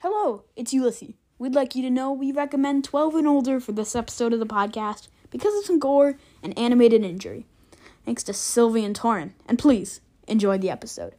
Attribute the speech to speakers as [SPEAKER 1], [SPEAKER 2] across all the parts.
[SPEAKER 1] Hello, it's Ulysses. We'd like you to know we recommend 12 and older for this episode of the podcast because of some gore and animated injury. Thanks to Sylvie and Torin, and please enjoy the episode.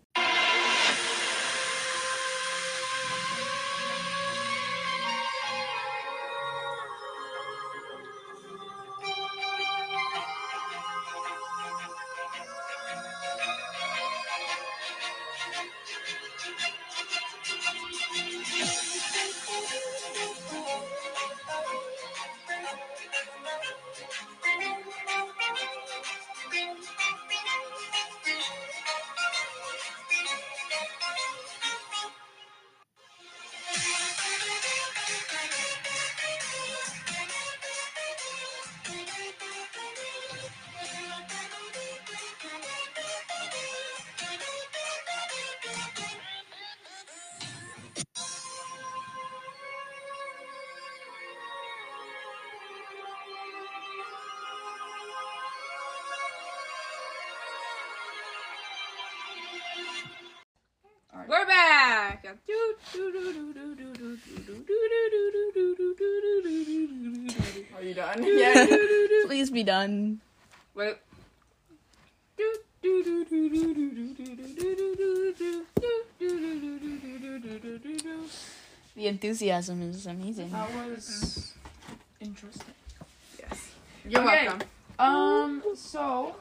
[SPEAKER 2] We're back. Wait.
[SPEAKER 3] Are you done? Yeah.
[SPEAKER 1] Please be done. The enthusiasm is amazing.
[SPEAKER 3] that was interesting.
[SPEAKER 2] Yes. You're
[SPEAKER 3] Okay.
[SPEAKER 2] welcome.
[SPEAKER 3] Um, so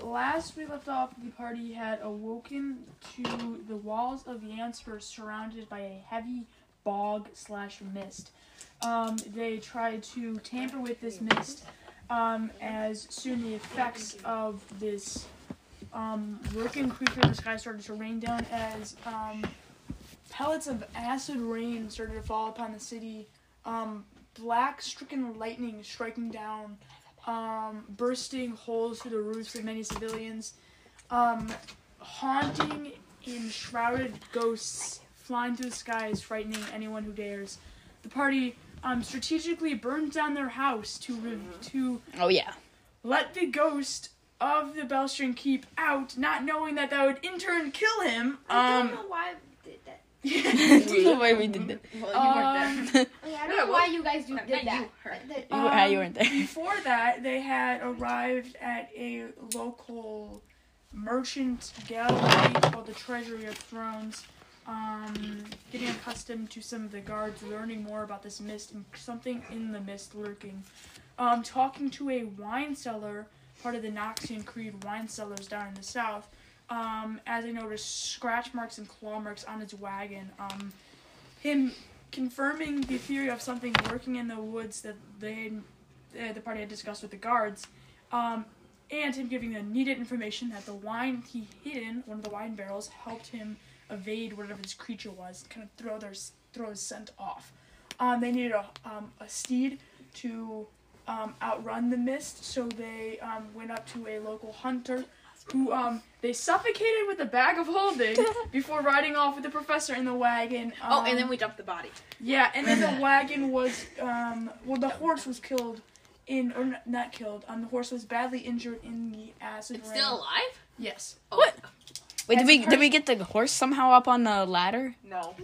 [SPEAKER 3] last we left off, the party had awoken to the walls of Yanspur surrounded by a heavy bog slash mist. Um, they tried to tamper with this mist. Um, as soon the effects of this um, lurking creature in the sky started to rain down, as um, pellets of acid rain started to fall upon the city, um, black stricken lightning striking down um, bursting holes through the roofs of many civilians, um, haunting enshrouded ghosts flying through the skies, frightening anyone who dares. The party um, strategically burns down their house to re-
[SPEAKER 4] Mm-hmm.
[SPEAKER 3] to
[SPEAKER 1] Oh, yeah.
[SPEAKER 3] let the ghost of the Belstring keep out, not knowing that that would in turn kill him.
[SPEAKER 4] I don't
[SPEAKER 3] Um,
[SPEAKER 4] know why we did that. Oh
[SPEAKER 1] the way we did that.
[SPEAKER 3] um,
[SPEAKER 4] Like, I
[SPEAKER 2] No,
[SPEAKER 4] don't know
[SPEAKER 2] well,
[SPEAKER 4] why you guys do,
[SPEAKER 2] not- not
[SPEAKER 4] did that.
[SPEAKER 2] you, her.
[SPEAKER 4] But that-
[SPEAKER 1] You, were- ah, you
[SPEAKER 3] Um,
[SPEAKER 1] weren't there.
[SPEAKER 3] Before that, they had arrived at a local merchant gallery called the Treasury of Thrones, um, getting accustomed to some of the guards, learning more about this mist and something in the mist lurking. Um, talking to a wine cellar, part of the Noxian Creed wine cellars down in the south, um, as I noticed scratch marks and claw marks on his wagon. Um, him confirming the theory of something lurking in the woods that they had uh, the party had discussed with the guards, um, and him giving the needed information that the wine he hid in one of the wine barrels helped him evade whatever this creature was, kind of throw their s- throw his scent off. Um, they needed a, um, a steed to um, outrun the mist, so they um, went up to a local hunter. Who um they suffocated with a bag of holding before riding off with the professor in the wagon. Um,
[SPEAKER 2] Oh, and then we dumped the body.
[SPEAKER 3] yeah, and then the wagon was, um, well, the horse was killed in, or n- not killed, um, the horse was badly injured in the acid
[SPEAKER 2] It's
[SPEAKER 3] rain.
[SPEAKER 2] still alive?
[SPEAKER 3] Yes.
[SPEAKER 1] What? Wait,
[SPEAKER 3] as a
[SPEAKER 1] did we did
[SPEAKER 3] part-
[SPEAKER 1] we get the horse somehow up on the ladder?
[SPEAKER 2] No.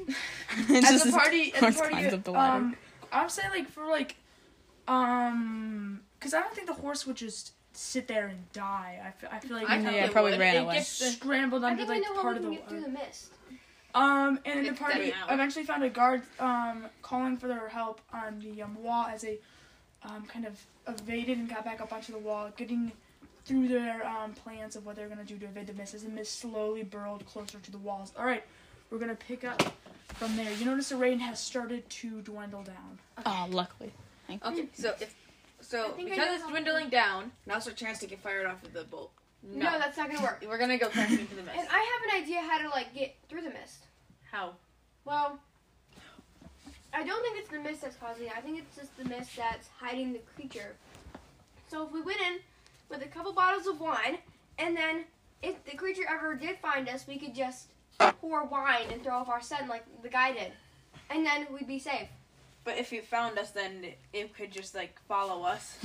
[SPEAKER 1] It's
[SPEAKER 3] As
[SPEAKER 1] just-
[SPEAKER 3] a party, as
[SPEAKER 1] horse
[SPEAKER 3] a party,
[SPEAKER 1] climbs up the ladder.
[SPEAKER 3] um, I'm saying, like, for, like, um, because I don't think the horse would just sit there and die. I feel, I feel like
[SPEAKER 2] I
[SPEAKER 3] it
[SPEAKER 2] thought
[SPEAKER 1] yeah,
[SPEAKER 2] they
[SPEAKER 1] probably
[SPEAKER 2] would.
[SPEAKER 1] ran
[SPEAKER 2] It
[SPEAKER 1] away.
[SPEAKER 2] gets the-
[SPEAKER 3] scrambled
[SPEAKER 4] I
[SPEAKER 3] under,
[SPEAKER 4] think we
[SPEAKER 3] like,
[SPEAKER 4] know how
[SPEAKER 3] part
[SPEAKER 4] we
[SPEAKER 3] of
[SPEAKER 4] can
[SPEAKER 3] the...
[SPEAKER 4] get through the mist.
[SPEAKER 3] Um, and then the
[SPEAKER 2] It's
[SPEAKER 3] party
[SPEAKER 2] them out.
[SPEAKER 3] eventually found a guard um, calling for their help on the um, wall as they um, kind of evaded and got back up onto the wall, getting through their um, plans of what they're going to do to evade the mist as the mist slowly burrowed closer to the walls. All right, we're going to pick up from there. You notice the rain has started to dwindle down.
[SPEAKER 1] oh, luckily. Thank you.
[SPEAKER 2] Okay, so if so
[SPEAKER 4] I think I know
[SPEAKER 2] because it's
[SPEAKER 4] how-
[SPEAKER 2] dwindling down, now's our chance to get fired off of the bolt.
[SPEAKER 4] No,
[SPEAKER 2] No.
[SPEAKER 4] that's not gonna work.
[SPEAKER 2] We're gonna go crashing into the mist.
[SPEAKER 4] And I have an idea how to like get through the mist.
[SPEAKER 2] How?
[SPEAKER 4] Well, I don't think it's the mist that's causing it. I think it's just the mist that's hiding the creature. So if we went in with a couple bottles of wine, and then if the creature ever did find us, we could just pour wine and throw off our scent like the guy did, and then we'd be safe.
[SPEAKER 2] But if it found us, then it could just like follow us.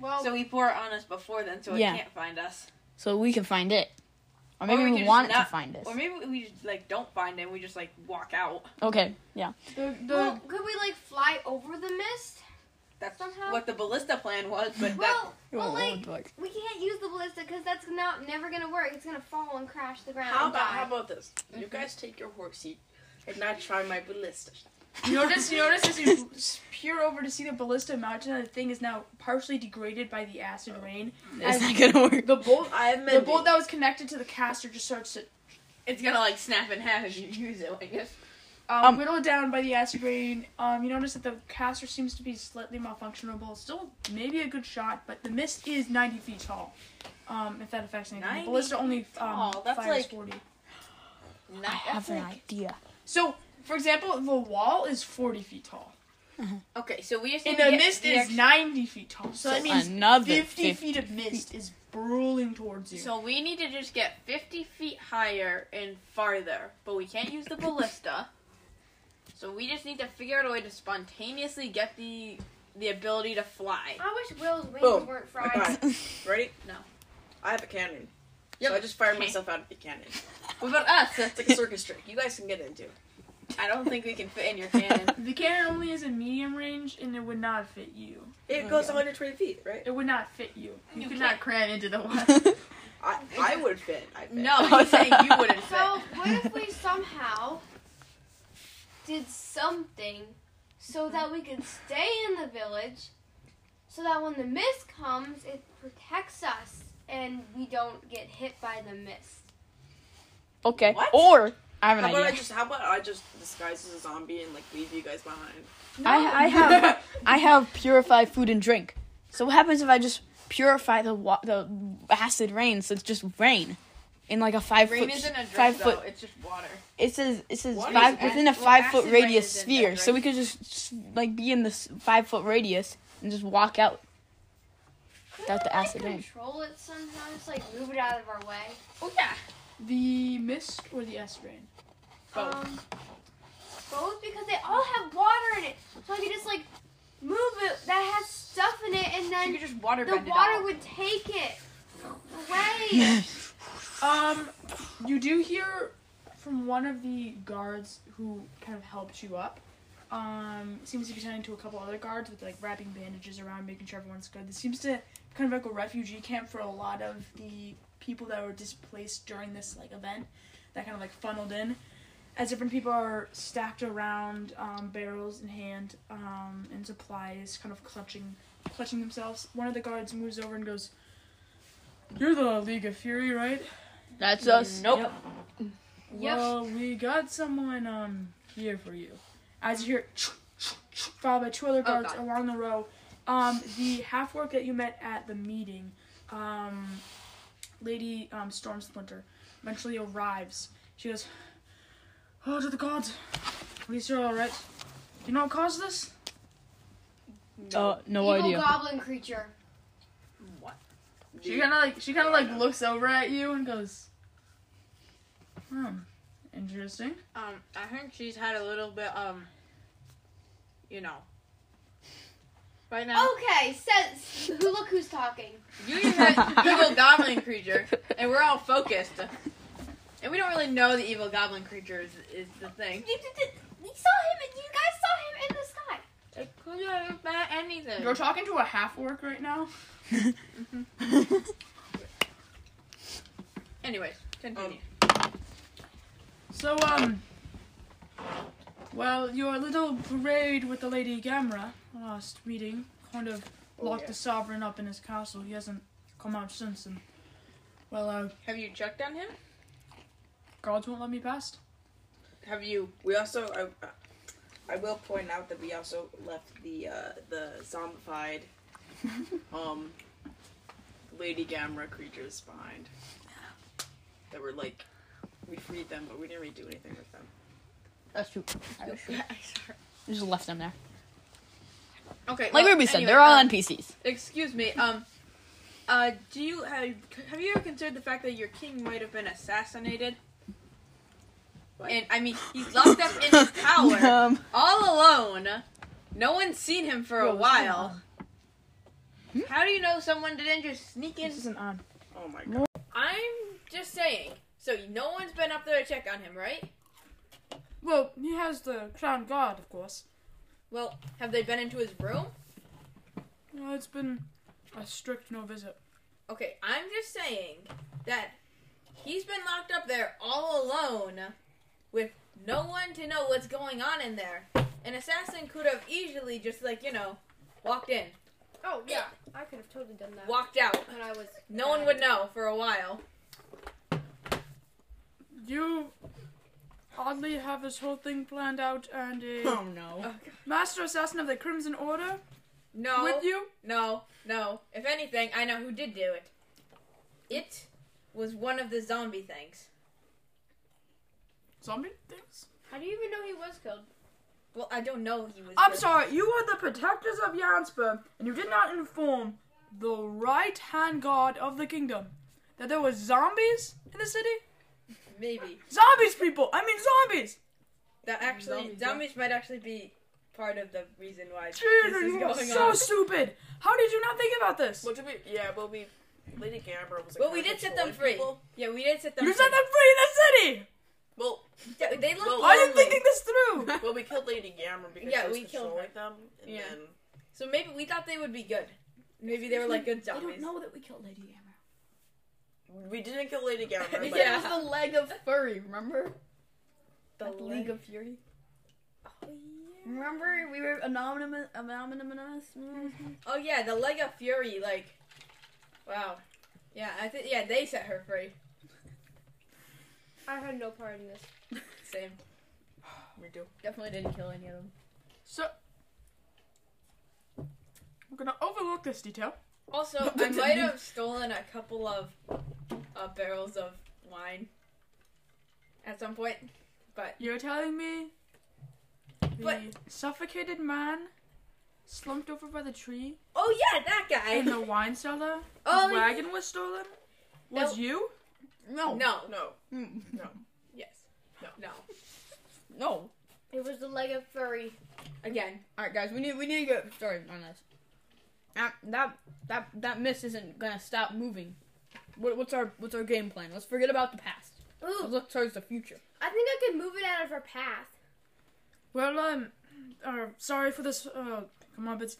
[SPEAKER 4] Well,
[SPEAKER 5] Oh.
[SPEAKER 2] So we pour it on us before then, so it
[SPEAKER 1] Yeah.
[SPEAKER 2] can't find us.
[SPEAKER 1] So we can find it.
[SPEAKER 6] Or maybe
[SPEAKER 7] we
[SPEAKER 6] we,
[SPEAKER 7] could just
[SPEAKER 6] want it to
[SPEAKER 7] not-
[SPEAKER 6] find us.
[SPEAKER 7] Or maybe we just like don't find it. We just like walk out.
[SPEAKER 6] okay, yeah.
[SPEAKER 3] The, the,
[SPEAKER 4] Well, could we like fly over the mist?
[SPEAKER 7] That's
[SPEAKER 4] Somehow-
[SPEAKER 7] what the ballista plan was, but that
[SPEAKER 4] Well, well, like we can't use the ballista because that's not never gonna work. It's gonna fall and crash the ground.
[SPEAKER 5] How
[SPEAKER 4] and
[SPEAKER 5] about
[SPEAKER 4] die.
[SPEAKER 5] how about this?
[SPEAKER 6] Mm-hmm.
[SPEAKER 5] You guys take your horse seat, and I try my ballista.
[SPEAKER 3] you notice, you notice as you s- peer over to see the ballista mountain, the thing is now partially degraded by the acid rain.
[SPEAKER 6] Is that gonna work?
[SPEAKER 5] The bolt I am
[SPEAKER 3] The bolt that was connected to the caster just starts to
[SPEAKER 7] it's gonna like snap in half if you use it. I guess.
[SPEAKER 3] um,
[SPEAKER 6] Um,
[SPEAKER 3] whittled down by the acid rain. Um, you notice that the caster seems to be slightly malfunctionable. Still, maybe a good shot, but the mist is 90 feet tall. Um, if that affects anything, the
[SPEAKER 7] 90
[SPEAKER 3] ballista only um,
[SPEAKER 7] tall, that's
[SPEAKER 3] fires
[SPEAKER 7] like-
[SPEAKER 3] 40.
[SPEAKER 6] I have an idea.
[SPEAKER 3] So, for example, the wall is 40 feet tall.
[SPEAKER 7] Okay, so we just
[SPEAKER 3] And
[SPEAKER 7] need
[SPEAKER 3] the
[SPEAKER 7] to get
[SPEAKER 3] mist
[SPEAKER 7] the
[SPEAKER 3] is
[SPEAKER 7] ex-
[SPEAKER 3] 90 feet tall. So, that means
[SPEAKER 6] Another
[SPEAKER 3] 50,
[SPEAKER 6] 50
[SPEAKER 3] feet of mist is rolling towards you.
[SPEAKER 7] So we need to just get 50 feet higher and farther, but we can't use the ballista. So we just need to figure out a way to spontaneously get the the ability to fly.
[SPEAKER 4] I wish Will's wings
[SPEAKER 5] Boom.
[SPEAKER 4] weren't
[SPEAKER 5] Bye.
[SPEAKER 4] fried.
[SPEAKER 5] Ready?
[SPEAKER 7] No.
[SPEAKER 5] I have a cannon.
[SPEAKER 7] Yep.
[SPEAKER 5] So I just fired
[SPEAKER 7] Okay.
[SPEAKER 5] myself out of the cannon.
[SPEAKER 7] What about us?
[SPEAKER 5] It's like a circus trick. You guys can get into.
[SPEAKER 7] I don't think we can fit in your cannon.
[SPEAKER 3] the cannon only is in medium range, and it would not fit you.
[SPEAKER 5] It goes 120 feet, right?
[SPEAKER 3] It would not fit you.
[SPEAKER 7] You
[SPEAKER 3] You, could
[SPEAKER 7] can't.
[SPEAKER 3] not cram into the wall.
[SPEAKER 5] I I would fit. I fit.
[SPEAKER 7] No, he's saying you wouldn't fit.
[SPEAKER 4] So what if we somehow did something so that we could stay in the village, so that when the mist comes, it protects us and we don't get hit by the mist.
[SPEAKER 6] Okay.
[SPEAKER 7] What?
[SPEAKER 6] Or I have an
[SPEAKER 5] How about I
[SPEAKER 6] idea.
[SPEAKER 5] just how about I just disguise as a zombie and like leave you guys behind?
[SPEAKER 6] I, I have I have purify food and drink. So what happens if I just purify the wa- the acid rain? So it's just rain, in like a five
[SPEAKER 7] Rain
[SPEAKER 6] foot
[SPEAKER 7] isn't a drink,
[SPEAKER 6] five
[SPEAKER 7] though.
[SPEAKER 6] foot.
[SPEAKER 7] It's just water.
[SPEAKER 6] It says it says
[SPEAKER 5] What
[SPEAKER 6] five
[SPEAKER 5] is ac-
[SPEAKER 6] within a
[SPEAKER 7] well,
[SPEAKER 6] five foot
[SPEAKER 7] acid rain
[SPEAKER 6] radius
[SPEAKER 7] isn't a
[SPEAKER 6] sphere. So we could just, s like be in this five foot radius and just walk out.
[SPEAKER 4] Could
[SPEAKER 6] Without the
[SPEAKER 4] like,
[SPEAKER 6] acid rain.
[SPEAKER 4] control it somehow, just like move it out of our way.
[SPEAKER 7] Oh yeah.
[SPEAKER 3] the mist or the S rain?
[SPEAKER 7] Both.
[SPEAKER 4] Um, both because they all have water in it, so I could just like move it that has stuff in it, and
[SPEAKER 7] you
[SPEAKER 4] then
[SPEAKER 7] could just water
[SPEAKER 4] the
[SPEAKER 7] bend it
[SPEAKER 4] water
[SPEAKER 7] out.
[SPEAKER 4] would take it away.
[SPEAKER 3] Um, you do hear from one of the guards who kind of helped you up. Um, seems to be tending to a couple other guards with like wrapping bandages around, making sure everyone's good. This seems to kind of like a refugee camp for a lot of the people that were displaced during this like event. That kind of like funneled in, as different people are stacked around, um, barrels in hand, um, and supplies, kind of clutching, clutching themselves. One of the guards moves over and goes, "You're the League of Fury, right?"
[SPEAKER 6] That's us.
[SPEAKER 7] Nope.
[SPEAKER 4] Yep.
[SPEAKER 3] Well, we got someone um here for you. As you hear, followed by two other guards
[SPEAKER 7] God.
[SPEAKER 3] along the row. Um, the half orc that you met at the meeting, um, Lady um, Storm Splinter, eventually arrives. She goes, "Oh, to the gods! At least you're all right. Do you know what caused this?
[SPEAKER 6] Uh, no
[SPEAKER 4] Evil
[SPEAKER 6] idea.
[SPEAKER 4] goblin creature.
[SPEAKER 7] What?
[SPEAKER 3] She kind of like she kind of like looks over at you and goes, "Hmm, interesting."
[SPEAKER 7] Um, I heard she's had a little bit um. You know. Right now.
[SPEAKER 4] Okay, says who? Look who's talking.
[SPEAKER 7] You just had evil goblin creature, and we're all focused. And we don't really know the evil goblin creature is, is the
[SPEAKER 4] You,
[SPEAKER 7] thing.
[SPEAKER 4] did- did- you saw him. You guys saw him in the sky.
[SPEAKER 7] It could have been anything.
[SPEAKER 3] You're talking to a half orc right now.
[SPEAKER 7] Anyways, continue.
[SPEAKER 3] So, um, well, your little parade with the Lady Gamra last meeting kind of
[SPEAKER 5] Oh,
[SPEAKER 3] locked
[SPEAKER 5] yeah.
[SPEAKER 3] the sovereign up in his castle. He hasn't come out since, and well, uh,
[SPEAKER 7] have you checked on him?
[SPEAKER 3] guards won't let me past.
[SPEAKER 7] Have you?
[SPEAKER 5] We also I, I will point out that we also left the uh, the zombified um Lady Gamma creatures behind. That were like we freed them, but we didn't really do anything with them.
[SPEAKER 6] That's true.
[SPEAKER 7] okay.
[SPEAKER 6] Just left them there. Like
[SPEAKER 7] well,
[SPEAKER 6] Ruby said,
[SPEAKER 7] anyway,
[SPEAKER 6] they're all
[SPEAKER 7] um,
[SPEAKER 6] NPCs.
[SPEAKER 7] Excuse me. Um. Uh, do you have have you ever considered the fact that your king might have been assassinated?
[SPEAKER 5] What?
[SPEAKER 7] And I mean, he's locked up in his tower.
[SPEAKER 6] Um,
[SPEAKER 7] all alone. No one's seen him for
[SPEAKER 3] Bro,
[SPEAKER 7] a
[SPEAKER 3] this
[SPEAKER 7] while.
[SPEAKER 6] Hmm?
[SPEAKER 7] How do you know someone didn't just sneak in?
[SPEAKER 3] This isn't on.
[SPEAKER 5] Oh my
[SPEAKER 6] No.
[SPEAKER 5] god.
[SPEAKER 7] I'm just saying. So no one's been up there to check on him, right?
[SPEAKER 3] Well, he has the crown guard, of course.
[SPEAKER 7] Well, have they been into his room?
[SPEAKER 3] You know, it's been a strict no visit.
[SPEAKER 7] Okay, I'm just saying that he's been locked up there all alone with no one to know what's going on in there. An assassin could have easily just like, you know, walked in,
[SPEAKER 4] Oh yeah, I could have totally done that
[SPEAKER 7] walked out.
[SPEAKER 4] when I was.
[SPEAKER 7] No one would know for a while.
[SPEAKER 3] You oddly have this whole thing planned out and a
[SPEAKER 5] Oh no.
[SPEAKER 3] master assassin of the Crimson Order
[SPEAKER 7] No.
[SPEAKER 3] with you?
[SPEAKER 7] No, no. If anything, I know who did do it. It was one of the zombie things.
[SPEAKER 3] Zombie things?
[SPEAKER 4] How do you even know he was killed?
[SPEAKER 7] Well, I don't know he was.
[SPEAKER 3] I'm
[SPEAKER 7] the-
[SPEAKER 3] sorry, you were the protectors of Yansper, and you did not inform the right hand guard of the kingdom that there were zombies in the city?
[SPEAKER 7] Maybe
[SPEAKER 3] Zombies, people! I mean, zombies!
[SPEAKER 7] that actually
[SPEAKER 5] Zombies, yeah.
[SPEAKER 7] zombies might actually be part of the reason why
[SPEAKER 3] Jesus,
[SPEAKER 7] this is
[SPEAKER 3] you are
[SPEAKER 7] going
[SPEAKER 3] so
[SPEAKER 7] on.
[SPEAKER 3] stupid! How did you not think about this?
[SPEAKER 5] Well, to be yeah, but we Lady Gamera was. a
[SPEAKER 7] Well, we
[SPEAKER 5] kind
[SPEAKER 7] did
[SPEAKER 5] of
[SPEAKER 7] set them
[SPEAKER 5] controlling
[SPEAKER 7] free.
[SPEAKER 5] people.
[SPEAKER 7] Yeah, we did set them.
[SPEAKER 3] You
[SPEAKER 7] free.
[SPEAKER 3] set them free in the city!
[SPEAKER 5] Well,
[SPEAKER 7] Yeah, they look.
[SPEAKER 5] Well,
[SPEAKER 3] I
[SPEAKER 7] lonely.
[SPEAKER 3] didn't thinking this through!
[SPEAKER 5] well, we killed Lady Gamera because
[SPEAKER 7] Yeah,
[SPEAKER 5] she was
[SPEAKER 7] we killed
[SPEAKER 5] controlling them. And
[SPEAKER 7] Yeah.
[SPEAKER 5] Then,
[SPEAKER 7] So maybe we thought they would be good. Maybe they were like good zombies.
[SPEAKER 1] that we killed Lady Hammer.
[SPEAKER 5] we didn't kill Lady Gamera. but
[SPEAKER 7] Yeah.
[SPEAKER 1] Yeah. It was the leg of Furry, remember? The
[SPEAKER 7] The
[SPEAKER 1] League
[SPEAKER 7] leg-
[SPEAKER 1] of Fury. Remember we were anonymous, anonymous.
[SPEAKER 7] Oh yeah, the leg of fury. Like, wow. Yeah, I think yeah they set her free.
[SPEAKER 4] I had no part in this.
[SPEAKER 7] Same.
[SPEAKER 5] We do.
[SPEAKER 1] Definitely didn't kill any of them.
[SPEAKER 3] So, we're gonna overlook this detail.
[SPEAKER 7] Also, I might have stolen a couple of uh, barrels of wine at some point.
[SPEAKER 3] You're telling me the
[SPEAKER 7] What?
[SPEAKER 3] suffocated man slumped over by the tree
[SPEAKER 7] Oh yeah, that
[SPEAKER 3] in
[SPEAKER 7] guy.
[SPEAKER 3] the wine cellar?
[SPEAKER 7] Oh,
[SPEAKER 3] His wagon was stolen? Was
[SPEAKER 7] No.
[SPEAKER 3] you?
[SPEAKER 1] No.
[SPEAKER 7] No.
[SPEAKER 5] No.
[SPEAKER 6] Hmm,
[SPEAKER 1] Mm.
[SPEAKER 7] Yes. No. No.
[SPEAKER 1] No.
[SPEAKER 4] It was the leg of furry.
[SPEAKER 7] Again.
[SPEAKER 1] All right, guys, we need we need to get started on this. That that that, that mist isn't gonna stop moving. What, what's our what's our game plan? Let's forget about the past. Let's
[SPEAKER 4] Ooh,
[SPEAKER 1] look towards the future.
[SPEAKER 4] I think I could move it out of her path.
[SPEAKER 3] Well, um, uh, sorry for this, uh, come on, but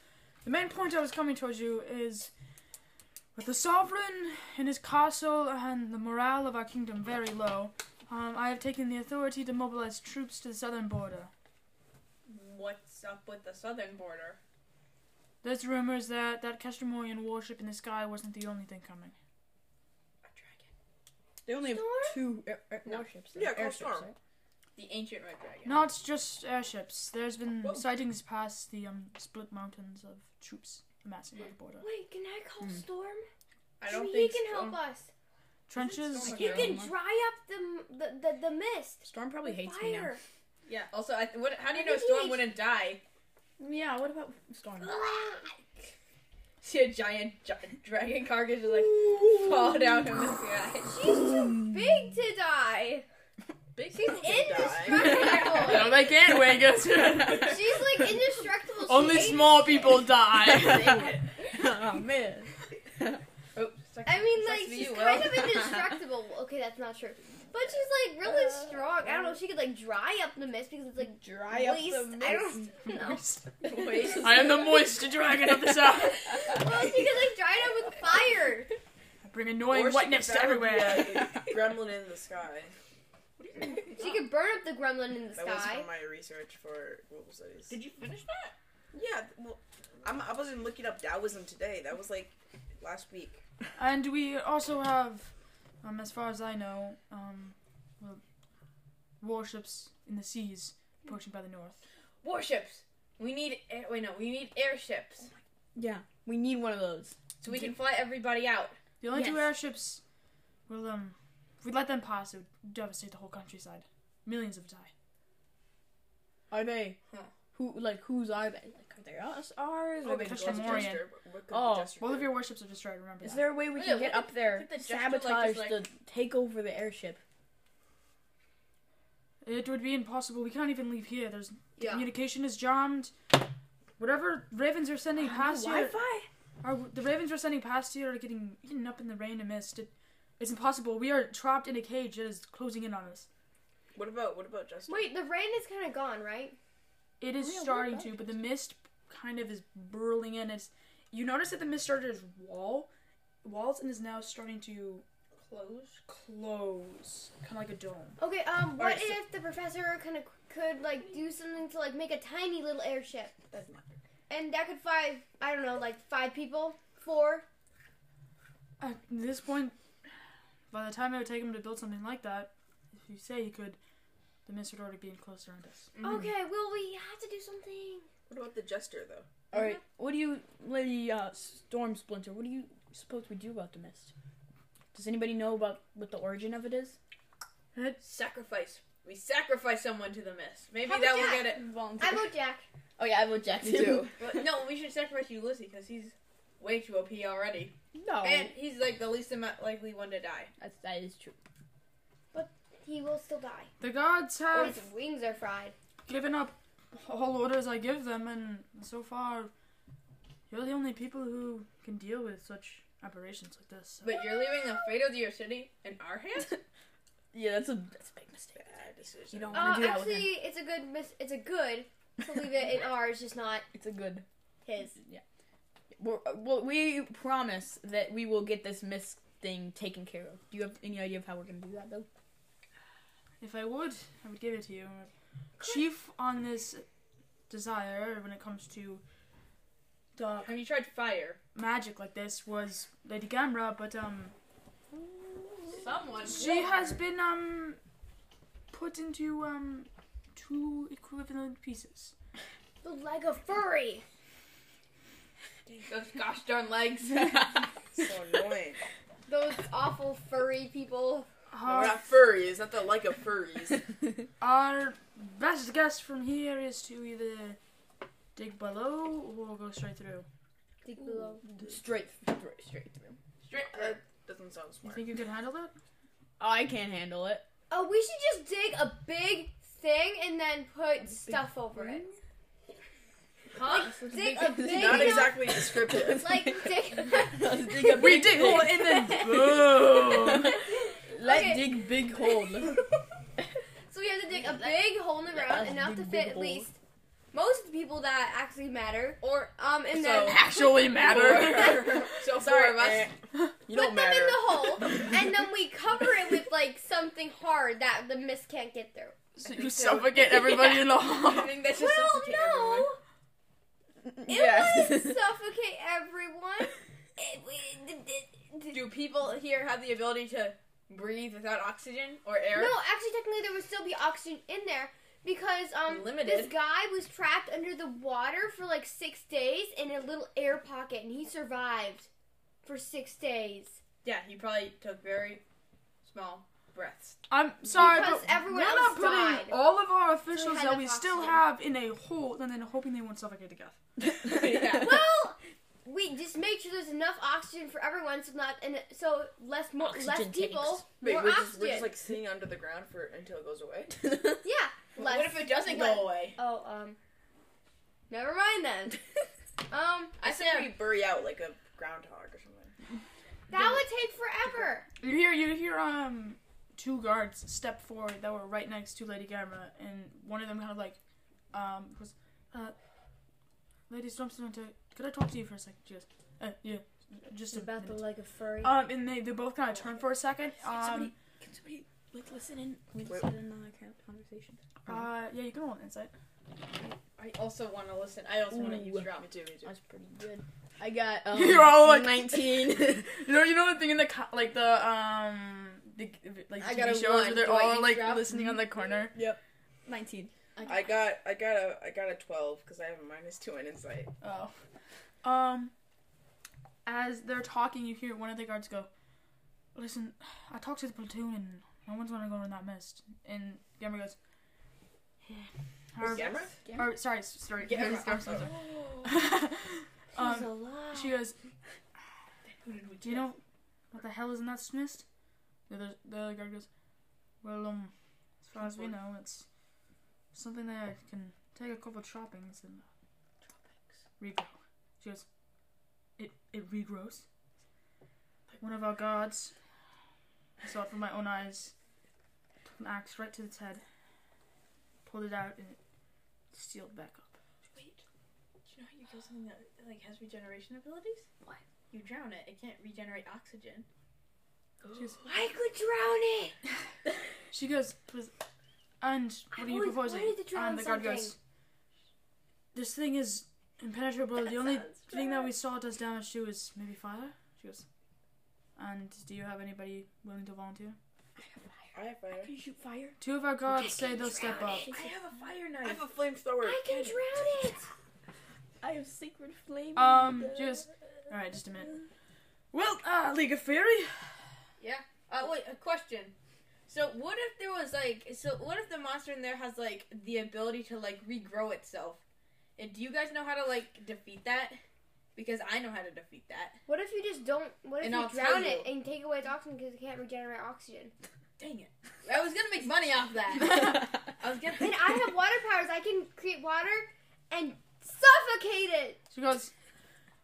[SPEAKER 3] the main point I was coming towards you is with the sovereign in his castle and the morale of our kingdom very low, um, I have taken the authority to mobilize troops to the southern border.
[SPEAKER 7] What's up with the southern border?
[SPEAKER 3] There's rumors that that Kestramorian warship in the sky wasn't the only thing coming.
[SPEAKER 7] A dragon.
[SPEAKER 1] They only have two air, air,
[SPEAKER 7] No.
[SPEAKER 1] warships.
[SPEAKER 5] Yeah,
[SPEAKER 1] airships,
[SPEAKER 5] Cold Storm.
[SPEAKER 1] right?
[SPEAKER 7] The ancient red dragon.
[SPEAKER 3] Not just airships. There's been
[SPEAKER 5] Whoa.
[SPEAKER 3] sightings past the um, split mountains of troops amassing by the border.
[SPEAKER 4] Wait, can I call
[SPEAKER 1] Hmm.
[SPEAKER 4] Storm?
[SPEAKER 7] I don't
[SPEAKER 4] he
[SPEAKER 7] think
[SPEAKER 4] can
[SPEAKER 7] so.
[SPEAKER 4] help us.
[SPEAKER 3] Trenches.
[SPEAKER 1] Storm?
[SPEAKER 4] He
[SPEAKER 1] Yeah.
[SPEAKER 4] can dry up the m- the the, the mist.
[SPEAKER 1] Storm probably
[SPEAKER 4] with
[SPEAKER 1] hates me
[SPEAKER 4] fire.
[SPEAKER 7] Yeah. Also, I th- what, how do you
[SPEAKER 4] I
[SPEAKER 7] know
[SPEAKER 4] think he
[SPEAKER 7] Storm
[SPEAKER 4] hates-
[SPEAKER 7] wouldn't die?
[SPEAKER 1] now. Yeah. What about Storm?
[SPEAKER 7] See a giant gi- dragon carcass just like fall down from the sky.
[SPEAKER 4] She's too big to die.
[SPEAKER 5] Big
[SPEAKER 4] She's
[SPEAKER 5] people can die.
[SPEAKER 4] indestructible.
[SPEAKER 3] they can't wake us.
[SPEAKER 4] She's like indestructible. She
[SPEAKER 3] Only
[SPEAKER 4] ate-
[SPEAKER 3] small people die.
[SPEAKER 5] Dang it.
[SPEAKER 1] oh man.
[SPEAKER 7] Oh, sucks-
[SPEAKER 4] I mean,
[SPEAKER 7] sucks
[SPEAKER 4] like
[SPEAKER 7] to be
[SPEAKER 4] she's
[SPEAKER 7] you,
[SPEAKER 4] kind
[SPEAKER 7] Will.
[SPEAKER 4] of indestructible. Okay, that's not true. But she's like
[SPEAKER 5] Uh,
[SPEAKER 4] really strong. I don't know. She could like dry up the mist because it's like
[SPEAKER 1] Dry
[SPEAKER 4] waist. I don't know.
[SPEAKER 7] Wait.
[SPEAKER 3] I am the moist dragon of the south.
[SPEAKER 4] Well, she could like dry it up with fire.
[SPEAKER 3] I bring annoying
[SPEAKER 5] Or she
[SPEAKER 3] wetness
[SPEAKER 5] could
[SPEAKER 3] to
[SPEAKER 5] barely
[SPEAKER 3] everywhere.
[SPEAKER 5] be a Gremlin in the sky.
[SPEAKER 4] She could burn up the gremlin in the
[SPEAKER 5] That was
[SPEAKER 4] sky.
[SPEAKER 5] from my research for global studies.
[SPEAKER 7] Did you finish that?
[SPEAKER 5] yeah, th- well, I'm, I wasn't looking up Taoism today. That was like last week.
[SPEAKER 3] And we also have, um, as far as I know, um, well, warships in the seas approaching by the north.
[SPEAKER 7] Warships. We need. Air- wait, no. We need airships
[SPEAKER 1] Yeah. We need one of those.
[SPEAKER 7] so we can fly everybody out.
[SPEAKER 3] The only two
[SPEAKER 1] Yes.
[SPEAKER 3] airships will, um, if we let them pass, it would devastate the whole countryside. Millions of die.
[SPEAKER 1] Are they?
[SPEAKER 7] Huh.
[SPEAKER 1] Who like whose are they? Like are they us ours?
[SPEAKER 3] Oh,
[SPEAKER 1] are they
[SPEAKER 3] because
[SPEAKER 1] just-
[SPEAKER 3] the Morian.
[SPEAKER 5] What could
[SPEAKER 1] Oh,
[SPEAKER 5] the gesture
[SPEAKER 3] Both of
[SPEAKER 5] do?
[SPEAKER 3] your warships are destroyed, remember
[SPEAKER 1] Is
[SPEAKER 3] that.
[SPEAKER 1] there a way we
[SPEAKER 7] Yeah,
[SPEAKER 1] can
[SPEAKER 7] look
[SPEAKER 1] get
[SPEAKER 7] at-
[SPEAKER 1] up there,
[SPEAKER 7] look at the gesture, like,
[SPEAKER 1] sabotage
[SPEAKER 7] just,
[SPEAKER 1] the, take over the airship?
[SPEAKER 3] It would be impossible. We can't even leave here. There's
[SPEAKER 7] Yeah.
[SPEAKER 3] communication is jammed. Whatever ravens are sending past here,
[SPEAKER 1] Wi-Fi.
[SPEAKER 3] are, the ravens are sending past here are getting eaten up in the rain and mist. It It's impossible. We are trapped in a cage that is closing in on us.
[SPEAKER 5] What about what about Justin?
[SPEAKER 4] Wait, the rain is kind of gone, right?
[SPEAKER 3] It is
[SPEAKER 1] Yeah, what
[SPEAKER 3] starting
[SPEAKER 1] about
[SPEAKER 3] to, but the mist kind of is burling in. It's you notice that the mist started as wall walls and is now starting to
[SPEAKER 2] Close.
[SPEAKER 3] close, kind of like a dome.
[SPEAKER 4] Okay, um, what
[SPEAKER 5] Alright, so-
[SPEAKER 4] if the professor kind of could like do something to like make a tiny little airship,
[SPEAKER 5] That's not fair.
[SPEAKER 4] and that could five, I don't know, like five people, four.
[SPEAKER 3] At this point, by the time it would take him to build something like that, if you say he could, the mist would already be enclosed around us.
[SPEAKER 1] Mm-hmm.
[SPEAKER 4] Okay, well we have to do something.
[SPEAKER 5] What about the jester though?
[SPEAKER 1] All right. What do you, Lady uh, Storm Splinter? What do you suppose we do about the mist? Does anybody know about what the origin of it is?
[SPEAKER 2] Sacrifice. We sacrifice someone to the mist. Maybe
[SPEAKER 4] How
[SPEAKER 2] that
[SPEAKER 4] about
[SPEAKER 2] will
[SPEAKER 4] that?
[SPEAKER 2] get it.
[SPEAKER 4] I vote Jack.
[SPEAKER 1] Oh yeah, I vote Jack too.
[SPEAKER 2] But no, we should sacrifice Ulysses because he's way too OP already,
[SPEAKER 1] no,
[SPEAKER 6] Oh.
[SPEAKER 2] and he's like the least amount likely one to die.
[SPEAKER 1] that's, that is true.
[SPEAKER 4] He will still die.
[SPEAKER 3] The gods
[SPEAKER 1] Um,
[SPEAKER 4] Or
[SPEAKER 3] have
[SPEAKER 4] his wings are fried.
[SPEAKER 3] given up all orders I give them, and so far, you're the only people who can deal with such aberrations like this. so-
[SPEAKER 2] But you're leaving the fate of your city in our hands.
[SPEAKER 1] Yeah, that's a that's a big mistake.
[SPEAKER 5] Bad decision.
[SPEAKER 1] You don't want
[SPEAKER 4] Uh,
[SPEAKER 1] to do that with him.
[SPEAKER 4] actually, it's a good mis- It's a good to leave it in ours, just not
[SPEAKER 1] It's a good.
[SPEAKER 4] his.
[SPEAKER 1] Yeah. We're, well, we promise that we will get this mist thing taken care of. Do you have any idea of how we're gonna do that though?
[SPEAKER 3] If I would, I would give it to you. Chief on this desire when it comes to the
[SPEAKER 2] Have you tried fire?
[SPEAKER 3] magic like this was Lady Gamra, but um
[SPEAKER 2] Someone.
[SPEAKER 3] she has been um put into um two equivalent pieces.
[SPEAKER 4] The leg of furry.
[SPEAKER 2] Those gosh darn legs.
[SPEAKER 5] So annoying.
[SPEAKER 4] Those awful furry people.
[SPEAKER 5] No, we're
[SPEAKER 3] Our,
[SPEAKER 5] not furry. It's not the like of furries.
[SPEAKER 3] our best guess from here is to either dig below or go straight through.
[SPEAKER 4] Dig below.
[SPEAKER 1] straight, through, straight through.
[SPEAKER 2] Straight.
[SPEAKER 5] that doesn't sound
[SPEAKER 3] You
[SPEAKER 5] smart.
[SPEAKER 3] think you can handle that?
[SPEAKER 1] I can't handle it.
[SPEAKER 4] Oh, we should just dig a big thing and then put stuff over it.
[SPEAKER 2] Huh?
[SPEAKER 4] Dig a big
[SPEAKER 5] Not
[SPEAKER 4] enough-
[SPEAKER 5] exactly descriptive.
[SPEAKER 4] Like dig.
[SPEAKER 1] Let's dig a
[SPEAKER 3] We
[SPEAKER 1] big
[SPEAKER 3] dig
[SPEAKER 1] hole
[SPEAKER 3] hole
[SPEAKER 1] in the.
[SPEAKER 5] Boom.
[SPEAKER 1] Let's
[SPEAKER 4] Okay.
[SPEAKER 1] dig big hole.
[SPEAKER 4] so we have to dig a big hole in the ground
[SPEAKER 1] us
[SPEAKER 4] enough to
[SPEAKER 1] dig
[SPEAKER 4] fit
[SPEAKER 1] big
[SPEAKER 4] at
[SPEAKER 1] holes.
[SPEAKER 4] least most of the people that actually matter.
[SPEAKER 2] Or
[SPEAKER 4] Um, and
[SPEAKER 5] So-
[SPEAKER 4] then
[SPEAKER 1] Actually
[SPEAKER 2] so four
[SPEAKER 5] Sorry,
[SPEAKER 2] of us.
[SPEAKER 5] eh,
[SPEAKER 1] You
[SPEAKER 4] put them
[SPEAKER 1] don't matter.
[SPEAKER 4] in the hole, and then we cover it with like something hard that the mist can't get through.
[SPEAKER 1] So you suffocate everybody in the hole.
[SPEAKER 2] I think that's just
[SPEAKER 4] Well,
[SPEAKER 2] suffocate everyone.
[SPEAKER 4] no, it
[SPEAKER 1] Yes.
[SPEAKER 4] wouldn't suffocate everyone. It, it, it, it-
[SPEAKER 2] Do people here have the ability to breathe without oxygen or air?
[SPEAKER 4] no, actually, technically, there would still be oxygen in there because um,
[SPEAKER 2] Limited.
[SPEAKER 4] this guy was trapped under the water for like six days in a little air pocket, and he survived for six days.
[SPEAKER 2] Yeah, he probably took very small breaths.
[SPEAKER 3] I'm sorry,
[SPEAKER 4] Because
[SPEAKER 3] but
[SPEAKER 4] everyone
[SPEAKER 3] we're
[SPEAKER 4] else
[SPEAKER 3] not putting
[SPEAKER 4] died.
[SPEAKER 3] all of our officials
[SPEAKER 4] had
[SPEAKER 3] that
[SPEAKER 4] no
[SPEAKER 3] we still
[SPEAKER 4] oxygen.
[SPEAKER 3] have in a hole and then hoping they won't suffocate to death.
[SPEAKER 2] Yeah.
[SPEAKER 4] Well, we just make sure there's enough oxygen for everyone, so not and so less more less
[SPEAKER 1] Oxygen
[SPEAKER 4] people,
[SPEAKER 1] tanks.
[SPEAKER 5] Wait,
[SPEAKER 4] more
[SPEAKER 5] we're
[SPEAKER 4] oxygen.
[SPEAKER 5] just, we're just like sitting under the ground for until it goes away.
[SPEAKER 4] yeah, less.
[SPEAKER 2] what if it doesn't
[SPEAKER 4] less-
[SPEAKER 2] go away?
[SPEAKER 4] Oh, um, never mind then. Um,
[SPEAKER 2] I
[SPEAKER 5] I
[SPEAKER 2] say
[SPEAKER 5] said we bury out like a groundhog or something.
[SPEAKER 4] that would take forever.
[SPEAKER 3] You hear you hear um two guards step forward that were right next to Lady Gamma, and one of them kind of like um was uh Lady Stormstone, could I talk to you for a second? She goes, uh, yeah, just about the
[SPEAKER 4] leg of furry.
[SPEAKER 3] um and they they both kind of turn for a second. Um,
[SPEAKER 1] somebody- Can somebody like listen in? We
[SPEAKER 5] Wait.
[SPEAKER 1] listen in on the conversation.
[SPEAKER 3] uh, yeah, you can roll an insight.
[SPEAKER 2] I also want to listen. I also want to
[SPEAKER 1] Ooh.
[SPEAKER 2] eavesdrop.
[SPEAKER 5] Me too, me too.
[SPEAKER 1] That's pretty good. I got um,
[SPEAKER 3] You're all like-
[SPEAKER 1] 19.
[SPEAKER 3] You know, you know the thing in the co- like the um the like
[SPEAKER 1] I got a
[SPEAKER 3] TV shows
[SPEAKER 1] one.
[SPEAKER 3] where they're
[SPEAKER 1] Do I
[SPEAKER 3] all like
[SPEAKER 1] eavesdrop?
[SPEAKER 3] listening on the corner.
[SPEAKER 1] 19.
[SPEAKER 5] I got, I got a, I got a twelve because I have a minus two in insight.
[SPEAKER 3] Oh. Um, as they're talking, you hear one of the guards go, Listen, I talked to the platoon and no one's want to go in that mist. And Gamma goes, "Yeah." Or-
[SPEAKER 5] Gamma?
[SPEAKER 3] or, sorry, s- sorry.
[SPEAKER 2] Gamma.
[SPEAKER 3] Lady Storm, sorry, sorry. um, she goes, Do you know what the hell is in that mist? The other, the other guard goes, Well, um, as far as we know, it's something that can take a couple choppings and regrow. She goes, it it regrows. One of our guards I saw it with my own eyes. Took an axe right to its head, pulled it out, and it sealed back up.
[SPEAKER 7] Wait, do you know how you kill something that like has regeneration abilities? What? You drown it. It can't regenerate oxygen.
[SPEAKER 3] She's-
[SPEAKER 7] I could drown it.
[SPEAKER 3] She goes, "Please- and what
[SPEAKER 4] I've
[SPEAKER 3] are you
[SPEAKER 4] always
[SPEAKER 3] proposing?
[SPEAKER 4] wanted to drown
[SPEAKER 3] and the guard goes,
[SPEAKER 4] something.
[SPEAKER 3] this thing is impenetrable.
[SPEAKER 7] That
[SPEAKER 3] the only
[SPEAKER 7] sounds
[SPEAKER 3] thing that we
[SPEAKER 7] bad.
[SPEAKER 3] saw it does damage to is maybe fire. She goes, and do you have anybody willing to volunteer?
[SPEAKER 5] I have fire.
[SPEAKER 1] Can you shoot fire?
[SPEAKER 3] Two of our guards say they'll step up.
[SPEAKER 7] I have a fire
[SPEAKER 5] I
[SPEAKER 7] knife.
[SPEAKER 5] have a flamethrower.
[SPEAKER 4] I can drown it.
[SPEAKER 1] I have sacred flame.
[SPEAKER 3] Um, just all right, just a minute. Well, uh, League of Fury.
[SPEAKER 7] Uh, wait, a question. So what if there was like, so what if the monster in there has like the ability to like regrow itself? And do you guys know how to like defeat that? Because I know how to defeat that.
[SPEAKER 4] What if you just don't? What if
[SPEAKER 7] And
[SPEAKER 4] you
[SPEAKER 7] I'll tell
[SPEAKER 4] drown
[SPEAKER 7] you.
[SPEAKER 4] it and take away its oxygen because it can't regenerate oxygen?
[SPEAKER 7] Dang it! I was gonna make money off that. I was gonna.
[SPEAKER 4] Then I have water powers. I can create water and suffocate it.
[SPEAKER 3] She goes,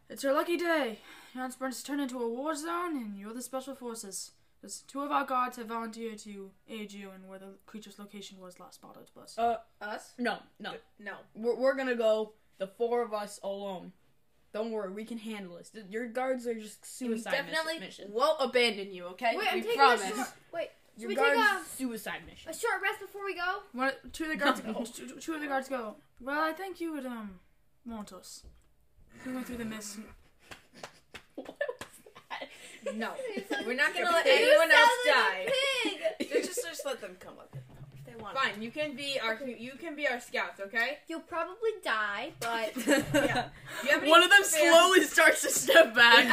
[SPEAKER 3] It's your lucky day. Yarnspurn's turned into a war zone, and you're the special forces. There's two of our guards have volunteered to aid you in where the creature's location was last spotted to
[SPEAKER 1] Oh.
[SPEAKER 3] us.
[SPEAKER 7] uh, Us?
[SPEAKER 1] No, no.
[SPEAKER 7] No.
[SPEAKER 1] We're, we're gonna go the four of us alone. Don't worry, we can handle this. Th- Your guards are just
[SPEAKER 7] We
[SPEAKER 1] suicide
[SPEAKER 7] definitely
[SPEAKER 1] mis- mission.
[SPEAKER 7] won't abandon you. Okay?
[SPEAKER 4] Wait, I'm
[SPEAKER 7] we
[SPEAKER 4] taking
[SPEAKER 7] promise.
[SPEAKER 4] a short. Wait, should
[SPEAKER 1] Your
[SPEAKER 4] we
[SPEAKER 1] guards
[SPEAKER 4] take a,
[SPEAKER 1] suicide mission.
[SPEAKER 4] a short rest before we go?
[SPEAKER 3] One, two of the guards, two, two- two of the guards go. Well, I think you would um want us. We went through the mist. and-
[SPEAKER 7] No, we're not gonna let
[SPEAKER 4] You
[SPEAKER 7] anyone else
[SPEAKER 4] sound
[SPEAKER 7] die.
[SPEAKER 4] like a Pig.
[SPEAKER 5] just, just let them come up if they want.
[SPEAKER 7] Fine, you can be our you can be our scouts, okay?
[SPEAKER 4] You'll probably die, but
[SPEAKER 7] Do You have any
[SPEAKER 1] One of them
[SPEAKER 7] fam-
[SPEAKER 1] slowly starts to step back.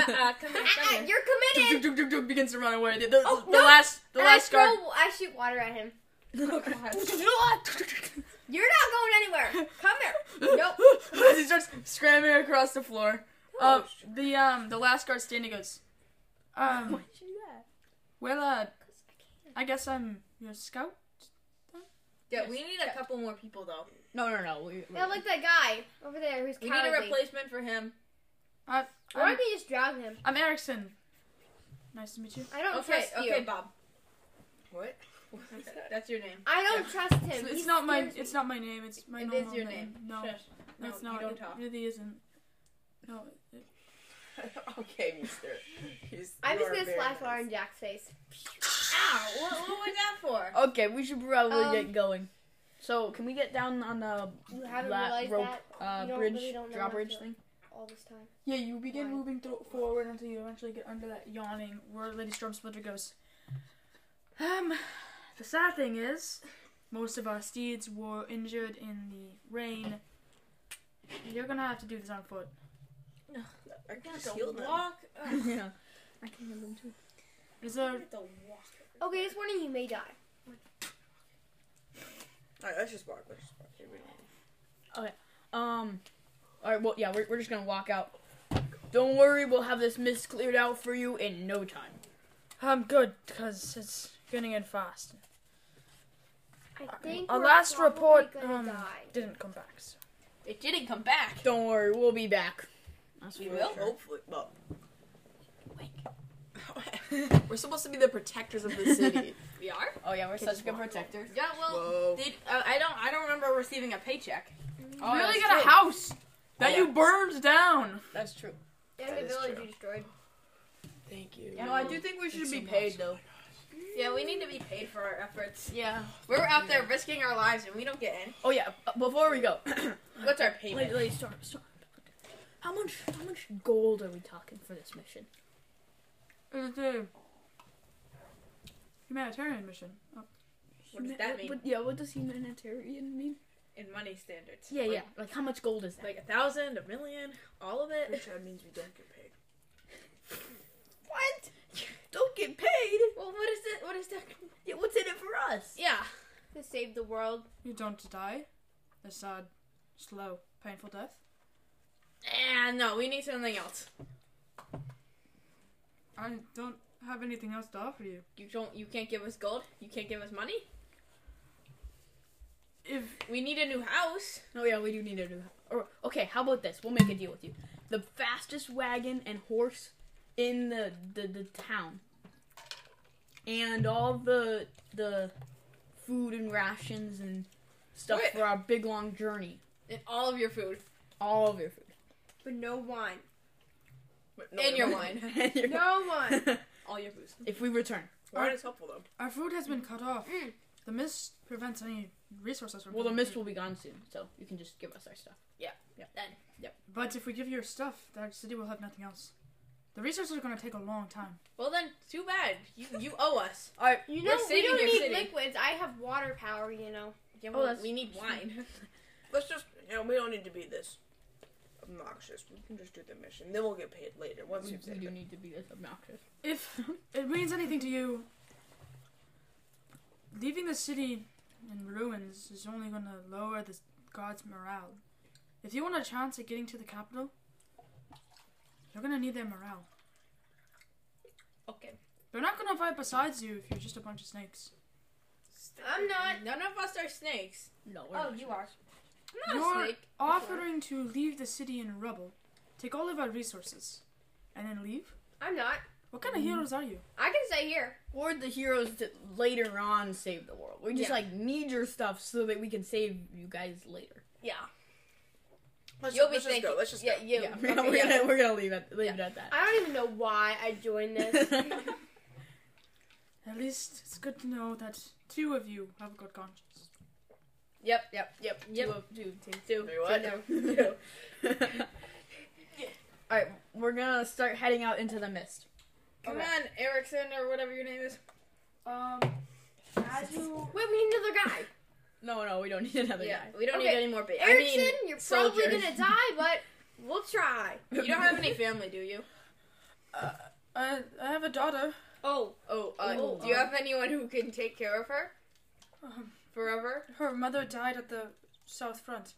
[SPEAKER 7] Uh, come here, come here.
[SPEAKER 4] Ah, you're committed.
[SPEAKER 1] Duk, duk, duk, duk, begins to run away. The, the-
[SPEAKER 4] Oh,
[SPEAKER 1] the
[SPEAKER 4] no.
[SPEAKER 1] last, the
[SPEAKER 4] And I
[SPEAKER 1] last guard.
[SPEAKER 4] throw, I shoot water at him.
[SPEAKER 1] nope.
[SPEAKER 4] You're not going anywhere. Come here.
[SPEAKER 1] he starts scrambling across the floor.
[SPEAKER 4] Oh,
[SPEAKER 3] Uh, the um the last guard standing goes. Um.
[SPEAKER 4] did you do that?
[SPEAKER 3] Well, uh,
[SPEAKER 4] Because I can't.
[SPEAKER 3] I guess I'm your scout.
[SPEAKER 7] Yeah, we need a couple more people though.
[SPEAKER 1] No, no, no. We,
[SPEAKER 4] Yeah, like that guy over there who's
[SPEAKER 7] We
[SPEAKER 4] cowardly.
[SPEAKER 7] need a replacement for him.
[SPEAKER 3] I,
[SPEAKER 4] Or I
[SPEAKER 3] I'm,
[SPEAKER 4] can just drown him.
[SPEAKER 3] I'm Erickson. Nice to meet you.
[SPEAKER 4] I don't
[SPEAKER 7] Okay,
[SPEAKER 4] trust
[SPEAKER 7] okay,
[SPEAKER 4] you.
[SPEAKER 7] Bob.
[SPEAKER 5] What?
[SPEAKER 7] That's your name.
[SPEAKER 4] I don't trust him.
[SPEAKER 3] It's
[SPEAKER 4] He
[SPEAKER 3] not my.
[SPEAKER 4] scares me.
[SPEAKER 3] It's not my name. It's my
[SPEAKER 7] It
[SPEAKER 3] normal
[SPEAKER 7] is your
[SPEAKER 3] name.
[SPEAKER 7] name.
[SPEAKER 3] No,
[SPEAKER 7] Shush. No,
[SPEAKER 3] it's not.
[SPEAKER 7] you don't
[SPEAKER 3] it
[SPEAKER 7] talk.
[SPEAKER 3] really isn't. No. it-
[SPEAKER 5] okay, Mister. He's-
[SPEAKER 4] I'm
[SPEAKER 5] you
[SPEAKER 4] just
[SPEAKER 5] are
[SPEAKER 4] gonna
[SPEAKER 5] very
[SPEAKER 4] slash
[SPEAKER 5] nice.
[SPEAKER 4] water in Jack's face.
[SPEAKER 7] Ow! Uh, What, what was that for?
[SPEAKER 1] Okay, we should probably
[SPEAKER 4] Um,
[SPEAKER 1] get going. So, can we get down on the
[SPEAKER 4] You haven't
[SPEAKER 1] la-
[SPEAKER 4] realized
[SPEAKER 1] rope
[SPEAKER 4] that
[SPEAKER 1] uh,
[SPEAKER 4] You don't-
[SPEAKER 1] bridge,
[SPEAKER 4] really don't know
[SPEAKER 1] drawbridge
[SPEAKER 4] how to-
[SPEAKER 1] thing?
[SPEAKER 4] all this time.
[SPEAKER 3] Yeah, you begin
[SPEAKER 4] Why?
[SPEAKER 3] moving thro- forward until you eventually get under that yawning where Lady Storm Splinter goes. Um, the sad thing is, most of our steeds were injured in the rain. You're gonna have to do this on foot.
[SPEAKER 5] I
[SPEAKER 7] We're
[SPEAKER 5] can
[SPEAKER 7] gonna
[SPEAKER 5] Oh, just
[SPEAKER 7] have
[SPEAKER 5] heal
[SPEAKER 7] to
[SPEAKER 5] them.
[SPEAKER 7] walk. Ugh,
[SPEAKER 1] yeah. I can hear them too.
[SPEAKER 3] Is
[SPEAKER 7] we're
[SPEAKER 3] there?
[SPEAKER 7] gonna have to walk.
[SPEAKER 4] Okay, just warning you may die.
[SPEAKER 5] Alright, let's just walk. Let's just walk. Here we go.
[SPEAKER 1] Um, alright, well, yeah, we're, we're just gonna walk out. Don't worry, we'll have this mist cleared out for you in no time.
[SPEAKER 3] I'm good because it's getting in fast.
[SPEAKER 4] I think
[SPEAKER 3] Uh, Our
[SPEAKER 4] we're
[SPEAKER 3] last
[SPEAKER 4] probably
[SPEAKER 3] report
[SPEAKER 4] gonna
[SPEAKER 3] um,
[SPEAKER 4] die.
[SPEAKER 3] didn't come back. So.
[SPEAKER 7] It didn't come back.
[SPEAKER 1] Don't worry, we'll be back. That's
[SPEAKER 5] We
[SPEAKER 1] for
[SPEAKER 5] will,
[SPEAKER 1] sure.
[SPEAKER 5] hopefully. Well. We're supposed to be the protectors of the city.
[SPEAKER 7] We are.
[SPEAKER 1] Oh, yeah, we're such good
[SPEAKER 5] walk.
[SPEAKER 1] protectors.
[SPEAKER 7] Yeah. Well,
[SPEAKER 5] Whoa.
[SPEAKER 7] did uh, I don't I don't remember receiving a paycheck.
[SPEAKER 1] Oh,
[SPEAKER 3] you really
[SPEAKER 1] that's
[SPEAKER 3] got a
[SPEAKER 1] true.
[SPEAKER 3] house that
[SPEAKER 1] Yeah.
[SPEAKER 3] you burned down.
[SPEAKER 1] That's true.
[SPEAKER 4] And
[SPEAKER 5] That
[SPEAKER 4] the
[SPEAKER 5] is
[SPEAKER 4] village
[SPEAKER 5] true.
[SPEAKER 4] you destroyed.
[SPEAKER 5] Thank you.
[SPEAKER 1] No, I do think we should
[SPEAKER 5] It's
[SPEAKER 1] be
[SPEAKER 5] so
[SPEAKER 1] paid,
[SPEAKER 5] much.
[SPEAKER 1] though.
[SPEAKER 7] Yeah, we need to be paid for our efforts.
[SPEAKER 1] Yeah.
[SPEAKER 7] We're out there risking our lives and we don't get in.
[SPEAKER 1] Oh, yeah, uh, before we go.
[SPEAKER 7] What's our payment?
[SPEAKER 1] Wait, wait, stop, stop. How much, how much gold are we talking for this mission?
[SPEAKER 3] It's a humanitarian mission. Oh,
[SPEAKER 7] What does that mean?
[SPEAKER 1] But, yeah, what does humanitarian mean?
[SPEAKER 7] In money standards.
[SPEAKER 1] Yeah, yeah. Like, how much gold is that?
[SPEAKER 7] Like a thousand, a million, all of it.
[SPEAKER 5] Which that means we don't get paid.
[SPEAKER 1] what? Don't get paid.
[SPEAKER 7] Well, what is it? What is that?
[SPEAKER 1] Yeah, what's in it for us?
[SPEAKER 7] Yeah.
[SPEAKER 4] To save the world.
[SPEAKER 3] you don't die. A sad, slow, painful death.
[SPEAKER 7] And Ah, no, we need something else.
[SPEAKER 3] I don't have anything else to offer you.
[SPEAKER 7] You don't. You can't give us gold. You can't give us money.
[SPEAKER 3] If
[SPEAKER 7] We need a new house.
[SPEAKER 1] Oh yeah, we do need a new. Or okay, how about this? We'll make a deal with you. The fastest wagon and horse in the the, the town. and all the the food and rations and stuff
[SPEAKER 2] Wait.
[SPEAKER 1] for our big long journey.
[SPEAKER 2] And all of your food.
[SPEAKER 1] All of your food.
[SPEAKER 4] But no wine.
[SPEAKER 5] But no,
[SPEAKER 2] and your
[SPEAKER 5] no,
[SPEAKER 2] wine.
[SPEAKER 1] And your-
[SPEAKER 4] No wine.
[SPEAKER 2] all your food.
[SPEAKER 1] if we return.
[SPEAKER 5] Wine is helpful though.
[SPEAKER 3] Our food has been cut off.
[SPEAKER 4] Mm.
[SPEAKER 3] The mist prevents any resources from.
[SPEAKER 1] Well, the
[SPEAKER 3] coming
[SPEAKER 1] mist
[SPEAKER 3] through.
[SPEAKER 1] will be gone soon, so you can just give us our stuff.
[SPEAKER 3] But if we give you your stuff, that city will have nothing else. The resources are going to take a long time.
[SPEAKER 2] Well then, too bad. You you owe us.
[SPEAKER 1] All right.
[SPEAKER 4] You
[SPEAKER 2] We're
[SPEAKER 4] know, we
[SPEAKER 2] saving
[SPEAKER 4] don't
[SPEAKER 2] your
[SPEAKER 4] need
[SPEAKER 2] city.
[SPEAKER 4] liquids. I have water power, you know.
[SPEAKER 2] Yeah,
[SPEAKER 1] Oh,
[SPEAKER 2] well,
[SPEAKER 1] that's-
[SPEAKER 2] we need wine.
[SPEAKER 5] Let's just, you know, we don't need to be this obnoxious. We can just do the mission. Then we'll get paid later once
[SPEAKER 1] We,
[SPEAKER 5] you've
[SPEAKER 1] we
[SPEAKER 5] saved
[SPEAKER 1] do
[SPEAKER 5] it.
[SPEAKER 1] need to be this obnoxious.
[SPEAKER 3] If it means anything to you, leaving the city in ruins is only going to lower the god's morale. If you want a chance at getting to the capital, you're going to need their morale.
[SPEAKER 2] okay.
[SPEAKER 3] They're not going to fight besides you if you're just a bunch of snakes.
[SPEAKER 4] I'm not.
[SPEAKER 2] None of us are snakes.
[SPEAKER 1] No. We're
[SPEAKER 4] Oh,
[SPEAKER 1] not
[SPEAKER 4] you
[SPEAKER 1] sure.
[SPEAKER 4] are.
[SPEAKER 2] I'm not
[SPEAKER 3] You're
[SPEAKER 2] a snake.
[SPEAKER 3] offering to leave the city in rubble, take all of our resources, and then leave?
[SPEAKER 4] I'm not.
[SPEAKER 3] What kind of heroes are you?
[SPEAKER 4] I can stay here.
[SPEAKER 1] Or the heroes that later on save the world. We just
[SPEAKER 2] Yeah.
[SPEAKER 1] like need your stuff so that we can save you guys later.
[SPEAKER 2] Yeah.
[SPEAKER 5] Let's,
[SPEAKER 2] You'll be
[SPEAKER 5] let's just
[SPEAKER 2] thinking-
[SPEAKER 5] go. Let's just
[SPEAKER 2] Yeah,
[SPEAKER 5] go.
[SPEAKER 2] you.
[SPEAKER 1] yeah,
[SPEAKER 2] Okay,
[SPEAKER 1] we're gonna
[SPEAKER 2] yeah.
[SPEAKER 1] we're gonna leave it leave it at that.
[SPEAKER 4] I don't even know why I joined this.
[SPEAKER 3] At least it's good to know that two of you have a good conscience.
[SPEAKER 1] Yep, yep, yep,
[SPEAKER 2] Yep.
[SPEAKER 1] Two, of- two, two, two,
[SPEAKER 5] Wait, what?
[SPEAKER 1] two, two. All right, we're gonna start heading out into the mist.
[SPEAKER 2] Come on, Erickson or whatever your name is.
[SPEAKER 3] Um, as you
[SPEAKER 4] Wait, we need another guy.
[SPEAKER 1] No, no, we don't need another
[SPEAKER 2] Yeah,
[SPEAKER 1] guy.
[SPEAKER 2] we don't need
[SPEAKER 4] Okay.
[SPEAKER 2] any more. Ba- I
[SPEAKER 4] Erickson,
[SPEAKER 2] mean,
[SPEAKER 4] you're probably
[SPEAKER 1] soldiers.
[SPEAKER 4] gonna die, but we'll try.
[SPEAKER 2] you don't have any family, do you?
[SPEAKER 3] I, I have a daughter.
[SPEAKER 2] Oh, oh, uh,
[SPEAKER 1] Oh,
[SPEAKER 2] do you
[SPEAKER 1] uh,
[SPEAKER 2] have anyone who can take care of her
[SPEAKER 3] Um,
[SPEAKER 2] forever?
[SPEAKER 3] her mother died at the south front.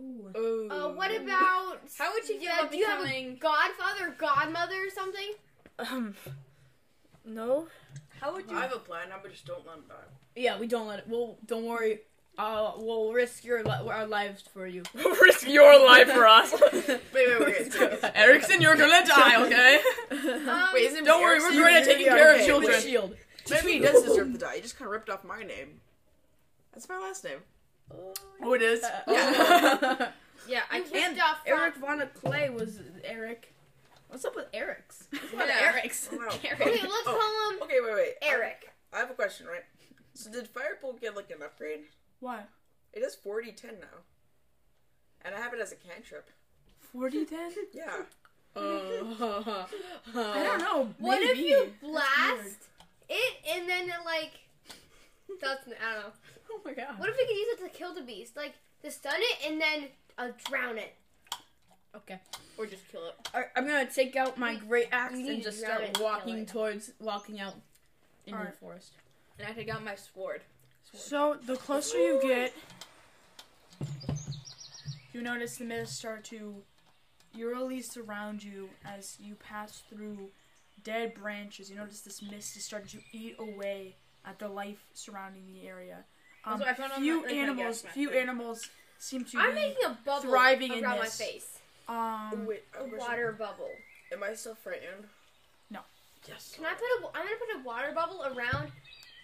[SPEAKER 1] Ooh.
[SPEAKER 2] Oh.
[SPEAKER 4] Uh, what about?
[SPEAKER 2] How would she feel
[SPEAKER 4] Yeah,
[SPEAKER 2] about
[SPEAKER 4] do you have a
[SPEAKER 2] becoming?
[SPEAKER 4] Godfather, or godmother, or something?
[SPEAKER 3] Um, no.
[SPEAKER 2] How would you?
[SPEAKER 5] I have a plan. I just don't let him die.
[SPEAKER 1] Yeah, we don't let it. We'll don't worry. Uh, we'll risk your li- our lives for you.
[SPEAKER 5] Risk your life for us. wait, wait, wait.
[SPEAKER 1] Erickson, you're gonna die, okay?
[SPEAKER 4] Um,
[SPEAKER 5] Wait, his name
[SPEAKER 1] Don't
[SPEAKER 5] is Erickson?
[SPEAKER 1] worry, we're great at
[SPEAKER 5] You're
[SPEAKER 1] taking
[SPEAKER 5] gonna be
[SPEAKER 1] care
[SPEAKER 5] okay.
[SPEAKER 1] of children.
[SPEAKER 5] Wait,
[SPEAKER 1] Shield.
[SPEAKER 5] Maybe he does deserve to die. He just kind of ripped off my name. That's my last name.
[SPEAKER 1] Oh, it is.
[SPEAKER 2] yeah, I
[SPEAKER 4] you
[SPEAKER 2] can't.
[SPEAKER 4] ripped off from-
[SPEAKER 1] Eric Von Clay was Eric. What's up with Eric's? What's up
[SPEAKER 2] Yeah.
[SPEAKER 1] with Eric's?
[SPEAKER 5] Oh, wow.
[SPEAKER 4] Okay, let's call him
[SPEAKER 5] Okay, wait, wait. I-
[SPEAKER 4] Eric.
[SPEAKER 3] Oh,
[SPEAKER 5] I have a question, right? So did Firebolt get like an upgrade?
[SPEAKER 3] Why?
[SPEAKER 5] It is 4010 now. And I have it as a cantrip.
[SPEAKER 3] Forty then?
[SPEAKER 5] Yeah.
[SPEAKER 1] Uh,
[SPEAKER 3] I don't know.
[SPEAKER 4] What if
[SPEAKER 3] maybe.
[SPEAKER 4] you blast it and then it like that's I don't know.
[SPEAKER 1] Oh my god.
[SPEAKER 4] What if we could use it to kill the beast, like to stun it and then uh, drown it?
[SPEAKER 1] Okay.
[SPEAKER 2] Or just kill it.
[SPEAKER 1] Alright, I'm gonna take out my
[SPEAKER 4] We-
[SPEAKER 1] great axe
[SPEAKER 4] we need
[SPEAKER 1] and
[SPEAKER 4] to
[SPEAKER 1] just
[SPEAKER 4] grab it and
[SPEAKER 1] start
[SPEAKER 4] kill
[SPEAKER 1] walking
[SPEAKER 4] it.
[SPEAKER 1] towards walking out into the
[SPEAKER 3] Alright.
[SPEAKER 1] forest.
[SPEAKER 2] And I take out my sword.
[SPEAKER 3] So the closer you get, you notice the mist start to eerily surround you as you pass through dead branches. You notice this mist is starting to eat away at the life surrounding the area. Um,
[SPEAKER 2] what I found on
[SPEAKER 3] few
[SPEAKER 2] my- like my
[SPEAKER 3] animals,
[SPEAKER 2] gas mask
[SPEAKER 3] few
[SPEAKER 2] thing.
[SPEAKER 3] animals seem to
[SPEAKER 4] I'm
[SPEAKER 3] be
[SPEAKER 4] making a bubble
[SPEAKER 3] thriving in
[SPEAKER 4] around
[SPEAKER 3] this.
[SPEAKER 4] my face,
[SPEAKER 5] Oh,
[SPEAKER 3] um.
[SPEAKER 5] wait, I
[SPEAKER 4] a
[SPEAKER 5] have a question.
[SPEAKER 4] water bubble.
[SPEAKER 5] Am I still frightened?
[SPEAKER 3] No.
[SPEAKER 5] Yes.
[SPEAKER 4] Can I put a? I'm gonna put a water bubble around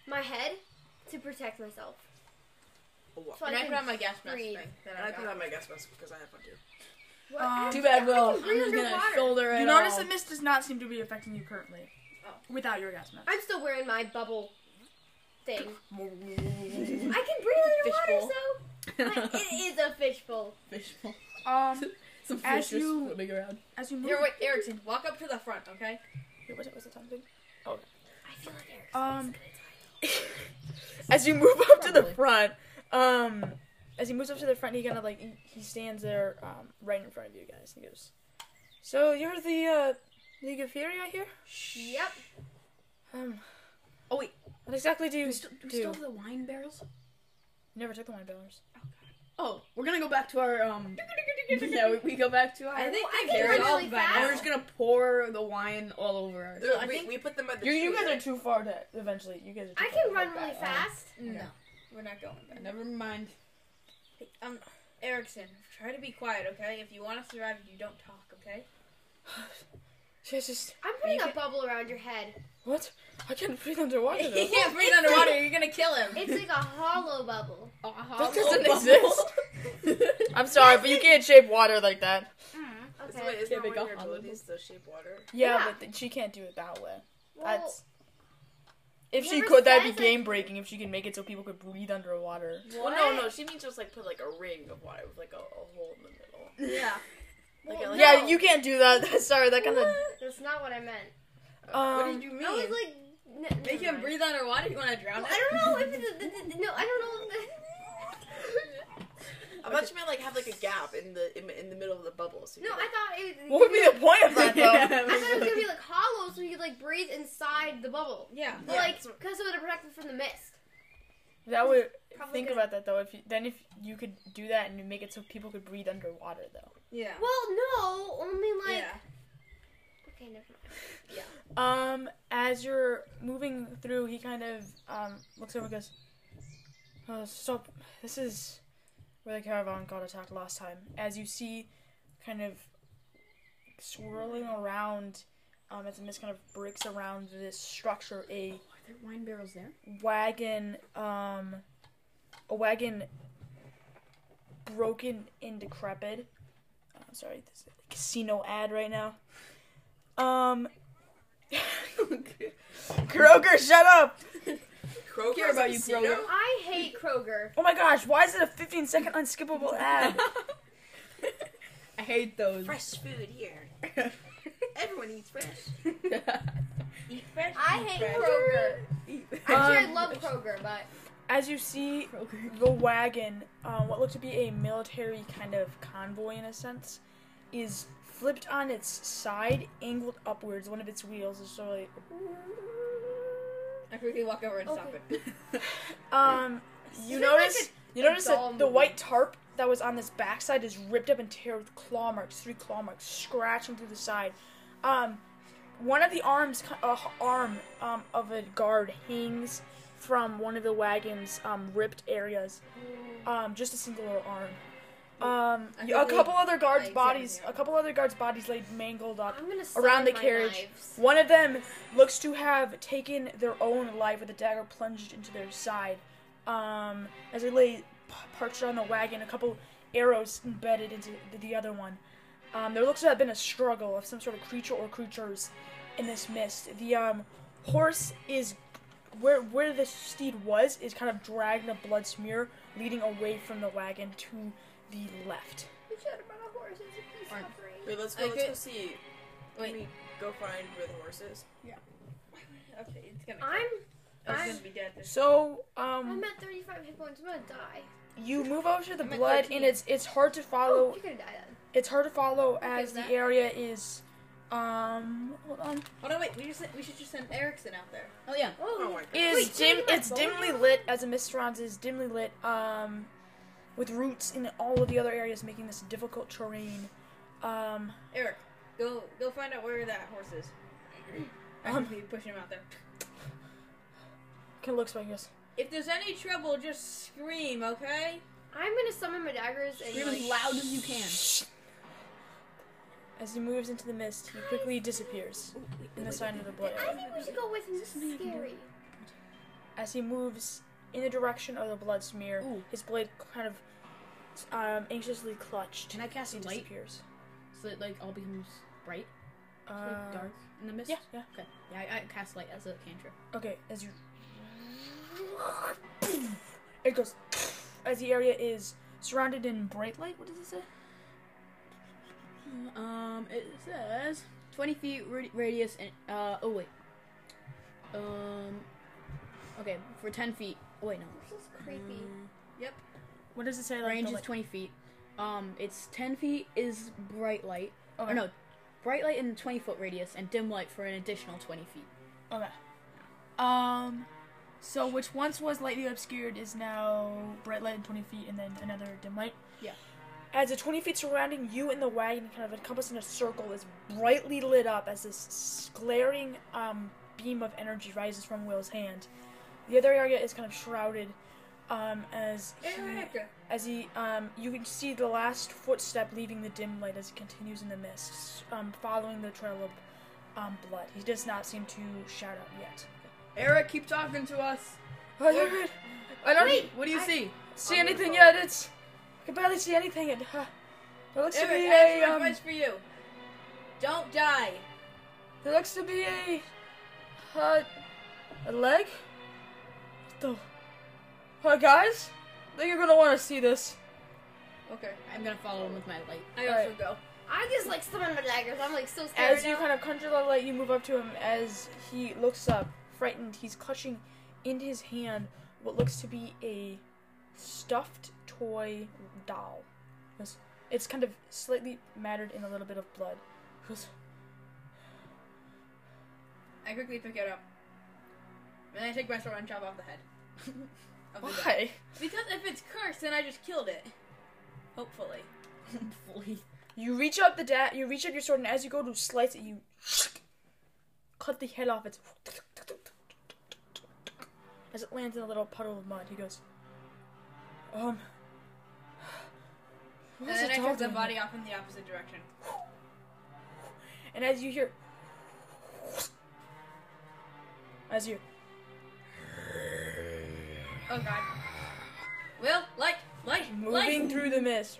[SPEAKER 4] my head to protect myself.
[SPEAKER 5] A wa-
[SPEAKER 4] So
[SPEAKER 2] and I
[SPEAKER 4] can
[SPEAKER 2] put on my gas mask
[SPEAKER 4] breathe.
[SPEAKER 2] thing. That
[SPEAKER 5] And I
[SPEAKER 2] I
[SPEAKER 5] put
[SPEAKER 2] got.
[SPEAKER 5] on my gas mask because I have one too.
[SPEAKER 4] What?
[SPEAKER 3] Um,
[SPEAKER 1] Too bad,
[SPEAKER 4] I can
[SPEAKER 1] Will. I'm
[SPEAKER 4] breathe
[SPEAKER 1] just gonna
[SPEAKER 4] underwater.
[SPEAKER 1] shoulder it.
[SPEAKER 3] You notice
[SPEAKER 1] all.
[SPEAKER 3] the mist does not seem to be affecting you currently.
[SPEAKER 4] Oh.
[SPEAKER 3] Without your gas mask.
[SPEAKER 4] I'm still wearing my bubble thing. I can breathe underwater,
[SPEAKER 1] Fishbowl.
[SPEAKER 4] so but it is a fishbowl.
[SPEAKER 1] Fishbowl.
[SPEAKER 3] Um,
[SPEAKER 1] Some
[SPEAKER 3] As
[SPEAKER 1] fish just
[SPEAKER 3] you-
[SPEAKER 1] swimming around.
[SPEAKER 3] as you move,
[SPEAKER 2] Here, wait, Erickson, walk up to the front, okay?
[SPEAKER 3] Wait, wait, wait, wait, wait.
[SPEAKER 4] I feel like Eric's
[SPEAKER 3] Um,
[SPEAKER 4] gonna die.
[SPEAKER 3] as you move up to the
[SPEAKER 1] Probably.
[SPEAKER 3] front, um, as he moves up to the front, he kind of like he, he stands there, um, right in front of you guys. He goes, "So you're the uh, League of Fury, I hear.
[SPEAKER 4] Yep.
[SPEAKER 3] Um,
[SPEAKER 1] Oh, wait.
[SPEAKER 3] what exactly do
[SPEAKER 1] Do
[SPEAKER 3] you do?
[SPEAKER 1] we still, do we still have the wine barrels?
[SPEAKER 3] You never took the wine bellers.
[SPEAKER 1] Oh, we're gonna go back to our um. yeah, we, we go back to our.
[SPEAKER 2] I think
[SPEAKER 4] I
[SPEAKER 2] they
[SPEAKER 4] can
[SPEAKER 2] carried
[SPEAKER 4] run
[SPEAKER 2] all
[SPEAKER 4] really
[SPEAKER 2] by
[SPEAKER 1] And
[SPEAKER 2] now.
[SPEAKER 1] we're just gonna pour the wine all over. Our...
[SPEAKER 5] There-
[SPEAKER 2] I
[SPEAKER 5] we,
[SPEAKER 2] think-
[SPEAKER 5] we put them at the
[SPEAKER 3] You, you
[SPEAKER 5] tree,
[SPEAKER 3] guys
[SPEAKER 5] right?
[SPEAKER 3] are too far to. Eventually, you guys are. Too
[SPEAKER 4] I
[SPEAKER 3] far
[SPEAKER 4] can
[SPEAKER 3] to
[SPEAKER 4] run
[SPEAKER 3] walk
[SPEAKER 4] really
[SPEAKER 3] back.
[SPEAKER 4] fast.
[SPEAKER 1] No,
[SPEAKER 2] We're not going there.
[SPEAKER 1] never mind.
[SPEAKER 2] Um, Erickson, try to be quiet, okay? If you want to survive, you don't talk, okay?
[SPEAKER 3] She's just
[SPEAKER 4] I'm putting
[SPEAKER 3] You
[SPEAKER 4] a
[SPEAKER 3] can-
[SPEAKER 4] bubble around your head.
[SPEAKER 3] what? I can't breathe underwater
[SPEAKER 7] He
[SPEAKER 3] though.
[SPEAKER 7] can't breathe underwater. You're gonna kill him.
[SPEAKER 4] It's like a hollow bubble.
[SPEAKER 3] that doesn't
[SPEAKER 7] bubble.
[SPEAKER 3] exist. I'm sorry, but you can't shape water like that.
[SPEAKER 1] Mm-hmm.
[SPEAKER 4] Okay.
[SPEAKER 5] Wait, is
[SPEAKER 3] Yeah,
[SPEAKER 5] that
[SPEAKER 3] they
[SPEAKER 5] one
[SPEAKER 3] got
[SPEAKER 5] of your
[SPEAKER 3] hollow
[SPEAKER 5] abilities to shape water?
[SPEAKER 3] Yeah,
[SPEAKER 4] Yeah.
[SPEAKER 3] but th- she can't do it that way.
[SPEAKER 4] Well,
[SPEAKER 3] That's if she
[SPEAKER 4] Never
[SPEAKER 3] could, that'd
[SPEAKER 4] says,
[SPEAKER 3] be
[SPEAKER 4] like-
[SPEAKER 3] game breaking. If she could make it so people could breathe underwater.
[SPEAKER 5] Well, no, no. She means just like put like a ring of water with like a, a hole in the middle.
[SPEAKER 7] Yeah.
[SPEAKER 5] Like, a- like
[SPEAKER 3] Yeah,
[SPEAKER 4] No.
[SPEAKER 3] you can't do that. sorry, that kind of.
[SPEAKER 4] that's not what I meant.
[SPEAKER 3] Um,
[SPEAKER 7] What did you mean?
[SPEAKER 4] I was like, n- never
[SPEAKER 7] Make him
[SPEAKER 4] mind.
[SPEAKER 7] breathe underwater. You want to drown
[SPEAKER 4] Well,
[SPEAKER 7] him?
[SPEAKER 4] I don't know if it's the, no. I don't know. If
[SPEAKER 5] I thought you meant like have like a gap in the in, in the middle of the bubble. So you
[SPEAKER 4] no,
[SPEAKER 5] could,
[SPEAKER 4] I thought it was.
[SPEAKER 3] what would be the point of that though?
[SPEAKER 4] I thought it was gonna be like hollow, so you could like breathe inside the bubble.
[SPEAKER 7] Yeah.
[SPEAKER 4] But like, because it would have protected from the mist.
[SPEAKER 3] That would
[SPEAKER 4] Probably
[SPEAKER 3] think
[SPEAKER 4] good.
[SPEAKER 3] about that though. If you, then if you could do that and you make it so people could breathe underwater though.
[SPEAKER 7] Yeah.
[SPEAKER 4] Well, no, only like.
[SPEAKER 7] yeah.
[SPEAKER 4] Okay, never mind.
[SPEAKER 3] Um, as you're moving through, he kind of um looks over and goes, oh, "Stop! This is where the caravan got attacked last time." As you see, kind of swirling around, um, as the mist kind of breaks around this structure, a
[SPEAKER 1] Are there wine barrels there?
[SPEAKER 3] wagon um a wagon broken and decrepit oh, sorry this is a casino ad right now um Kroger shut up
[SPEAKER 5] Kroger's
[SPEAKER 7] Care about you,
[SPEAKER 5] casino?
[SPEAKER 7] Kroger.
[SPEAKER 4] I hate Kroger.
[SPEAKER 3] oh my gosh why is it a 15 second unskippable ad
[SPEAKER 7] I hate those.
[SPEAKER 5] Fresh food here. Everyone eats fresh.
[SPEAKER 7] Eat fresh.
[SPEAKER 4] I hate Kroger.
[SPEAKER 3] Um,
[SPEAKER 4] Actually, I love Kroger, but
[SPEAKER 3] as you see the wagon, um, what looked to be a military kind of convoy in a sense, is flipped on its side, angled upwards. One of its wheels is sort of like
[SPEAKER 7] I quickly walk over and stop it.
[SPEAKER 3] Um, you
[SPEAKER 4] Is it
[SPEAKER 3] notice
[SPEAKER 4] like
[SPEAKER 3] you notice
[SPEAKER 4] doll
[SPEAKER 3] that the
[SPEAKER 4] movie?
[SPEAKER 3] white tarp that was on this backside is ripped up and tear with claw marks, three claw marks scratching through the side. Um, one of the arms uh, arm um, of a guard hangs from one of the wagon's um, ripped areas. Um, just a single little arm. Um,
[SPEAKER 7] I
[SPEAKER 3] a
[SPEAKER 7] think we-
[SPEAKER 3] couple other guards'
[SPEAKER 7] I examine
[SPEAKER 3] bodies,
[SPEAKER 7] here.
[SPEAKER 3] a couple other guards' bodies laid mangled up
[SPEAKER 4] I'm gonna sign
[SPEAKER 3] around the
[SPEAKER 4] my
[SPEAKER 3] carriage.
[SPEAKER 4] Knives.
[SPEAKER 3] One of them looks to have taken their own life with a dagger plunged into their side. Um, as they lay p- perched on the wagon, a couple arrows embedded into the, the other one. Um, there looks to have been a struggle of some sort of creature or creatures in this mist. The um, horse is where where the steed was is kind of dragging a blood smear, leading away from the wagon to the left.
[SPEAKER 4] We should have brought a horse. It's a peace offering.
[SPEAKER 5] Wait, let's go.
[SPEAKER 7] I
[SPEAKER 5] let's
[SPEAKER 7] could-
[SPEAKER 5] go see.
[SPEAKER 7] Wait.
[SPEAKER 5] Wait. Can we go find where the horse is?
[SPEAKER 7] Okay, it's gonna.
[SPEAKER 4] I'm
[SPEAKER 7] Oh, it's
[SPEAKER 4] I'm-
[SPEAKER 7] gonna be dead. This
[SPEAKER 3] So
[SPEAKER 4] I'm
[SPEAKER 3] um,
[SPEAKER 4] at 35 hit points. I'm gonna die.
[SPEAKER 3] you move over to the
[SPEAKER 7] I'm at
[SPEAKER 3] blood,
[SPEAKER 7] 13.
[SPEAKER 3] and it's it's hard to follow
[SPEAKER 4] Oh, you're gonna die then.
[SPEAKER 3] it's hard to follow as the
[SPEAKER 7] that-
[SPEAKER 3] area is um hold on
[SPEAKER 7] Oh no, wait. We just we should just send Erickson out there. Oh yeah.
[SPEAKER 5] Oh my god.
[SPEAKER 3] is
[SPEAKER 4] Wait,
[SPEAKER 3] dim
[SPEAKER 4] didn't my
[SPEAKER 3] it's
[SPEAKER 4] phone
[SPEAKER 3] dimly
[SPEAKER 4] go?
[SPEAKER 3] lit as a mistrons is dimly lit um with roots in all of the other areas making this difficult terrain um
[SPEAKER 7] Eric, go go find out where that horse is. I
[SPEAKER 3] Um.
[SPEAKER 7] um, push him out there.
[SPEAKER 3] kind of looks like this
[SPEAKER 7] If there's any trouble, just scream, okay?
[SPEAKER 4] I'm gonna summon my daggers and
[SPEAKER 1] You're
[SPEAKER 4] like,
[SPEAKER 1] as loud as you can.
[SPEAKER 3] as he moves into the mist he quickly disappears in the sign of the blood
[SPEAKER 4] I think we should go with scary.
[SPEAKER 3] as he moves in the direction of the blood smear
[SPEAKER 1] Ooh.
[SPEAKER 3] his blade kind of um anxiously clutched
[SPEAKER 1] Can I cast
[SPEAKER 3] he
[SPEAKER 1] light
[SPEAKER 3] disappears
[SPEAKER 1] so that like all becomes bright, so, like,
[SPEAKER 3] uh,
[SPEAKER 1] dark in the mist?
[SPEAKER 3] yeah yeah
[SPEAKER 1] Okay. Yeah, I, I cast light as a cantrip.
[SPEAKER 3] Okay, as you. It goes. As the area is surrounded in bright light. What does it say?
[SPEAKER 1] Um, it says 20 feet radi- radius and uh oh wait. Um, okay, for 10 feet. Oh, wait, no.
[SPEAKER 4] This is creepy.
[SPEAKER 3] What does it say? Like,
[SPEAKER 1] Range
[SPEAKER 3] the
[SPEAKER 1] is
[SPEAKER 3] light-
[SPEAKER 1] 20 feet. Um, it's 10 feet is bright light.
[SPEAKER 3] Okay.
[SPEAKER 1] Or oh, no, bright light in 20 foot radius and dim light for an additional 20 feet.
[SPEAKER 3] Okay. Um. So which once was lightly obscured is now bright light and 20 feet, and then another dim light.
[SPEAKER 1] Yeah.
[SPEAKER 3] As the 20 feet surrounding you and the wagon kind of encompassed in a circle is brightly lit up as this s- glaring um, beam of energy rises from Will's hand. The other area is kind of shrouded um, as he-
[SPEAKER 7] Eric,
[SPEAKER 3] as he um you can see the last footstep leaving the dim light as it continues in the mist um following the trail of um, blood. He does not seem to shout out yet.
[SPEAKER 7] Eric, keep talking to us.
[SPEAKER 3] Oh, they're good. I don't
[SPEAKER 7] Wait, what do you see?
[SPEAKER 3] see anything yet. It's I can barely see anything. And uh, there looks to
[SPEAKER 7] Eric, I
[SPEAKER 3] be
[SPEAKER 7] have
[SPEAKER 3] a
[SPEAKER 7] some
[SPEAKER 3] um,
[SPEAKER 7] advice for you. Don't die.
[SPEAKER 3] there looks to be a uh, a leg. What the? Uh, guys, I think you're gonna want to see this.
[SPEAKER 7] Okay.
[SPEAKER 1] I'm gonna follow him with my light.
[SPEAKER 7] I
[SPEAKER 3] All
[SPEAKER 7] also
[SPEAKER 3] right.
[SPEAKER 7] go.
[SPEAKER 4] I just like slipping under daggers. I'm like so scared.
[SPEAKER 3] As you kind of conjure the light, you move up to him. As he looks up, frightened, he's clutching in his hand what looks to be a stuffed toy doll. It's, it's kind of slightly mattered in a little bit of blood. He goes,
[SPEAKER 7] I quickly pick it up. And I take my sword and chop off the head. Of the guy.
[SPEAKER 3] Why?
[SPEAKER 7] Because if it's cursed, then I just killed it. Hopefully.
[SPEAKER 1] Hopefully.
[SPEAKER 3] You reach up the da- you reach up your sword, and as you go to slice it, you cut the head off. It's as it lands in a little puddle of mud. He goes, um. what is
[SPEAKER 7] and
[SPEAKER 3] it
[SPEAKER 7] then I
[SPEAKER 3] all
[SPEAKER 7] took the
[SPEAKER 3] doing here?"
[SPEAKER 7] body off in the opposite direction.
[SPEAKER 3] And as you hear, as you,
[SPEAKER 7] Oh god. Will, light, light,
[SPEAKER 3] moving
[SPEAKER 7] light.
[SPEAKER 3] through the mist,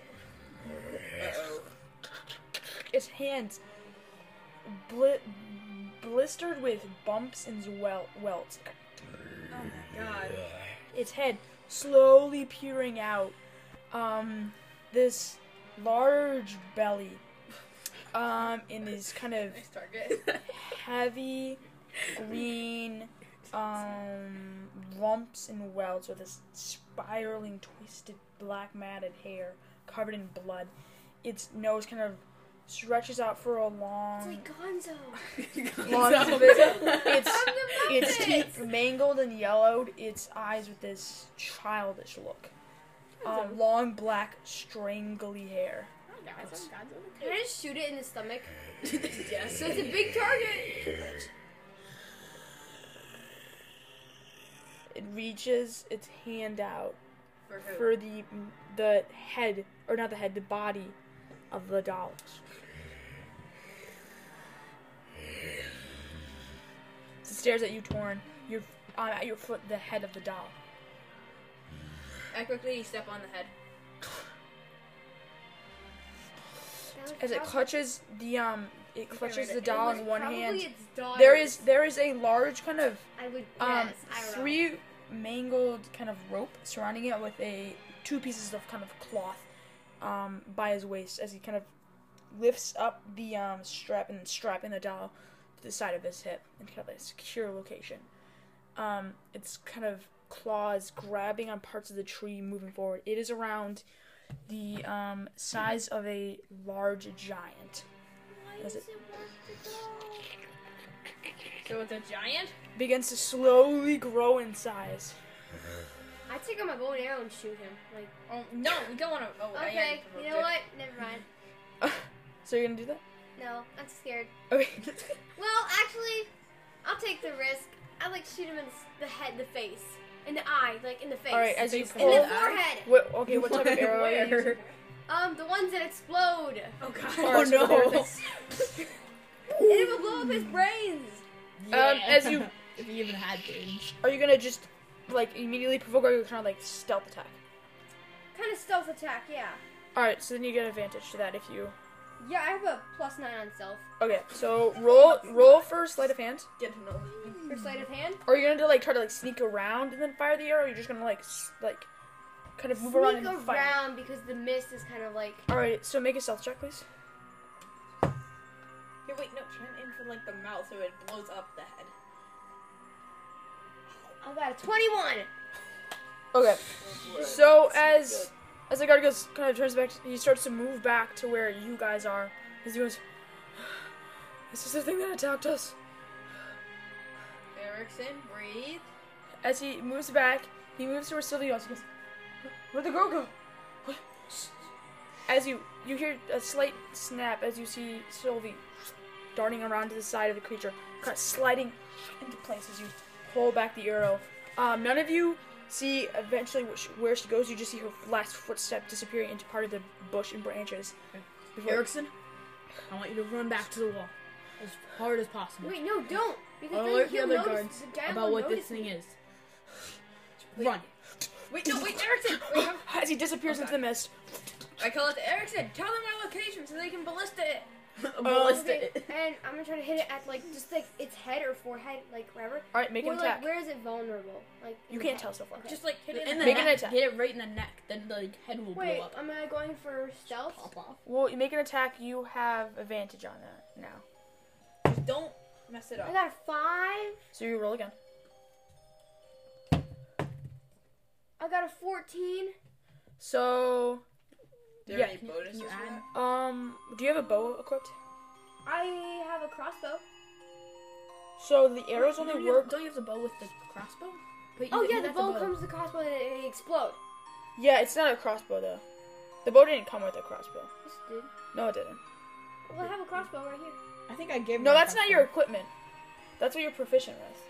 [SPEAKER 3] its hands bli- blistered with bumps and wel- welts.
[SPEAKER 7] God.
[SPEAKER 3] Its head slowly peering out. Um, this large belly. Um, in this kind of
[SPEAKER 7] Nice target.
[SPEAKER 3] heavy green um lumps and welts with this spiraling twisted black matted hair covered in blood its nose kind of stretches out for a
[SPEAKER 4] It's
[SPEAKER 3] long
[SPEAKER 4] like Gonzo.
[SPEAKER 3] long
[SPEAKER 1] Gonzo.
[SPEAKER 3] of it. its
[SPEAKER 4] I'm the
[SPEAKER 3] its
[SPEAKER 4] Muppets.
[SPEAKER 3] teeth mangled and yellowed its eyes with this childish look um, long black strangly hair
[SPEAKER 4] Can I just shoot it in the stomach?
[SPEAKER 7] yes.
[SPEAKER 4] So it's a big target.
[SPEAKER 3] it reaches its hand out
[SPEAKER 7] For who?
[SPEAKER 3] for the the head or not the head the body of the doll it stares at you torn your um, at your foot the head of the doll
[SPEAKER 7] I quickly step on the head.
[SPEAKER 3] as it clutches the um it clutches
[SPEAKER 7] read
[SPEAKER 3] the
[SPEAKER 7] it.
[SPEAKER 3] doll in one
[SPEAKER 4] Probably
[SPEAKER 3] hand
[SPEAKER 4] Its daughter.
[SPEAKER 3] there is there is a large kind of
[SPEAKER 4] I would
[SPEAKER 3] um
[SPEAKER 4] guess. I don't know.
[SPEAKER 3] three mangled kind of rope surrounding it with a two pieces of kind of cloth um by his waist as he kind of lifts up the um strap and strapping the doll to the side of his hip in kind of a secure location. Um it's kind of claws grabbing on parts of the tree moving forward. It is around the um size of a large giant. As it
[SPEAKER 7] So it's a giant?
[SPEAKER 3] begins to slowly grow in size.
[SPEAKER 4] I take out my bow and arrow and shoot him. Like,
[SPEAKER 7] Oh, no, we don't want to. Oh, I am
[SPEAKER 4] okay,
[SPEAKER 7] provoked
[SPEAKER 4] you know
[SPEAKER 7] it.
[SPEAKER 4] what? Never mind.
[SPEAKER 3] So you're gonna do that?
[SPEAKER 4] No, I'm scared.
[SPEAKER 3] Okay.
[SPEAKER 4] Well, actually, I'll take the risk. I like shoot him in the head, the face, in the eye, like in the face.
[SPEAKER 3] All right, as you
[SPEAKER 4] in
[SPEAKER 3] pull.
[SPEAKER 4] the forehead.
[SPEAKER 3] What, okay, what type of arrow are you? using?
[SPEAKER 1] Where?
[SPEAKER 4] Um, the ones that explode.
[SPEAKER 7] Oh god.
[SPEAKER 1] Oh no!
[SPEAKER 4] And it will blow up his brains.
[SPEAKER 3] Um, as you-
[SPEAKER 1] if you even had brains.
[SPEAKER 3] Are you gonna just like immediately provoke, or are you trying to like stealth attack?
[SPEAKER 4] Kind of stealth attack, yeah.
[SPEAKER 3] All right, so then you get advantage to that if you.
[SPEAKER 4] Yeah, I have a plus nine on stealth
[SPEAKER 3] Okay, so roll roll for sleight of hand.
[SPEAKER 7] Get to know
[SPEAKER 4] for sleight of hand.
[SPEAKER 3] Are you gonna like try to like sneak around and then fire the arrow? Or you're just gonna like s- like kind of move around
[SPEAKER 4] Sneak
[SPEAKER 3] and
[SPEAKER 4] around
[SPEAKER 3] fire.
[SPEAKER 4] because the mist is kind of like.
[SPEAKER 3] All right, so make a stealth check, please.
[SPEAKER 7] Here, wait, no, try and aim for like the mouth so it blows up the head.
[SPEAKER 4] I got a twenty-one.
[SPEAKER 3] Okay. So as as the guard goes, kind of turns back, he starts to move back to where you guys are. As he goes, this is the thing that attacked us.
[SPEAKER 7] Erickson, breathe.
[SPEAKER 3] As he moves back, he moves towards Sylvia. He goes, "Where'd the girl go?" As you you hear a slight snap as you see Sylvie darting around to the side of the creature, kind of sliding into place as you pull back the arrow. Um, none of you see eventually wh- where she goes. You just see her last footstep disappearing into part of the bush and branches. Before-
[SPEAKER 1] Erickson, I want you to run back to the wall. as hard as possible
[SPEAKER 4] Wait, no, don't. Because
[SPEAKER 1] Oh,
[SPEAKER 4] then
[SPEAKER 1] alert the
[SPEAKER 4] he'll
[SPEAKER 1] other
[SPEAKER 4] notice.
[SPEAKER 1] guards
[SPEAKER 4] the giant
[SPEAKER 1] about
[SPEAKER 4] will
[SPEAKER 1] what
[SPEAKER 4] notice
[SPEAKER 1] this thing
[SPEAKER 4] me.
[SPEAKER 1] is. Run.
[SPEAKER 7] Wait, no, wait, Erickson! Wait, I'm-
[SPEAKER 3] As he disappears into the mist,
[SPEAKER 7] I call it to Erickson. Tell them my location so they can ballista it.
[SPEAKER 1] Ballista
[SPEAKER 4] Okay,
[SPEAKER 1] it.
[SPEAKER 4] and I'm gonna try to hit it at like just like its head or forehead, like wherever.
[SPEAKER 3] all right, make
[SPEAKER 4] or,
[SPEAKER 3] an
[SPEAKER 4] like,
[SPEAKER 3] attack.
[SPEAKER 4] where is it vulnerable? Like in
[SPEAKER 3] You
[SPEAKER 4] the
[SPEAKER 3] can't
[SPEAKER 4] head.
[SPEAKER 3] tell so far.
[SPEAKER 4] Okay.
[SPEAKER 7] Just like hit it
[SPEAKER 1] In
[SPEAKER 7] in
[SPEAKER 1] the
[SPEAKER 3] Make an
[SPEAKER 1] neck.
[SPEAKER 3] attack.
[SPEAKER 1] Hit it right in the neck. Then the like, head will
[SPEAKER 4] Wait,
[SPEAKER 1] blow up.
[SPEAKER 4] am I going for stealth?
[SPEAKER 1] Pop off.
[SPEAKER 3] Well, you make an attack. You have advantage on that now.
[SPEAKER 7] Just don't mess it
[SPEAKER 4] I
[SPEAKER 7] up.
[SPEAKER 4] got a five.
[SPEAKER 3] So you roll again.
[SPEAKER 4] I got a fourteen.
[SPEAKER 3] So,
[SPEAKER 5] there
[SPEAKER 3] Yeah.
[SPEAKER 5] any bonuses?
[SPEAKER 1] You
[SPEAKER 5] for
[SPEAKER 1] add-
[SPEAKER 5] that?
[SPEAKER 3] um, do you have a bow equipped?
[SPEAKER 4] I have a crossbow.
[SPEAKER 3] So the arrows
[SPEAKER 1] Don't
[SPEAKER 3] only
[SPEAKER 1] you have-
[SPEAKER 3] work.
[SPEAKER 1] Don't you have the bow with the crossbow? Wait,
[SPEAKER 4] Oh
[SPEAKER 1] you-
[SPEAKER 4] yeah,
[SPEAKER 1] you
[SPEAKER 4] the
[SPEAKER 1] have
[SPEAKER 4] bow comes with the crossbow and it, it explode.
[SPEAKER 3] Yeah, it's not a crossbow though. The bow didn't come with a crossbow.
[SPEAKER 4] Yes, dude.
[SPEAKER 3] No, it didn't.
[SPEAKER 4] Well, I have a crossbow right here.
[SPEAKER 5] I think I gave.
[SPEAKER 3] No,
[SPEAKER 5] my
[SPEAKER 3] that's not
[SPEAKER 5] crossbow.
[SPEAKER 3] your equipment. That's what you're proficient with.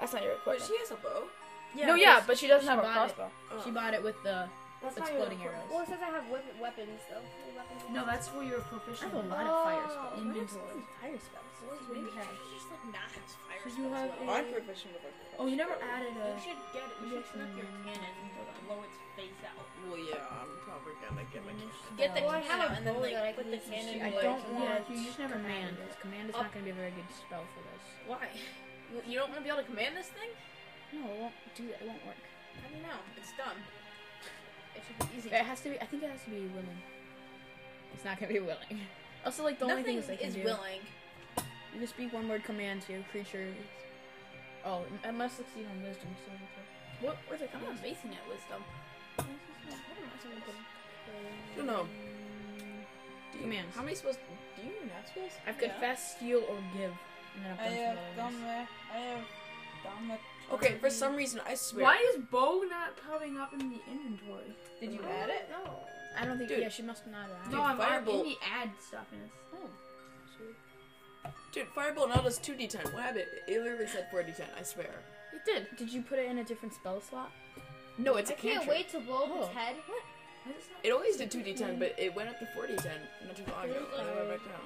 [SPEAKER 3] That's not your
[SPEAKER 5] But
[SPEAKER 3] equipment.
[SPEAKER 5] she has a bow. Oh.
[SPEAKER 3] no, yeah, but she doesn't have a
[SPEAKER 1] bought it.
[SPEAKER 3] crossbow.
[SPEAKER 1] She bought it with the.
[SPEAKER 4] That's
[SPEAKER 1] Exploding
[SPEAKER 4] not even a-
[SPEAKER 1] arrows.
[SPEAKER 4] Well, it says I have wep- weapons though. Weapons.
[SPEAKER 6] No, that's where you're
[SPEAKER 1] I
[SPEAKER 6] proficient.
[SPEAKER 1] have a lot of fire
[SPEAKER 4] Oh.
[SPEAKER 1] spells.
[SPEAKER 6] Inventory.
[SPEAKER 1] fire spells. What do
[SPEAKER 5] Maybe
[SPEAKER 1] you
[SPEAKER 5] she
[SPEAKER 1] have?
[SPEAKER 5] should just like not have fire
[SPEAKER 1] Did
[SPEAKER 5] spells.
[SPEAKER 1] you have
[SPEAKER 5] well. I'm
[SPEAKER 1] a-
[SPEAKER 5] proficient with a
[SPEAKER 6] Oh, you never
[SPEAKER 5] crossbow.
[SPEAKER 6] added
[SPEAKER 1] You
[SPEAKER 6] a.
[SPEAKER 1] should get it. You should snip your cannon and blow its face out.
[SPEAKER 5] Well, yeah, I'm probably gonna get my.
[SPEAKER 7] Get the
[SPEAKER 4] Well, I
[SPEAKER 7] cannon
[SPEAKER 4] have a
[SPEAKER 7] out and then
[SPEAKER 4] bow
[SPEAKER 7] like
[SPEAKER 4] that I
[SPEAKER 7] put the
[SPEAKER 4] can use to
[SPEAKER 7] cannon.
[SPEAKER 4] shoot.
[SPEAKER 7] like,
[SPEAKER 6] I don't
[SPEAKER 1] Yeah,
[SPEAKER 6] want.
[SPEAKER 1] you just never command. It. Command is
[SPEAKER 7] Up.
[SPEAKER 1] not going to be a very good spell for this.
[SPEAKER 7] Why? You- You don't want to be able to command this thing?
[SPEAKER 1] No, it won't do that. It won't work.
[SPEAKER 7] I don't know. It's dumb. It should be easy.
[SPEAKER 1] It has to be. I think it has to be willing. It's not going to be willing. Also, like the only thing
[SPEAKER 7] Nothing
[SPEAKER 1] is they can
[SPEAKER 7] is
[SPEAKER 1] do.
[SPEAKER 7] willing.
[SPEAKER 1] You can speak one word command to your creature. Oh, I must succeed on wisdom. So
[SPEAKER 7] What? Where's it coming? I'm not basing it wisdom.
[SPEAKER 5] No, no.
[SPEAKER 1] commands.
[SPEAKER 5] How many spells? Do you even have spells?
[SPEAKER 1] I've confessed, steal, or give. And then I've done some other ones.
[SPEAKER 5] I have done Okay, for some reason I swear.
[SPEAKER 6] Why is bow not popping up in the inventory?
[SPEAKER 5] did you add it?
[SPEAKER 4] No.
[SPEAKER 1] I don't think.
[SPEAKER 5] Dude.
[SPEAKER 1] Yeah, she must not have.
[SPEAKER 6] no, I'm
[SPEAKER 5] Firebolt.
[SPEAKER 6] in the ad stuff, and it's
[SPEAKER 5] Dude, Fireball now does 2d10. What happened? It literally said 4d10, I swear.
[SPEAKER 1] It did. Did you put it in a different spell slot?
[SPEAKER 5] No, it's
[SPEAKER 4] I
[SPEAKER 5] a
[SPEAKER 4] can't
[SPEAKER 5] cantrip.
[SPEAKER 4] wait to blow up
[SPEAKER 1] Oh.
[SPEAKER 4] its head.
[SPEAKER 5] It always did 2d10, but it went up to 4d10 not too long ago. And I went back down.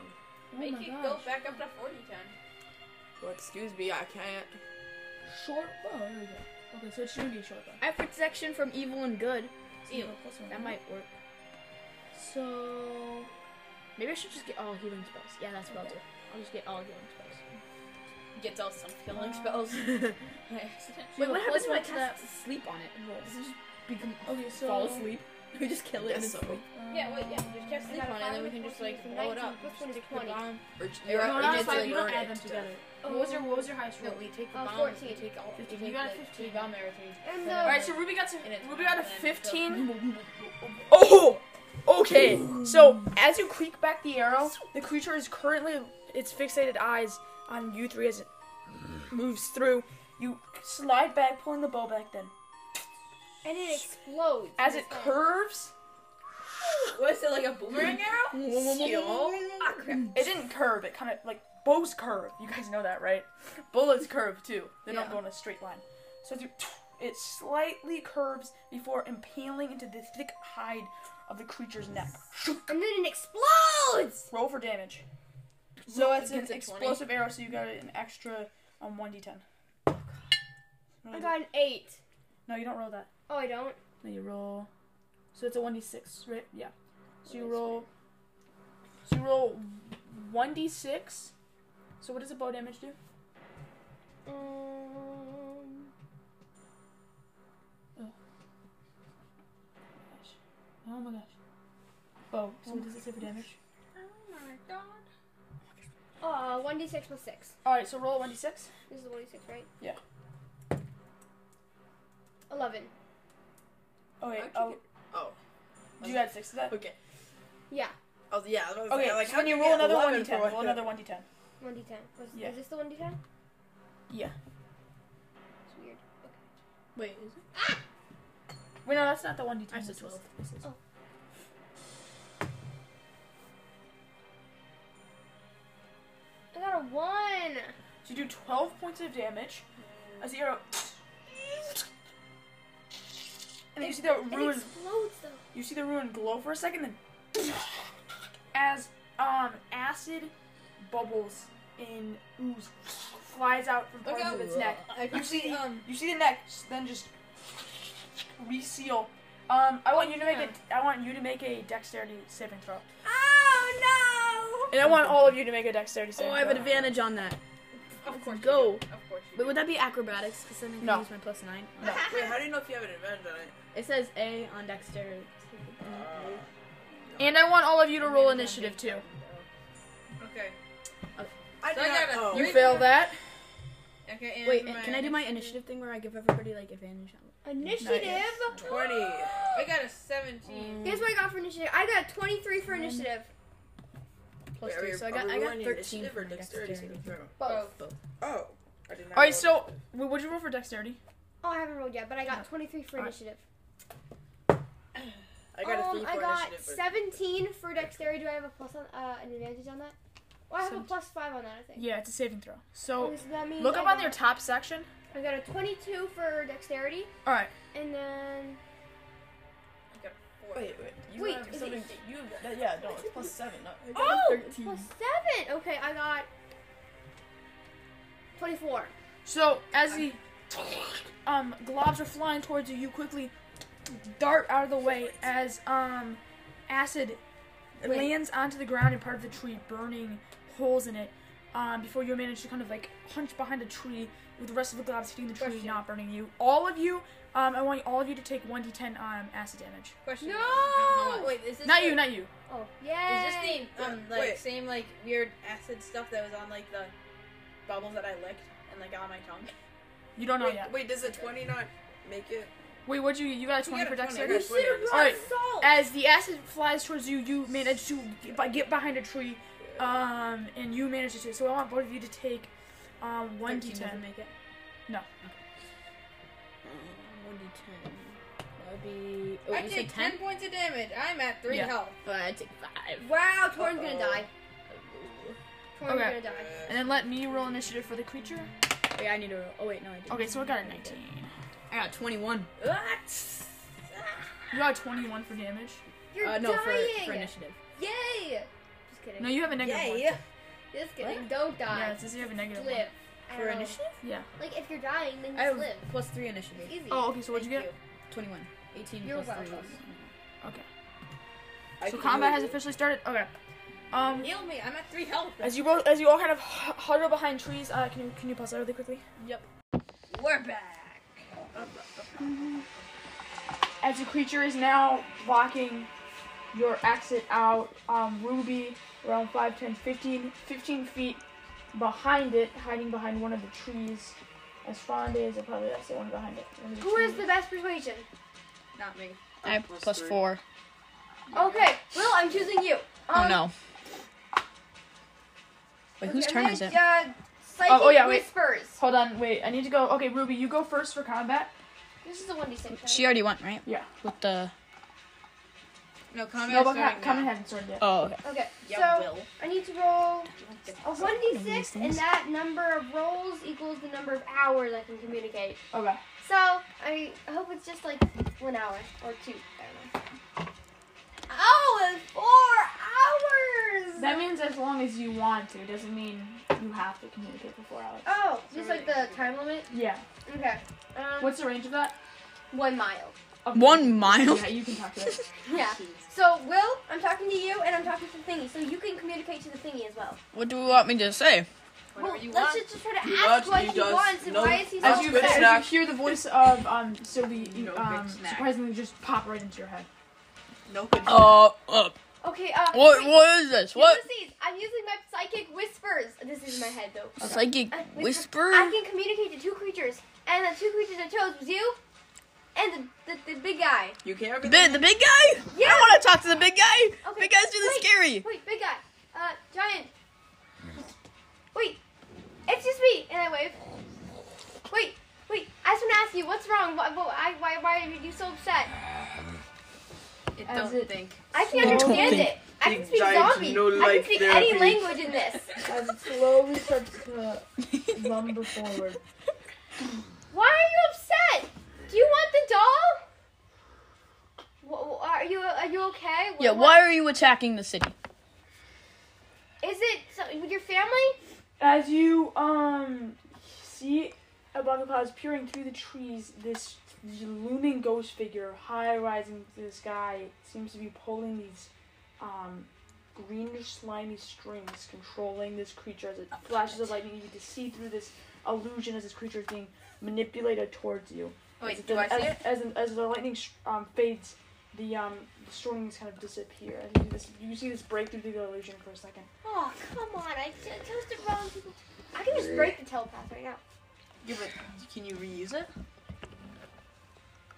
[SPEAKER 1] Oh
[SPEAKER 7] Make
[SPEAKER 6] my
[SPEAKER 7] it go back up to 4010.
[SPEAKER 5] Well, excuse me, I can't.
[SPEAKER 6] short bow. There we go. Okay, so it shouldn't be a short bow.
[SPEAKER 1] I have protection from evil and good. Hmm.
[SPEAKER 6] So you have a plus one.
[SPEAKER 1] That might work. So maybe I should just get all healing spells. Yeah, that's what I'll do. I'll just get all healing spells.
[SPEAKER 7] Gets all some killing
[SPEAKER 1] Uh,
[SPEAKER 7] spells. By accident.
[SPEAKER 1] Wait, what happens
[SPEAKER 6] plus
[SPEAKER 1] when
[SPEAKER 6] one
[SPEAKER 1] it
[SPEAKER 6] to
[SPEAKER 1] has to sleep on it? Does it just become
[SPEAKER 6] Okay, so
[SPEAKER 1] fall asleep? We just kill it and
[SPEAKER 5] Yes,
[SPEAKER 1] it's
[SPEAKER 5] so.
[SPEAKER 1] asleep.
[SPEAKER 7] Yeah, well, yeah, just cast sleep on it, and then we can just like blow it up.
[SPEAKER 4] Which one is
[SPEAKER 7] Stick the
[SPEAKER 4] 20?
[SPEAKER 7] bomb.
[SPEAKER 5] Or,
[SPEAKER 7] You're
[SPEAKER 5] or
[SPEAKER 6] No,
[SPEAKER 7] right,
[SPEAKER 5] I
[SPEAKER 6] not
[SPEAKER 5] did
[SPEAKER 6] five.
[SPEAKER 5] say
[SPEAKER 6] You don't
[SPEAKER 5] burn
[SPEAKER 6] add
[SPEAKER 5] it
[SPEAKER 6] them
[SPEAKER 5] to-
[SPEAKER 6] together.
[SPEAKER 7] Oh,
[SPEAKER 6] What was your What was your highest
[SPEAKER 7] No,
[SPEAKER 6] roll?
[SPEAKER 7] we take the
[SPEAKER 4] Uh,
[SPEAKER 7] bomb.
[SPEAKER 4] 14.
[SPEAKER 7] We take all. We
[SPEAKER 6] Fifteen.
[SPEAKER 7] take
[SPEAKER 6] You got a
[SPEAKER 7] the-
[SPEAKER 6] fifteen.
[SPEAKER 7] the bomb there. we take-
[SPEAKER 4] And uh, the
[SPEAKER 3] All right, so Ruby got to,
[SPEAKER 7] And it's
[SPEAKER 3] Ruby got a
[SPEAKER 7] fine, then,
[SPEAKER 3] fifteen. Oh, okay. So as you creak back the arrow, the creature is currently its fixated eyes on you three as it moves through. You slide back, pulling the bow back. Then
[SPEAKER 4] and it explodes.
[SPEAKER 3] as it curves,
[SPEAKER 7] What is it like a boomerang arrow?
[SPEAKER 3] Ah, crap. It didn't curve. It kind of like bows curve. You guys know that, right? Bullets curve too. They don't
[SPEAKER 7] Yeah.
[SPEAKER 3] go in a straight line. So as you, it slightly curves before impaling into the thick hide of the creature's neck.
[SPEAKER 4] and then it explodes.
[SPEAKER 3] Roll for damage. So it's an
[SPEAKER 7] Against a 20?
[SPEAKER 3] explosive arrow, so you got an extra on one d10.
[SPEAKER 4] Oh, I got an eight.
[SPEAKER 3] No, you don't roll that.
[SPEAKER 4] Oh, I don't.
[SPEAKER 3] No, you roll. So it's a one d six, right? Yeah. So you roll. So you roll one d six. So what does a bow damage do?
[SPEAKER 4] Um,
[SPEAKER 3] Oh my gosh. Oh Bow. So what does it say for damage?
[SPEAKER 4] uh, one d six plus six.
[SPEAKER 3] All right. So roll one d six.
[SPEAKER 4] This is one d six, right?
[SPEAKER 3] Yeah.
[SPEAKER 4] Eleven.
[SPEAKER 3] Oh wait.
[SPEAKER 5] How'd you
[SPEAKER 3] Oh,
[SPEAKER 5] get- Oh,
[SPEAKER 3] do you add six to that?
[SPEAKER 5] okay.
[SPEAKER 4] Yeah,
[SPEAKER 5] I was, Oh, yeah, I was
[SPEAKER 3] Okay.
[SPEAKER 5] like, like
[SPEAKER 3] so
[SPEAKER 5] how
[SPEAKER 3] when
[SPEAKER 5] do
[SPEAKER 3] you roll
[SPEAKER 5] get
[SPEAKER 3] another one d10,
[SPEAKER 5] 11 for
[SPEAKER 3] roll
[SPEAKER 5] one-
[SPEAKER 3] another one d10.
[SPEAKER 4] one d ten. Was
[SPEAKER 3] Yeah.
[SPEAKER 4] Is this the one d ten?
[SPEAKER 3] Yeah.
[SPEAKER 4] It's weird. Okay.
[SPEAKER 1] Wait, is it?
[SPEAKER 3] Wait, no, that's not the one d10.
[SPEAKER 1] I
[SPEAKER 3] this
[SPEAKER 1] said
[SPEAKER 3] is-
[SPEAKER 1] 12.
[SPEAKER 3] this is-
[SPEAKER 4] I got a one.
[SPEAKER 3] So you do 12 points of damage as the arrow. And then you see the
[SPEAKER 4] It
[SPEAKER 3] ruin.
[SPEAKER 4] explodes though.
[SPEAKER 3] You see the ruin glow for a second, then as um acid bubbles and ooze flies out from
[SPEAKER 7] Look
[SPEAKER 3] parts
[SPEAKER 7] out.
[SPEAKER 3] of its neck.
[SPEAKER 7] Like you see, um,
[SPEAKER 3] You see the neck, s- then just reseal. Um, I want you to make a, I want you to make a dexterity saving throw,
[SPEAKER 7] oh
[SPEAKER 3] and I want all of you to make a dexterity saving.
[SPEAKER 1] Oh, I have an
[SPEAKER 3] throw.
[SPEAKER 1] advantage on that.
[SPEAKER 7] no! Of course,
[SPEAKER 1] Go.
[SPEAKER 7] You do. Of course. You
[SPEAKER 1] But would that be acrobatics? Because then I can
[SPEAKER 3] No.
[SPEAKER 1] use my plus nine.
[SPEAKER 3] No.
[SPEAKER 5] Wait, how do you know if you have an advantage on it?
[SPEAKER 1] It says A on dexterity.
[SPEAKER 3] And I want all of you to roll initiative too.
[SPEAKER 5] Okay.
[SPEAKER 1] Okay.
[SPEAKER 5] I do
[SPEAKER 7] So I
[SPEAKER 5] not
[SPEAKER 7] got a
[SPEAKER 5] know.
[SPEAKER 7] three.
[SPEAKER 3] You fail that.
[SPEAKER 7] do. Okay. And
[SPEAKER 1] Wait,
[SPEAKER 7] for
[SPEAKER 1] can I do my initiative thing where I give everybody like advantage? on
[SPEAKER 4] Initiative.
[SPEAKER 5] Twenty.
[SPEAKER 7] I got a seventeen.
[SPEAKER 4] Guess what I got for initiative? I got 23
[SPEAKER 3] Mm-hmm.
[SPEAKER 4] for initiative.
[SPEAKER 1] Plus
[SPEAKER 5] Wait, are
[SPEAKER 1] three,
[SPEAKER 5] we-
[SPEAKER 1] so I
[SPEAKER 5] are
[SPEAKER 1] got
[SPEAKER 5] we
[SPEAKER 1] I got
[SPEAKER 5] rolling
[SPEAKER 1] thirteen
[SPEAKER 5] initiative or
[SPEAKER 1] for my
[SPEAKER 5] dexterity saving
[SPEAKER 1] dexterity.
[SPEAKER 5] throw?
[SPEAKER 7] Both.
[SPEAKER 5] Oh, I did not.
[SPEAKER 3] All right,
[SPEAKER 5] roll.
[SPEAKER 3] so wait, what'd you roll for dexterity?
[SPEAKER 4] Oh, I haven't rolled yet, but I got 23 for
[SPEAKER 3] Alright.
[SPEAKER 4] initiative.
[SPEAKER 5] I got a three
[SPEAKER 4] um,
[SPEAKER 5] for
[SPEAKER 4] I got
[SPEAKER 5] initiative. but-
[SPEAKER 4] 17 for dexterity. Do I have a plus on uh, an advantage on that? Well, I have a
[SPEAKER 3] Seventeen.
[SPEAKER 4] plus five on that, I think.
[SPEAKER 3] Yeah, it's a saving throw. So
[SPEAKER 4] Okay, so that means
[SPEAKER 3] look
[SPEAKER 4] I
[SPEAKER 3] up on
[SPEAKER 4] got-
[SPEAKER 3] your top section.
[SPEAKER 4] I got a 22 for dexterity,
[SPEAKER 3] All right.
[SPEAKER 4] and then
[SPEAKER 5] Wait, wait. You
[SPEAKER 4] Wait,
[SPEAKER 5] have
[SPEAKER 4] is
[SPEAKER 5] something.
[SPEAKER 4] it-
[SPEAKER 5] You have. Yeah, no, it's plus seven. No,
[SPEAKER 4] oh, plus seven. Okay, I got 24.
[SPEAKER 3] So as the um globs are flying towards you, you quickly dart out of the way as um acid lands onto the ground and part of the tree, burning holes in it. Um, before you manage to kind of like hunch behind a tree with the rest of the globs hitting the tree,
[SPEAKER 7] Question.
[SPEAKER 3] not burning you. All of you, um, I want all of you to take one d10 um acid damage.
[SPEAKER 7] Question.
[SPEAKER 4] No!
[SPEAKER 7] How much- Wait, is this
[SPEAKER 3] Not
[SPEAKER 7] the-
[SPEAKER 3] you, not you.
[SPEAKER 4] Oh, yeah.
[SPEAKER 7] Is this the um like
[SPEAKER 5] Wait.
[SPEAKER 7] same like weird acid stuff that was on like the bubbles that I licked and like on my tongue?
[SPEAKER 3] You
[SPEAKER 1] Oh,
[SPEAKER 3] don't know
[SPEAKER 5] Wait,
[SPEAKER 3] yet.
[SPEAKER 5] wait, does a twenty not make it?
[SPEAKER 3] Wait, what'd you? You got a
[SPEAKER 5] You
[SPEAKER 3] 20
[SPEAKER 5] got a
[SPEAKER 3] for
[SPEAKER 5] 20,
[SPEAKER 3] dexterity.
[SPEAKER 5] I got 20 on this.
[SPEAKER 3] All right.
[SPEAKER 4] salt?
[SPEAKER 3] As the acid flies towards you, you manage to by- get behind a tree,
[SPEAKER 1] Uh,
[SPEAKER 5] Uh,
[SPEAKER 3] um, and you manage to. So I want both of you to take um, one
[SPEAKER 1] Thirteen
[SPEAKER 3] d10.
[SPEAKER 1] doesn't make it.
[SPEAKER 3] No.
[SPEAKER 1] Okay. Um, one d10. That would be. Oh,
[SPEAKER 7] I
[SPEAKER 1] you
[SPEAKER 7] take
[SPEAKER 1] said
[SPEAKER 7] ten
[SPEAKER 1] ten.
[SPEAKER 7] points of damage. I'm at three
[SPEAKER 3] Yeah.
[SPEAKER 7] health.
[SPEAKER 1] But I take five.
[SPEAKER 4] Wow, Torn's gonna die. Torn's
[SPEAKER 3] Okay.
[SPEAKER 4] gonna die.
[SPEAKER 3] And then let me roll initiative for the creature.
[SPEAKER 1] Wait, I need to. roll- Oh wait, no, I didn't.
[SPEAKER 3] Okay, so I got a 19.
[SPEAKER 1] I got twenty-one.
[SPEAKER 3] You got a 21 for damage.
[SPEAKER 4] You're
[SPEAKER 1] uh, no,
[SPEAKER 4] dying.
[SPEAKER 1] for for initiative.
[SPEAKER 4] Yay! Just kidding.
[SPEAKER 3] No, you have a negative one.
[SPEAKER 7] yeah.
[SPEAKER 4] Just kidding. Don't
[SPEAKER 3] Yeah,
[SPEAKER 4] die.
[SPEAKER 3] it says you have a negative one.
[SPEAKER 4] live.
[SPEAKER 1] For
[SPEAKER 4] Ow.
[SPEAKER 1] initiative.
[SPEAKER 3] Yeah.
[SPEAKER 4] Like if you're dying, then you
[SPEAKER 1] I have
[SPEAKER 4] just live.
[SPEAKER 1] plus three initiative.
[SPEAKER 4] It's easy.
[SPEAKER 3] Oh, okay. So what'd you
[SPEAKER 7] Thank
[SPEAKER 3] get?
[SPEAKER 1] Twenty-one. Eighteen
[SPEAKER 4] You're
[SPEAKER 1] plus three.
[SPEAKER 4] welcome.
[SPEAKER 1] is-
[SPEAKER 3] So combat has officially started. Okay. Um,
[SPEAKER 7] Heal me. I'm at three health.
[SPEAKER 3] as you both, as you all kind of h- huddle behind trees, uh, can you can you pause that really quickly?
[SPEAKER 7] We're back.
[SPEAKER 3] as the creature is now blocking your exit out, um, Ruby around 5, 10, 15, 15 feet behind it, hiding behind one of the trees. As Fonda is, I probably that's the one behind it. One of the
[SPEAKER 4] Who is
[SPEAKER 3] trees.
[SPEAKER 4] the best persuasion?
[SPEAKER 7] Not me.
[SPEAKER 1] I have
[SPEAKER 5] Plus
[SPEAKER 1] plus
[SPEAKER 5] three.
[SPEAKER 1] four.
[SPEAKER 4] Okay, Will, I'm choosing you.
[SPEAKER 1] Oh
[SPEAKER 4] Um,
[SPEAKER 1] no. Wait, whose
[SPEAKER 4] okay,
[SPEAKER 1] turn
[SPEAKER 4] I'm
[SPEAKER 1] is
[SPEAKER 4] gonna,
[SPEAKER 1] it?
[SPEAKER 4] Uh, psychic
[SPEAKER 3] Oh, oh, yeah, wait.
[SPEAKER 4] whispers.
[SPEAKER 3] Hold on, wait. I need to go. Okay, Ruby, you go first for combat.
[SPEAKER 4] This is a one d six.
[SPEAKER 1] She already went right
[SPEAKER 3] Yeah.
[SPEAKER 1] with the.
[SPEAKER 7] No comment.
[SPEAKER 3] No, but ha- Common hasn't started yet.
[SPEAKER 1] Oh, okay.
[SPEAKER 4] Okay,
[SPEAKER 7] Yeah,
[SPEAKER 4] so
[SPEAKER 7] will.
[SPEAKER 4] I need to roll a one d
[SPEAKER 1] these
[SPEAKER 4] six, and
[SPEAKER 1] things.
[SPEAKER 4] that number of rolls equals the number of hours I can communicate.
[SPEAKER 3] Okay.
[SPEAKER 4] So I I hope it's just like one hour or two. I don't know. Oh, it's four hours.
[SPEAKER 3] That means as long as you want to. It doesn't mean you have to communicate for four hours.
[SPEAKER 4] oh, just like the time limit.
[SPEAKER 3] Yeah.
[SPEAKER 4] Okay. Um,
[SPEAKER 3] What's the range of that?
[SPEAKER 4] one mile?
[SPEAKER 3] Okay.
[SPEAKER 1] One mile.
[SPEAKER 3] Yeah, you can talk to it.
[SPEAKER 4] Yeah.
[SPEAKER 5] Oh,
[SPEAKER 4] So Will, I'm talking to you, and I'm talking to the thingy, so you can communicate to the thingy as well.
[SPEAKER 1] What do you want me to say?
[SPEAKER 4] Well,
[SPEAKER 5] you
[SPEAKER 4] let's
[SPEAKER 5] want.
[SPEAKER 4] just, just try to
[SPEAKER 5] You
[SPEAKER 4] ask
[SPEAKER 5] got-
[SPEAKER 4] what
[SPEAKER 5] you
[SPEAKER 4] he
[SPEAKER 5] does-
[SPEAKER 4] wants and
[SPEAKER 5] no,
[SPEAKER 4] why is he so
[SPEAKER 3] As
[SPEAKER 5] that's good
[SPEAKER 3] you,
[SPEAKER 5] Good
[SPEAKER 4] upset.
[SPEAKER 5] snack.
[SPEAKER 3] as you hear the voice of um, Sylvie, you,
[SPEAKER 5] No
[SPEAKER 3] um,
[SPEAKER 5] good snack.
[SPEAKER 3] surprisingly just pop right into your head.
[SPEAKER 5] no good.
[SPEAKER 1] Uh, uh
[SPEAKER 4] Okay. Uh,
[SPEAKER 1] what?
[SPEAKER 4] wait,
[SPEAKER 1] What is this? What?
[SPEAKER 4] Ulysses, I'm using my psychic whispers. This is in my head though.
[SPEAKER 1] Psychic
[SPEAKER 4] Uh,
[SPEAKER 1] whisper?
[SPEAKER 4] I can communicate to two creatures, and the two creatures I chose was you, and the the, the big guy.
[SPEAKER 5] you can't.
[SPEAKER 1] The, big- the big guy?
[SPEAKER 4] Yeah.
[SPEAKER 1] I want to talk to the big guy.
[SPEAKER 4] Okay,
[SPEAKER 1] Big guy's really
[SPEAKER 4] wait.
[SPEAKER 1] scary.
[SPEAKER 4] Wait, big guy. Uh, giant. Wait, it's just me. And I wave. Wait, wait. I just want to ask you, what's wrong? Why, why, why, why are you so upset?
[SPEAKER 7] It
[SPEAKER 3] As
[SPEAKER 7] don't
[SPEAKER 3] it-
[SPEAKER 7] think.
[SPEAKER 4] I can
[SPEAKER 1] Slow
[SPEAKER 4] understand
[SPEAKER 1] talking.
[SPEAKER 4] it. I can
[SPEAKER 5] Big
[SPEAKER 4] speak
[SPEAKER 5] giants,
[SPEAKER 4] zombie.
[SPEAKER 5] no
[SPEAKER 4] I can
[SPEAKER 5] like
[SPEAKER 4] speak any
[SPEAKER 5] therapy.
[SPEAKER 4] language in this.
[SPEAKER 8] As it slowly starts to lumber forward.
[SPEAKER 4] Why are you upset? Do you want the doll? Wh- wh- Are you are you okay? Wh-
[SPEAKER 1] Yeah,
[SPEAKER 4] what-
[SPEAKER 1] why are you attacking the city?
[SPEAKER 4] Is it so, with your family?
[SPEAKER 3] As you um see Abakapaz peering through the trees, this looming ghost figure, high rising to the sky, seems to be pulling these um greenish slimy strings, controlling this creature as it flashes of lightning. You can see through this illusion as this creature is being manipulated towards you. as,
[SPEAKER 2] Wait,
[SPEAKER 3] it
[SPEAKER 2] do I
[SPEAKER 3] does-
[SPEAKER 2] see
[SPEAKER 3] as,
[SPEAKER 2] it?
[SPEAKER 3] As, as the lightning sh- um, fades, the um the strings kind of disappear. As you, do this, you see this break through the illusion for a second.
[SPEAKER 4] Oh, come on. I t- toasted wrong people. I can just break the telepath right now.
[SPEAKER 5] Yeah, but can you reuse it?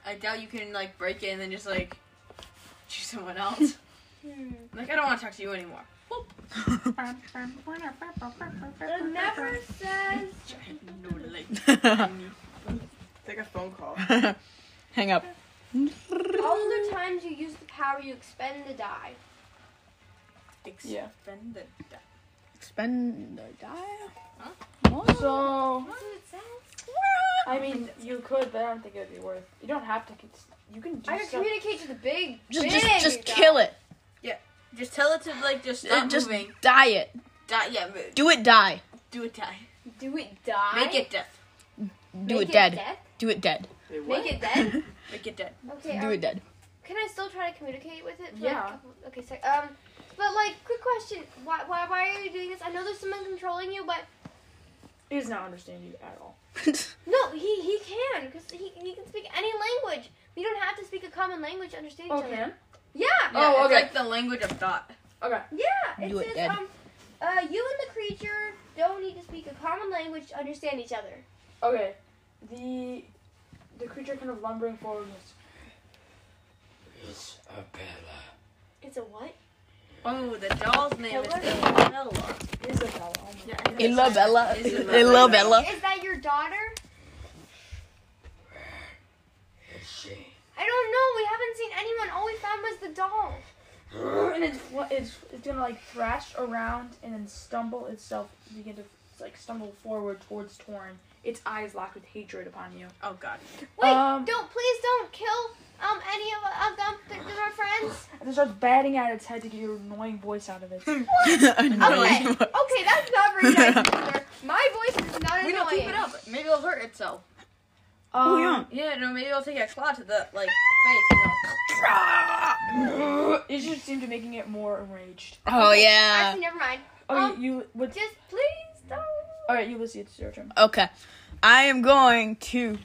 [SPEAKER 5] I doubt you can like break it and then just like choose someone else.
[SPEAKER 4] Hmm.
[SPEAKER 5] like I don't want to talk to you anymore.
[SPEAKER 4] It never says.
[SPEAKER 5] No like. Take a phone call.
[SPEAKER 1] Hang up.
[SPEAKER 4] All the times you use the power, you expend the die.
[SPEAKER 3] Yeah.
[SPEAKER 5] Expend the death.
[SPEAKER 1] Expend the die.
[SPEAKER 5] Huh?
[SPEAKER 1] What?
[SPEAKER 3] So
[SPEAKER 4] That's what it says.
[SPEAKER 3] I mean, you could, but I don't think it would be worth. You don't have to. cons- You can do
[SPEAKER 4] I can
[SPEAKER 3] some-
[SPEAKER 4] communicate to the big.
[SPEAKER 1] Just,
[SPEAKER 4] big
[SPEAKER 1] just, just kill it.
[SPEAKER 2] Just tell it to like just
[SPEAKER 1] Uh,
[SPEAKER 2] stop
[SPEAKER 1] just
[SPEAKER 2] moving.
[SPEAKER 1] die it.
[SPEAKER 2] Die, yeah, mo-
[SPEAKER 1] Do it die.
[SPEAKER 2] do it die.
[SPEAKER 4] Do it die.
[SPEAKER 2] Make it death.
[SPEAKER 1] Do
[SPEAKER 4] Make
[SPEAKER 1] it dead.
[SPEAKER 4] death?
[SPEAKER 1] Do it dead.
[SPEAKER 4] Make it dead.
[SPEAKER 2] Make it dead.
[SPEAKER 4] Okay.
[SPEAKER 1] Do
[SPEAKER 4] um,
[SPEAKER 1] it dead.
[SPEAKER 4] Can I still try to communicate with it? for, like, a
[SPEAKER 3] Yeah.
[SPEAKER 4] couple- okay. So, um, but like, quick question. Why, why, why are you doing this? I know there's someone controlling you, but
[SPEAKER 3] He does not understand you at all.
[SPEAKER 4] no, he he can because he, he can speak any language. We don't have to speak a common language to understand each other. Yeah.
[SPEAKER 2] Yeah,
[SPEAKER 3] Oh,
[SPEAKER 2] it's
[SPEAKER 3] okay.
[SPEAKER 2] like the language of thought.
[SPEAKER 4] Yeah. It
[SPEAKER 1] Do it
[SPEAKER 4] says
[SPEAKER 1] dead.
[SPEAKER 4] um, uh, you and the creature don't need to speak a common language to understand each other.
[SPEAKER 3] Okay. The the creature kind of lumbering forward. and goes,
[SPEAKER 9] It's a Bella.
[SPEAKER 4] It's a what?
[SPEAKER 2] Oh, the doll's name is
[SPEAKER 4] Hello.
[SPEAKER 2] Isabella.
[SPEAKER 3] Isabella. Oh my
[SPEAKER 2] Yeah, I know.
[SPEAKER 1] Illa Bella.
[SPEAKER 2] Isabella.
[SPEAKER 1] Illa Bella.
[SPEAKER 4] Is that your daughter?
[SPEAKER 9] It's she.
[SPEAKER 4] I don't know. We haven't seen anyone. All we found was the doll.
[SPEAKER 3] and it's fl- it's it's gonna like thrash around and then stumble itself begin to like stumble forward towards Torn. Its eyes locked with hatred upon you.
[SPEAKER 2] Oh god.
[SPEAKER 4] Wait,
[SPEAKER 3] Um,
[SPEAKER 4] don't please don't kill um any of, of them. They're, they're our friends.
[SPEAKER 3] And it starts batting at its head to get your annoying voice out of it. Um,
[SPEAKER 4] Okay, okay, that's not very nice. Either. My voice is not
[SPEAKER 2] We
[SPEAKER 4] annoying.
[SPEAKER 2] don't keep it up. Maybe it'll hurt itself.
[SPEAKER 1] Oh,
[SPEAKER 3] Um,
[SPEAKER 1] yeah.
[SPEAKER 2] Yeah, no, maybe it'll take a claw to the like face. and it'll-
[SPEAKER 3] It just seemed to making it more enraged.
[SPEAKER 1] Oh yeah.
[SPEAKER 4] Actually, never mind.
[SPEAKER 3] Okay,
[SPEAKER 4] Um,
[SPEAKER 3] you would.
[SPEAKER 4] Just please don't.
[SPEAKER 3] All right, Ulysses, it's your turn.
[SPEAKER 1] Okay. I am going to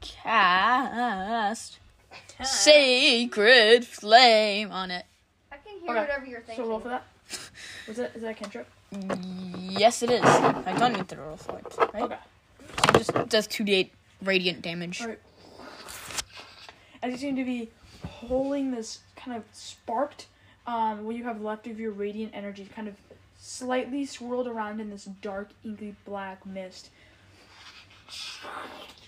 [SPEAKER 1] cast Sacred Flame on it.
[SPEAKER 4] I can hear
[SPEAKER 3] Okay,
[SPEAKER 4] whatever you're thinking.
[SPEAKER 3] So roll for that. Was that is that a cantrip?
[SPEAKER 1] Yes, it is. I don't need to roll for it, right?
[SPEAKER 3] Okay.
[SPEAKER 1] So it just does 2d8 radiant damage.
[SPEAKER 3] Alright. as you seem to be pulling this kind of sparked um, what you have left of your radiant energy kind of slightly swirled around in this dark inky black mist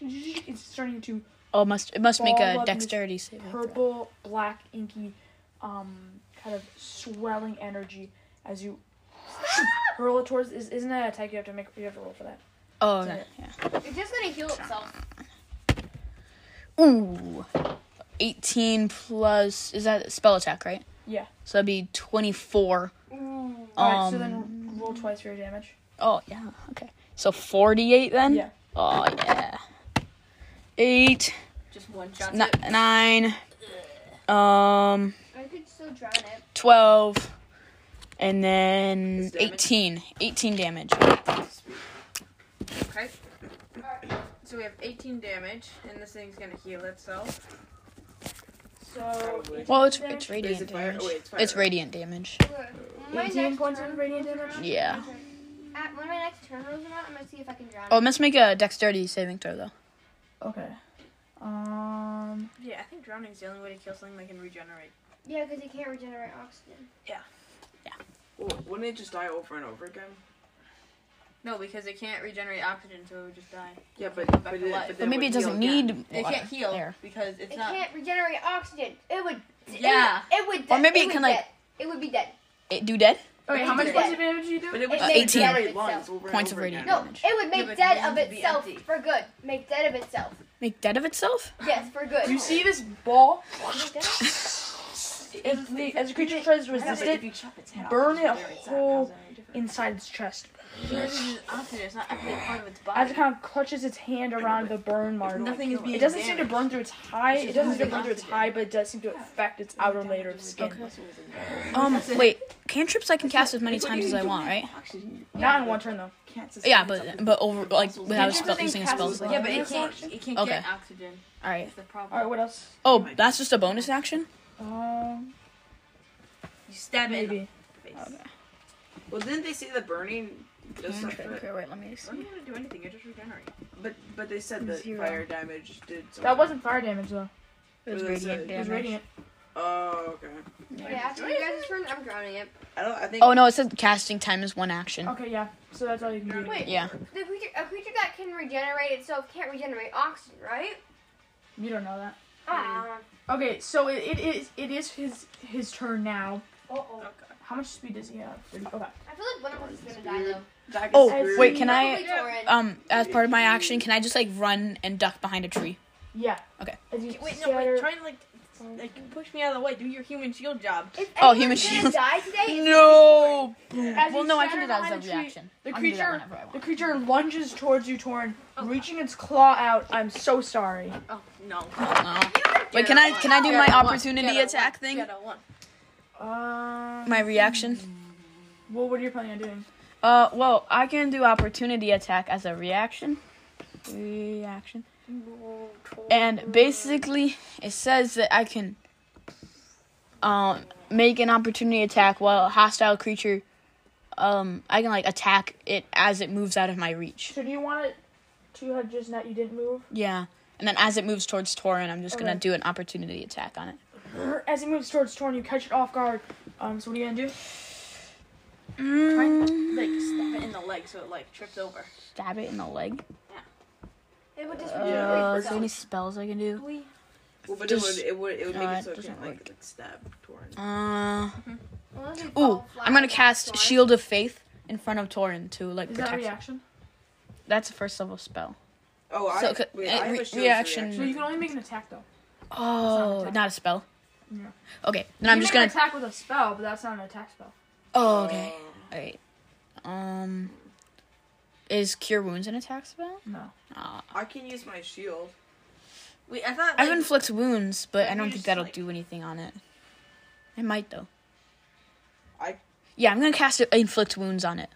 [SPEAKER 3] it's starting to
[SPEAKER 1] Oh, must it must make
[SPEAKER 3] Ball
[SPEAKER 1] a
[SPEAKER 3] of
[SPEAKER 1] dexterity save.
[SPEAKER 3] purple black inky um, kind of swelling energy as you hurl it towards is, isn't that an attack you have to make you have to roll for that
[SPEAKER 1] Oh, okay. yeah.
[SPEAKER 4] It's just gonna heal itself.
[SPEAKER 1] Ooh. 18 plus is that spell attack, right?
[SPEAKER 3] Yeah.
[SPEAKER 1] So that'd be 24.
[SPEAKER 3] alright so
[SPEAKER 1] Um,
[SPEAKER 3] then roll twice for your damage
[SPEAKER 1] Oh, yeah. Okay. So 48 then?
[SPEAKER 3] Yeah.
[SPEAKER 1] Oh, yeah. 8
[SPEAKER 2] Just one shot.
[SPEAKER 1] ni- 9 um
[SPEAKER 4] I could still drown it.
[SPEAKER 1] 12 and then
[SPEAKER 5] It's damage.
[SPEAKER 1] 18 18 damage.
[SPEAKER 2] Okay. So we have 18 damage, and this thing's gonna heal itself.
[SPEAKER 3] so
[SPEAKER 5] Probably.
[SPEAKER 1] Well, it's
[SPEAKER 3] damage?
[SPEAKER 1] it's
[SPEAKER 5] Is
[SPEAKER 1] radiant
[SPEAKER 5] it fire?
[SPEAKER 1] damage.
[SPEAKER 5] Oh, wait, it's fire.
[SPEAKER 1] It's radiant damage.
[SPEAKER 4] My
[SPEAKER 3] 18
[SPEAKER 4] next
[SPEAKER 3] points
[SPEAKER 4] turn-
[SPEAKER 3] of radiant damage?
[SPEAKER 1] Yeah.
[SPEAKER 4] At, when my next turn rolls around, I'm gonna see if I can drown
[SPEAKER 1] Oh,
[SPEAKER 4] it.
[SPEAKER 1] must make a dexterity saving throw though.
[SPEAKER 3] okay um
[SPEAKER 2] Yeah, I think drowning's the only way to kill something that can regenerate.
[SPEAKER 4] Yeah, because it can't regenerate oxygen.
[SPEAKER 5] Well, wouldn't it just die over and over again?
[SPEAKER 2] No, because it can't regenerate oxygen, so it would just die.
[SPEAKER 5] Yeah, but
[SPEAKER 2] Go back
[SPEAKER 5] but,
[SPEAKER 2] to
[SPEAKER 5] it,
[SPEAKER 2] life.
[SPEAKER 5] but,
[SPEAKER 1] But
[SPEAKER 5] then
[SPEAKER 1] maybe it
[SPEAKER 5] would heal
[SPEAKER 1] doesn't
[SPEAKER 5] again.
[SPEAKER 1] need
[SPEAKER 2] It
[SPEAKER 1] water
[SPEAKER 2] can't heal
[SPEAKER 1] there.
[SPEAKER 2] because it's
[SPEAKER 4] It
[SPEAKER 2] not.
[SPEAKER 4] can't regenerate oxygen. It would.
[SPEAKER 2] Yeah.
[SPEAKER 4] It would. It would
[SPEAKER 1] Or maybe
[SPEAKER 4] it
[SPEAKER 1] it
[SPEAKER 4] would
[SPEAKER 1] can, like-
[SPEAKER 4] dead. It would be dead.
[SPEAKER 1] It do dead?
[SPEAKER 3] okay how
[SPEAKER 5] But
[SPEAKER 3] much
[SPEAKER 5] it-
[SPEAKER 3] points of damage do you do
[SPEAKER 5] But it would
[SPEAKER 4] It
[SPEAKER 5] just
[SPEAKER 4] may
[SPEAKER 5] regenerate
[SPEAKER 4] degenerate
[SPEAKER 5] lungs
[SPEAKER 4] itself.
[SPEAKER 5] over and
[SPEAKER 1] Points of
[SPEAKER 5] over
[SPEAKER 1] radiant
[SPEAKER 5] again.
[SPEAKER 4] No,
[SPEAKER 1] damage.
[SPEAKER 4] it would
[SPEAKER 2] Yeah,
[SPEAKER 4] make
[SPEAKER 2] but
[SPEAKER 4] dead
[SPEAKER 2] it
[SPEAKER 4] of
[SPEAKER 2] needs to be
[SPEAKER 4] itself
[SPEAKER 2] empty.
[SPEAKER 4] for good. Make dead of itself.
[SPEAKER 1] Make dead of itself?
[SPEAKER 4] Yes, for good.
[SPEAKER 3] you see this ball
[SPEAKER 4] Make dead?
[SPEAKER 3] As the, as the creature tries to resist it, burn it whole inside its chest.
[SPEAKER 7] It's not actually part of its
[SPEAKER 3] As
[SPEAKER 7] body.
[SPEAKER 3] it kind of clutches its hand around the burn mark.
[SPEAKER 7] Nothing is being
[SPEAKER 3] It doesn't seem to burn through its hide. It doesn't seem to burn through its hide, but it does seem to affect its outer layer of skin.
[SPEAKER 1] Um, wait. Cantrips I can cast as many times as I want, right?
[SPEAKER 3] Not in one turn though.
[SPEAKER 1] Yeah, but but over like without
[SPEAKER 7] Cantrips, I
[SPEAKER 1] spell,
[SPEAKER 7] think,
[SPEAKER 1] using a
[SPEAKER 7] cast
[SPEAKER 1] spell.
[SPEAKER 7] as
[SPEAKER 1] All
[SPEAKER 7] well.
[SPEAKER 1] right.
[SPEAKER 7] Yeah, but it can't. It can't
[SPEAKER 1] Okay.
[SPEAKER 7] get oxygen.
[SPEAKER 1] All right.
[SPEAKER 7] That's the problem.
[SPEAKER 3] All right, what else?
[SPEAKER 1] Oh, that's just a bonus action.
[SPEAKER 3] Um,
[SPEAKER 7] You stab it. in the
[SPEAKER 3] maybe.
[SPEAKER 7] face.
[SPEAKER 5] Well, didn't they say the burning does something?
[SPEAKER 1] Okay, wait. Let me.
[SPEAKER 5] Burning doesn't do anything. It just regenerates. But but they said that
[SPEAKER 3] Zero.
[SPEAKER 5] fire damage did. Something.
[SPEAKER 3] That wasn't fire damage though.
[SPEAKER 1] It was
[SPEAKER 5] It was, uh,
[SPEAKER 1] radiant
[SPEAKER 5] it
[SPEAKER 3] It was
[SPEAKER 1] damage.
[SPEAKER 3] radiant.
[SPEAKER 5] Oh okay.
[SPEAKER 4] Yeah, after you guys' turn, I'm drowning it.
[SPEAKER 5] I don't. I think.
[SPEAKER 1] Oh no, it said casting time is one action.
[SPEAKER 3] Okay, yeah. So that's all you can do.
[SPEAKER 4] Wait,
[SPEAKER 1] Yeah.
[SPEAKER 4] the creature, a creature that can regenerate itself can't regenerate oxygen, right?
[SPEAKER 3] You don't know that.
[SPEAKER 4] Ah.
[SPEAKER 3] Okay, so it, it is it is his his turn now.
[SPEAKER 4] Uh-oh.
[SPEAKER 3] How much speed does he have? 30. Okay.
[SPEAKER 4] I Ah. feel like one of us is gonna die though.
[SPEAKER 5] That gets
[SPEAKER 1] Oh
[SPEAKER 5] screwed.
[SPEAKER 1] wait, can
[SPEAKER 4] Probably
[SPEAKER 1] I?
[SPEAKER 4] Torrid.
[SPEAKER 1] Um, as part of my action, can I just like run and duck behind a tree?
[SPEAKER 3] Yeah.
[SPEAKER 1] Okay.
[SPEAKER 3] As you
[SPEAKER 7] Wait, no,
[SPEAKER 3] scatter-
[SPEAKER 7] wait. Try and like, like push me out of the way. Do your human shield job.
[SPEAKER 4] If
[SPEAKER 1] Oh,
[SPEAKER 4] anyone's
[SPEAKER 1] human
[SPEAKER 4] gonna
[SPEAKER 1] shield.
[SPEAKER 4] die today, it's
[SPEAKER 1] No.
[SPEAKER 3] as
[SPEAKER 1] Well,
[SPEAKER 3] you
[SPEAKER 1] no, I can
[SPEAKER 3] scatter
[SPEAKER 1] do that as a
[SPEAKER 3] behind the tree,
[SPEAKER 1] reaction.
[SPEAKER 3] The
[SPEAKER 1] I can do that
[SPEAKER 3] creature
[SPEAKER 1] whenever I want.
[SPEAKER 3] the creature lunges towards you, Torn, reaching its claw out. I'm so sorry.
[SPEAKER 7] Oh no.
[SPEAKER 1] No. Wait, can I can I do my
[SPEAKER 7] Get a one.
[SPEAKER 1] opportunity
[SPEAKER 7] Get a
[SPEAKER 1] attack
[SPEAKER 7] one.
[SPEAKER 1] thing?
[SPEAKER 7] Get a one.
[SPEAKER 3] Um.
[SPEAKER 1] My reaction.
[SPEAKER 3] Well, what are you planning on doing?
[SPEAKER 1] Uh, well, I can do opportunity attack as a reaction. Reaction. And basically, it says that I can um make an opportunity attack while a hostile creature um I can like attack it as it moves out of my reach.
[SPEAKER 3] So do you want it to have just that you didn't move?
[SPEAKER 1] Yeah. And then as it moves towards Torin, I'm just gonna
[SPEAKER 3] Okay.
[SPEAKER 1] do an opportunity attack on it.
[SPEAKER 3] As it moves towards Torn, you catch it off guard. Um. So what are you gonna do?
[SPEAKER 7] Try and,
[SPEAKER 1] Mm,
[SPEAKER 7] like stab it in the leg so it like trips over.
[SPEAKER 1] stab it in the leg.
[SPEAKER 4] It would just regenerate
[SPEAKER 1] Uh, is there
[SPEAKER 4] itself.
[SPEAKER 1] any spells I can do?
[SPEAKER 5] Well, but
[SPEAKER 1] Does-
[SPEAKER 5] it would it would it would make
[SPEAKER 1] no,
[SPEAKER 5] it so
[SPEAKER 1] it
[SPEAKER 5] it can't
[SPEAKER 1] doesn't work.
[SPEAKER 5] like, like stab Torin.
[SPEAKER 1] Uh.
[SPEAKER 4] Unless they
[SPEAKER 1] Ooh,
[SPEAKER 4] fall flat
[SPEAKER 1] I'm gonna
[SPEAKER 4] and
[SPEAKER 1] cast
[SPEAKER 4] fly.
[SPEAKER 1] Shield of Faith in front of Torin to like
[SPEAKER 3] Is that a
[SPEAKER 1] protect. him.
[SPEAKER 3] reaction?
[SPEAKER 1] That's a first level spell.
[SPEAKER 5] Oh, I,
[SPEAKER 1] So, c-
[SPEAKER 5] wait,
[SPEAKER 1] uh,
[SPEAKER 5] I have
[SPEAKER 1] re-
[SPEAKER 5] a shield
[SPEAKER 1] reaction-
[SPEAKER 3] So you can only make an attack though.
[SPEAKER 1] Oh,
[SPEAKER 3] attack.
[SPEAKER 1] not a spell.
[SPEAKER 3] Yeah.
[SPEAKER 1] Okay, then I'm
[SPEAKER 3] you
[SPEAKER 1] just
[SPEAKER 3] make
[SPEAKER 1] gonna.
[SPEAKER 3] an attack with a spell, but that's not an attack spell.
[SPEAKER 1] oh, okay. Alright. Um, is Cure Wounds an attack spell?
[SPEAKER 3] No.
[SPEAKER 1] Ah.
[SPEAKER 5] I can use my shield.
[SPEAKER 7] Wait, I thought.
[SPEAKER 1] I
[SPEAKER 7] Like,
[SPEAKER 1] have inflict wounds, but I
[SPEAKER 7] you
[SPEAKER 1] don't
[SPEAKER 7] just,
[SPEAKER 1] think that'll
[SPEAKER 7] like-
[SPEAKER 1] do anything on it. It might though.
[SPEAKER 5] I-
[SPEAKER 1] Yeah, I'm gonna cast inflict wounds on it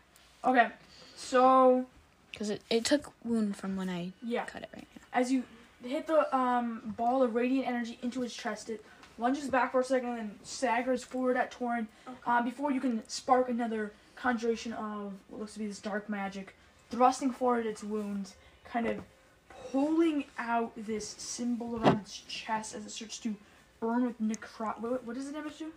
[SPEAKER 3] Okay. So
[SPEAKER 1] because it, it took wound from when I
[SPEAKER 3] yeah,
[SPEAKER 1] cut it right now.
[SPEAKER 3] as you hit the um, ball of radiant energy into his chest, it lunges back for a second and then staggers forward at Torin uh, before you can spark another conjuration of what looks to be this dark magic, thrusting forward its wounds, kind of pulling out this symbol around its chest as it starts to burn with necrotic. What, what does the damage do?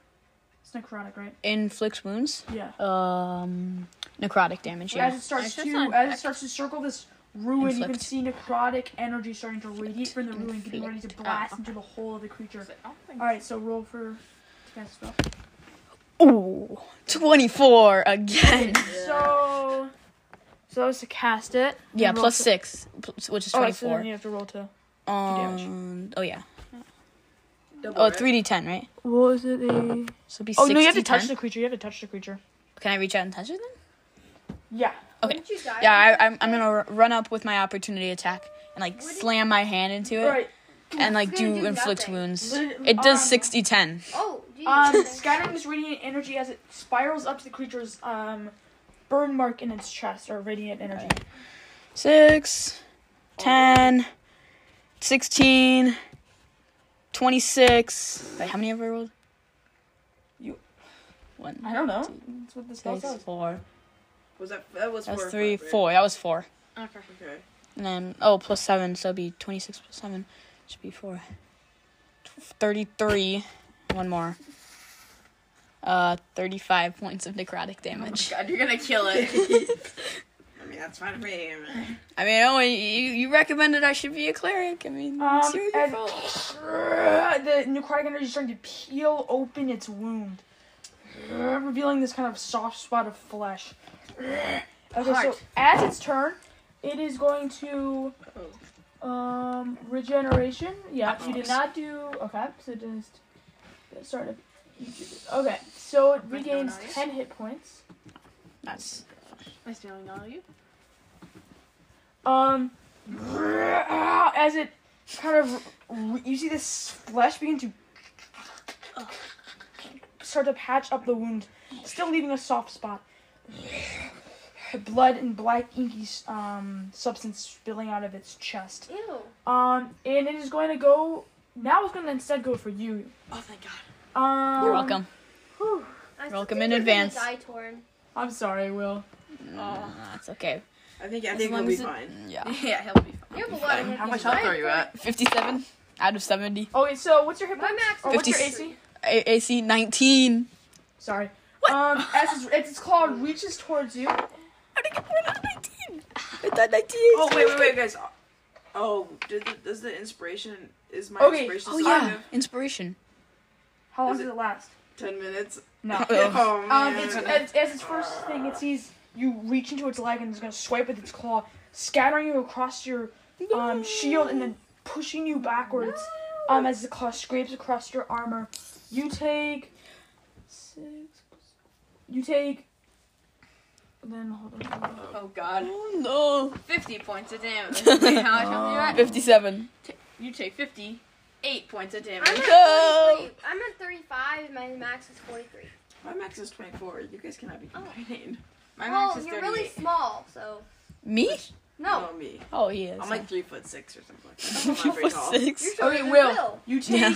[SPEAKER 3] It's necrotic, right?
[SPEAKER 1] Inflict wounds.
[SPEAKER 3] Yeah.
[SPEAKER 1] Um, necrotic
[SPEAKER 3] As
[SPEAKER 1] damage. Yeah.
[SPEAKER 3] it starts
[SPEAKER 7] Actually,
[SPEAKER 3] to
[SPEAKER 7] that's not
[SPEAKER 3] as it starts to circle this ruin, you can
[SPEAKER 1] Inflict.
[SPEAKER 3] see necrotic energy starting to radiate from the ruin, getting ready to
[SPEAKER 1] Inflict.
[SPEAKER 3] blast
[SPEAKER 1] Ah.
[SPEAKER 3] into the whole of the creature.
[SPEAKER 7] I don't think.
[SPEAKER 3] All right, so roll for to cast spell.
[SPEAKER 1] Ooh, 24 again.
[SPEAKER 3] So, so that was to cast it.
[SPEAKER 1] Yeah,
[SPEAKER 3] You roll
[SPEAKER 1] plus
[SPEAKER 3] for-
[SPEAKER 1] six, pl- which is
[SPEAKER 3] Oh, so then
[SPEAKER 1] 24.
[SPEAKER 3] you have to roll to. damage.
[SPEAKER 1] um, oh, yeah.
[SPEAKER 5] Double,
[SPEAKER 1] Oh,
[SPEAKER 5] right?
[SPEAKER 1] 3d10, right?
[SPEAKER 3] What is it? A...
[SPEAKER 1] So it'd be
[SPEAKER 3] Oh no, you have to
[SPEAKER 1] 6d10.
[SPEAKER 3] touch the creature. You have to touch the creature.
[SPEAKER 1] Can I reach out and touch it then?
[SPEAKER 3] Yeah.
[SPEAKER 4] Didn't you die?
[SPEAKER 1] Yeah, I, I'm, I'm gonna r- run up with my opportunity attack and like slam my hand into it
[SPEAKER 3] All right.
[SPEAKER 1] and like
[SPEAKER 4] It's gonna
[SPEAKER 1] do,
[SPEAKER 4] do
[SPEAKER 1] inflict
[SPEAKER 4] nothing.
[SPEAKER 1] wounds.
[SPEAKER 3] Lit-
[SPEAKER 1] It does
[SPEAKER 3] um,
[SPEAKER 1] 60 10.
[SPEAKER 4] Oh, geez.
[SPEAKER 3] Um, scattering this radiant energy as it spirals up to the creature's um, burn mark in its chest or radiant energy.
[SPEAKER 1] 6, Oh. 10, 16, 26. Wait, how many have I rolled?
[SPEAKER 3] You-
[SPEAKER 1] One.
[SPEAKER 3] I don't
[SPEAKER 7] Oh
[SPEAKER 3] know. That's what the spell
[SPEAKER 1] Six,
[SPEAKER 3] says.
[SPEAKER 1] four.
[SPEAKER 5] Was that that was
[SPEAKER 1] That
[SPEAKER 5] four
[SPEAKER 1] was
[SPEAKER 5] or
[SPEAKER 1] three,
[SPEAKER 5] five, right?
[SPEAKER 1] four. That was four.
[SPEAKER 7] Okay.
[SPEAKER 5] Okay.
[SPEAKER 1] And then, oh, plus seven, so it'd be 26 plus seven. Should be four. 33. One more. Uh, 35 points of necrotic damage.
[SPEAKER 7] God, you're gonna kill it.
[SPEAKER 5] I mean that's fine for me.
[SPEAKER 1] I mean, oh, you, you recommended I should be a cleric. I mean,
[SPEAKER 3] Um,
[SPEAKER 1] it's your
[SPEAKER 3] and
[SPEAKER 1] fault.
[SPEAKER 3] the necrotic energy is starting to peel open its wound, revealing this kind of soft spot of flesh. Okay, so
[SPEAKER 7] Heart.
[SPEAKER 3] as its turn, it is going to um regeneration. Yeah, you did not do okay, so just get started Okay, so it regains
[SPEAKER 7] Nice.
[SPEAKER 3] 10 hit points.
[SPEAKER 1] That's
[SPEAKER 10] I'm stealing all of you.
[SPEAKER 3] Um, as it kind of, you see this flesh begin to start to patch up the wound, still leaving a soft spot. Blood and black inky um, substance spilling out of its chest.
[SPEAKER 4] Ew.
[SPEAKER 3] Um, and it is going to go. Now it's going to instead go for you.
[SPEAKER 5] Oh, thank God.
[SPEAKER 3] Um,
[SPEAKER 1] you're welcome.
[SPEAKER 4] I
[SPEAKER 1] Welcome
[SPEAKER 4] think we're gonna
[SPEAKER 1] in advance.
[SPEAKER 4] Die, Torn.
[SPEAKER 3] I'm sorry, Will.
[SPEAKER 1] No, that's okay.
[SPEAKER 5] I think I
[SPEAKER 1] As
[SPEAKER 5] think
[SPEAKER 1] long
[SPEAKER 5] we'll be
[SPEAKER 1] as it-
[SPEAKER 5] fine.
[SPEAKER 1] Yeah,
[SPEAKER 10] yeah, he'll be fine.
[SPEAKER 4] You have a lot of
[SPEAKER 5] How
[SPEAKER 4] wounds,
[SPEAKER 5] much health
[SPEAKER 4] right?
[SPEAKER 5] are you at?
[SPEAKER 1] fifty-seven out of seventy.
[SPEAKER 3] Okay, so what's your hit
[SPEAKER 4] My
[SPEAKER 3] points?
[SPEAKER 4] max
[SPEAKER 3] Or what's
[SPEAKER 1] is
[SPEAKER 3] your
[SPEAKER 1] 53.
[SPEAKER 3] AC?
[SPEAKER 1] A- AC nineteen.
[SPEAKER 3] Sorry. Um, as its, as its claw reaches towards you.
[SPEAKER 1] How did you get out of nineteen? I thought nineteen.
[SPEAKER 5] Oh wait, wait, wait, guys. Oh, did the, does the inspiration is my
[SPEAKER 3] Okay.
[SPEAKER 5] inspiration
[SPEAKER 1] Oh
[SPEAKER 5] still
[SPEAKER 1] yeah,
[SPEAKER 5] active?
[SPEAKER 1] inspiration.
[SPEAKER 3] How long
[SPEAKER 5] Is
[SPEAKER 3] does
[SPEAKER 5] it-
[SPEAKER 3] it last?
[SPEAKER 5] Ten minutes.
[SPEAKER 3] No.
[SPEAKER 5] Oh
[SPEAKER 3] Um,
[SPEAKER 5] man.
[SPEAKER 3] it's, as, as its first thing, it sees you reach into its leg and it's gonna swipe with its claw, scattering you across your um, shield and then pushing you backwards. Um, as the claw scrapes across your armor, you take six. plus- You take. Then hold on. hold on.
[SPEAKER 7] Oh god.
[SPEAKER 1] Oh
[SPEAKER 7] 50 points of damage. How much health you
[SPEAKER 1] no,
[SPEAKER 7] at?
[SPEAKER 1] fifty-seven.
[SPEAKER 7] You take 58 points of
[SPEAKER 4] I'm
[SPEAKER 7] damage.
[SPEAKER 4] at,
[SPEAKER 1] No.
[SPEAKER 4] 43. I'm at 35 and my max is 43.
[SPEAKER 5] My max is twenty four. You guys cannot be complaining.
[SPEAKER 7] My
[SPEAKER 4] Well,
[SPEAKER 7] max is
[SPEAKER 4] you're
[SPEAKER 7] 38.
[SPEAKER 4] really small, so.
[SPEAKER 1] Me?
[SPEAKER 4] No.
[SPEAKER 5] Oh, me.
[SPEAKER 1] Oh yeah.
[SPEAKER 5] I'm
[SPEAKER 1] that's
[SPEAKER 5] like
[SPEAKER 1] it.
[SPEAKER 5] three foot six or something. I'm not very tall.
[SPEAKER 1] six.
[SPEAKER 4] You're shorter
[SPEAKER 3] Okay,
[SPEAKER 4] than
[SPEAKER 3] Will.
[SPEAKER 4] Will.
[SPEAKER 3] You take
[SPEAKER 1] Yeah.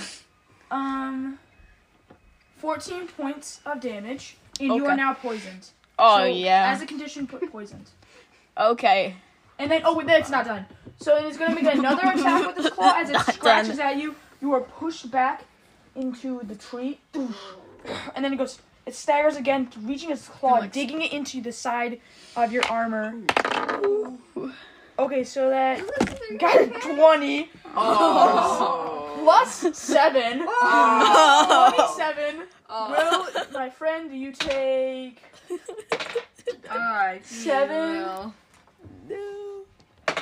[SPEAKER 3] um. Fourteen points of damage, and you
[SPEAKER 1] Okay.
[SPEAKER 3] are now poisoned.
[SPEAKER 1] Oh
[SPEAKER 3] So,
[SPEAKER 1] yeah.
[SPEAKER 3] As a condition, put poisoned.
[SPEAKER 1] okay.
[SPEAKER 3] And then, oh, wait, that's not done. So it is going to make another attack with its claw as it
[SPEAKER 1] Not done.
[SPEAKER 3] scratches at you. You are pushed back into the tree. And then it goes, it staggers again, reaching its claw, digging it into the side of your armor. Okay, so that got a 20
[SPEAKER 5] Oh.
[SPEAKER 3] plus 7.
[SPEAKER 1] Oh.
[SPEAKER 3] 27.
[SPEAKER 7] Oh,
[SPEAKER 3] Will, my friend, do you take
[SPEAKER 7] God.
[SPEAKER 3] Seven.
[SPEAKER 7] Will.
[SPEAKER 1] No.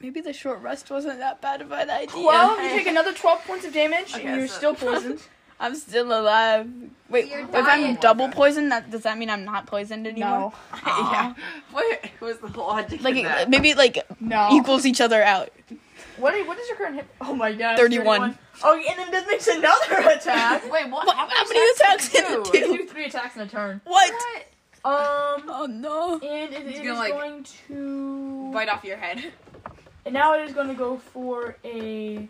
[SPEAKER 1] Maybe the short rest wasn't that bad of an idea.
[SPEAKER 3] 12? You take another 12 points of damage,
[SPEAKER 5] Okay,
[SPEAKER 3] and you're
[SPEAKER 5] so-
[SPEAKER 3] still poisoned.
[SPEAKER 1] I'm still alive. Wait,
[SPEAKER 4] You're
[SPEAKER 1] if I'm
[SPEAKER 4] dying.
[SPEAKER 1] double poisoned, that does that mean I'm not poisoned anymore?
[SPEAKER 3] No.
[SPEAKER 5] yeah. What was the logic
[SPEAKER 1] Like
[SPEAKER 5] of that?
[SPEAKER 1] it, maybe it, like
[SPEAKER 3] No.
[SPEAKER 1] equals each other out.
[SPEAKER 3] What is, what is your current hit? Oh my god.
[SPEAKER 1] 31.
[SPEAKER 3] Oh, and then this makes another attack.
[SPEAKER 10] Wait, what?
[SPEAKER 1] What, how many attacks
[SPEAKER 10] did
[SPEAKER 1] did it
[SPEAKER 10] You can
[SPEAKER 1] do?
[SPEAKER 10] do three attacks in a turn.
[SPEAKER 1] What?
[SPEAKER 3] Um,
[SPEAKER 1] Oh no.
[SPEAKER 3] and it, it is
[SPEAKER 7] gonna, like,
[SPEAKER 3] going to.
[SPEAKER 7] Bite off your head.
[SPEAKER 3] And now it is going to go for a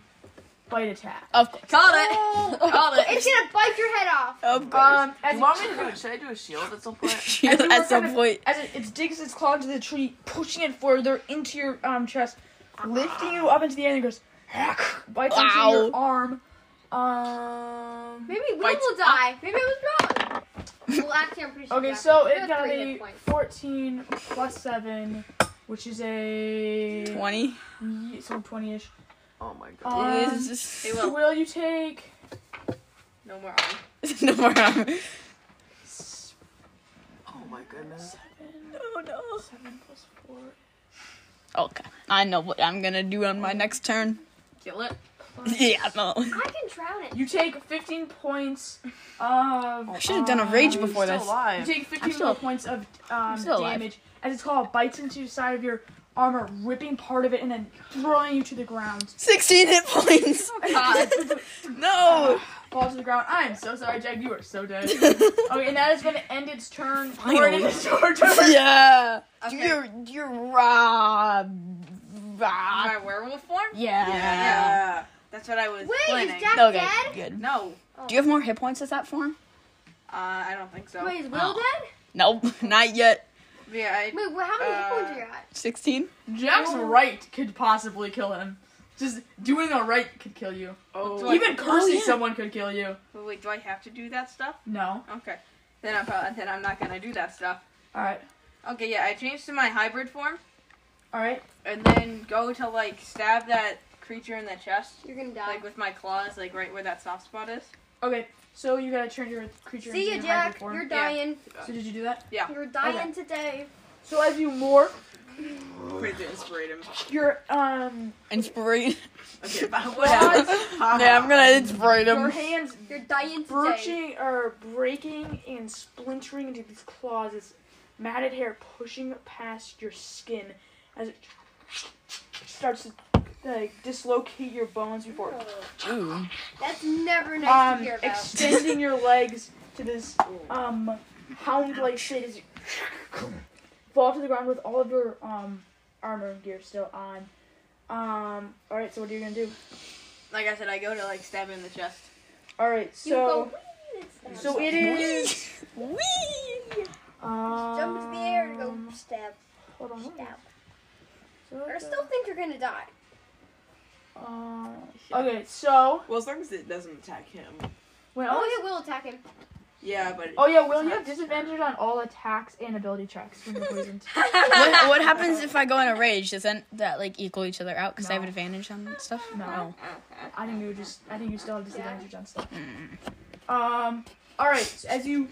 [SPEAKER 3] bite attack.
[SPEAKER 1] Of course.
[SPEAKER 7] Called it. Called it.
[SPEAKER 4] It's gonna bite your head off.
[SPEAKER 1] Of course.
[SPEAKER 3] Um, as
[SPEAKER 5] you
[SPEAKER 3] it,
[SPEAKER 5] want me to do it? Should I do a shield at some point?
[SPEAKER 1] She-
[SPEAKER 3] as you were
[SPEAKER 1] At
[SPEAKER 3] kind
[SPEAKER 1] some
[SPEAKER 3] of-
[SPEAKER 1] point,
[SPEAKER 3] as it, it digs its claw into the tree, pushing it further into your um chest, lifting you up into the air, and it goes bites into your arm. Um.
[SPEAKER 4] Maybe Will
[SPEAKER 5] Bites
[SPEAKER 4] will die. Maybe it was wrong. well, actually, I'm pretty sure.
[SPEAKER 3] Okay,
[SPEAKER 4] Jack
[SPEAKER 3] so
[SPEAKER 4] did. You
[SPEAKER 3] it
[SPEAKER 4] had
[SPEAKER 3] got
[SPEAKER 4] three hit
[SPEAKER 3] a
[SPEAKER 4] points.
[SPEAKER 3] 14 plus 7, which is a
[SPEAKER 1] 20.
[SPEAKER 3] Ye- So 20 ish.
[SPEAKER 5] Oh my god.
[SPEAKER 3] Um,
[SPEAKER 1] It's just-
[SPEAKER 7] It will.
[SPEAKER 3] Will you take.
[SPEAKER 7] No more arm.
[SPEAKER 1] no more arm.
[SPEAKER 3] s-
[SPEAKER 5] Oh my goodness.
[SPEAKER 1] Oh no.
[SPEAKER 3] 7 plus 4.
[SPEAKER 1] Okay. I know what I'm gonna do on my next turn.
[SPEAKER 7] Kill it.
[SPEAKER 1] Yeah, no.
[SPEAKER 4] I can drown it.
[SPEAKER 3] You take 15 points of.
[SPEAKER 1] I should have done a rage
[SPEAKER 3] um,
[SPEAKER 1] before
[SPEAKER 5] Still
[SPEAKER 1] this.
[SPEAKER 3] You
[SPEAKER 5] alive.
[SPEAKER 3] take 15
[SPEAKER 1] still-
[SPEAKER 3] more points of um,
[SPEAKER 1] still alive.
[SPEAKER 3] damage as its claw bites into the side of your armor, ripping part of it and then throwing you to the ground.
[SPEAKER 1] 16 hit points. no.
[SPEAKER 3] Fall to the ground. I am so sorry, Jack. You are so dead. okay, and that is going to end its turn. Or it
[SPEAKER 1] Finally.
[SPEAKER 3] is your turn.
[SPEAKER 1] yeah.
[SPEAKER 7] Okay.
[SPEAKER 1] You're you're robbed. Rob.
[SPEAKER 7] My werewolf form?
[SPEAKER 1] Ah. Yeah.
[SPEAKER 7] Yeah. That's what I was
[SPEAKER 4] Wait,
[SPEAKER 7] planning.
[SPEAKER 4] is Jack
[SPEAKER 1] Okay.
[SPEAKER 4] dead?
[SPEAKER 1] Good.
[SPEAKER 7] no.
[SPEAKER 1] Do you have more hit points as that form?
[SPEAKER 7] Uh, I don't think so.
[SPEAKER 4] Wait, is Will
[SPEAKER 1] Oh.
[SPEAKER 4] dead?
[SPEAKER 1] Nope. Not yet.
[SPEAKER 7] Yeah, I,
[SPEAKER 4] Wait, wha- how many hit
[SPEAKER 7] Uh,
[SPEAKER 4] points are you at?
[SPEAKER 1] 16.
[SPEAKER 10] Jack's
[SPEAKER 3] Oh.
[SPEAKER 10] right could possibly kill him. Just doing a right could kill you.
[SPEAKER 5] Oh.
[SPEAKER 7] Like-
[SPEAKER 10] Even cursing
[SPEAKER 1] oh, yeah.
[SPEAKER 10] someone could kill you.
[SPEAKER 7] wait, wait, do I have to do that stuff?
[SPEAKER 10] No.
[SPEAKER 7] Okay. Then I'm probably, then I'm not gonna do that stuff.
[SPEAKER 3] Alright.
[SPEAKER 7] Okay, yeah, I changed to my hybrid form
[SPEAKER 3] Alright.
[SPEAKER 7] and then go to like stab that creature in the chest,
[SPEAKER 4] You're gonna die.
[SPEAKER 7] like with my claws, like right where that soft spot is.
[SPEAKER 3] Okay. So you gotta turn your creature
[SPEAKER 4] See
[SPEAKER 3] into
[SPEAKER 4] ya,
[SPEAKER 3] your hybrid
[SPEAKER 4] Jack.
[SPEAKER 3] form.
[SPEAKER 4] You're dying.
[SPEAKER 3] So did you do that?
[SPEAKER 7] Yeah.
[SPEAKER 4] You're dying today.
[SPEAKER 3] So as you morph
[SPEAKER 5] Wait to inspirate him.
[SPEAKER 3] Your um
[SPEAKER 1] Inspirate.
[SPEAKER 5] Okay, but whatever.
[SPEAKER 1] yeah, I'm gonna inspirate
[SPEAKER 4] Your
[SPEAKER 1] him.
[SPEAKER 4] hands, you're dying today.
[SPEAKER 3] broaching or breaking and splintering into these claws, its matted hair pushing past your skin as it starts to like dislocate your bones before
[SPEAKER 1] Ooh.
[SPEAKER 4] That's never nice to
[SPEAKER 3] um
[SPEAKER 4] hear about.
[SPEAKER 3] extending your legs to this um hound like shit as you fall to the ground with all of your um armor and gear still on. Um alright, so what are you gonna do?
[SPEAKER 2] Like I said, I go to like stab him in the chest.
[SPEAKER 3] Alright,
[SPEAKER 4] you
[SPEAKER 3] so
[SPEAKER 4] go, "Wee,"
[SPEAKER 3] so it is
[SPEAKER 1] Wee!
[SPEAKER 3] um,
[SPEAKER 4] Jump into the air and go stab,
[SPEAKER 3] Hold on.
[SPEAKER 4] stab. I still think you're gonna die.
[SPEAKER 3] Uh, okay, so
[SPEAKER 5] Well, as long as it doesn't attack him.
[SPEAKER 3] when all
[SPEAKER 4] Oh, it will attack him.
[SPEAKER 5] Yeah, but
[SPEAKER 3] oh yeah, will you have disadvantage on all attacks and ability checks from the poisoned?
[SPEAKER 1] What, what happens if I go in a rage? Does that, that like equal each other out? Because I have
[SPEAKER 3] No.
[SPEAKER 1] advantage on stuff.
[SPEAKER 3] No. I think you just I think you still have disadvantage on stuff. Um. All right, so as you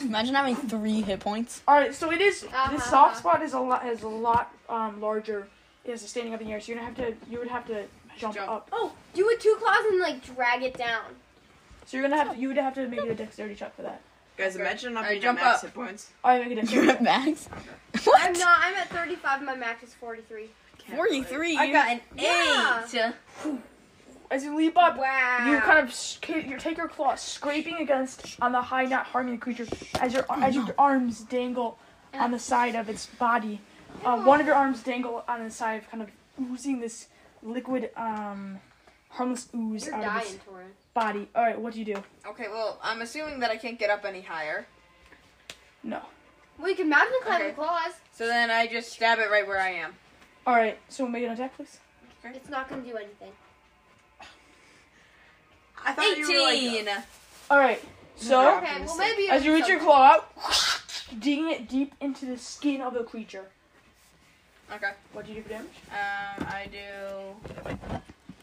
[SPEAKER 1] Imagine having three hit points.
[SPEAKER 3] all right, so it is
[SPEAKER 4] Uh-huh.
[SPEAKER 3] the soft spot is a lot is a lot um larger. It is standing up in the air, so you're gonna have to you would have to jump,
[SPEAKER 5] Jump.
[SPEAKER 3] up.
[SPEAKER 4] Oh, do it two claws and like drag it down.
[SPEAKER 3] So you're gonna have to, you would have to make a dexterity check for that.
[SPEAKER 5] guys, imagine not being at
[SPEAKER 2] jump
[SPEAKER 5] max
[SPEAKER 2] up.
[SPEAKER 5] hit points.
[SPEAKER 3] All right, make a
[SPEAKER 1] You're
[SPEAKER 3] dexterity.
[SPEAKER 1] at
[SPEAKER 3] check.
[SPEAKER 1] max. What?
[SPEAKER 4] I'm not. I'm at 35. My max is 43.
[SPEAKER 1] Forty-three.
[SPEAKER 2] I got an
[SPEAKER 4] Yeah.
[SPEAKER 2] eight.
[SPEAKER 3] As you leap up,
[SPEAKER 4] Wow.
[SPEAKER 3] You kind of sca- you take your claw, scraping against on the high, not harming the creature, as your as your arms dangle on the side of its body. Uh, one of your arms dangle on the side, kind of oozing this liquid, um, harmless ooze
[SPEAKER 4] You're
[SPEAKER 3] out of its
[SPEAKER 4] dying, Torin.
[SPEAKER 3] body. All right, what do you do?
[SPEAKER 2] Okay, well, I'm assuming that I can't get up any higher.
[SPEAKER 3] No.
[SPEAKER 4] Well, you can mountain climb
[SPEAKER 2] Okay.
[SPEAKER 4] with claws.
[SPEAKER 2] So then I just stab it right where I am.
[SPEAKER 3] All right, so make an attack, please.
[SPEAKER 4] It's not gonna do anything.
[SPEAKER 5] I thought you were like.
[SPEAKER 3] All right, so
[SPEAKER 4] okay. Well, maybe
[SPEAKER 3] Oh. as you
[SPEAKER 4] it'll
[SPEAKER 3] reach your
[SPEAKER 4] something.
[SPEAKER 3] claw out, digging it deep into the skin of the creature.
[SPEAKER 2] Okay.
[SPEAKER 3] What do you do for damage?
[SPEAKER 2] Um, I do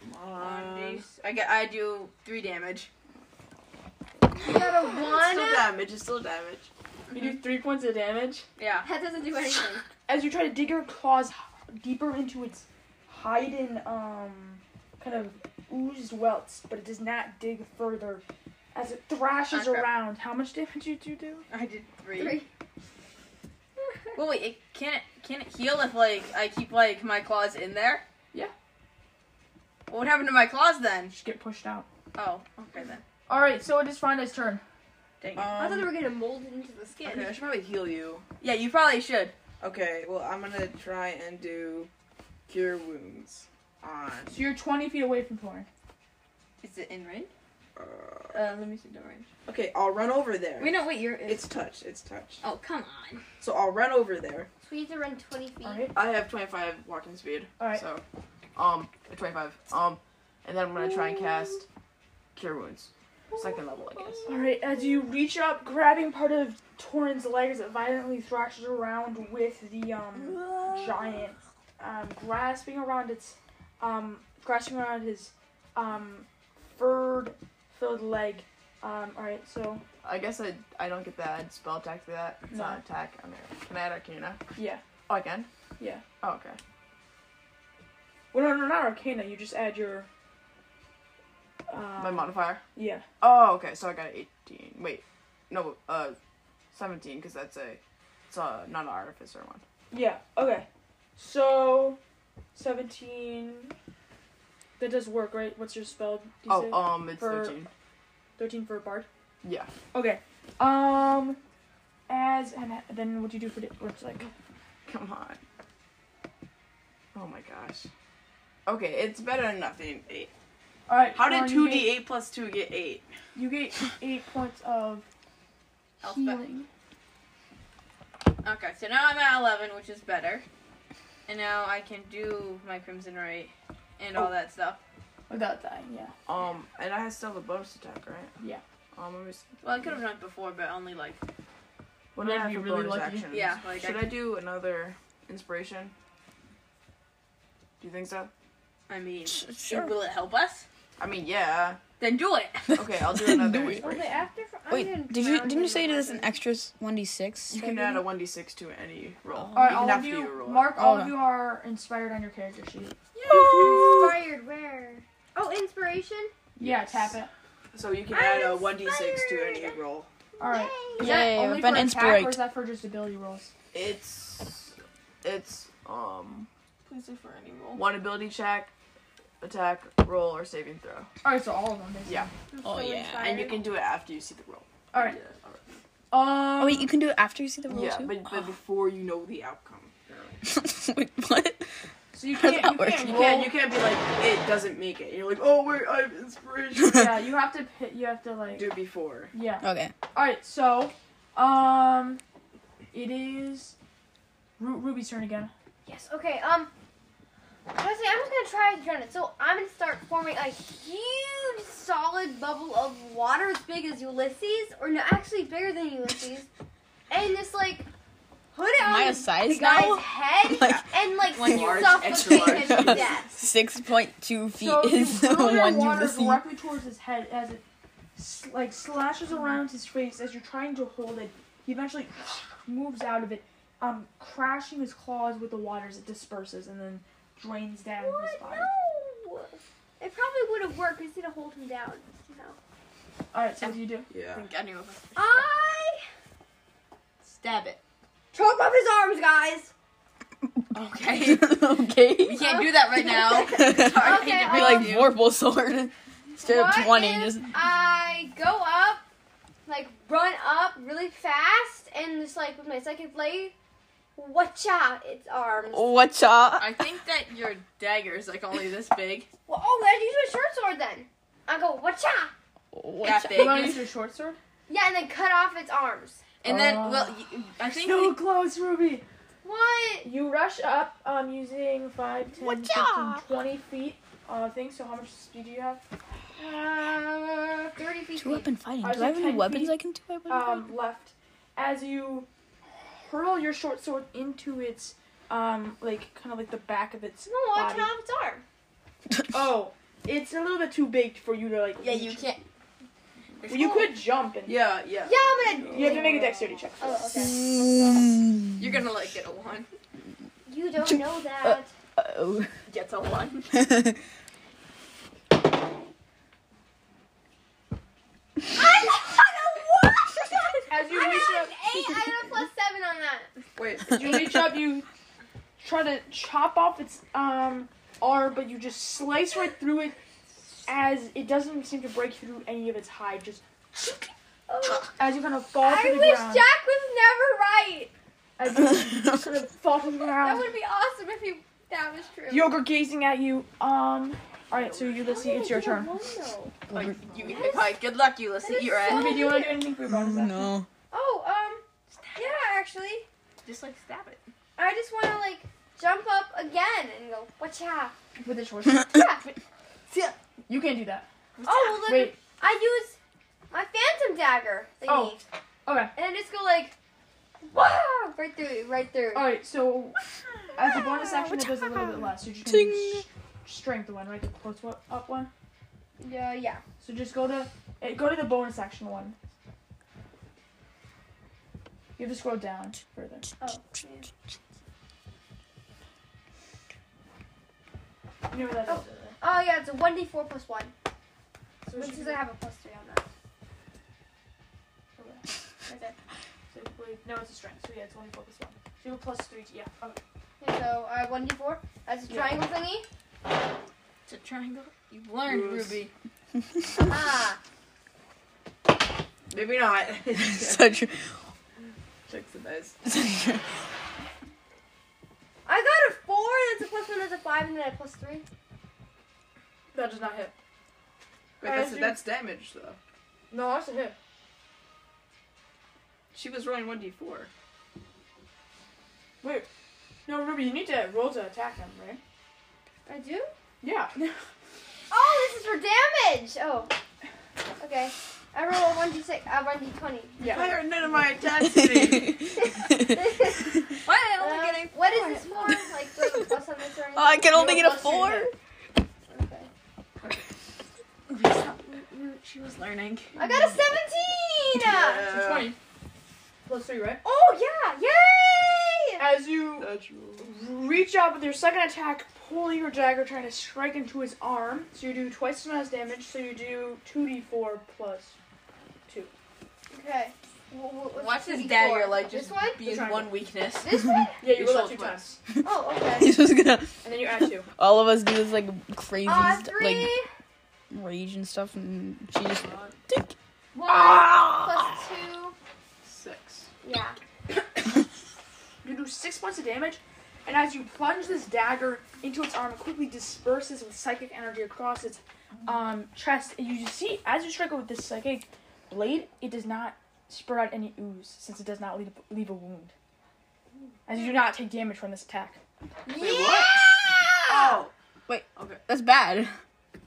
[SPEAKER 2] one
[SPEAKER 5] Uh,
[SPEAKER 2] d. I get. I do three damage.
[SPEAKER 4] You got a
[SPEAKER 5] it's still
[SPEAKER 4] one.
[SPEAKER 5] damage. It's still damage.
[SPEAKER 4] Mm-hmm.
[SPEAKER 3] You do three points of damage.
[SPEAKER 2] Yeah.
[SPEAKER 4] That doesn't do anything.
[SPEAKER 3] as you try to dig your claws h- deeper into its hidden um kind of oozed welts, but it does not dig further as it thrashes
[SPEAKER 2] Ah, crap.
[SPEAKER 3] around. How much damage did you do?
[SPEAKER 2] I did three.
[SPEAKER 4] Three.
[SPEAKER 2] Well, wait. It can it can it heal if like I keep like my claws in there?
[SPEAKER 3] Yeah.
[SPEAKER 2] What would happen to my claws then?
[SPEAKER 3] Just get pushed out.
[SPEAKER 2] Oh. Okay then.
[SPEAKER 3] All right, so it is Fonda's turn.
[SPEAKER 2] Dang. it.
[SPEAKER 4] I thought they
[SPEAKER 5] Um,
[SPEAKER 4] were gonna mold it into the skin.
[SPEAKER 5] okay, I should probably heal you.
[SPEAKER 2] yeah, you probably should.
[SPEAKER 5] Okay, well, I'm gonna try and do cure wounds on.
[SPEAKER 3] So you're 20 feet away from Thorin.
[SPEAKER 2] Is it in range?
[SPEAKER 5] Uh,
[SPEAKER 2] Uh, let me see the range.
[SPEAKER 5] okay, I'll run over there.
[SPEAKER 2] Wait, no, wait. You're.
[SPEAKER 5] It's touch. It's touch.
[SPEAKER 2] Oh, come on.
[SPEAKER 5] So I'll run over there.
[SPEAKER 4] So we have to run 20 feet.
[SPEAKER 3] All right.
[SPEAKER 5] I have 25 walking speed.
[SPEAKER 3] All right.
[SPEAKER 5] So, um, 25. Um, and then I'm gonna try and cast cure wounds, second level, I guess.
[SPEAKER 3] All right. As you reach up, grabbing part of Torin's leg as it violently thrashes around with the um giant, um, grasping around its, um, grasping around his, um, furred, filled leg. Um, all right, so
[SPEAKER 5] I guess I I don't get that spell attack for that. It's not
[SPEAKER 3] No.
[SPEAKER 5] attack. I mean, can I add Arcana?
[SPEAKER 3] yeah.
[SPEAKER 5] Oh, I can.
[SPEAKER 3] Yeah.
[SPEAKER 5] Oh, okay.
[SPEAKER 3] Well, no, no, not Arcana. You just add your. Um,
[SPEAKER 5] My modifier.
[SPEAKER 3] Yeah.
[SPEAKER 5] Oh, okay. So I got 18. Wait, no, uh, 17 because that's a it's a not an artificer one.
[SPEAKER 3] Yeah. Okay. So, seventeen. That does work, right? What's your spell? DC?
[SPEAKER 5] Oh, um, it's
[SPEAKER 3] For-
[SPEAKER 5] 13.
[SPEAKER 3] Thirteen for a bard.
[SPEAKER 5] Yeah.
[SPEAKER 3] Okay. Um, as and then what do you do for it? What's like?
[SPEAKER 5] Come on. Oh my gosh. Okay, it's better than nothing. Eight.
[SPEAKER 3] All right.
[SPEAKER 5] How
[SPEAKER 3] Juan,
[SPEAKER 5] did
[SPEAKER 3] you
[SPEAKER 5] two D eight plus two get eight?
[SPEAKER 3] get- You get eight points of
[SPEAKER 2] Alphabet.
[SPEAKER 3] healing.
[SPEAKER 2] Okay, so now I'm at 11, which is better. And now I can do my Crimson Right and all that stuff.
[SPEAKER 3] Without dying, yeah.
[SPEAKER 5] Um, and I still have a bonus attack, right?
[SPEAKER 3] Yeah.
[SPEAKER 5] Um, let me see.
[SPEAKER 2] Well, I could have done it before, but only like.
[SPEAKER 5] What do I
[SPEAKER 11] That'd
[SPEAKER 5] have
[SPEAKER 11] be
[SPEAKER 5] for
[SPEAKER 11] really
[SPEAKER 5] bonus
[SPEAKER 11] lucky.
[SPEAKER 5] actions?
[SPEAKER 2] Yeah, like
[SPEAKER 5] Should
[SPEAKER 2] I-
[SPEAKER 5] I, do another inspiration? Do you think so?
[SPEAKER 2] I mean,
[SPEAKER 1] Sure.
[SPEAKER 2] will it help us?
[SPEAKER 5] I mean, yeah.
[SPEAKER 2] Then do it.
[SPEAKER 5] Okay, I'll do another one. for you.
[SPEAKER 4] Okay, after I'm gonna
[SPEAKER 1] Wait, did you
[SPEAKER 4] drown
[SPEAKER 1] didn't you
[SPEAKER 4] in
[SPEAKER 1] say there's an
[SPEAKER 4] water.
[SPEAKER 1] extra one d six?
[SPEAKER 5] You can add a 1d6 to any roll.
[SPEAKER 3] All right,
[SPEAKER 5] you
[SPEAKER 3] all
[SPEAKER 5] can
[SPEAKER 3] of
[SPEAKER 5] have to do a
[SPEAKER 3] you.
[SPEAKER 5] roll.
[SPEAKER 3] Mark, all of
[SPEAKER 1] Okay.
[SPEAKER 3] you are inspired on your character sheet.
[SPEAKER 4] Inspired where? Oh, inspiration.
[SPEAKER 3] Yeah, tap it.
[SPEAKER 5] So you can
[SPEAKER 4] I'm
[SPEAKER 5] add a 1d6 to
[SPEAKER 4] inspired.
[SPEAKER 5] any roll.
[SPEAKER 3] All right. Is
[SPEAKER 1] Yay,
[SPEAKER 3] that only
[SPEAKER 1] we've
[SPEAKER 3] for attack,
[SPEAKER 1] been
[SPEAKER 3] or is
[SPEAKER 1] inspired.
[SPEAKER 3] that for just ability rolls?
[SPEAKER 5] It's it's um
[SPEAKER 4] Please do for any roll.
[SPEAKER 5] one ability check, attack, roll, or saving throw.
[SPEAKER 3] All right, so all of them. Basically.
[SPEAKER 5] Yeah.
[SPEAKER 1] Oh yeah.
[SPEAKER 5] And you can do it after you see the roll.
[SPEAKER 3] All right.
[SPEAKER 5] Yeah,
[SPEAKER 3] Um.
[SPEAKER 1] Oh wait, you can do it after you see the roll
[SPEAKER 5] yeah
[SPEAKER 1] too.
[SPEAKER 5] but, but before you know the outcome.
[SPEAKER 1] wait, what?
[SPEAKER 3] so you
[SPEAKER 1] How does
[SPEAKER 3] can't. You
[SPEAKER 1] that work?
[SPEAKER 3] can't
[SPEAKER 5] You
[SPEAKER 3] roll.
[SPEAKER 5] can't you can't be like it doesn't make it. You're like oh wait I have inspiration.
[SPEAKER 3] yeah, you have to. pi- You have to like.
[SPEAKER 5] do it before.
[SPEAKER 3] Yeah.
[SPEAKER 1] Okay.
[SPEAKER 3] All right. So, um, it is Ru- Ruby's turn again.
[SPEAKER 4] Yes. Okay. Um. Honestly, I'm just gonna try to drown it. So I'm gonna start forming a huge, solid bubble of water as big as Ulysses, or no, actually bigger than Ulysses, and just like put it
[SPEAKER 1] Am
[SPEAKER 4] on
[SPEAKER 1] I a
[SPEAKER 4] the,
[SPEAKER 1] size
[SPEAKER 4] guy's
[SPEAKER 1] now?
[SPEAKER 4] head
[SPEAKER 1] Like
[SPEAKER 4] and like
[SPEAKER 5] Like large, extra
[SPEAKER 4] suffocate him
[SPEAKER 5] large.
[SPEAKER 4] to death.
[SPEAKER 1] six point two feet
[SPEAKER 3] So you
[SPEAKER 1] is the
[SPEAKER 3] throw your
[SPEAKER 1] one you
[SPEAKER 3] water
[SPEAKER 1] receive.
[SPEAKER 3] directly towards his head as it s- like slashes around his face as you're trying to hold it. He eventually moves out of it, um, crashing his claws with the water as it disperses and then drains down his
[SPEAKER 4] What?
[SPEAKER 3] body.
[SPEAKER 4] No. It probably would have worked. I just need to hold him down. You know.
[SPEAKER 3] All right, so what do you do?
[SPEAKER 5] Yeah.
[SPEAKER 7] I knew it.
[SPEAKER 4] I
[SPEAKER 2] Stab it.
[SPEAKER 4] choke off his arms, guys.
[SPEAKER 2] Okay.
[SPEAKER 1] okay.
[SPEAKER 2] We can't do that right now.
[SPEAKER 1] Be
[SPEAKER 2] Sorry,
[SPEAKER 4] Okay,
[SPEAKER 2] I
[SPEAKER 4] I'll-
[SPEAKER 1] like Vorpal sword. Straight up
[SPEAKER 4] What
[SPEAKER 1] twenty.
[SPEAKER 4] if
[SPEAKER 1] Just
[SPEAKER 4] I go up, like run up really fast, and just like with my second blade, watch out its arms. Oh,
[SPEAKER 1] what's up?
[SPEAKER 2] I think that your dagger is like only this big.
[SPEAKER 4] well, oh I use my short sword then. I go watch out,
[SPEAKER 1] Whatcha?
[SPEAKER 2] That
[SPEAKER 3] You want
[SPEAKER 2] big.
[SPEAKER 3] to use your short sword?
[SPEAKER 4] yeah, and then cut off its arms.
[SPEAKER 2] And then,
[SPEAKER 3] Oh.
[SPEAKER 2] well, y- I think
[SPEAKER 3] So close, Ruby.
[SPEAKER 4] What?
[SPEAKER 3] You rush up um, using 5, 10,
[SPEAKER 4] Watch
[SPEAKER 3] 15,
[SPEAKER 4] out.
[SPEAKER 3] 20 feet uh, thing. So how much speed do you have?
[SPEAKER 4] Uh, Thirty feet.
[SPEAKER 1] Two weapon fighting.
[SPEAKER 3] I
[SPEAKER 1] Do I have
[SPEAKER 3] said
[SPEAKER 1] any
[SPEAKER 3] 10
[SPEAKER 1] weapons
[SPEAKER 3] feet.
[SPEAKER 1] I can do? weapon fighting?
[SPEAKER 3] um, left as you hurl your short sword into its um like kind of like the back of its
[SPEAKER 4] No, I
[SPEAKER 3] body.
[SPEAKER 4] cut off its arm.
[SPEAKER 3] Oh, it's a little bit too big for you to like.
[SPEAKER 2] Yeah,
[SPEAKER 3] reach.
[SPEAKER 2] you can't.
[SPEAKER 3] Well, you could jump and
[SPEAKER 5] Yeah, yeah.
[SPEAKER 4] Yeah, I'm gonna.
[SPEAKER 3] you have to make a dexterity check.
[SPEAKER 4] Oh, okay.
[SPEAKER 2] You're gonna like get a one.
[SPEAKER 4] You don't know
[SPEAKER 1] uh,
[SPEAKER 4] that.
[SPEAKER 1] Uh-oh.
[SPEAKER 2] Gets a one.
[SPEAKER 1] oh.
[SPEAKER 4] I got a one.
[SPEAKER 3] As you
[SPEAKER 4] I
[SPEAKER 3] reach
[SPEAKER 4] got
[SPEAKER 3] up,
[SPEAKER 4] an eight. I got a plus seven on that.
[SPEAKER 5] Wait.
[SPEAKER 3] as you reach up, you try to chop off its um arm, but you just slice right through it. As it doesn't seem to break through any of its hide, just
[SPEAKER 4] Oh.
[SPEAKER 3] as you kind of fall
[SPEAKER 4] I
[SPEAKER 3] to the
[SPEAKER 4] wish
[SPEAKER 3] ground,
[SPEAKER 4] Jack was never right.
[SPEAKER 3] as you
[SPEAKER 1] Oh,
[SPEAKER 3] kind of fall to the ground.
[SPEAKER 4] That would be awesome if he that was true.
[SPEAKER 3] Yoga gazing at you. Um. All right, so Ulysses, it's your turn.
[SPEAKER 2] Like, you, like, good luck, Ulysses.
[SPEAKER 4] That is
[SPEAKER 2] You're at.
[SPEAKER 4] so-
[SPEAKER 3] Ruby, do you want to do anything for your bonus action?
[SPEAKER 1] no.
[SPEAKER 4] Oh, um, yeah, actually,
[SPEAKER 2] Just like stab it.
[SPEAKER 4] I just want to like jump up again and go watch out.
[SPEAKER 3] With a short.
[SPEAKER 4] Yeah.
[SPEAKER 3] You can't do that.
[SPEAKER 4] Oh, well, then
[SPEAKER 3] Wait.
[SPEAKER 4] I use my phantom dagger thingy,
[SPEAKER 3] Oh, okay.
[SPEAKER 4] and I just go like, wow, right through, right through.
[SPEAKER 2] Oh.
[SPEAKER 3] All right, so as a bonus action, it does a little bit less. So just gonna do s- strength one, right? The plus one, up one.
[SPEAKER 4] Yeah, yeah.
[SPEAKER 3] So just go to eh, go to the bonus action one. You have to scroll down further.
[SPEAKER 4] Oh,
[SPEAKER 3] You know what that is.
[SPEAKER 4] oh yeah, it's a one d four plus one,
[SPEAKER 3] So
[SPEAKER 4] which
[SPEAKER 3] she-
[SPEAKER 4] is I have a plus three on that. Right there.
[SPEAKER 3] so wait, no, it's a strength. So yeah, it's only focus one. So you have a plus three. To, yeah. Okay.
[SPEAKER 4] Okay, so I have one d four. That's a
[SPEAKER 3] Yeah.
[SPEAKER 4] triangle thingy.
[SPEAKER 2] It's a triangle. You've learned,
[SPEAKER 5] Yes.
[SPEAKER 2] Ruby.
[SPEAKER 4] Ah,
[SPEAKER 5] Maybe not.
[SPEAKER 1] Such.
[SPEAKER 5] Check's the best.
[SPEAKER 1] such
[SPEAKER 4] I got a four. That's a plus one. That's a five, and then a plus three.
[SPEAKER 3] That does not hit.
[SPEAKER 5] But that's that's damage though.
[SPEAKER 3] No, that's a hit.
[SPEAKER 5] She was rolling 1d4.
[SPEAKER 3] Wait. No, Ruby, you need to roll to attack him, right?
[SPEAKER 4] I do.
[SPEAKER 3] Yeah.
[SPEAKER 4] Oh, this is for damage. Oh, okay. I roll a one d six. I one d twenty.
[SPEAKER 5] Why
[SPEAKER 3] Yeah.
[SPEAKER 5] are none of my attacks hitting?
[SPEAKER 2] Why
[SPEAKER 4] Um, what is this for? Like do I have a plus on this or anything?
[SPEAKER 1] I can only
[SPEAKER 3] You
[SPEAKER 1] get
[SPEAKER 3] have
[SPEAKER 1] a
[SPEAKER 3] plus three to
[SPEAKER 1] four.
[SPEAKER 4] Okay.
[SPEAKER 1] She was learning.
[SPEAKER 4] I got a 17!
[SPEAKER 12] So 20. Plus 3, right?
[SPEAKER 4] Oh, yeah! Yay!
[SPEAKER 3] As you
[SPEAKER 5] Natural.
[SPEAKER 3] reach out with your second attack, pull your dagger, trying to strike into his arm. So you do twice the amount of damage. So you do two d4 plus.
[SPEAKER 4] Okay. Wha- wha- what's
[SPEAKER 7] Watch
[SPEAKER 4] this
[SPEAKER 7] this
[SPEAKER 4] D4?
[SPEAKER 7] dagger, like, just
[SPEAKER 4] This one?
[SPEAKER 7] be his
[SPEAKER 3] Triangle.
[SPEAKER 7] one weakness.
[SPEAKER 4] This one?
[SPEAKER 3] Yeah, you
[SPEAKER 7] You
[SPEAKER 3] roll
[SPEAKER 7] saw
[SPEAKER 3] it two
[SPEAKER 7] it twice.
[SPEAKER 3] times,
[SPEAKER 4] Oh, okay.
[SPEAKER 1] He's just gonna.
[SPEAKER 3] and then you add two.
[SPEAKER 1] All of us do this like crazy,
[SPEAKER 4] Uh,
[SPEAKER 1] st-
[SPEAKER 4] three
[SPEAKER 1] like rage and stuff, and she just.
[SPEAKER 4] one,
[SPEAKER 1] Ah!
[SPEAKER 4] plus two.
[SPEAKER 5] Six.
[SPEAKER 4] Yeah.
[SPEAKER 3] You do six points of damage, and as you plunge this dagger into its arm, it quickly disperses with psychic energy across its um, chest. And you just see, as you strike it with this psychic blade, it does not spurt out any ooze, since it does not leave, leave a wound. As you do not take damage from this attack.
[SPEAKER 5] Oh.
[SPEAKER 1] That's bad.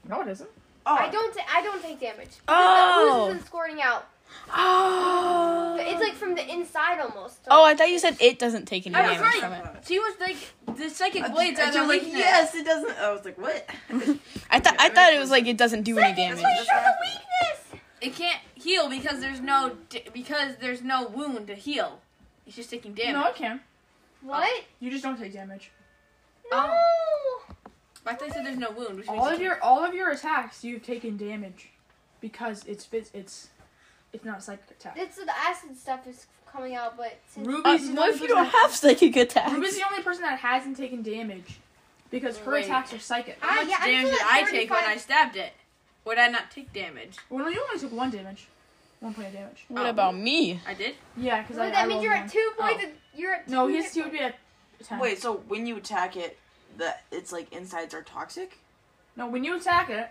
[SPEAKER 3] No, it isn't.
[SPEAKER 5] oh,
[SPEAKER 4] I don't. ta- I don't take damage.
[SPEAKER 1] Oh.
[SPEAKER 4] This is squirting out.
[SPEAKER 1] Oh.
[SPEAKER 4] It's like from the inside almost.
[SPEAKER 1] Oh, I thought you said it doesn't take any
[SPEAKER 7] I was
[SPEAKER 1] damage
[SPEAKER 7] right.
[SPEAKER 1] from it.
[SPEAKER 7] She was like, the psychic
[SPEAKER 5] I
[SPEAKER 7] blades
[SPEAKER 5] just
[SPEAKER 7] are the
[SPEAKER 5] was like,
[SPEAKER 7] weakness.
[SPEAKER 5] yes, it doesn't. I was like, what?
[SPEAKER 1] I thought I thought it was like it doesn't do any damage.
[SPEAKER 4] the weakness.
[SPEAKER 7] It can't heal because there's no d- because there's no wound to heal. It's just taking damage.
[SPEAKER 3] No, it can.
[SPEAKER 4] What?
[SPEAKER 3] You just don't take damage.
[SPEAKER 4] No.
[SPEAKER 1] Oh.
[SPEAKER 7] But I thought you said there's no wound, which means
[SPEAKER 3] All of
[SPEAKER 7] it
[SPEAKER 3] your all of your attacks, you've taken damage, because it's phys- it's it's not a psychic attack.
[SPEAKER 4] It's the acid stuff is coming out, but since
[SPEAKER 1] Uh,
[SPEAKER 3] Ruby's the
[SPEAKER 1] what
[SPEAKER 3] only
[SPEAKER 1] if you
[SPEAKER 3] person
[SPEAKER 1] don't
[SPEAKER 3] that-
[SPEAKER 1] have psychic attacks?
[SPEAKER 3] Ruby's the only person that hasn't taken damage because her
[SPEAKER 7] Wait.
[SPEAKER 3] attacks are psychic.
[SPEAKER 7] How
[SPEAKER 4] Ah,
[SPEAKER 7] much
[SPEAKER 4] yeah, I'm still
[SPEAKER 7] damage did
[SPEAKER 4] at
[SPEAKER 7] I take when I
[SPEAKER 4] 35.
[SPEAKER 7] stabbed it? Would I not take damage?
[SPEAKER 3] Well, no, you only took one damage. One point of damage.
[SPEAKER 1] What about me?
[SPEAKER 7] I did.
[SPEAKER 3] Yeah, because I.
[SPEAKER 4] that
[SPEAKER 3] I
[SPEAKER 4] means
[SPEAKER 3] rolled
[SPEAKER 4] you're
[SPEAKER 3] one.
[SPEAKER 4] at two points. and You're at two
[SPEAKER 3] No, he's
[SPEAKER 4] hit
[SPEAKER 3] he would be at ten.
[SPEAKER 5] Wait, so when you attack it, that it's like insides are toxic?
[SPEAKER 3] No, when you attack it,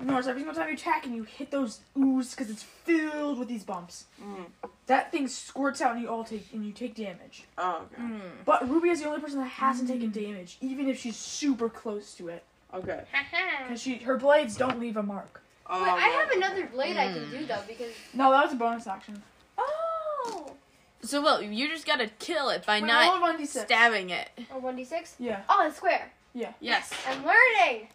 [SPEAKER 3] you notice every single time you attack and you hit those ooze because it's filled with these bumps.
[SPEAKER 5] Mm.
[SPEAKER 3] That thing squirts out and you all take and you take damage.
[SPEAKER 5] Oh, okay.
[SPEAKER 3] But Ruby is the only person that hasn't taken damage, even if she's super close to it,
[SPEAKER 5] Okay.
[SPEAKER 4] Haha.
[SPEAKER 3] because she her blades don't leave a mark.
[SPEAKER 5] Oh,
[SPEAKER 4] Wait, I
[SPEAKER 5] well.
[SPEAKER 4] have another blade I can do though
[SPEAKER 1] Hmm.
[SPEAKER 4] because
[SPEAKER 3] No, that was a bonus action.
[SPEAKER 4] oh
[SPEAKER 7] So well, you just gotta kill it by
[SPEAKER 3] Wait,
[SPEAKER 7] not
[SPEAKER 3] roll one d six.
[SPEAKER 7] stabbing it.
[SPEAKER 4] or one d six.
[SPEAKER 3] Yeah.
[SPEAKER 4] Oh, it's square.
[SPEAKER 7] Yes.
[SPEAKER 4] I'm learning.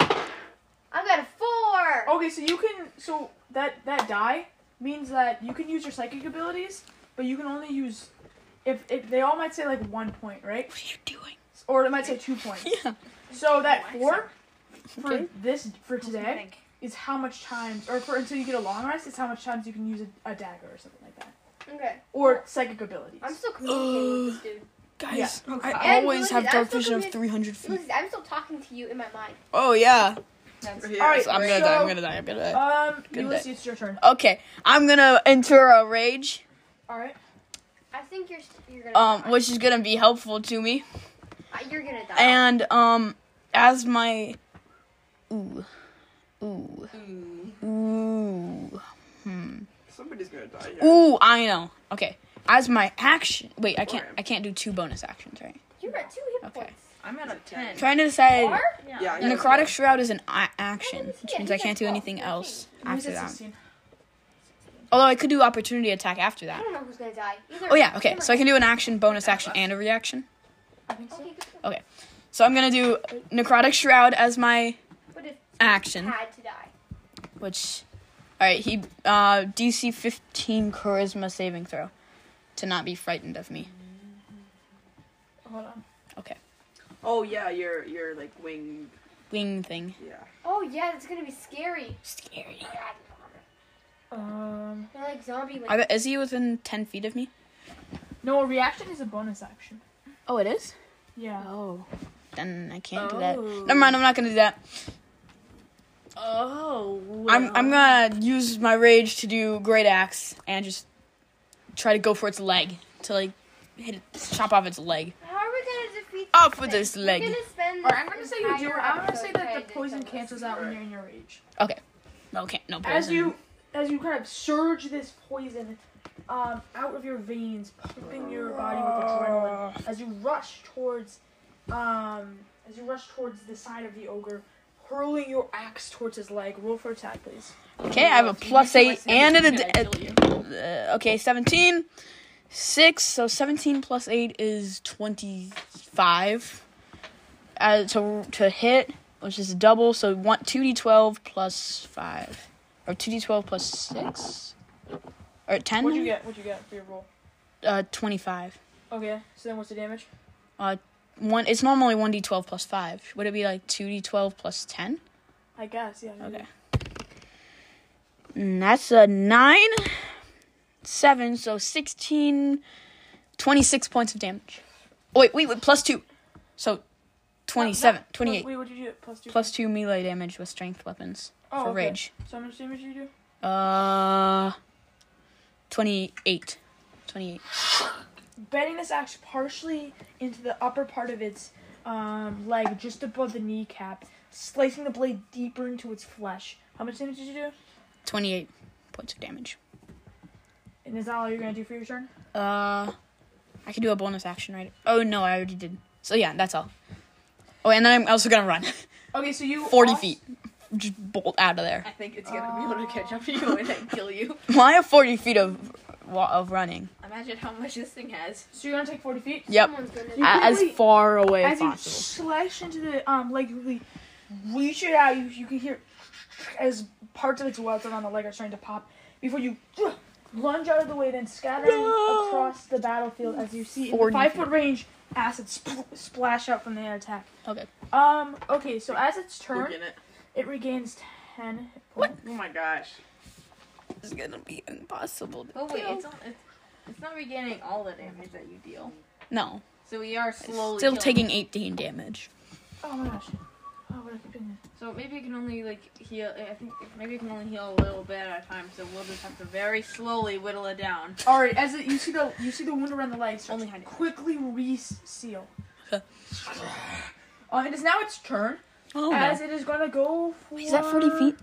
[SPEAKER 4] I've got a four.
[SPEAKER 3] Okay, so you can so that that die means that you can use your psychic abilities, but you can only use if if they all might say like one point, right?
[SPEAKER 1] What are you doing?
[SPEAKER 3] Or it might say two points.
[SPEAKER 1] Yeah.
[SPEAKER 3] So that four for
[SPEAKER 1] Okay.
[SPEAKER 3] this for today is how much times, or for until you get a long rest, is how much times you can use a, a dagger or something like that,
[SPEAKER 4] Okay.
[SPEAKER 3] or psychic abilities.
[SPEAKER 4] I'm still communicating with this dude.
[SPEAKER 1] Guys,
[SPEAKER 4] And
[SPEAKER 1] I always
[SPEAKER 4] Lucy,
[SPEAKER 1] have
[SPEAKER 4] I'm
[SPEAKER 1] dark
[SPEAKER 4] still
[SPEAKER 1] vision of
[SPEAKER 4] doing-
[SPEAKER 1] 300 feet.
[SPEAKER 4] Lucy, I'm still talking to you in my mind.
[SPEAKER 1] Oh yeah.
[SPEAKER 5] Yeah.
[SPEAKER 3] All right.
[SPEAKER 1] So I'm gonna
[SPEAKER 3] so,
[SPEAKER 1] die. I'm gonna die. I'm gonna die.
[SPEAKER 3] Um,
[SPEAKER 1] Good
[SPEAKER 3] Ulysses,
[SPEAKER 1] day.
[SPEAKER 3] it's your turn.
[SPEAKER 1] Okay, I'm gonna enter a rage,
[SPEAKER 3] All right.
[SPEAKER 4] I think you're you're gonna.
[SPEAKER 1] um,
[SPEAKER 4] die.
[SPEAKER 1] which is gonna be helpful to me.
[SPEAKER 4] Uh, you're gonna die.
[SPEAKER 1] And um, as my, ooh, ooh,
[SPEAKER 5] Mm,
[SPEAKER 1] ooh, hmm,
[SPEAKER 5] Somebody's gonna die here.
[SPEAKER 1] ooh, I know. Okay, as my action. Wait, I can't. I can't do two bonus actions, right?
[SPEAKER 4] you're at two hit
[SPEAKER 1] Okay.
[SPEAKER 4] points.
[SPEAKER 13] I'm at a ten.
[SPEAKER 1] Trying to decide.
[SPEAKER 4] Or
[SPEAKER 5] Yeah. he does.
[SPEAKER 1] Necrotic shroud is an I- action,
[SPEAKER 4] What is
[SPEAKER 1] which
[SPEAKER 4] it?
[SPEAKER 1] means I
[SPEAKER 4] He's
[SPEAKER 1] can't
[SPEAKER 4] at
[SPEAKER 1] do
[SPEAKER 4] 12,
[SPEAKER 1] anything else
[SPEAKER 3] Ulysses
[SPEAKER 1] after
[SPEAKER 3] at
[SPEAKER 1] that.
[SPEAKER 3] 16.
[SPEAKER 1] Although I could do opportunity attack after
[SPEAKER 4] I
[SPEAKER 1] that.
[SPEAKER 4] don't know who's gonna die. Either
[SPEAKER 1] Oh yeah, okay.
[SPEAKER 4] him or
[SPEAKER 1] So I
[SPEAKER 4] him.
[SPEAKER 1] can do an action, bonus action, and a reaction.
[SPEAKER 4] Okay, good.
[SPEAKER 1] So I'm gonna do necrotic shroud as my
[SPEAKER 4] But if
[SPEAKER 1] action,
[SPEAKER 4] had to die.
[SPEAKER 1] which, all right, he uh, DC 15 charisma saving throw, to not be frightened of me.
[SPEAKER 3] Hold on.
[SPEAKER 5] Oh yeah, your your like wing.
[SPEAKER 1] Wing thing,
[SPEAKER 5] Yeah.
[SPEAKER 4] Oh yeah, that's gonna be scary.
[SPEAKER 1] scary.
[SPEAKER 3] Um,
[SPEAKER 4] They're like zombie.
[SPEAKER 1] I
[SPEAKER 4] Like,
[SPEAKER 1] bet, is he within 10 feet of me?
[SPEAKER 3] no, a reaction is a bonus action.
[SPEAKER 1] Oh, it is.
[SPEAKER 3] Yeah.
[SPEAKER 1] Oh, then I can't do that. Never mind. I'm not gonna do that.
[SPEAKER 7] Oh.
[SPEAKER 1] I'm I'm gonna use my rage to do great axe and just try to go for its leg to like hit it, chop off its leg.
[SPEAKER 4] how are we gonna defeat?
[SPEAKER 1] Off with
[SPEAKER 4] this
[SPEAKER 1] its
[SPEAKER 4] thing?
[SPEAKER 1] leg.
[SPEAKER 4] We're gonna spend.
[SPEAKER 3] All right. I'm gonna say you do.
[SPEAKER 4] entire
[SPEAKER 3] I'm gonna
[SPEAKER 4] episode
[SPEAKER 3] say that
[SPEAKER 4] trying
[SPEAKER 3] the
[SPEAKER 4] to
[SPEAKER 3] poison
[SPEAKER 4] kill us.
[SPEAKER 3] cancels out when you're in your rage.
[SPEAKER 1] No, can't. No poison.
[SPEAKER 3] As you, as you kind of surge this poison, um, out of your veins, pumping your body with adrenaline, as you rush towards, um, as you rush towards the side of the ogre, hurling your axe towards his leg. Roll for attack, please.
[SPEAKER 1] Okay, I have a plus eight and an ad-
[SPEAKER 7] you.
[SPEAKER 1] uh, okay, 17, 6, so 17 plus 8 is 25. Uh, to, to hit which is double, so one two d twelve plus five, or two d twelve plus six, or ten.
[SPEAKER 3] What'd you
[SPEAKER 1] then?
[SPEAKER 3] get? What'd you get for your roll?
[SPEAKER 1] Uh, twenty five.
[SPEAKER 3] Okay, so then what's the damage?
[SPEAKER 1] One. It's normally one d twelve plus five. Would it be like two d twelve plus ten?
[SPEAKER 3] I guess, yeah.
[SPEAKER 1] Okay. Mm, That's a nine, seven, so 16, 26 points of damage. Oh, wait, wait, wait, plus two. So 27, 28.
[SPEAKER 3] Wait, what did you do? Plus two.
[SPEAKER 1] Plus two melee damage with strength weapons
[SPEAKER 3] oh,
[SPEAKER 1] for
[SPEAKER 3] okay.
[SPEAKER 1] rage.
[SPEAKER 3] So how much damage do you do?
[SPEAKER 1] Uh, 28. 28.
[SPEAKER 3] Bending this axe partially into the upper part of its um, leg, just above the kneecap, slicing the blade deeper into its flesh. How much damage did you do?
[SPEAKER 1] 28 points of damage.
[SPEAKER 3] And is that all you're gonna do for your turn?
[SPEAKER 1] Uh, I could do a bonus action, right? Oh, no, I already did. So yeah, that's all. Oh, and then I'm also gonna run
[SPEAKER 3] Okay, so you
[SPEAKER 1] 40
[SPEAKER 3] also-
[SPEAKER 1] feet. Just bolt out of there.
[SPEAKER 5] I think it's gonna be
[SPEAKER 3] Oh.
[SPEAKER 5] able to catch up to you and then kill you.
[SPEAKER 1] Well, I have 40 feet of wa- of running
[SPEAKER 5] Imagine how much this thing has.
[SPEAKER 3] So you're gonna take forty feet.
[SPEAKER 1] Yep.
[SPEAKER 4] Someone's gonna
[SPEAKER 1] A- as
[SPEAKER 3] really-
[SPEAKER 1] far away as
[SPEAKER 3] As you
[SPEAKER 1] possible.
[SPEAKER 3] slash into the um leg, you really reach it out. You, you can hear as parts of its welts around the leg are starting to pop. Before you lunge out of the way, then scattering across the battlefield as you see in the
[SPEAKER 1] 40
[SPEAKER 3] five foot range, acid spl- splash out from the air attack.
[SPEAKER 1] Okay.
[SPEAKER 3] Um. Okay. So as its
[SPEAKER 5] Look
[SPEAKER 3] turn,
[SPEAKER 5] in it.
[SPEAKER 3] it regains ten. hit points.
[SPEAKER 5] Oh my gosh.
[SPEAKER 1] It's gonna be impossible. To
[SPEAKER 7] Oh wait,
[SPEAKER 1] kill.
[SPEAKER 7] it's, on, it's it's not regaining all the damage that you deal.
[SPEAKER 1] no,
[SPEAKER 7] So we are
[SPEAKER 1] it's
[SPEAKER 7] slowly
[SPEAKER 1] still
[SPEAKER 7] killing
[SPEAKER 1] taking 18 damage.
[SPEAKER 3] Oh my gosh. Oh, what have you been?
[SPEAKER 7] So maybe it can only like heal. I think maybe it can only heal a little bit at a time. So we'll just have to very slowly whittle it down.
[SPEAKER 3] All right. As it, you see the you see the wound around the leg, start
[SPEAKER 7] Only
[SPEAKER 3] Only
[SPEAKER 7] had it.
[SPEAKER 3] quickly reseal. uh, it is now its turn.
[SPEAKER 1] Oh
[SPEAKER 3] as it is gonna go for.
[SPEAKER 1] Is that 40 feet?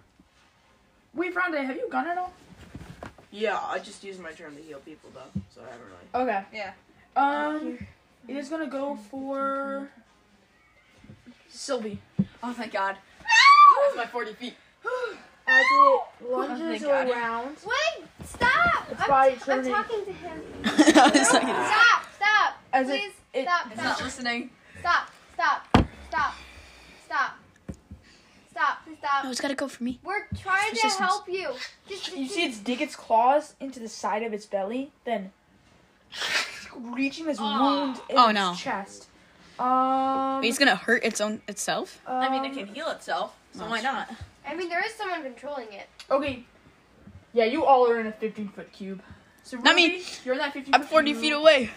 [SPEAKER 3] Wait, Rhonda, have you gone at all?
[SPEAKER 5] Yeah, I just used my turn to heal people though, so I haven't really.
[SPEAKER 3] Okay.
[SPEAKER 7] Yeah.
[SPEAKER 3] Um, it is gonna go for. Sylvie.
[SPEAKER 7] Oh my god.
[SPEAKER 5] That's my 40 feet.
[SPEAKER 3] As it lunges
[SPEAKER 7] Oh, thank God.
[SPEAKER 3] around.
[SPEAKER 4] Wait! Stop!
[SPEAKER 3] It's
[SPEAKER 4] I'm,
[SPEAKER 3] body
[SPEAKER 4] t- I'm
[SPEAKER 3] turning.
[SPEAKER 4] talking to him.
[SPEAKER 1] It's like-
[SPEAKER 4] Stop! Stop!
[SPEAKER 3] As it-
[SPEAKER 4] Please
[SPEAKER 3] it-
[SPEAKER 4] stop!
[SPEAKER 7] It's
[SPEAKER 4] Stop!
[SPEAKER 7] not listening.
[SPEAKER 4] Stop! Stop! Stop! Stop! Stop! Please
[SPEAKER 1] no,
[SPEAKER 4] stop!
[SPEAKER 1] it's gotta go for me.
[SPEAKER 4] We're trying to
[SPEAKER 1] Resistance.
[SPEAKER 4] help you. Just, just,
[SPEAKER 3] You
[SPEAKER 4] just-
[SPEAKER 3] see its dig its claws into the side of its belly, then reaching this wound in
[SPEAKER 1] Oh,
[SPEAKER 3] its
[SPEAKER 1] no.
[SPEAKER 3] chest. Um,
[SPEAKER 1] Wait, it's gonna hurt its own itself.
[SPEAKER 7] I mean, it
[SPEAKER 3] um,
[SPEAKER 7] can heal itself. So why not?
[SPEAKER 4] I mean, there is someone controlling it.
[SPEAKER 3] Okay. Yeah, you all are in a 15 foot cube. So Ruby,
[SPEAKER 1] I mean,
[SPEAKER 3] you're in that 15
[SPEAKER 1] I'm
[SPEAKER 3] foot
[SPEAKER 1] 40
[SPEAKER 3] cube.
[SPEAKER 1] feet away.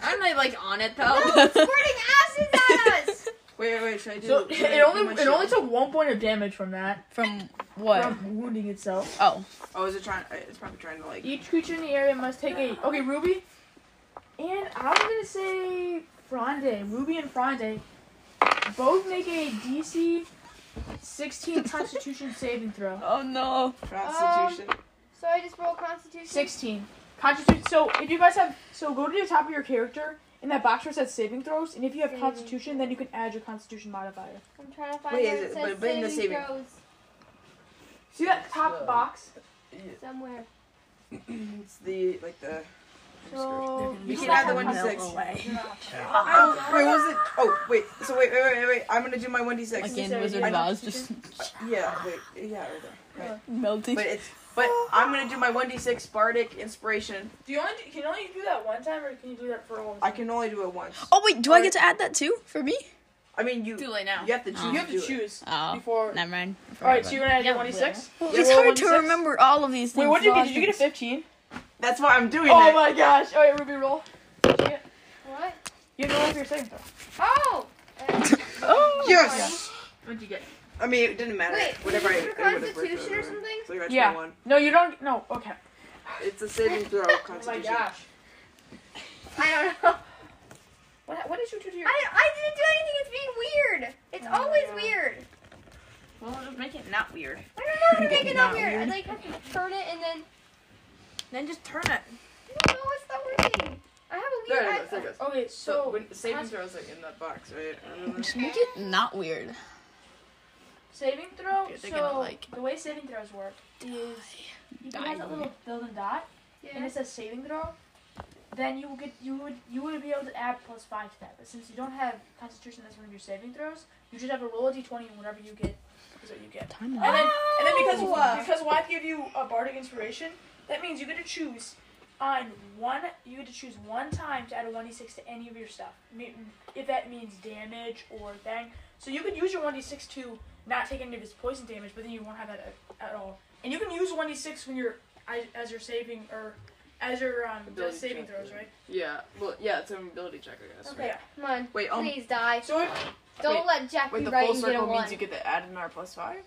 [SPEAKER 7] I'm not like on it though.
[SPEAKER 4] No, it's squirting acid at us.
[SPEAKER 5] Wait, wait, wait, should I do
[SPEAKER 3] So
[SPEAKER 5] should I
[SPEAKER 3] it
[SPEAKER 5] do
[SPEAKER 3] only
[SPEAKER 5] my
[SPEAKER 3] it only
[SPEAKER 5] shield?
[SPEAKER 3] took one point of damage from that
[SPEAKER 1] From what?
[SPEAKER 3] from wounding itself.
[SPEAKER 1] Oh,
[SPEAKER 5] Oh, is it trying? It's probably trying to like.
[SPEAKER 3] Each creature in the area must take a okay, Ruby. And I'm gonna say Fronde, Ruby and Fronde, both make a DC 16 Constitution saving throw.
[SPEAKER 1] oh no.
[SPEAKER 5] Constitution.
[SPEAKER 4] So I just roll Constitution.
[SPEAKER 3] 16. Constitution. So if you guys have, so go to the top of your character. In that box where it says saving throws, and if you have
[SPEAKER 4] Saving
[SPEAKER 3] Constitution, then you can add your Constitution modifier.
[SPEAKER 4] I'm trying to find
[SPEAKER 5] Wait,
[SPEAKER 4] where
[SPEAKER 5] is
[SPEAKER 4] it
[SPEAKER 5] it-
[SPEAKER 4] says
[SPEAKER 5] but- but in the
[SPEAKER 4] saving
[SPEAKER 5] saving-
[SPEAKER 4] throws
[SPEAKER 3] See that top
[SPEAKER 5] So-
[SPEAKER 3] box?
[SPEAKER 4] somewhere.
[SPEAKER 5] it's the like the.
[SPEAKER 4] So
[SPEAKER 5] You
[SPEAKER 3] can
[SPEAKER 5] can add the one
[SPEAKER 3] have
[SPEAKER 5] d six.
[SPEAKER 4] Oh,
[SPEAKER 5] Oh, wait, what was it? Oh, wait. So wait, wait, wait, wait. wait. I'm gonna do my one d six.
[SPEAKER 1] Like in Wizard of Oz, just
[SPEAKER 5] Yeah, wait, yeah, right there. Right.
[SPEAKER 1] melting.
[SPEAKER 5] But it's but I'm gonna do my one d six bardic inspiration.
[SPEAKER 3] Do you only do, can you only do that one time, or can you do that for all?
[SPEAKER 5] I can only do it once.
[SPEAKER 1] Oh wait, do I get to add that too for me?
[SPEAKER 5] I mean, you
[SPEAKER 7] Too late now.
[SPEAKER 5] you have to choose.
[SPEAKER 3] You have
[SPEAKER 5] do
[SPEAKER 3] to
[SPEAKER 5] it.
[SPEAKER 3] choose
[SPEAKER 1] Oh,
[SPEAKER 3] before.
[SPEAKER 1] never mind.
[SPEAKER 3] All right, so you're gonna add your 1d6.
[SPEAKER 1] it's
[SPEAKER 3] roll
[SPEAKER 1] hard to
[SPEAKER 3] 1d6.
[SPEAKER 1] remember all of these things.
[SPEAKER 3] Wait, what did you get? Did you get a 15?
[SPEAKER 5] That's why I'm doing
[SPEAKER 3] Oh
[SPEAKER 5] it.
[SPEAKER 3] my gosh! All right, Ruby, roll.
[SPEAKER 4] what?
[SPEAKER 3] You have to roll for your second throw.
[SPEAKER 4] Oh. Uh,
[SPEAKER 1] Oh.
[SPEAKER 5] Yes.
[SPEAKER 7] What'd you get?
[SPEAKER 5] I mean, it didn't matter.
[SPEAKER 4] Wait,
[SPEAKER 5] whatever
[SPEAKER 4] is
[SPEAKER 5] I
[SPEAKER 4] it for
[SPEAKER 5] I would've worked
[SPEAKER 4] Constitution
[SPEAKER 5] it
[SPEAKER 4] or
[SPEAKER 5] over.
[SPEAKER 4] something?
[SPEAKER 5] So I got
[SPEAKER 3] Yeah.
[SPEAKER 5] 21.
[SPEAKER 3] No, you don't. No, okay.
[SPEAKER 5] It's a saving throw
[SPEAKER 3] Oh my
[SPEAKER 5] Constitution.
[SPEAKER 3] gosh.
[SPEAKER 4] I don't know.
[SPEAKER 3] What, what did you do to your?
[SPEAKER 4] I, I didn't do anything. It's being weird. It's
[SPEAKER 1] Oh,
[SPEAKER 4] always weird.
[SPEAKER 7] Well, just make it not weird.
[SPEAKER 4] I don't know how to make it not weird. I like have to turn it and then.
[SPEAKER 7] Then just turn it.
[SPEAKER 4] No, it's not working. I have a weird.
[SPEAKER 5] There
[SPEAKER 4] I, Oh.
[SPEAKER 5] it goes. There it goes.
[SPEAKER 3] Okay,
[SPEAKER 5] So
[SPEAKER 3] so
[SPEAKER 5] when saving throws like in that box, right? I don't know.
[SPEAKER 1] Make it not weird.
[SPEAKER 3] saving throw.
[SPEAKER 1] Dude, they're gonna,
[SPEAKER 3] So
[SPEAKER 1] like,
[SPEAKER 3] the way saving throws work is you
[SPEAKER 1] die
[SPEAKER 3] have that
[SPEAKER 1] on me.
[SPEAKER 3] little build and dot, and
[SPEAKER 4] yeah.
[SPEAKER 3] it says saving throw, then you will get you would you would be able to add plus five to that. But since you don't have concentration as one of your saving throws, you just have to roll a d20 and whatever you get is what you get.
[SPEAKER 6] Time
[SPEAKER 3] And then, and then because
[SPEAKER 14] Oh!
[SPEAKER 3] because Wythe gave you a bardic inspiration, that means you get to choose on one. You get to choose one time to add a one d six to any of your stuff, Me- if that means damage or thing. So you could use your one d six to not take any of his poison damage, but then you won't have that at, at all. And you can use one d six when you're as, as you're saving or as your um
[SPEAKER 5] Ability
[SPEAKER 3] saving
[SPEAKER 5] check,
[SPEAKER 3] throws,
[SPEAKER 5] yeah.
[SPEAKER 3] right?
[SPEAKER 5] Yeah. Well, yeah, it's an ability check, I guess.
[SPEAKER 3] Okay.
[SPEAKER 5] right?
[SPEAKER 4] Come on.
[SPEAKER 5] Wait, um,
[SPEAKER 4] Please die.
[SPEAKER 3] So if,
[SPEAKER 4] Don't
[SPEAKER 5] wait,
[SPEAKER 4] let Jack
[SPEAKER 5] wait,
[SPEAKER 4] be
[SPEAKER 5] the
[SPEAKER 4] right
[SPEAKER 5] full
[SPEAKER 4] and get a
[SPEAKER 5] circle
[SPEAKER 4] one.
[SPEAKER 5] means you get the add another plus five?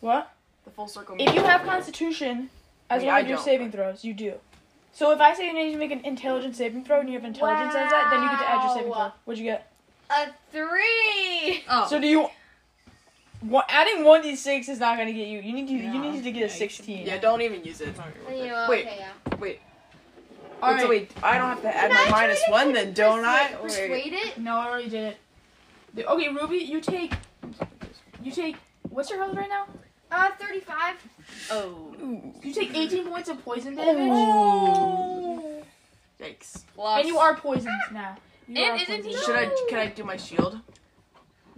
[SPEAKER 3] what
[SPEAKER 5] The full circle means
[SPEAKER 3] if you have Constitution as
[SPEAKER 5] Wait,
[SPEAKER 3] one
[SPEAKER 5] I
[SPEAKER 3] of your
[SPEAKER 5] don't,
[SPEAKER 3] saving throws? You do. So if I say you need to make an intelligence saving throw and you have intelligence as that, then you get to add your saving throw.
[SPEAKER 4] Wow.
[SPEAKER 3] What'd you get?
[SPEAKER 4] A three.
[SPEAKER 5] Oh.
[SPEAKER 3] So do you? One, adding one d six is not gonna get you. You need to, you need to get a sixteen.
[SPEAKER 5] yeah, don't even use it. It's not even worth
[SPEAKER 4] You
[SPEAKER 5] it.
[SPEAKER 4] know,
[SPEAKER 5] Wait,
[SPEAKER 4] okay, yeah.
[SPEAKER 5] wait, so wait, I don't have to add
[SPEAKER 4] Can I
[SPEAKER 5] my
[SPEAKER 4] try
[SPEAKER 5] minus
[SPEAKER 4] to
[SPEAKER 5] one then, don't I?
[SPEAKER 4] persuade-
[SPEAKER 5] Wait.
[SPEAKER 4] Persuade it.
[SPEAKER 3] No, I already did it. The- Okay, Ruby, you take. You take. What's your health right now?
[SPEAKER 4] Uh, thirty-five.
[SPEAKER 5] Oh.
[SPEAKER 3] You take eighteen points of poison damage,
[SPEAKER 5] Yikes.
[SPEAKER 3] and you are poisoned now. You
[SPEAKER 7] And
[SPEAKER 3] are
[SPEAKER 7] isn't he-
[SPEAKER 3] poisoned.
[SPEAKER 5] Should I? Can I do my shield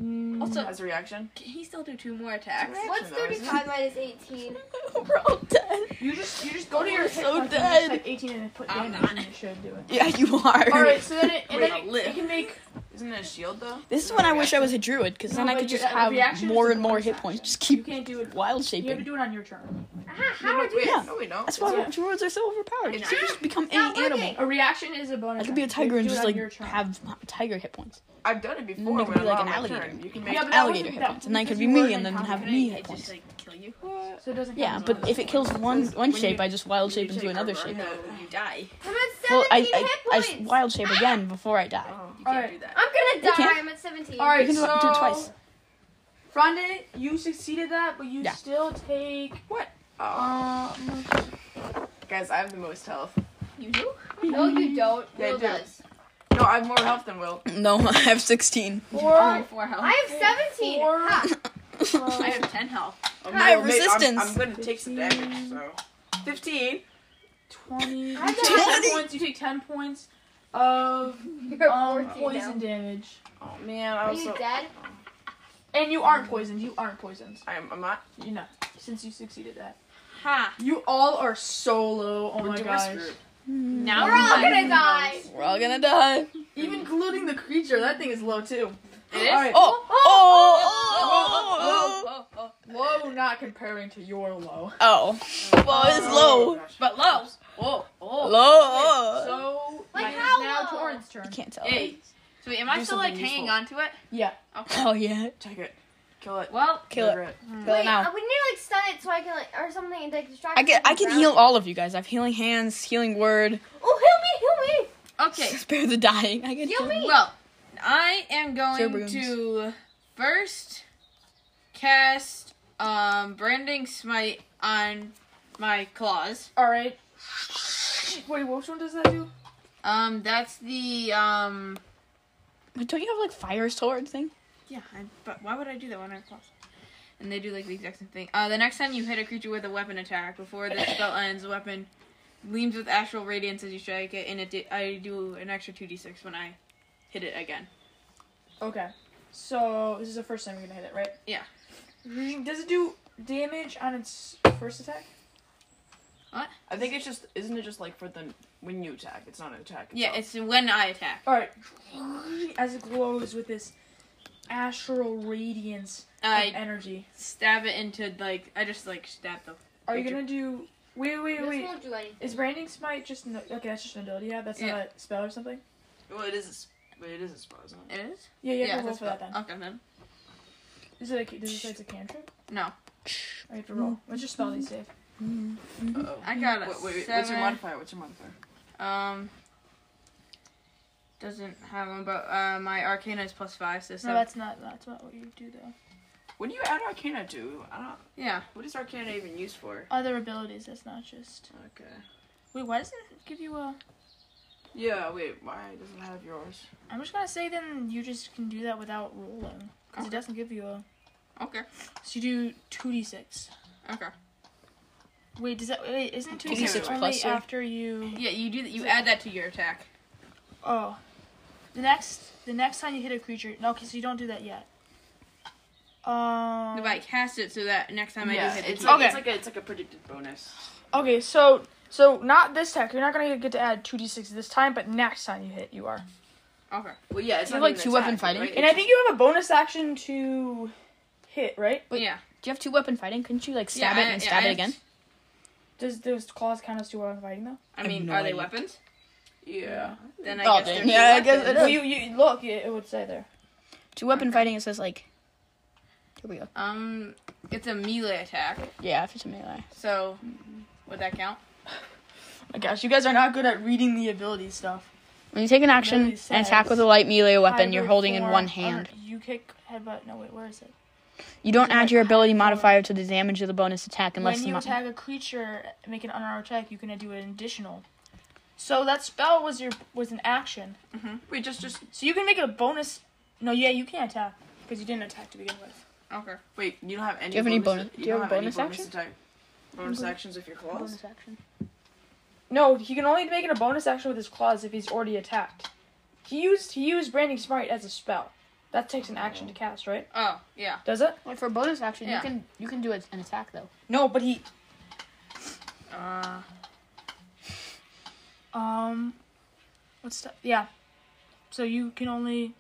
[SPEAKER 3] Mm,
[SPEAKER 7] Also-
[SPEAKER 5] as a reaction?
[SPEAKER 7] Can he still do two more attacks?
[SPEAKER 4] What's thirty-five minus eighteen?
[SPEAKER 7] We're all dead.
[SPEAKER 3] you just you just go to your
[SPEAKER 7] We're
[SPEAKER 3] hit
[SPEAKER 7] so
[SPEAKER 3] marker and
[SPEAKER 7] dead.
[SPEAKER 3] just type eighteen and put
[SPEAKER 7] I'm
[SPEAKER 3] damage, and it should do it.
[SPEAKER 6] Yeah, you are.
[SPEAKER 3] All right, so then it, and
[SPEAKER 6] Wait,
[SPEAKER 3] then it,
[SPEAKER 6] I'll live.
[SPEAKER 3] it can make
[SPEAKER 5] Isn't it a shield though?
[SPEAKER 6] This is when I wish I was a druid, because then
[SPEAKER 3] No,
[SPEAKER 6] I
[SPEAKER 3] but
[SPEAKER 6] could
[SPEAKER 3] your-
[SPEAKER 6] just
[SPEAKER 3] uh,
[SPEAKER 6] have
[SPEAKER 3] reaction
[SPEAKER 6] more
[SPEAKER 3] is
[SPEAKER 6] and
[SPEAKER 3] a
[SPEAKER 6] more
[SPEAKER 3] bonus
[SPEAKER 6] hit
[SPEAKER 3] action.
[SPEAKER 6] points. Just
[SPEAKER 3] you
[SPEAKER 6] keep
[SPEAKER 3] can't do it.
[SPEAKER 6] wild
[SPEAKER 3] You have to
[SPEAKER 6] shaping.
[SPEAKER 3] do it on your turn.
[SPEAKER 4] Ah, how do I do
[SPEAKER 5] Wait,
[SPEAKER 6] Yeah.
[SPEAKER 5] no, we don't.
[SPEAKER 6] That's why
[SPEAKER 3] Yeah.
[SPEAKER 6] druids are so overpowered. You can just become
[SPEAKER 4] not
[SPEAKER 6] any animal.
[SPEAKER 4] working.
[SPEAKER 3] A reaction is a bonus.
[SPEAKER 6] I could be a
[SPEAKER 3] action. You
[SPEAKER 6] tiger and
[SPEAKER 3] do it
[SPEAKER 6] just
[SPEAKER 3] on
[SPEAKER 6] like
[SPEAKER 3] your turn.
[SPEAKER 6] have tiger hit points.
[SPEAKER 5] I've done it before.
[SPEAKER 6] Maybe
[SPEAKER 5] when
[SPEAKER 6] like
[SPEAKER 5] I'm not
[SPEAKER 6] an
[SPEAKER 5] on my
[SPEAKER 6] alligator.
[SPEAKER 5] turn. You can make.
[SPEAKER 3] Yeah, but that
[SPEAKER 6] Alligator
[SPEAKER 3] wasn't
[SPEAKER 6] hit
[SPEAKER 3] that-
[SPEAKER 6] points, and then it could
[SPEAKER 3] because
[SPEAKER 6] be
[SPEAKER 3] you weren't
[SPEAKER 6] me, and then
[SPEAKER 3] incompetent.
[SPEAKER 6] have me hit points.
[SPEAKER 7] like kill you.
[SPEAKER 3] So it doesn't. count
[SPEAKER 6] Yeah,
[SPEAKER 3] as
[SPEAKER 6] but
[SPEAKER 3] bonus.
[SPEAKER 6] if it kills one one
[SPEAKER 5] when
[SPEAKER 6] shape,
[SPEAKER 5] you-
[SPEAKER 6] I just wild shape
[SPEAKER 5] you
[SPEAKER 6] into
[SPEAKER 5] take
[SPEAKER 6] another
[SPEAKER 5] over,
[SPEAKER 6] shape.
[SPEAKER 5] no.
[SPEAKER 7] you die.
[SPEAKER 4] I'm at seventeen
[SPEAKER 6] Well, I I,
[SPEAKER 4] hit
[SPEAKER 6] I
[SPEAKER 4] points.
[SPEAKER 6] s- wild shape again before I die.
[SPEAKER 5] Oh.
[SPEAKER 7] You can't
[SPEAKER 3] Alright.
[SPEAKER 7] do that.
[SPEAKER 4] I'm gonna
[SPEAKER 6] You
[SPEAKER 4] die.
[SPEAKER 6] can't.
[SPEAKER 4] I'm at seventeen.
[SPEAKER 3] all right,
[SPEAKER 6] You can do
[SPEAKER 3] so
[SPEAKER 6] it, do it twice.
[SPEAKER 3] Fronde, you succeeded that, but you
[SPEAKER 6] Yeah.
[SPEAKER 3] still take.
[SPEAKER 5] Oh.
[SPEAKER 3] Um,
[SPEAKER 5] Guys, I have the most health.
[SPEAKER 7] You do?
[SPEAKER 4] No, you don't.
[SPEAKER 5] Yeah,
[SPEAKER 4] Will
[SPEAKER 5] I do.
[SPEAKER 4] does.
[SPEAKER 5] No, I have more health than Will.
[SPEAKER 6] No, I have sixteen.
[SPEAKER 7] Four. Four health.
[SPEAKER 4] I have seventeen.
[SPEAKER 3] Four.
[SPEAKER 4] Ha.
[SPEAKER 7] I have ten health.
[SPEAKER 5] Oh,
[SPEAKER 6] I have
[SPEAKER 5] no, mate,
[SPEAKER 6] resistance.
[SPEAKER 5] I'm, I'm gonna take some damage. So. Fifteen.
[SPEAKER 3] 20. You
[SPEAKER 4] I'm
[SPEAKER 3] take
[SPEAKER 6] not-
[SPEAKER 3] 10 points. You take 10 points of
[SPEAKER 4] You're
[SPEAKER 3] um,
[SPEAKER 4] at fourteen
[SPEAKER 3] poison
[SPEAKER 4] now.
[SPEAKER 3] damage.
[SPEAKER 5] Oh man, I
[SPEAKER 4] Are
[SPEAKER 5] also.
[SPEAKER 4] you dead?
[SPEAKER 3] And you aren't poisoned. You aren't poisoned.
[SPEAKER 5] I'm. I'm not.
[SPEAKER 3] You know, since you succeeded that.
[SPEAKER 7] Ha.
[SPEAKER 3] You all are so low. Oh
[SPEAKER 5] we're
[SPEAKER 3] my
[SPEAKER 5] doing
[SPEAKER 3] gosh.
[SPEAKER 5] screwed.
[SPEAKER 7] Now
[SPEAKER 4] We're all gonna die.
[SPEAKER 6] We're all gonna die.
[SPEAKER 3] Even including the creature, that thing is low too.
[SPEAKER 7] It is?
[SPEAKER 3] All right.
[SPEAKER 6] Oh oh
[SPEAKER 7] Oh,
[SPEAKER 6] oh
[SPEAKER 7] oh, oh,
[SPEAKER 3] Low, not comparing to your low.
[SPEAKER 6] oh oh. Well, it's low.
[SPEAKER 7] But low. Oh, oh.
[SPEAKER 6] Low.
[SPEAKER 3] So
[SPEAKER 4] Like
[SPEAKER 3] it is
[SPEAKER 4] how
[SPEAKER 3] now
[SPEAKER 4] low?
[SPEAKER 3] Torin's turn.
[SPEAKER 6] I can't tell.
[SPEAKER 7] Hey. So wait, am I
[SPEAKER 5] Do
[SPEAKER 7] still like
[SPEAKER 5] something
[SPEAKER 7] hanging
[SPEAKER 5] useful.
[SPEAKER 7] on to it?
[SPEAKER 3] Yeah.
[SPEAKER 7] Okay.
[SPEAKER 6] Oh yeah.
[SPEAKER 5] Check it. Kill it.
[SPEAKER 7] Well,
[SPEAKER 6] Kill it.
[SPEAKER 5] Murder
[SPEAKER 6] Kill
[SPEAKER 4] Wait,
[SPEAKER 6] it now.
[SPEAKER 4] uh, we need to like stun it so I can like or something and like distract.
[SPEAKER 6] I can
[SPEAKER 4] it from
[SPEAKER 6] I can
[SPEAKER 4] drowning.
[SPEAKER 6] heal all of you guys. I have healing hands, healing word.
[SPEAKER 4] Oh, heal me, heal me.
[SPEAKER 7] okay.
[SPEAKER 6] Spare the dying. I can
[SPEAKER 4] Heal me.
[SPEAKER 7] Well, I am
[SPEAKER 6] Sir
[SPEAKER 7] going
[SPEAKER 6] Brooms.
[SPEAKER 7] to first cast um branding smite on my claws.
[SPEAKER 3] All right. Wait, which one does that do?
[SPEAKER 7] Um, that's the um.
[SPEAKER 6] But don't you have like fire sword thing?
[SPEAKER 7] Yeah, I, but why would I do that when I have claws? And they do like the exact same thing. Uh, the next time you hit a creature with a weapon attack, before the spell ends, the weapon gleams with astral radiance as you strike it, and it di- I do an extra two d six when I hit it again.
[SPEAKER 3] Okay. So this is the first time you're gonna hit it, right?
[SPEAKER 7] Yeah.
[SPEAKER 3] Does it do damage on its first attack?
[SPEAKER 5] I think it's just. Isn't it just like for the when you attack? It's not an attack.
[SPEAKER 7] Yeah,
[SPEAKER 5] itself.
[SPEAKER 7] it's when I attack.
[SPEAKER 3] All right. As it glows with this astral radiance of
[SPEAKER 7] I
[SPEAKER 3] energy,
[SPEAKER 7] stab it into like I just like stab the
[SPEAKER 3] are you
[SPEAKER 7] Did you-
[SPEAKER 3] gonna do? Wait, wait,
[SPEAKER 4] This
[SPEAKER 3] wait.
[SPEAKER 4] won't do anything.
[SPEAKER 3] Is branding smite just an, okay? That's just an ability. Yeah, that's
[SPEAKER 7] Yeah.
[SPEAKER 3] not a spell or something.
[SPEAKER 5] Well, it is. A, sp- but it is a spell, isn't it?
[SPEAKER 7] It is?
[SPEAKER 3] Yeah, you have to roll
[SPEAKER 7] that's
[SPEAKER 3] for that
[SPEAKER 7] fine.
[SPEAKER 3] then.
[SPEAKER 7] Okay, then.
[SPEAKER 3] Is it a, does it say it's a cantrip?
[SPEAKER 7] No.
[SPEAKER 3] I have to roll. What's your spell these days?
[SPEAKER 5] Uh-oh.
[SPEAKER 7] I got a
[SPEAKER 5] Mm-hmm. Wait, wait, wait, What's your
[SPEAKER 7] seven.
[SPEAKER 5] modifier? What's your modifier?
[SPEAKER 7] Um, doesn't have one, but uh, my Arcana is plus five, so
[SPEAKER 3] No,
[SPEAKER 7] seven.
[SPEAKER 3] that's not. That's not what you do though.
[SPEAKER 5] What do you add Arcana to? I don't.
[SPEAKER 7] yeah.
[SPEAKER 5] What is Arcana even used for?
[SPEAKER 3] Other abilities. That's not just.
[SPEAKER 5] Okay.
[SPEAKER 3] Wait, why does it give you a?
[SPEAKER 5] Yeah. Wait. Why does it have yours?
[SPEAKER 3] I'm just gonna say then you just can do that without rolling because it doesn't give you a.
[SPEAKER 7] Okay.
[SPEAKER 3] So you do two d six.
[SPEAKER 7] Okay.
[SPEAKER 3] Wait, does that wait, isn't two
[SPEAKER 1] 2d6
[SPEAKER 3] only
[SPEAKER 1] plus two?
[SPEAKER 3] after you?
[SPEAKER 7] Yeah, you do. You add that to your attack.
[SPEAKER 3] Oh, the next the next time you hit a creature. No, okay, so you don't do that yet. Um.
[SPEAKER 7] If I cast it, so that next time I
[SPEAKER 5] yeah,
[SPEAKER 7] do hit,
[SPEAKER 5] it's
[SPEAKER 7] the
[SPEAKER 5] like,
[SPEAKER 7] key-
[SPEAKER 5] it's like a it's like a predicted bonus.
[SPEAKER 3] Okay, so so not this attack. You're not gonna get to add two d6 this time, but next time you hit, you are.
[SPEAKER 7] Okay.
[SPEAKER 5] Well, yeah, it's
[SPEAKER 1] You
[SPEAKER 5] not
[SPEAKER 1] have, like,
[SPEAKER 5] even
[SPEAKER 1] two
[SPEAKER 5] attack,
[SPEAKER 1] weapon fighting?
[SPEAKER 5] right?
[SPEAKER 3] And I think you have a bonus action to hit, right?
[SPEAKER 1] Wait,
[SPEAKER 7] yeah.
[SPEAKER 1] Do you have two weapon fighting? Couldn't you like stab
[SPEAKER 7] Yeah,
[SPEAKER 1] it
[SPEAKER 7] I-
[SPEAKER 1] and
[SPEAKER 7] yeah, I
[SPEAKER 1] stab it
[SPEAKER 7] have-
[SPEAKER 1] again?
[SPEAKER 3] Does those claws count as two weapon fighting though?
[SPEAKER 7] I,
[SPEAKER 1] have
[SPEAKER 7] mean,
[SPEAKER 1] no
[SPEAKER 7] are they
[SPEAKER 1] idea.
[SPEAKER 7] weapons?
[SPEAKER 5] yeah.
[SPEAKER 7] Then I
[SPEAKER 1] Oh,
[SPEAKER 7] guess
[SPEAKER 1] then-
[SPEAKER 7] they're
[SPEAKER 1] yeah, I
[SPEAKER 7] two
[SPEAKER 1] guess it
[SPEAKER 7] weapons.
[SPEAKER 1] is.
[SPEAKER 3] Well, you you look. It, it would say there.
[SPEAKER 1] Two weapon fighting. It says like. Here we go.
[SPEAKER 7] Um, it's a melee attack.
[SPEAKER 1] Yeah, if it's a melee.
[SPEAKER 7] So, would that count?
[SPEAKER 3] My gosh, you guys are not good at reading the ability stuff.
[SPEAKER 1] When you take an action
[SPEAKER 3] Melee
[SPEAKER 1] and attack
[SPEAKER 3] says-
[SPEAKER 1] with a light melee weapon you're
[SPEAKER 3] Hybrid
[SPEAKER 1] holding in
[SPEAKER 3] form,
[SPEAKER 1] one
[SPEAKER 3] other-
[SPEAKER 1] hand,
[SPEAKER 3] You kick headbutt. No wait, where is it?
[SPEAKER 1] you don't add
[SPEAKER 3] like
[SPEAKER 1] your ability
[SPEAKER 3] hybrid form.
[SPEAKER 1] modifier to the damage of the bonus attack unless
[SPEAKER 3] when
[SPEAKER 1] the
[SPEAKER 3] you
[SPEAKER 1] mo-
[SPEAKER 3] attack a creature, make an unarmed attack. You can do an additional. So that spell was your was an action.
[SPEAKER 5] Wait, just just
[SPEAKER 3] So you can make it a bonus. No, yeah, you can attack because you didn't attack to begin with.
[SPEAKER 7] Okay.
[SPEAKER 5] wait. You don't have any.
[SPEAKER 1] Do you have any
[SPEAKER 5] bonus? Mm-hmm.
[SPEAKER 1] bonus- do you have a
[SPEAKER 5] any
[SPEAKER 1] bonus
[SPEAKER 5] attack- bonus actions with your claws.
[SPEAKER 1] bonus action.
[SPEAKER 3] No, he can only make it a bonus action with his claws if he's already attacked. He used he used branding smite as a spell. That takes an action to cast, right?
[SPEAKER 7] Oh, yeah.
[SPEAKER 3] Does it?
[SPEAKER 1] Wait, for a bonus action,
[SPEAKER 7] Yeah.
[SPEAKER 1] you can you can do a- an attack though.
[SPEAKER 3] No, but he
[SPEAKER 7] Uh,
[SPEAKER 3] um, what's that? Yeah. So you can only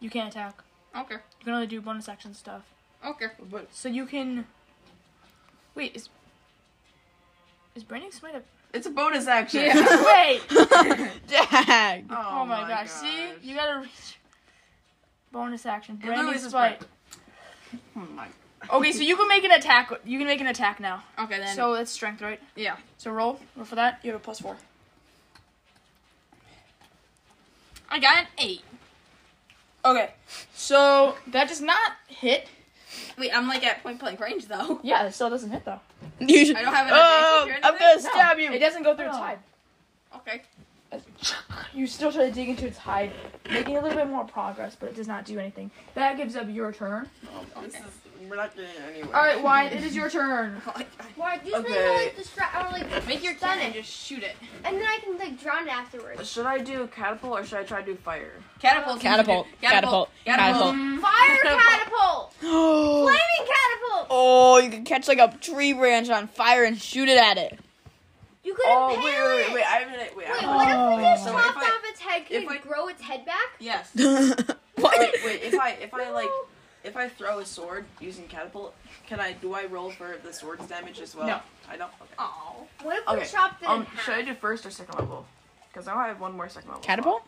[SPEAKER 3] you can't attack.
[SPEAKER 7] okay.
[SPEAKER 3] You can only do bonus action stuff.
[SPEAKER 7] Okay.
[SPEAKER 5] But
[SPEAKER 3] So you can. Wait, is. Is Branding Smite a.
[SPEAKER 5] it's a bonus action.
[SPEAKER 3] Wait! Oh,
[SPEAKER 1] Dag.
[SPEAKER 5] Oh,
[SPEAKER 3] my, gosh. see? You gotta. Reach... Bonus action. Branding
[SPEAKER 5] Louis is
[SPEAKER 3] Smite.
[SPEAKER 5] Oh my.
[SPEAKER 3] Okay, so you can make an attack. You can make an attack now.
[SPEAKER 7] Okay then.
[SPEAKER 3] so that's strength, right?
[SPEAKER 7] yeah.
[SPEAKER 3] So roll. Roll for that. You have a plus four.
[SPEAKER 7] I got an eight.
[SPEAKER 3] Okay. So that does not hit.
[SPEAKER 7] Wait, I'm like at point blank range though.
[SPEAKER 3] Yeah, it still doesn't hit though.
[SPEAKER 1] You should-
[SPEAKER 7] I don't have an
[SPEAKER 1] Oh,
[SPEAKER 7] advantage or
[SPEAKER 1] I'm
[SPEAKER 7] anything?
[SPEAKER 1] gonna stab
[SPEAKER 3] It
[SPEAKER 1] you.
[SPEAKER 3] doesn't go through
[SPEAKER 6] Oh.
[SPEAKER 3] its hide.
[SPEAKER 7] Okay.
[SPEAKER 3] You still try to dig into its hide, making a little bit more progress, but it does not do anything. That gives up your turn.
[SPEAKER 5] Oh, this is, we're not getting anywhere.
[SPEAKER 3] All right, Wyatt, it is your turn.
[SPEAKER 4] Why? Usually
[SPEAKER 5] Okay.
[SPEAKER 4] I like distract or like
[SPEAKER 7] Make your
[SPEAKER 4] stun
[SPEAKER 7] cannon and
[SPEAKER 4] it,
[SPEAKER 7] just shoot it.
[SPEAKER 4] and then I can like drown it afterwards.
[SPEAKER 5] Should I do catapult or should I try to do fire?
[SPEAKER 7] Catapult.
[SPEAKER 1] Catapult. Catapult.
[SPEAKER 3] Um,
[SPEAKER 1] Catapult.
[SPEAKER 4] Fire catapult,
[SPEAKER 1] Oh,
[SPEAKER 4] flaming catapult.
[SPEAKER 1] you can catch like a tree branch on fire and shoot it at it.
[SPEAKER 4] You could
[SPEAKER 5] Oh
[SPEAKER 4] impale
[SPEAKER 5] wait, wait, wait,
[SPEAKER 4] it.
[SPEAKER 5] wait! I have an wait. I
[SPEAKER 4] Wait,
[SPEAKER 5] have
[SPEAKER 4] what if we just
[SPEAKER 5] So if
[SPEAKER 4] chopped
[SPEAKER 5] I-
[SPEAKER 4] off its head? Can
[SPEAKER 5] if
[SPEAKER 4] you
[SPEAKER 5] I-
[SPEAKER 4] grow its head back?
[SPEAKER 7] Yes.
[SPEAKER 1] what?
[SPEAKER 5] wait, wait, if I if I like if I throw a sword using catapult, can I do I roll for the sword's damage as well?
[SPEAKER 7] No.
[SPEAKER 5] I don't. Okay.
[SPEAKER 7] Oh.
[SPEAKER 4] What if we
[SPEAKER 5] Okay,
[SPEAKER 4] chopped it in
[SPEAKER 5] Um,
[SPEAKER 4] half?
[SPEAKER 5] should I do first or second level? Because now I have one more second level.
[SPEAKER 1] Catapult?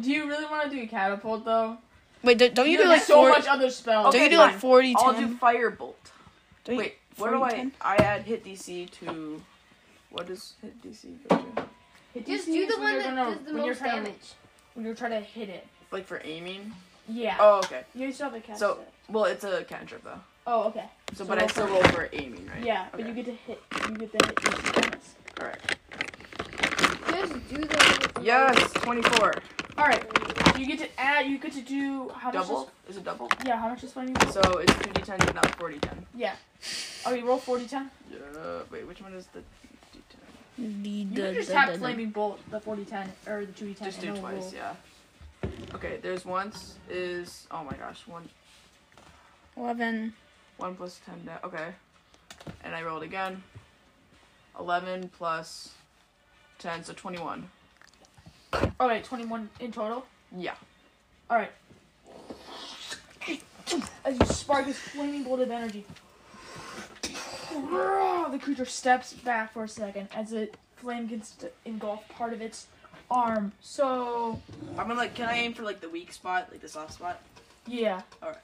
[SPEAKER 6] Do you really want to do catapult though?
[SPEAKER 1] Wait, don't, don't you do
[SPEAKER 6] There's
[SPEAKER 1] like
[SPEAKER 6] so
[SPEAKER 1] four?
[SPEAKER 6] much other spells.
[SPEAKER 1] don't
[SPEAKER 5] Okay,
[SPEAKER 1] you do like
[SPEAKER 5] fine.
[SPEAKER 1] forty?
[SPEAKER 5] I'll
[SPEAKER 1] 10?
[SPEAKER 5] do firebolt.
[SPEAKER 1] Don't you-
[SPEAKER 5] Wait, what do I?
[SPEAKER 1] 40, 10?
[SPEAKER 5] I add hit DC to. What does hit DC go to?
[SPEAKER 4] Just do the one that does the
[SPEAKER 6] when you're
[SPEAKER 4] most
[SPEAKER 6] trying to-
[SPEAKER 4] damage.
[SPEAKER 6] when you're trying to hit it.
[SPEAKER 5] Like for aiming?
[SPEAKER 6] Yeah.
[SPEAKER 5] Oh, okay.
[SPEAKER 6] You still have to cast
[SPEAKER 5] So,
[SPEAKER 6] it.
[SPEAKER 5] well, it's a cantrip though.
[SPEAKER 6] Oh, okay. So
[SPEAKER 5] So, but I
[SPEAKER 6] roll
[SPEAKER 5] still
[SPEAKER 6] for-
[SPEAKER 5] roll for aiming, right?
[SPEAKER 6] Yeah, but
[SPEAKER 5] Okay.
[SPEAKER 6] you get to hit. You get the hit. bonus.
[SPEAKER 5] Correct.
[SPEAKER 4] Just do the one that's the
[SPEAKER 5] Yes, twenty-four.
[SPEAKER 6] All right. You get to add. You get to do how
[SPEAKER 5] Double
[SPEAKER 6] much?
[SPEAKER 5] is it double?
[SPEAKER 6] Is, yeah. How much is funny?
[SPEAKER 5] So it's two d ten, not four d ten.
[SPEAKER 6] Okay, Oh, roll forty ten.
[SPEAKER 5] Yeah. Wait, which one is the d ten?
[SPEAKER 6] You can just tap flaming bolt the forty ten or the two d ten.
[SPEAKER 5] Just do it twice, yeah. Okay, there's once is oh my gosh, one
[SPEAKER 1] Eleven.
[SPEAKER 5] one plus ten da- okay. And I rolled again. Eleven plus ten, so twenty one.
[SPEAKER 6] All right, Oh, twenty one in total.
[SPEAKER 5] Yeah.
[SPEAKER 6] As you spark this flaming bolt of energy, the creature steps back for a second as the flame gets to engulf part of its arm. So
[SPEAKER 5] I'm gonna like can I aim for like the weak spot, like the soft spot?
[SPEAKER 6] yeah.
[SPEAKER 5] Alright.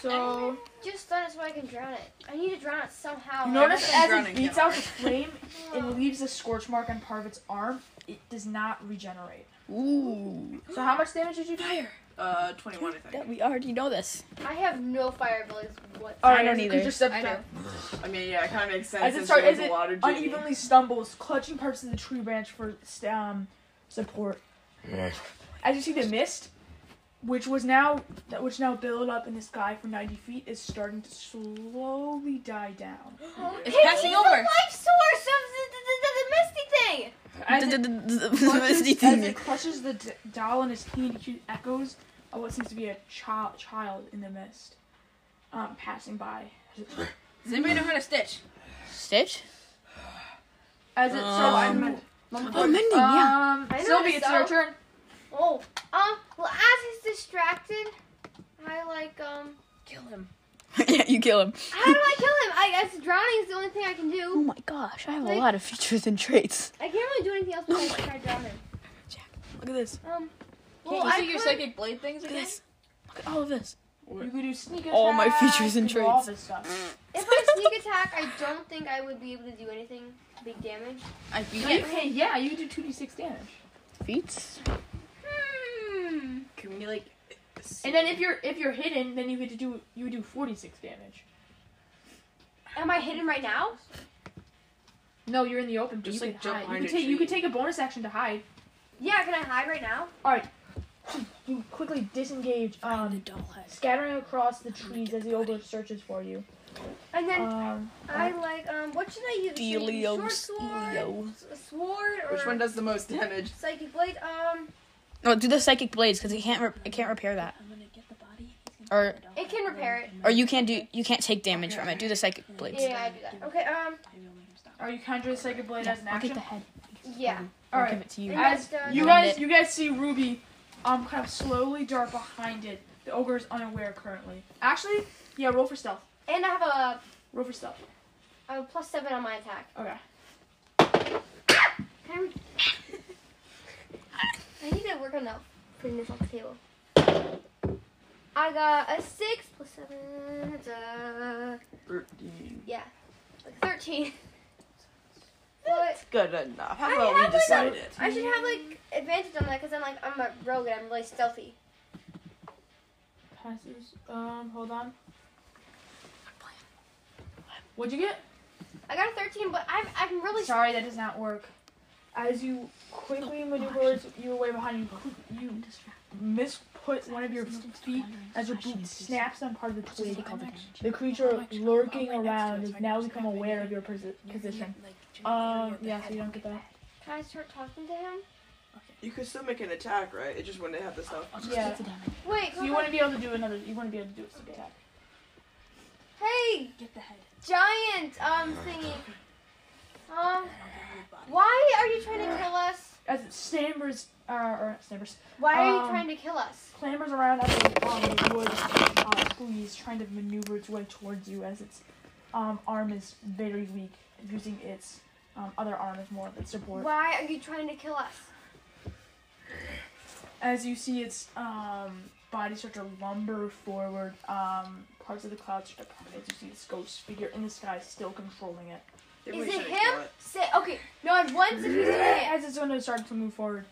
[SPEAKER 6] So.
[SPEAKER 4] Just stun it so I can drown it. I need to drown it somehow.
[SPEAKER 6] You notice
[SPEAKER 4] Like,
[SPEAKER 6] as
[SPEAKER 7] drowning
[SPEAKER 6] it beats
[SPEAKER 7] now,
[SPEAKER 6] out the flame and leaves a scorch mark on part of its arm, it does not regenerate.
[SPEAKER 1] Ooh.
[SPEAKER 6] So how much damage did you do?
[SPEAKER 5] Uh twenty one I think.
[SPEAKER 1] That- we already know this.
[SPEAKER 4] I have no fire abilities
[SPEAKER 6] All
[SPEAKER 4] whatsoever.
[SPEAKER 6] right,
[SPEAKER 1] Oh, I don't
[SPEAKER 6] as the
[SPEAKER 1] either.
[SPEAKER 6] creature steps
[SPEAKER 7] I do.
[SPEAKER 6] down,
[SPEAKER 5] I mean yeah, it kinda makes sense.
[SPEAKER 6] As it
[SPEAKER 5] since
[SPEAKER 6] start-
[SPEAKER 5] you're,
[SPEAKER 6] as
[SPEAKER 5] like,
[SPEAKER 6] it
[SPEAKER 5] water genie.
[SPEAKER 6] unevenly stumbles, clutching parts of the tree branch for um, support. As you see the mist
[SPEAKER 3] which was now that which now build up in the sky for 90 feet is starting to slowly die down.
[SPEAKER 7] It's passing
[SPEAKER 4] he's
[SPEAKER 7] over.
[SPEAKER 4] the life source of the, the, the, the misty thing.
[SPEAKER 3] As it,
[SPEAKER 1] Misty
[SPEAKER 3] clutches, as it
[SPEAKER 1] thing.
[SPEAKER 3] clutches the d- doll in its keen acute echoes of what seems to be a child child in the mist, um, passing by.
[SPEAKER 7] Does anybody know how to stitch?
[SPEAKER 1] Stitch?
[SPEAKER 3] As it
[SPEAKER 1] Oh, I'm-
[SPEAKER 3] starts,
[SPEAKER 1] Oh, mending, yeah.
[SPEAKER 3] um,
[SPEAKER 4] I
[SPEAKER 3] Sylvie,
[SPEAKER 4] noticed
[SPEAKER 3] it's your
[SPEAKER 4] so.
[SPEAKER 3] turn.
[SPEAKER 4] Oh, um, well, as he's distracted, I like um,
[SPEAKER 7] Kill him.
[SPEAKER 1] yeah, you kill him.
[SPEAKER 4] how do I kill him? I guess drowning is the only thing I can
[SPEAKER 1] Oh
[SPEAKER 4] do.
[SPEAKER 1] my gosh, I have a
[SPEAKER 4] Like-
[SPEAKER 1] lot of features and traits.
[SPEAKER 4] I can't really do anything else besides try to drown him.
[SPEAKER 1] Look at this.
[SPEAKER 4] Um,
[SPEAKER 7] Well,
[SPEAKER 4] well,
[SPEAKER 7] you
[SPEAKER 4] I
[SPEAKER 7] see your
[SPEAKER 4] could-
[SPEAKER 7] psychic blade things
[SPEAKER 1] Look at
[SPEAKER 7] again?
[SPEAKER 1] this. Look at all of this.
[SPEAKER 3] You could do sneak
[SPEAKER 1] All my
[SPEAKER 3] attack,
[SPEAKER 1] features and
[SPEAKER 3] you could do all
[SPEAKER 1] traits.
[SPEAKER 3] this stuff.
[SPEAKER 4] if I sneak attack, I don't think I would be able to do anything big damage.
[SPEAKER 7] I
[SPEAKER 1] Mm.
[SPEAKER 7] beat
[SPEAKER 3] Hey,
[SPEAKER 7] it.
[SPEAKER 3] hey, yeah, you do 2d6 damage.
[SPEAKER 1] Feats?
[SPEAKER 4] Hmm.
[SPEAKER 5] Can we like?
[SPEAKER 3] And then if you're if you're hidden, then you get to do you would do 46 damage.
[SPEAKER 4] Am I hidden right now?
[SPEAKER 3] No, you're in the open, but
[SPEAKER 5] Just,
[SPEAKER 3] you
[SPEAKER 5] like,
[SPEAKER 3] can
[SPEAKER 5] jump
[SPEAKER 3] hide. You
[SPEAKER 5] behind
[SPEAKER 3] could
[SPEAKER 5] a
[SPEAKER 3] take you
[SPEAKER 5] tree.
[SPEAKER 3] could take a bonus action to hide.
[SPEAKER 4] Yeah, can I hide right now?
[SPEAKER 3] You quickly disengage, um, scattering across the trees as the ogre searches for you.
[SPEAKER 4] And then
[SPEAKER 3] Um,
[SPEAKER 4] I like um, what should I use? Should I use short
[SPEAKER 1] Delios.
[SPEAKER 4] sword,
[SPEAKER 1] Elio.
[SPEAKER 4] s- a sword, or
[SPEAKER 5] Which one does the most damage?
[SPEAKER 4] psychic blade? Um,
[SPEAKER 1] No, do the psychic blades because it can't re- it can't repair that. Or
[SPEAKER 4] it can repair it.
[SPEAKER 1] or you can't do you can't take damage from it. Do the psychic blades.
[SPEAKER 4] Yeah, I do that. Okay. Um,
[SPEAKER 3] are you conjuring the psychic blade as an
[SPEAKER 1] I'll
[SPEAKER 3] action?
[SPEAKER 1] get the head.
[SPEAKER 4] yeah.
[SPEAKER 1] I'll
[SPEAKER 3] All
[SPEAKER 1] give
[SPEAKER 3] right.
[SPEAKER 1] it to you.
[SPEAKER 4] And
[SPEAKER 3] As
[SPEAKER 4] that's done.
[SPEAKER 3] you
[SPEAKER 1] Blend
[SPEAKER 3] guys
[SPEAKER 1] it.
[SPEAKER 3] you guys see Ruby, um, kind of slowly dart behind it. The ogre is unaware currently. Actually, yeah, roll for stealth.
[SPEAKER 4] And I have a,
[SPEAKER 3] Roll for stealth.
[SPEAKER 4] I have a plus seven on my attack.
[SPEAKER 3] Okay.
[SPEAKER 4] Can I, re- I need to work on that. Putting this on the table. I got a six plus seven. It's a
[SPEAKER 5] Thirteen.
[SPEAKER 4] yeah, like thirteen. But
[SPEAKER 5] Good enough. How
[SPEAKER 4] I
[SPEAKER 5] about
[SPEAKER 4] have,
[SPEAKER 5] we
[SPEAKER 4] like,
[SPEAKER 5] decide
[SPEAKER 4] a-
[SPEAKER 5] it?
[SPEAKER 4] I should have like advantage on that because I'm like I'm a rogue and I'm really stealthy.
[SPEAKER 3] Passes. Um, hold on. What'd you get?
[SPEAKER 4] I got a 13, but I'm, I'm really.
[SPEAKER 3] Sorry, that does not work. As you quickly maneuver your way behind you, you misput one of your feet as your boot snaps on part of the twig. The creature lurking around has now become aware of your posi- position. Um, yeah, so you don't get that.
[SPEAKER 4] Can I start talking to him?
[SPEAKER 5] You could still make an attack, right? It just wouldn't have the stuff.
[SPEAKER 3] Yeah.
[SPEAKER 4] Wait,
[SPEAKER 3] So you want to be able to do another. You want to be able to do a sneak attack.
[SPEAKER 4] Hey! Get the head. Giant, um, thingy. Um, why are you trying to kill us?
[SPEAKER 3] As it stammers, uh, or not stammers,
[SPEAKER 4] Why are you
[SPEAKER 3] Um,
[SPEAKER 4] trying to kill us?
[SPEAKER 3] clambers around up the um, wood, uh, please, trying to maneuver its way towards you as its um, arm is very weak, using its um, other arm as more of its support.
[SPEAKER 4] Why are you trying to kill us?
[SPEAKER 3] As you see its um, body start to lumber forward, um, parts of the clouds start to part as you see this ghost figure in the sky still controlling it.
[SPEAKER 5] They
[SPEAKER 4] Is
[SPEAKER 5] really
[SPEAKER 4] it
[SPEAKER 5] should've
[SPEAKER 4] him?
[SPEAKER 5] killed it.
[SPEAKER 4] Say, okay, no, at once if he's doing it.
[SPEAKER 3] As it's going to start to move forward,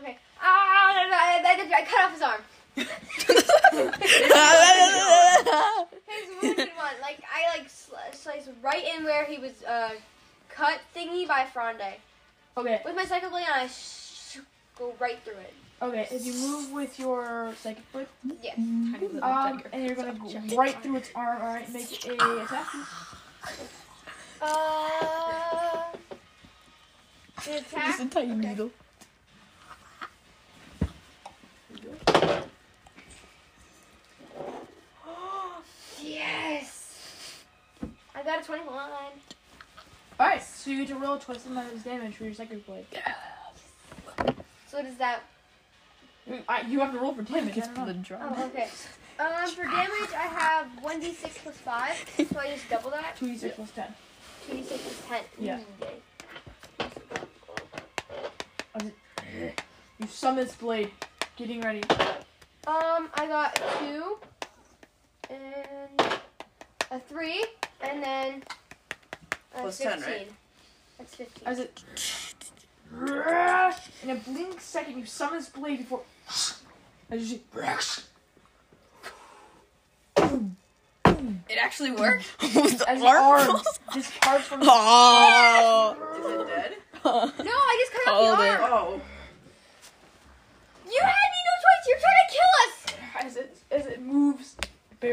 [SPEAKER 4] Okay. Ah, no, no, I, I, I cut off his arm. His wounded one. Like, I, like, sl- sliced right in where he was, uh, cut thingy by Fronde.
[SPEAKER 3] okay,
[SPEAKER 4] With my psychic blade, I sh- go right through it.
[SPEAKER 3] okay. As you move with your psychic blade,
[SPEAKER 4] Yes.
[SPEAKER 3] um, and you're gonna go right through its arm. All right, make a attack.
[SPEAKER 4] Uh, the
[SPEAKER 1] Just a
[SPEAKER 4] attack.
[SPEAKER 1] tiny needle.
[SPEAKER 4] Yes. I got a 21.
[SPEAKER 3] All right, so you get to roll a twisted metal's damage for your second blade.
[SPEAKER 4] So what is that?
[SPEAKER 3] I, you have to roll for damage. I
[SPEAKER 1] Gets
[SPEAKER 3] don't know.
[SPEAKER 1] blood drawn.
[SPEAKER 4] Oh, okay. Um, for damage, I have 1d6 plus 5, so I just double that.
[SPEAKER 3] Two d six plus ten.
[SPEAKER 4] 2d6 is Mm-hmm. 10.
[SPEAKER 3] Yeah. You summon this blade, getting ready.
[SPEAKER 4] Um, I got a 2, and a 3, and then a
[SPEAKER 5] Plus
[SPEAKER 4] 15.
[SPEAKER 5] 10, right?
[SPEAKER 4] That's 15.
[SPEAKER 3] As it in a blink second, you summon this blade before. As you see,
[SPEAKER 7] It actually worked.
[SPEAKER 1] With the
[SPEAKER 3] as your
[SPEAKER 1] arm.
[SPEAKER 3] arm discards from
[SPEAKER 1] Oh.
[SPEAKER 5] Is it dead?
[SPEAKER 4] no, I just cut off
[SPEAKER 1] Called
[SPEAKER 4] the
[SPEAKER 1] it.
[SPEAKER 4] arm!
[SPEAKER 5] Oh.
[SPEAKER 4] You had me no choice! You're trying to kill us!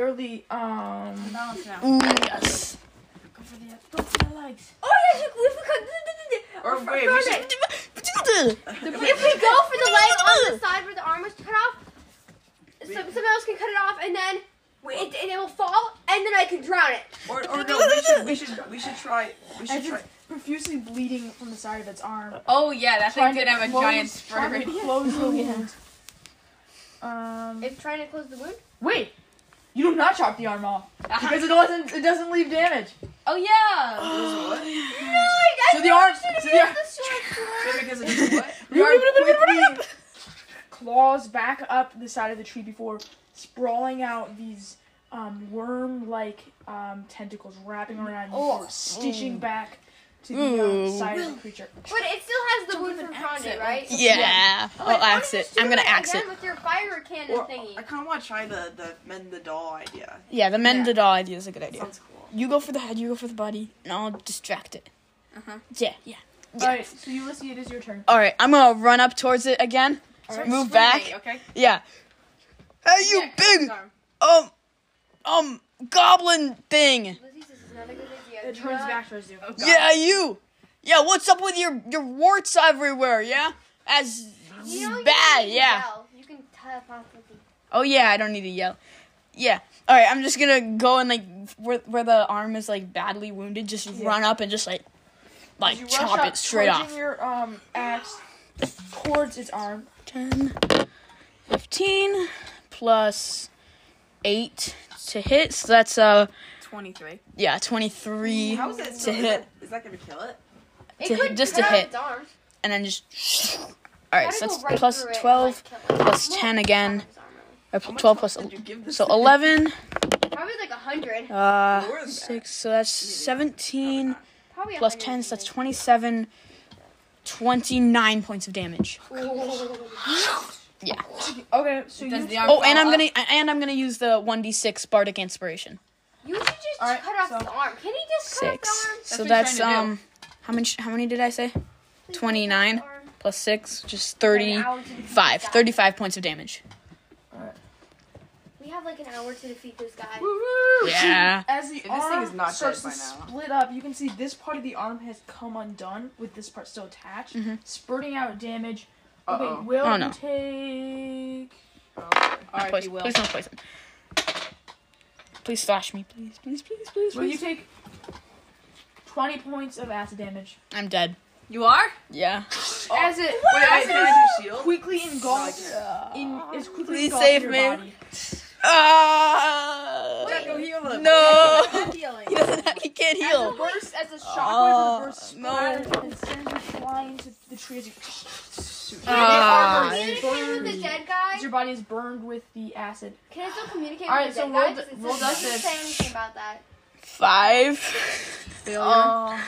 [SPEAKER 3] the um.
[SPEAKER 7] Balance now.
[SPEAKER 1] Ooh, Mm, yes.
[SPEAKER 3] Go for the go for the legs.
[SPEAKER 4] Oh yes, if we could.
[SPEAKER 5] Or
[SPEAKER 4] Fr-
[SPEAKER 5] wait, we
[SPEAKER 4] Friday.
[SPEAKER 5] should
[SPEAKER 4] Oh, If we go for the leg on the side where the arm was cut off, some, someone else can cut it off, and then we, it, and it will fall, and then I can drown it.
[SPEAKER 5] Or, or no, we should, we should, we should try, we should
[SPEAKER 3] As
[SPEAKER 5] try.
[SPEAKER 3] it's profusely bleeding from the side of its arm.
[SPEAKER 7] Oh yeah, that
[SPEAKER 3] Trying
[SPEAKER 7] thing did
[SPEAKER 3] to
[SPEAKER 7] have a
[SPEAKER 3] close-
[SPEAKER 7] giant
[SPEAKER 3] trying
[SPEAKER 7] spur.
[SPEAKER 3] to Close the wound. Um.
[SPEAKER 4] If trying to close the wound.
[SPEAKER 3] Wait. You do not chop the arm off because it doesn't. It doesn't leave damage.
[SPEAKER 7] Oh yeah.
[SPEAKER 4] No, I, I
[SPEAKER 3] So the arm. So the arm.
[SPEAKER 5] Maybe because it's what?
[SPEAKER 3] The arm quickly claws back up the side of the tree before sprawling out these um, worm-like um, tentacles wrapping around you, or stitching back to the uh,
[SPEAKER 1] Ooh.
[SPEAKER 3] side of the creature.
[SPEAKER 4] But it still has the wound from Friday, right?
[SPEAKER 1] Yeah.
[SPEAKER 4] Oh,
[SPEAKER 1] I'll
[SPEAKER 4] why don't
[SPEAKER 1] axe
[SPEAKER 4] you
[SPEAKER 1] it.
[SPEAKER 4] just do
[SPEAKER 1] I'm gonna axe
[SPEAKER 4] again
[SPEAKER 1] it.
[SPEAKER 4] With your fire cannon
[SPEAKER 5] Or-
[SPEAKER 4] thingy.
[SPEAKER 5] I kind of want to try the, the mend the doll idea.
[SPEAKER 1] Yeah, the mend the doll idea is a good idea.
[SPEAKER 5] Sounds cool.
[SPEAKER 1] You go for the head, you go for the body, and I'll distract it.
[SPEAKER 7] Uh-huh.
[SPEAKER 1] Yeah, yeah.
[SPEAKER 3] All right, so Ulysses, it is your turn.
[SPEAKER 1] All right, I'm gonna run up towards it again. Move back.
[SPEAKER 7] Okay.
[SPEAKER 1] Yeah. Hey, you
[SPEAKER 7] Yeah,
[SPEAKER 1] big
[SPEAKER 7] sorry.
[SPEAKER 1] um um goblin thing.
[SPEAKER 4] Lizzie's this is not a good idea.
[SPEAKER 3] It
[SPEAKER 4] Do
[SPEAKER 3] turns
[SPEAKER 4] not-
[SPEAKER 3] back towards you.
[SPEAKER 1] Yeah, you. Yeah, what's up with your your warts everywhere? Yeah, as
[SPEAKER 4] You know, you
[SPEAKER 1] bad.
[SPEAKER 4] can
[SPEAKER 1] Yeah.
[SPEAKER 4] yell. You can telepathically.
[SPEAKER 1] Oh yeah, I don't need to yell. Yeah. All right, I'm just gonna go and like where where the arm is like badly wounded, just run up and just like
[SPEAKER 3] You
[SPEAKER 1] like
[SPEAKER 3] rush
[SPEAKER 1] chop
[SPEAKER 3] up,
[SPEAKER 1] it straight
[SPEAKER 3] plunging
[SPEAKER 1] off.
[SPEAKER 3] your um, axe towards its arm.
[SPEAKER 1] 10, 15 plus eight to hit. So that's uh
[SPEAKER 7] Twenty-three.
[SPEAKER 1] yeah twenty three
[SPEAKER 5] How is that
[SPEAKER 1] to
[SPEAKER 5] still, is
[SPEAKER 1] hit,
[SPEAKER 5] that, is that gonna kill it?
[SPEAKER 4] It
[SPEAKER 1] To hit-
[SPEAKER 4] could
[SPEAKER 1] just
[SPEAKER 4] cut
[SPEAKER 1] to
[SPEAKER 4] out
[SPEAKER 1] hit.
[SPEAKER 4] Its arm.
[SPEAKER 1] and then just. All right,
[SPEAKER 4] Gotta
[SPEAKER 1] so
[SPEAKER 4] go
[SPEAKER 1] that's
[SPEAKER 4] right
[SPEAKER 1] plus
[SPEAKER 4] through it and,
[SPEAKER 1] twelve
[SPEAKER 4] like, kill it.
[SPEAKER 1] plus
[SPEAKER 4] Well,
[SPEAKER 1] 10
[SPEAKER 4] it's
[SPEAKER 1] again.
[SPEAKER 4] arms armor.
[SPEAKER 1] or
[SPEAKER 5] How much
[SPEAKER 1] twelve
[SPEAKER 5] health
[SPEAKER 1] plus
[SPEAKER 5] did you give this
[SPEAKER 1] so
[SPEAKER 5] thing?
[SPEAKER 1] eleven.
[SPEAKER 4] Probably like a hundred.
[SPEAKER 1] Uh,
[SPEAKER 5] More than that.
[SPEAKER 1] six. So that's seventeen
[SPEAKER 4] Probably
[SPEAKER 1] plus ten. So that's twenty-seven. Twenty-nine points of damage.
[SPEAKER 3] Okay, so you
[SPEAKER 7] Does the arm
[SPEAKER 1] Oh,
[SPEAKER 7] fall
[SPEAKER 1] and I'm
[SPEAKER 7] up?
[SPEAKER 1] gonna and I'm gonna use the one d six bardic inspiration.
[SPEAKER 4] You should just
[SPEAKER 3] Alright,
[SPEAKER 4] cut off
[SPEAKER 3] so-
[SPEAKER 4] the arm. Can he just cut
[SPEAKER 1] Six.
[SPEAKER 4] off
[SPEAKER 1] So
[SPEAKER 7] what he's
[SPEAKER 1] that's
[SPEAKER 7] trying to do.
[SPEAKER 1] um, how many? How many did I say?
[SPEAKER 4] the arm?
[SPEAKER 1] 29 Plus six, just thirty-five.
[SPEAKER 4] Thirty-five.
[SPEAKER 1] Thirty-five points of damage.
[SPEAKER 4] We have like an hour to defeat this guy.
[SPEAKER 1] Yeah.
[SPEAKER 3] As the
[SPEAKER 5] thing
[SPEAKER 3] arm
[SPEAKER 5] is not dead
[SPEAKER 3] starts
[SPEAKER 5] by
[SPEAKER 3] to
[SPEAKER 5] now.
[SPEAKER 3] split up, you can see this part of the arm has come undone with this part still attached, spurting out damage.
[SPEAKER 5] Mm-hmm. Uh-oh.
[SPEAKER 3] Okay, will
[SPEAKER 1] Oh,
[SPEAKER 3] you
[SPEAKER 1] no.
[SPEAKER 3] take?
[SPEAKER 7] All right,
[SPEAKER 1] Poison.
[SPEAKER 7] will.
[SPEAKER 1] Please no poison. Please slash me, please, please, please, please,
[SPEAKER 3] Will you
[SPEAKER 1] please.
[SPEAKER 3] take twenty points of acid damage
[SPEAKER 1] I'm dead.
[SPEAKER 7] You are.
[SPEAKER 1] Yeah.
[SPEAKER 3] as it
[SPEAKER 5] Oh. Wait, I
[SPEAKER 3] as it
[SPEAKER 5] did I do shield? uh,
[SPEAKER 3] quickly engulfs in it's quickly
[SPEAKER 1] Please
[SPEAKER 3] engulfed
[SPEAKER 1] save
[SPEAKER 3] your
[SPEAKER 1] me.
[SPEAKER 3] body.
[SPEAKER 1] Ah!
[SPEAKER 5] Go heal him.
[SPEAKER 1] No,
[SPEAKER 4] Healing.
[SPEAKER 1] he doesn't. Have, he can't
[SPEAKER 3] As a
[SPEAKER 1] heal.
[SPEAKER 3] burst, as a shockwave
[SPEAKER 1] Oh,
[SPEAKER 5] Uh,
[SPEAKER 3] of the burst
[SPEAKER 1] no.
[SPEAKER 3] spreads and sends you flying to the tree as you,
[SPEAKER 1] Ah,
[SPEAKER 4] Can I still communicate with the dead
[SPEAKER 3] as
[SPEAKER 4] guy?
[SPEAKER 3] your body is burned with the acid.
[SPEAKER 4] Can I still communicate
[SPEAKER 3] Alright,
[SPEAKER 4] with the
[SPEAKER 3] so
[SPEAKER 4] dead
[SPEAKER 3] roll
[SPEAKER 4] guy?
[SPEAKER 3] the-
[SPEAKER 4] 'Cause it
[SPEAKER 3] roll
[SPEAKER 4] doesn't
[SPEAKER 3] the-
[SPEAKER 4] say anything about that.
[SPEAKER 1] Five.
[SPEAKER 5] Uh,
[SPEAKER 7] Failure.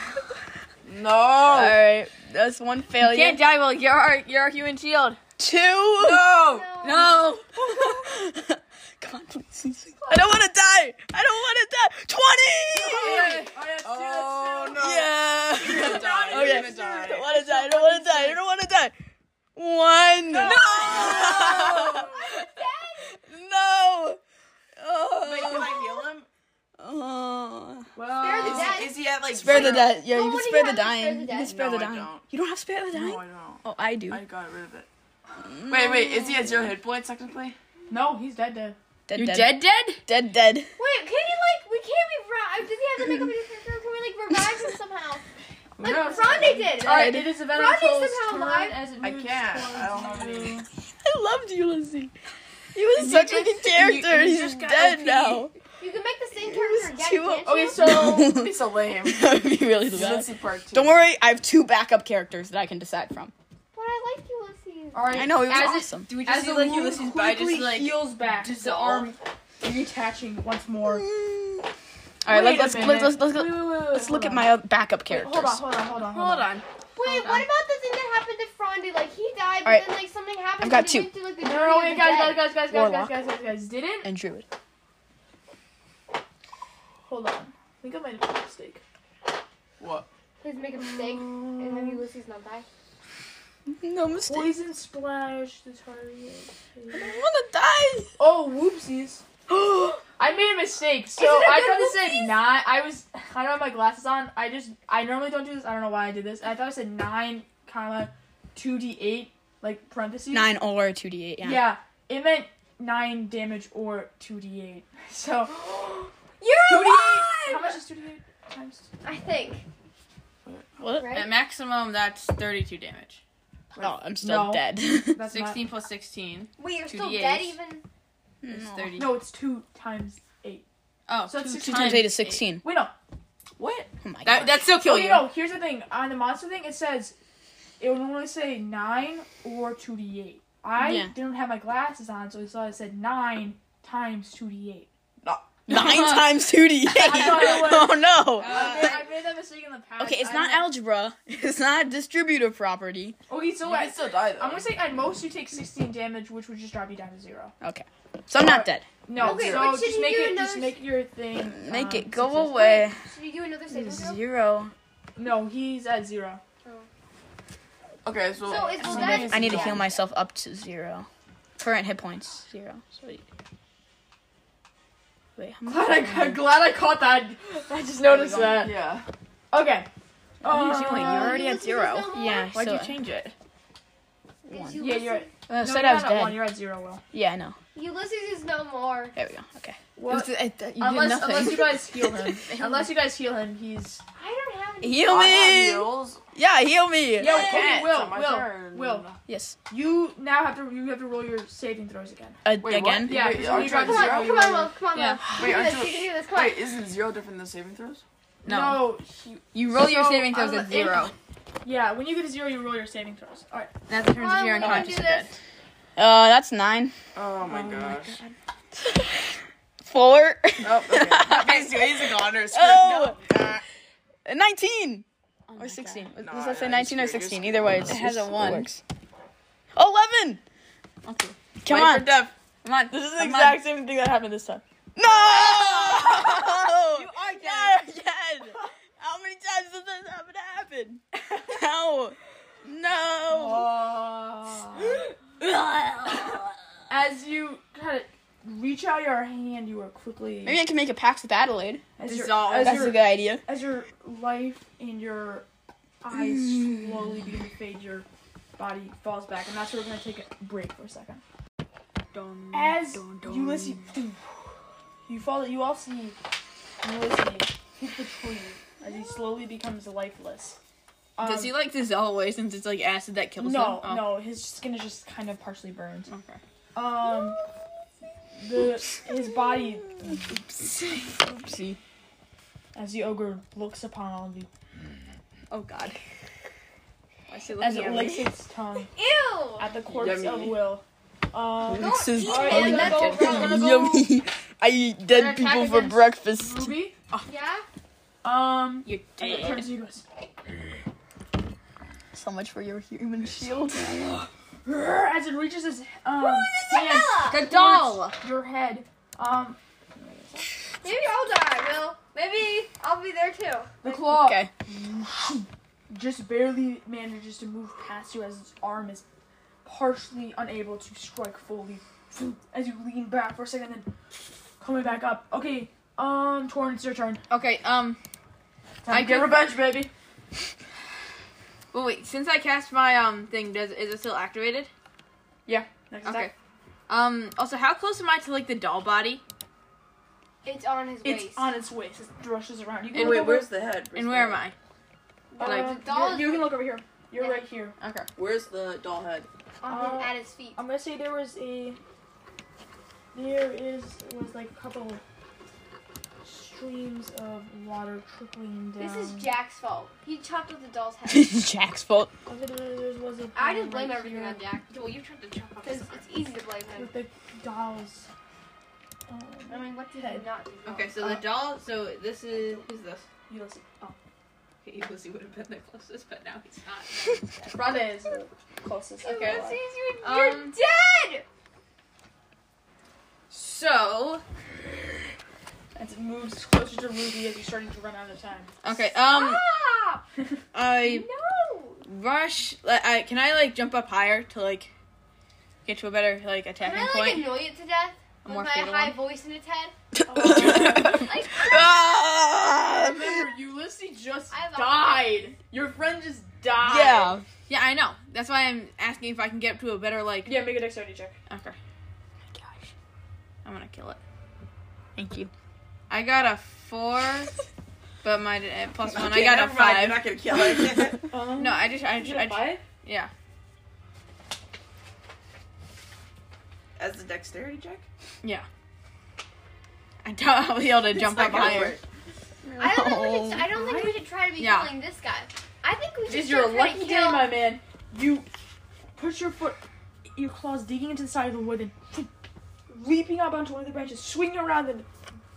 [SPEAKER 5] No.
[SPEAKER 1] All right, that's one failure.
[SPEAKER 7] Can't die, Will. You're our, you're our human shield.
[SPEAKER 1] Two.
[SPEAKER 5] no.
[SPEAKER 7] No.
[SPEAKER 1] Come on, please, please. I don't want to die. I don't want to die. Twenty.
[SPEAKER 5] Oh no. You're
[SPEAKER 1] Yeah.
[SPEAKER 5] gonna die.
[SPEAKER 1] Oh, yeah.
[SPEAKER 5] You're gonna die.
[SPEAKER 1] I don't want to die. I don't want to die. I don't want to die. One. No. no.
[SPEAKER 5] Wait,
[SPEAKER 1] Oh.
[SPEAKER 5] can I heal him?
[SPEAKER 1] Oh.
[SPEAKER 4] Spare the
[SPEAKER 5] Is,
[SPEAKER 4] dead.
[SPEAKER 5] he- is he at like
[SPEAKER 1] Spare the
[SPEAKER 5] zero?
[SPEAKER 1] dead. Yeah,
[SPEAKER 4] Well,
[SPEAKER 1] you
[SPEAKER 4] what
[SPEAKER 1] can
[SPEAKER 4] do
[SPEAKER 1] spare
[SPEAKER 4] you have to
[SPEAKER 1] the
[SPEAKER 4] spare
[SPEAKER 1] dying.
[SPEAKER 4] the
[SPEAKER 1] You
[SPEAKER 4] dead?
[SPEAKER 1] can spare the
[SPEAKER 5] No, I
[SPEAKER 1] dying.
[SPEAKER 5] don't.
[SPEAKER 1] You don't have spare the dying.
[SPEAKER 5] No, I don't.
[SPEAKER 1] Oh, I do.
[SPEAKER 5] I got rid of it. Wait, wait. Is he at zero hit points technically?
[SPEAKER 3] No, he's dead. Dead.
[SPEAKER 1] Dead,
[SPEAKER 7] You're
[SPEAKER 1] dead.
[SPEAKER 7] dead, dead.
[SPEAKER 1] Dead. Dead.
[SPEAKER 4] Wait, can he like? We can't be. Ra- does he have to make up a different character? Can we like revive him somehow? Like
[SPEAKER 3] knows?
[SPEAKER 4] Rhonda did.
[SPEAKER 3] All right, it is Venom's
[SPEAKER 4] Rodney's
[SPEAKER 3] turn
[SPEAKER 4] somehow alive.
[SPEAKER 3] as it
[SPEAKER 5] I
[SPEAKER 3] moves
[SPEAKER 5] can't.
[SPEAKER 3] towards
[SPEAKER 5] I don't have
[SPEAKER 3] you.
[SPEAKER 5] any.
[SPEAKER 1] I loved Ulysses. He was such a good character. and He's just dead now.
[SPEAKER 4] You can make the same character again,
[SPEAKER 1] too-
[SPEAKER 4] can't
[SPEAKER 3] Okay,
[SPEAKER 4] you?
[SPEAKER 3] so
[SPEAKER 5] He's so lame.
[SPEAKER 1] That would be really the
[SPEAKER 5] Let's
[SPEAKER 1] best.
[SPEAKER 5] see part two.
[SPEAKER 1] Don't worry, I have two backup characters that I can decide from.
[SPEAKER 4] But I like Ulysses.
[SPEAKER 3] all right.
[SPEAKER 1] I know he was
[SPEAKER 7] As it-
[SPEAKER 1] awesome.
[SPEAKER 7] Do we just
[SPEAKER 3] As
[SPEAKER 7] see
[SPEAKER 3] the
[SPEAKER 7] like
[SPEAKER 3] wound
[SPEAKER 7] Ulysses by
[SPEAKER 3] quickly
[SPEAKER 7] just like
[SPEAKER 3] heals back, the
[SPEAKER 7] dissolve?
[SPEAKER 3] arm reattaching once more.
[SPEAKER 1] All right,
[SPEAKER 3] Wait
[SPEAKER 1] let's
[SPEAKER 3] a
[SPEAKER 1] let's let's let's, let's,
[SPEAKER 3] Wait, wait, wait, wait,
[SPEAKER 1] let's look
[SPEAKER 3] hold
[SPEAKER 1] at
[SPEAKER 3] on.
[SPEAKER 1] my oth- backup
[SPEAKER 3] Wait,
[SPEAKER 1] characters.
[SPEAKER 3] Hold on, hold on, hold on,
[SPEAKER 7] hold on?
[SPEAKER 4] Wait,
[SPEAKER 1] um,
[SPEAKER 4] what about the thing that happened to Frondy? Like he died, but
[SPEAKER 1] Alright.
[SPEAKER 4] then like something happened.
[SPEAKER 1] I've got
[SPEAKER 4] and
[SPEAKER 1] two.
[SPEAKER 4] He went through, like, the
[SPEAKER 3] No,
[SPEAKER 4] journey
[SPEAKER 3] no,
[SPEAKER 4] of
[SPEAKER 3] wait,
[SPEAKER 4] the
[SPEAKER 3] guys, guys,
[SPEAKER 4] dead.
[SPEAKER 3] guys, guys, guys,
[SPEAKER 1] Warlock.
[SPEAKER 3] guys, guys, guys, didn't.
[SPEAKER 1] And Druid.
[SPEAKER 3] Hold on. I think I might have made a mistake.
[SPEAKER 5] What?
[SPEAKER 4] Please make a mistake and have Ulysses not die.
[SPEAKER 1] No mistake.
[SPEAKER 3] Poison splash the target.
[SPEAKER 1] I don't want to die.
[SPEAKER 3] Oh, whoopsies. I made a mistake. So
[SPEAKER 4] Isn't it
[SPEAKER 3] I
[SPEAKER 4] good
[SPEAKER 3] tried
[SPEAKER 4] with
[SPEAKER 3] to say nine. I was. I don't have my glasses on. I just. I normally don't do this. I don't know why I did this. I thought I said nine, comma, two d eight, like parentheses.
[SPEAKER 1] Nine or two D eight.
[SPEAKER 3] Yeah.
[SPEAKER 1] Yeah.
[SPEAKER 3] It meant nine damage or two d eight. So
[SPEAKER 4] You're
[SPEAKER 3] two d
[SPEAKER 4] alive!
[SPEAKER 3] eight. How much is two d eight times?
[SPEAKER 4] I think.
[SPEAKER 1] What?
[SPEAKER 4] Right?
[SPEAKER 7] At maximum, that's 32 damage.
[SPEAKER 1] Oh, I'm still
[SPEAKER 3] No.
[SPEAKER 1] dead.
[SPEAKER 3] That's not-
[SPEAKER 7] 16 plus 16
[SPEAKER 4] Wait, you're
[SPEAKER 7] Two
[SPEAKER 4] still
[SPEAKER 7] D8s.
[SPEAKER 4] dead even?
[SPEAKER 7] is
[SPEAKER 1] No.
[SPEAKER 7] 30.
[SPEAKER 3] No, it's two times.
[SPEAKER 7] Oh,
[SPEAKER 3] So it's
[SPEAKER 7] two
[SPEAKER 3] 16
[SPEAKER 1] Two times eight is sixteen.
[SPEAKER 3] Wait, no. What?
[SPEAKER 1] Oh my
[SPEAKER 7] That,
[SPEAKER 1] god.
[SPEAKER 7] that still
[SPEAKER 3] Oh,
[SPEAKER 7] kill
[SPEAKER 3] you
[SPEAKER 7] you.
[SPEAKER 3] know, here's the thing. On the monster thing, it says it would normally say nine or two d eight. I
[SPEAKER 1] Yeah.
[SPEAKER 3] didn't have my glasses on, so I thought it said nine times two d eight.
[SPEAKER 1] Nine times two D eight.
[SPEAKER 3] thought it was-
[SPEAKER 1] Oh no.
[SPEAKER 3] I made that mistake in the past.
[SPEAKER 1] Okay, it's
[SPEAKER 3] I
[SPEAKER 1] not
[SPEAKER 3] don't-
[SPEAKER 1] algebra. It's not distributive property.
[SPEAKER 3] Okay, so
[SPEAKER 5] You can
[SPEAKER 3] what?
[SPEAKER 5] Oh, still die though.
[SPEAKER 3] I'm gonna say at most you take 16 damage, which would just drop you down to zero.
[SPEAKER 1] So I'm not dead.
[SPEAKER 3] No,
[SPEAKER 4] Okay,
[SPEAKER 3] so
[SPEAKER 4] but should
[SPEAKER 3] just
[SPEAKER 4] you
[SPEAKER 3] make
[SPEAKER 4] do
[SPEAKER 3] it. Just
[SPEAKER 4] another-
[SPEAKER 3] make your thing.
[SPEAKER 1] Make
[SPEAKER 3] um,
[SPEAKER 1] it go
[SPEAKER 3] success-
[SPEAKER 1] away.
[SPEAKER 4] Should you do another saving throw?
[SPEAKER 1] Zero.
[SPEAKER 3] No, he's at zero.
[SPEAKER 5] Okay, so,
[SPEAKER 4] So it's
[SPEAKER 1] I
[SPEAKER 4] well,
[SPEAKER 1] need
[SPEAKER 4] that
[SPEAKER 1] to-
[SPEAKER 4] is
[SPEAKER 1] I need to
[SPEAKER 4] dead.
[SPEAKER 1] heal myself up to zero. Current hit points zero. So you- wait, how much?
[SPEAKER 3] Glad I, glad I caught that. I just noticed that.
[SPEAKER 5] yeah.
[SPEAKER 3] Okay.
[SPEAKER 1] What are you
[SPEAKER 3] Uh,
[SPEAKER 1] doing?
[SPEAKER 4] Um,
[SPEAKER 1] You're already at zero. Yeah.
[SPEAKER 3] Why'd
[SPEAKER 1] so
[SPEAKER 3] you change it?
[SPEAKER 1] One.
[SPEAKER 4] Ulysses-
[SPEAKER 3] Yeah, you're. At,
[SPEAKER 1] Uh,
[SPEAKER 3] no,
[SPEAKER 1] said
[SPEAKER 3] you're
[SPEAKER 1] I was
[SPEAKER 3] not at one.
[SPEAKER 1] dead.
[SPEAKER 3] You're at zero. Will.
[SPEAKER 1] Yeah, I know.
[SPEAKER 4] Ulysses is no more.
[SPEAKER 1] There we go. Okay.
[SPEAKER 3] What?
[SPEAKER 1] It was- I- I- you did
[SPEAKER 3] Unless,
[SPEAKER 1] nothing.
[SPEAKER 3] unless you guys heal him. unless you guys heal him, he's.
[SPEAKER 4] I don't have any.
[SPEAKER 1] heal
[SPEAKER 5] I have
[SPEAKER 1] me.
[SPEAKER 5] heals.
[SPEAKER 1] Yeah, heal me.
[SPEAKER 3] Yo,
[SPEAKER 5] I
[SPEAKER 3] okay,
[SPEAKER 5] can't, so
[SPEAKER 3] Will,
[SPEAKER 5] my
[SPEAKER 3] Will,
[SPEAKER 5] turn.
[SPEAKER 3] Will.
[SPEAKER 1] Yes.
[SPEAKER 3] You now have to. You have to roll your saving throws again.
[SPEAKER 1] A-
[SPEAKER 5] Wait,
[SPEAKER 1] again.
[SPEAKER 5] What?
[SPEAKER 3] Yeah,
[SPEAKER 5] Wait,
[SPEAKER 3] so
[SPEAKER 5] are
[SPEAKER 3] you
[SPEAKER 5] you
[SPEAKER 3] got
[SPEAKER 5] at
[SPEAKER 4] Come on,
[SPEAKER 3] zero.
[SPEAKER 5] zero?
[SPEAKER 4] come on, Will. Come on,
[SPEAKER 7] Yeah.
[SPEAKER 4] Will. You
[SPEAKER 5] Wait,
[SPEAKER 4] can do
[SPEAKER 5] aren't
[SPEAKER 4] this. You
[SPEAKER 5] you-
[SPEAKER 4] can do this. Come on.
[SPEAKER 5] Wait, isn't zero different than saving throws?
[SPEAKER 7] No.
[SPEAKER 3] he-
[SPEAKER 7] You roll your
[SPEAKER 3] So,
[SPEAKER 7] saving throws
[SPEAKER 3] unless-
[SPEAKER 7] at zero.
[SPEAKER 3] yeah. When you get a zero, you roll your saving throws. All right.
[SPEAKER 7] That's in terms
[SPEAKER 4] Come
[SPEAKER 7] of
[SPEAKER 4] on,
[SPEAKER 7] your
[SPEAKER 4] we can do
[SPEAKER 7] unconscious.
[SPEAKER 4] this.
[SPEAKER 1] Uh, that's nine.
[SPEAKER 5] Oh my gosh.
[SPEAKER 1] Four.
[SPEAKER 5] Oh, okay. he's, he's a goner. Screw it.
[SPEAKER 1] Oh.
[SPEAKER 5] Nah.
[SPEAKER 1] Nineteen. or sixteen. Does
[SPEAKER 5] No,
[SPEAKER 1] that say
[SPEAKER 5] I- I
[SPEAKER 1] nineteen or
[SPEAKER 5] screwed. You're
[SPEAKER 1] sixteen?
[SPEAKER 5] screwed.
[SPEAKER 1] Either way, it's,
[SPEAKER 7] It has a
[SPEAKER 1] it's-
[SPEAKER 7] one.
[SPEAKER 1] works. Eleven.
[SPEAKER 7] Okay.
[SPEAKER 1] Come
[SPEAKER 5] Wait
[SPEAKER 1] on.
[SPEAKER 5] For death.
[SPEAKER 7] Come on.
[SPEAKER 1] This is the
[SPEAKER 7] Come on.
[SPEAKER 1] exact same thing that happened this time. No!
[SPEAKER 7] You are dead.
[SPEAKER 1] dead. How many times does this happen to happen? How? No.
[SPEAKER 3] As you kind of reach out your hand, you are quickly
[SPEAKER 1] Maybe I can make a pact with Adelaide.
[SPEAKER 3] as your,
[SPEAKER 7] dissolve.
[SPEAKER 3] as,
[SPEAKER 1] That's a
[SPEAKER 3] your,
[SPEAKER 1] good idea.
[SPEAKER 3] as your life and your eyes slowly begin to fade, your body falls back, and that's where we're gonna take a break for a second. As you listen, you follow. You all see Ulysses hit the tree as he slowly becomes lifeless. Um,
[SPEAKER 7] Does he like dissolve away since it's like acid that kills
[SPEAKER 3] no,
[SPEAKER 7] him? Oh.
[SPEAKER 3] no, his skin is just kind of partially burned.
[SPEAKER 7] no. Okay.
[SPEAKER 3] Um, the his body
[SPEAKER 7] Oopsie.
[SPEAKER 3] as the ogre looks upon all of you
[SPEAKER 7] Oh god. Why is it
[SPEAKER 3] as
[SPEAKER 7] looking
[SPEAKER 3] it
[SPEAKER 7] at
[SPEAKER 3] licks
[SPEAKER 7] me?
[SPEAKER 3] its tongue
[SPEAKER 4] Ew!
[SPEAKER 3] at the corpse of
[SPEAKER 5] Yummy.
[SPEAKER 3] Will. Um,
[SPEAKER 1] This is
[SPEAKER 4] eat it.
[SPEAKER 1] yummy.
[SPEAKER 4] Let
[SPEAKER 3] go around.
[SPEAKER 1] yummy. I eat dead
[SPEAKER 7] attack
[SPEAKER 1] people for
[SPEAKER 7] against-
[SPEAKER 1] breakfast.
[SPEAKER 3] Ruby.
[SPEAKER 4] Yeah?
[SPEAKER 3] Um,
[SPEAKER 7] You're
[SPEAKER 3] as it
[SPEAKER 7] dead.
[SPEAKER 3] turns to you guys.
[SPEAKER 1] So much for your human shield.
[SPEAKER 3] As it reaches its um hand
[SPEAKER 7] The doll.
[SPEAKER 3] towards your head. Um,
[SPEAKER 4] Maybe I'll die, Will. Maybe I'll be there too.
[SPEAKER 3] the claw
[SPEAKER 1] Okay.
[SPEAKER 3] just barely manages to move past you as its arm is partially unable to strike fully. As you lean back for a second, then coming back up. Okay, um, Torn, it's your turn.
[SPEAKER 7] Okay. Um.
[SPEAKER 3] Time
[SPEAKER 7] I
[SPEAKER 3] to get
[SPEAKER 7] could-
[SPEAKER 3] revenge, baby.
[SPEAKER 7] Well, wait. Since I cast my um thing, does is it still activated?
[SPEAKER 3] Next
[SPEAKER 7] Okay.
[SPEAKER 3] attack.
[SPEAKER 7] Um. Also, how close am I to like the doll body?
[SPEAKER 4] It's on his
[SPEAKER 3] It's
[SPEAKER 4] waist.
[SPEAKER 3] on its waist. It rushes around. You can
[SPEAKER 7] And
[SPEAKER 3] look
[SPEAKER 5] Wait,
[SPEAKER 3] over,
[SPEAKER 5] where's the head? Where's
[SPEAKER 7] and
[SPEAKER 5] the
[SPEAKER 7] where
[SPEAKER 5] head?
[SPEAKER 7] am I?
[SPEAKER 3] uh,
[SPEAKER 7] like-
[SPEAKER 3] the doll- you can look over here. You're
[SPEAKER 4] Yeah.
[SPEAKER 3] right here.
[SPEAKER 7] Okay.
[SPEAKER 5] Where's the doll head?
[SPEAKER 4] on him,
[SPEAKER 3] Uh,
[SPEAKER 4] at his feet.
[SPEAKER 3] I'm gonna say there was a. There is was like a couple streams of water trickling down.
[SPEAKER 4] This is Jack's fault. He chopped off the doll's head.
[SPEAKER 1] Jack's fault.
[SPEAKER 3] Okay, there- there was a
[SPEAKER 4] I just
[SPEAKER 3] thing
[SPEAKER 4] blame
[SPEAKER 3] right
[SPEAKER 4] everything
[SPEAKER 3] here
[SPEAKER 4] on Jack
[SPEAKER 7] Well, you tried to chop off.
[SPEAKER 4] because it's easy to blame him.
[SPEAKER 3] with the dolls. Um,
[SPEAKER 4] I mean, what did he not do? wrong?
[SPEAKER 7] Okay.
[SPEAKER 3] Uh,
[SPEAKER 7] So the doll. So this is who's this?
[SPEAKER 3] Ulysses. Oh,
[SPEAKER 7] Okay, Lucy would have been the closest, but now he's not.
[SPEAKER 3] Rhonda is the closest.
[SPEAKER 4] Ulysses,
[SPEAKER 7] Okay.
[SPEAKER 4] you're,
[SPEAKER 7] Um,
[SPEAKER 4] you're dead.
[SPEAKER 7] So
[SPEAKER 3] As it moves closer to Ruby as you're starting to run out of time.
[SPEAKER 7] okay. Um.
[SPEAKER 4] Stop!
[SPEAKER 7] I
[SPEAKER 4] No.
[SPEAKER 7] rush. Like, I can I like jump up higher to like get to a better like
[SPEAKER 4] Can
[SPEAKER 7] attacking
[SPEAKER 4] I like
[SPEAKER 7] point.
[SPEAKER 4] annoy it to death
[SPEAKER 7] A
[SPEAKER 4] with
[SPEAKER 7] more
[SPEAKER 4] my
[SPEAKER 7] fatal
[SPEAKER 4] high
[SPEAKER 7] one?
[SPEAKER 4] voice in its head? Oh.
[SPEAKER 1] Ah!
[SPEAKER 5] Remember, Ulysses just
[SPEAKER 4] I love
[SPEAKER 5] died. Your friend just died.
[SPEAKER 1] yeah.
[SPEAKER 7] Yeah, I know. That's why I'm asking if I can get up to a better like.
[SPEAKER 3] Yeah, make a dexterity check.
[SPEAKER 7] Okay. Gosh, I'm gonna kill it.
[SPEAKER 1] Thank you.
[SPEAKER 7] I got a four, but my uh, plus one.
[SPEAKER 5] Okay,
[SPEAKER 7] I got a
[SPEAKER 5] never mind,
[SPEAKER 7] five.
[SPEAKER 5] You're not gonna kill it.
[SPEAKER 1] Oh,
[SPEAKER 7] No, I just, I just, I just
[SPEAKER 3] Five?
[SPEAKER 7] yeah.
[SPEAKER 5] As a dexterity check.
[SPEAKER 7] I doubt I'll be able to jump
[SPEAKER 5] It's not
[SPEAKER 7] up
[SPEAKER 5] gonna
[SPEAKER 7] higher.
[SPEAKER 5] work.
[SPEAKER 4] I don't, think we
[SPEAKER 3] Oh.
[SPEAKER 4] should, I don't think we should try to be
[SPEAKER 7] Yeah.
[SPEAKER 4] killing this guy. I think we should
[SPEAKER 3] This is
[SPEAKER 4] start
[SPEAKER 3] your
[SPEAKER 4] trying
[SPEAKER 3] lucky
[SPEAKER 4] to
[SPEAKER 3] day,
[SPEAKER 4] kill.
[SPEAKER 3] my man.
[SPEAKER 15] You push your foot, your claws digging into the side of the wood, and leaping up onto one of the branches, swinging around and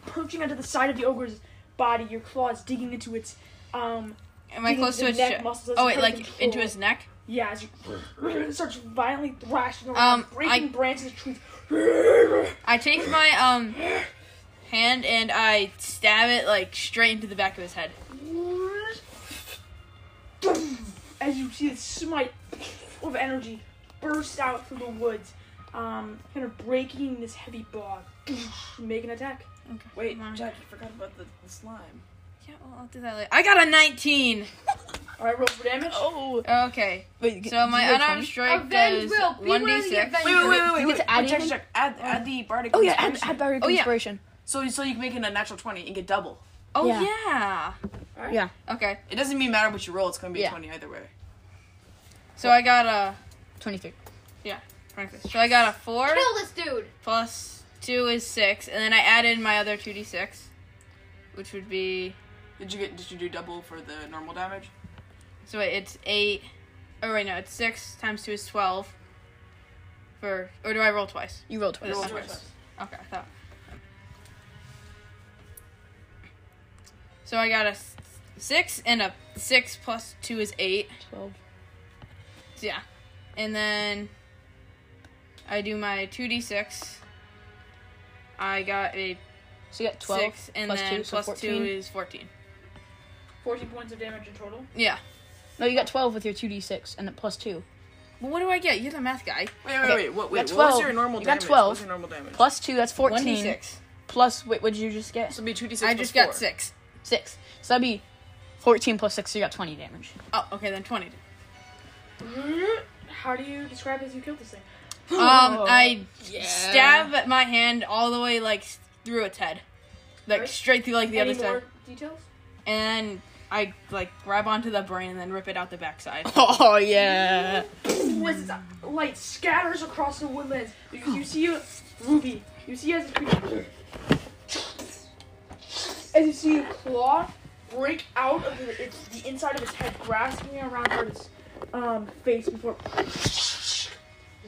[SPEAKER 15] perching onto the side of the ogre's body. Your claws digging into its um.
[SPEAKER 7] Am I
[SPEAKER 15] digging
[SPEAKER 7] close to
[SPEAKER 15] into
[SPEAKER 7] its?
[SPEAKER 15] the neck
[SPEAKER 7] ju-
[SPEAKER 15] muscles.
[SPEAKER 7] oh wait,
[SPEAKER 15] It's
[SPEAKER 7] like
[SPEAKER 15] hard to
[SPEAKER 7] into
[SPEAKER 15] control.
[SPEAKER 7] his neck.
[SPEAKER 15] Yeah, as you starts violently thrashing around,
[SPEAKER 7] Um,
[SPEAKER 15] breaking
[SPEAKER 7] I-
[SPEAKER 15] branches of trees.
[SPEAKER 7] I take my um hand and I stab it like straight into the back of his head.
[SPEAKER 15] As you see the smite of energy burst out through the woods, um, kind of breaking this heavy bog. Make an attack.
[SPEAKER 5] Wait,
[SPEAKER 7] Come on.
[SPEAKER 5] Jack, you forgot about the, the slime.
[SPEAKER 7] Yeah, well, I'll do that later. I got a 19.
[SPEAKER 15] All right, roll for damage.
[SPEAKER 1] Oh.
[SPEAKER 7] Okay,
[SPEAKER 1] Wait,
[SPEAKER 7] so my unarmed strike does
[SPEAKER 4] Avenge will. Beware the
[SPEAKER 7] 1d6.
[SPEAKER 4] avenged
[SPEAKER 5] Wait, wait, wait,
[SPEAKER 4] will.
[SPEAKER 5] wait, wait.
[SPEAKER 1] you get to add
[SPEAKER 5] wait, check,
[SPEAKER 1] anything?
[SPEAKER 5] check. Add, add the bardic.
[SPEAKER 1] Oh yeah, add,
[SPEAKER 5] inspiration.
[SPEAKER 1] add bardic
[SPEAKER 7] Oh, yeah.
[SPEAKER 1] inspiration.
[SPEAKER 5] So, so you can make it a natural twenty and get double.
[SPEAKER 7] Oh
[SPEAKER 1] Yeah.
[SPEAKER 7] yeah.
[SPEAKER 1] Yeah.
[SPEAKER 7] Okay,
[SPEAKER 5] It doesn't even matter what you roll; it's gonna be
[SPEAKER 1] Yeah.
[SPEAKER 5] a twenty either way.
[SPEAKER 7] so I got a.
[SPEAKER 1] Twenty-three.
[SPEAKER 7] So I got a four
[SPEAKER 4] Kill this dude.
[SPEAKER 7] plus two is six, and then I added my other two d six, which would be
[SPEAKER 5] Did you get? Did you do double for the normal damage?
[SPEAKER 7] so wait, it's eight. Oh wait, no, it's six times two is twelve. For or do I roll twice?
[SPEAKER 1] You rolled
[SPEAKER 7] Or
[SPEAKER 1] twice.
[SPEAKER 7] just
[SPEAKER 5] roll
[SPEAKER 7] one
[SPEAKER 5] twice.
[SPEAKER 7] twice? Okay, I thought. So I got a s- six and a six plus two is eight.
[SPEAKER 1] Twelve.
[SPEAKER 7] Yeah. And then I do my 2d6. I got a
[SPEAKER 1] So you got twelve.
[SPEAKER 7] 6, and
[SPEAKER 1] plus
[SPEAKER 7] then
[SPEAKER 1] two, so
[SPEAKER 7] plus 2
[SPEAKER 1] 14.
[SPEAKER 7] is 14.
[SPEAKER 3] 14 points of damage in total.
[SPEAKER 7] Yeah.
[SPEAKER 1] No, you got twelve with your two d six and then plus two.
[SPEAKER 7] But what do I get? You're the math guy.
[SPEAKER 5] Wait, wait,
[SPEAKER 1] Okay.
[SPEAKER 5] wait. What, wait
[SPEAKER 1] Got
[SPEAKER 5] what was
[SPEAKER 1] 12.
[SPEAKER 5] your normal
[SPEAKER 1] You got
[SPEAKER 5] damage? What was
[SPEAKER 1] 12.
[SPEAKER 5] your normal damage?
[SPEAKER 1] Plus two, that's fourteen.
[SPEAKER 7] 1d6.
[SPEAKER 1] Plus wait, what did you just get?
[SPEAKER 5] So it'd be two d six.
[SPEAKER 7] I just got 6.
[SPEAKER 1] Six. So that'd be fourteen plus six, so you got twenty damage.
[SPEAKER 7] Oh, okay, then 20. Um,
[SPEAKER 3] Mm-hmm. How do you describe as you killed this thing?
[SPEAKER 7] Um, I stab my hand all the way, like, s- through its head. Like,
[SPEAKER 3] Right.
[SPEAKER 7] straight through, like, the
[SPEAKER 3] Any
[SPEAKER 7] other
[SPEAKER 3] more
[SPEAKER 7] side.
[SPEAKER 3] details?
[SPEAKER 7] And I, like, grab onto the brain and then rip it out the backside.
[SPEAKER 1] Oh yeah.
[SPEAKER 3] Wizard's light scatters across the woodlands. You, you see Ruby. You see as as you see a claw break out of the, its, the inside of its head, grasping around its um, face before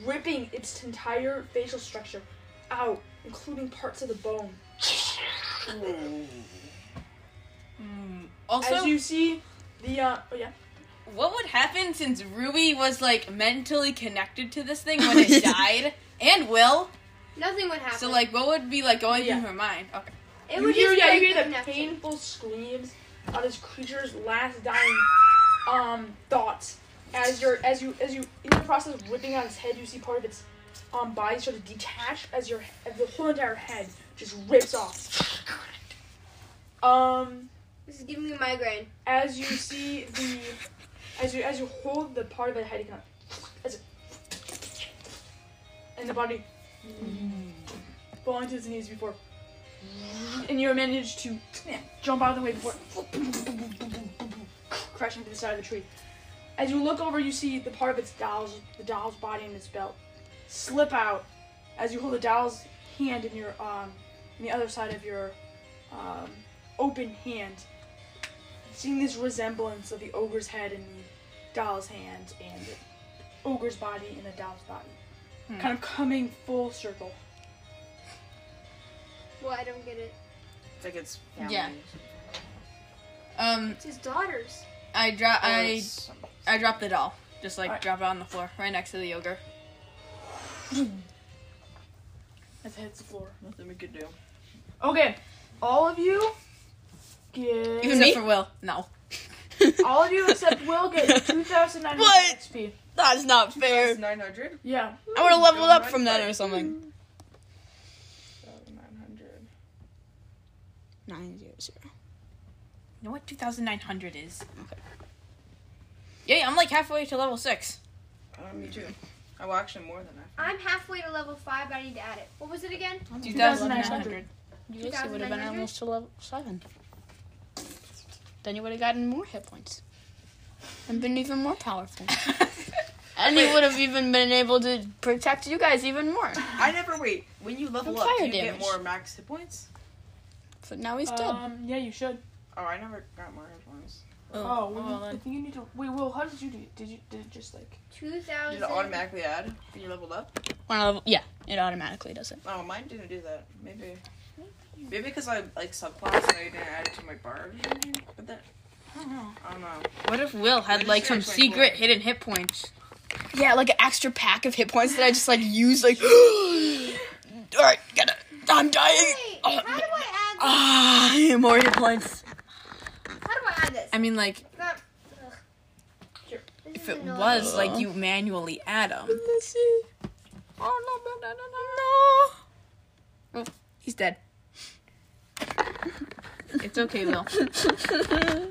[SPEAKER 3] ripping its entire facial structure out, including parts of the bone.
[SPEAKER 7] Also,
[SPEAKER 3] as you see the uh, oh yeah.
[SPEAKER 7] What would happen since Ruby was like mentally connected to this thing when it died? And Will.
[SPEAKER 4] Nothing would happen.
[SPEAKER 7] So like what would be like going
[SPEAKER 3] Yeah.
[SPEAKER 7] through her mind? Okay.
[SPEAKER 4] it
[SPEAKER 3] you
[SPEAKER 4] would
[SPEAKER 3] hear,
[SPEAKER 4] just
[SPEAKER 3] yeah,
[SPEAKER 4] break
[SPEAKER 3] you hear the
[SPEAKER 4] connection.
[SPEAKER 3] painful screams of this creature's last dying um thoughts. As you're as you as you in the process of ripping out its head, you see part of its um body sort of detach as your as the whole entire head just rips off. Um
[SPEAKER 4] This is giving me a migraine.
[SPEAKER 3] as you see the as you as you hold the part of the head it kind of as it, and the body falling to its knees before and you manage to jump out of the way before crashing to the side of the tree. As you look over you see the part of its doll's the doll's body and its belt slip out as you hold the doll's hand in your um in the other side of your um, open hand seeing this resemblance of the ogre's head in the doll's hand and the ogre's body in the doll's body. Kind of coming full circle.
[SPEAKER 4] Well, I don't get it.
[SPEAKER 5] It's like it's
[SPEAKER 7] Yeah. Um
[SPEAKER 4] It's his daughters.
[SPEAKER 7] I drop I
[SPEAKER 5] it's-
[SPEAKER 7] I drop the doll. Just like
[SPEAKER 3] Alright.
[SPEAKER 7] drop it on the floor right next to the ogre.
[SPEAKER 3] As it hits the floor.
[SPEAKER 5] nothing we could do.
[SPEAKER 3] Okay, all of you get.
[SPEAKER 7] Even
[SPEAKER 1] me?
[SPEAKER 7] Except for Will. No.
[SPEAKER 3] all of you except Will get 2,900
[SPEAKER 1] What?
[SPEAKER 3] XP.
[SPEAKER 1] That's not fair.
[SPEAKER 5] It's nine hundred.
[SPEAKER 3] Yeah.
[SPEAKER 1] I would have leveled up from that or something.
[SPEAKER 5] Nine Uh, hundred.
[SPEAKER 1] nine zero zero.
[SPEAKER 7] know what 2,900 is. Yay, I'm like halfway to level 6.
[SPEAKER 5] Uh, me too. I well, actually more than that.
[SPEAKER 4] I'm halfway to level five. I need to add it. What was it again?
[SPEAKER 7] 2,900.
[SPEAKER 1] You would have been almost to level seven. Then you would have gotten more hit points. And been even more powerful. and he would have even been able to protect you guys even more.
[SPEAKER 5] I never wait. When you level
[SPEAKER 1] And
[SPEAKER 5] up,
[SPEAKER 1] fire
[SPEAKER 5] do you
[SPEAKER 1] damage.
[SPEAKER 5] get more max hit points?
[SPEAKER 1] But now he's dead.
[SPEAKER 3] Um, yeah, you should.
[SPEAKER 5] Oh, I never got more hit points.
[SPEAKER 3] Oh, well,
[SPEAKER 7] oh,
[SPEAKER 3] you,
[SPEAKER 7] then-
[SPEAKER 3] I think you need to. Wait, Will, how did you do? it? Did you did it just like?
[SPEAKER 4] Two
[SPEAKER 5] Did
[SPEAKER 4] thousand.
[SPEAKER 5] it automatically add when you leveled up?
[SPEAKER 1] When I level, yeah, it automatically does it.
[SPEAKER 5] Oh, mine didn't do that. Maybe. Maybe because I like subclass and I didn't add it to my bar. But that. I don't know.
[SPEAKER 7] What if Will
[SPEAKER 5] What
[SPEAKER 7] had
[SPEAKER 5] is
[SPEAKER 7] like
[SPEAKER 5] your
[SPEAKER 7] some
[SPEAKER 5] point
[SPEAKER 7] secret
[SPEAKER 5] for?
[SPEAKER 7] hidden hit points?
[SPEAKER 1] Yeah, like an extra pack of hit points that I just like use like All right, got it. I'm dying.
[SPEAKER 4] Wait,
[SPEAKER 1] Oh,
[SPEAKER 4] how do I add?
[SPEAKER 1] Ah, more hit points.
[SPEAKER 4] How do I add this?
[SPEAKER 7] I mean, like,
[SPEAKER 4] Not- ugh. This
[SPEAKER 7] if
[SPEAKER 4] is
[SPEAKER 7] it
[SPEAKER 4] annoying.
[SPEAKER 7] was, like, you manually add them.
[SPEAKER 1] Let's see.
[SPEAKER 7] Oh, no, no, no, no, no, no. Oh, he's dead. it's okay, Will. Mm-hmm.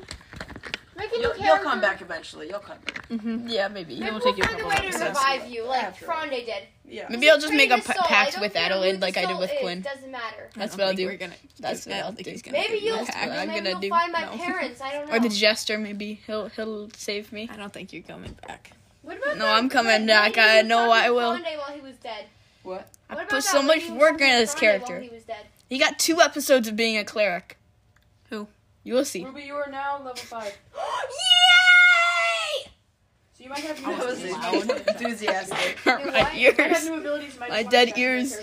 [SPEAKER 4] Make a new
[SPEAKER 5] You'll, you'll
[SPEAKER 4] character.
[SPEAKER 5] come back eventually. You'll come back.
[SPEAKER 1] Yeah, maybe.
[SPEAKER 4] Maybe
[SPEAKER 7] It'll
[SPEAKER 4] we'll
[SPEAKER 7] take you a
[SPEAKER 4] find a
[SPEAKER 7] couple
[SPEAKER 4] way to
[SPEAKER 5] episodes.
[SPEAKER 4] revive you, like
[SPEAKER 5] After all.
[SPEAKER 4] Fronde did.
[SPEAKER 5] Yeah.
[SPEAKER 1] Maybe I'll just
[SPEAKER 4] Train
[SPEAKER 1] make a
[SPEAKER 4] the
[SPEAKER 1] p-
[SPEAKER 4] soul. I
[SPEAKER 1] pact
[SPEAKER 4] don't
[SPEAKER 1] with
[SPEAKER 4] care who
[SPEAKER 1] Adelaide
[SPEAKER 4] the
[SPEAKER 1] like I did
[SPEAKER 4] soul
[SPEAKER 1] with
[SPEAKER 4] is,
[SPEAKER 1] Quinn.
[SPEAKER 4] Doesn't matter.
[SPEAKER 1] That's
[SPEAKER 7] I
[SPEAKER 1] what I'll
[SPEAKER 7] think
[SPEAKER 1] do.
[SPEAKER 7] We're gonna,
[SPEAKER 1] That's what
[SPEAKER 7] I
[SPEAKER 1] I'll
[SPEAKER 7] don't think
[SPEAKER 1] do.
[SPEAKER 7] he's gonna
[SPEAKER 4] Maybe
[SPEAKER 7] do
[SPEAKER 4] you'll
[SPEAKER 7] that.
[SPEAKER 1] I'm
[SPEAKER 4] maybe
[SPEAKER 1] gonna
[SPEAKER 4] you'll
[SPEAKER 1] do-
[SPEAKER 4] find my
[SPEAKER 1] no.
[SPEAKER 4] parents. I don't know.
[SPEAKER 1] Or the jester, maybe he'll he'll save me.
[SPEAKER 7] I don't think you're coming back.
[SPEAKER 4] What about
[SPEAKER 1] No,
[SPEAKER 4] that
[SPEAKER 1] I'm coming
[SPEAKER 4] lady
[SPEAKER 1] back.
[SPEAKER 4] who
[SPEAKER 1] I
[SPEAKER 4] was
[SPEAKER 1] know
[SPEAKER 4] talking
[SPEAKER 1] I
[SPEAKER 4] to
[SPEAKER 1] will.
[SPEAKER 4] Fronde while he was dead?
[SPEAKER 5] What?
[SPEAKER 1] I
[SPEAKER 4] What about
[SPEAKER 1] put so
[SPEAKER 4] that
[SPEAKER 1] much
[SPEAKER 4] lady who was
[SPEAKER 1] work
[SPEAKER 4] talking
[SPEAKER 1] into
[SPEAKER 4] to
[SPEAKER 1] this
[SPEAKER 4] Fronde
[SPEAKER 1] character.
[SPEAKER 4] While he was dead.
[SPEAKER 1] He got two episodes of being a cleric.
[SPEAKER 7] Who?
[SPEAKER 1] You will see.
[SPEAKER 3] Ruby, you are now level five.
[SPEAKER 4] Yay!
[SPEAKER 3] So you might have new
[SPEAKER 5] That was
[SPEAKER 3] abilities.
[SPEAKER 5] enthusiastic.
[SPEAKER 1] my
[SPEAKER 4] what?
[SPEAKER 3] You might have
[SPEAKER 1] ears.
[SPEAKER 3] new abilities.
[SPEAKER 1] My dead ears.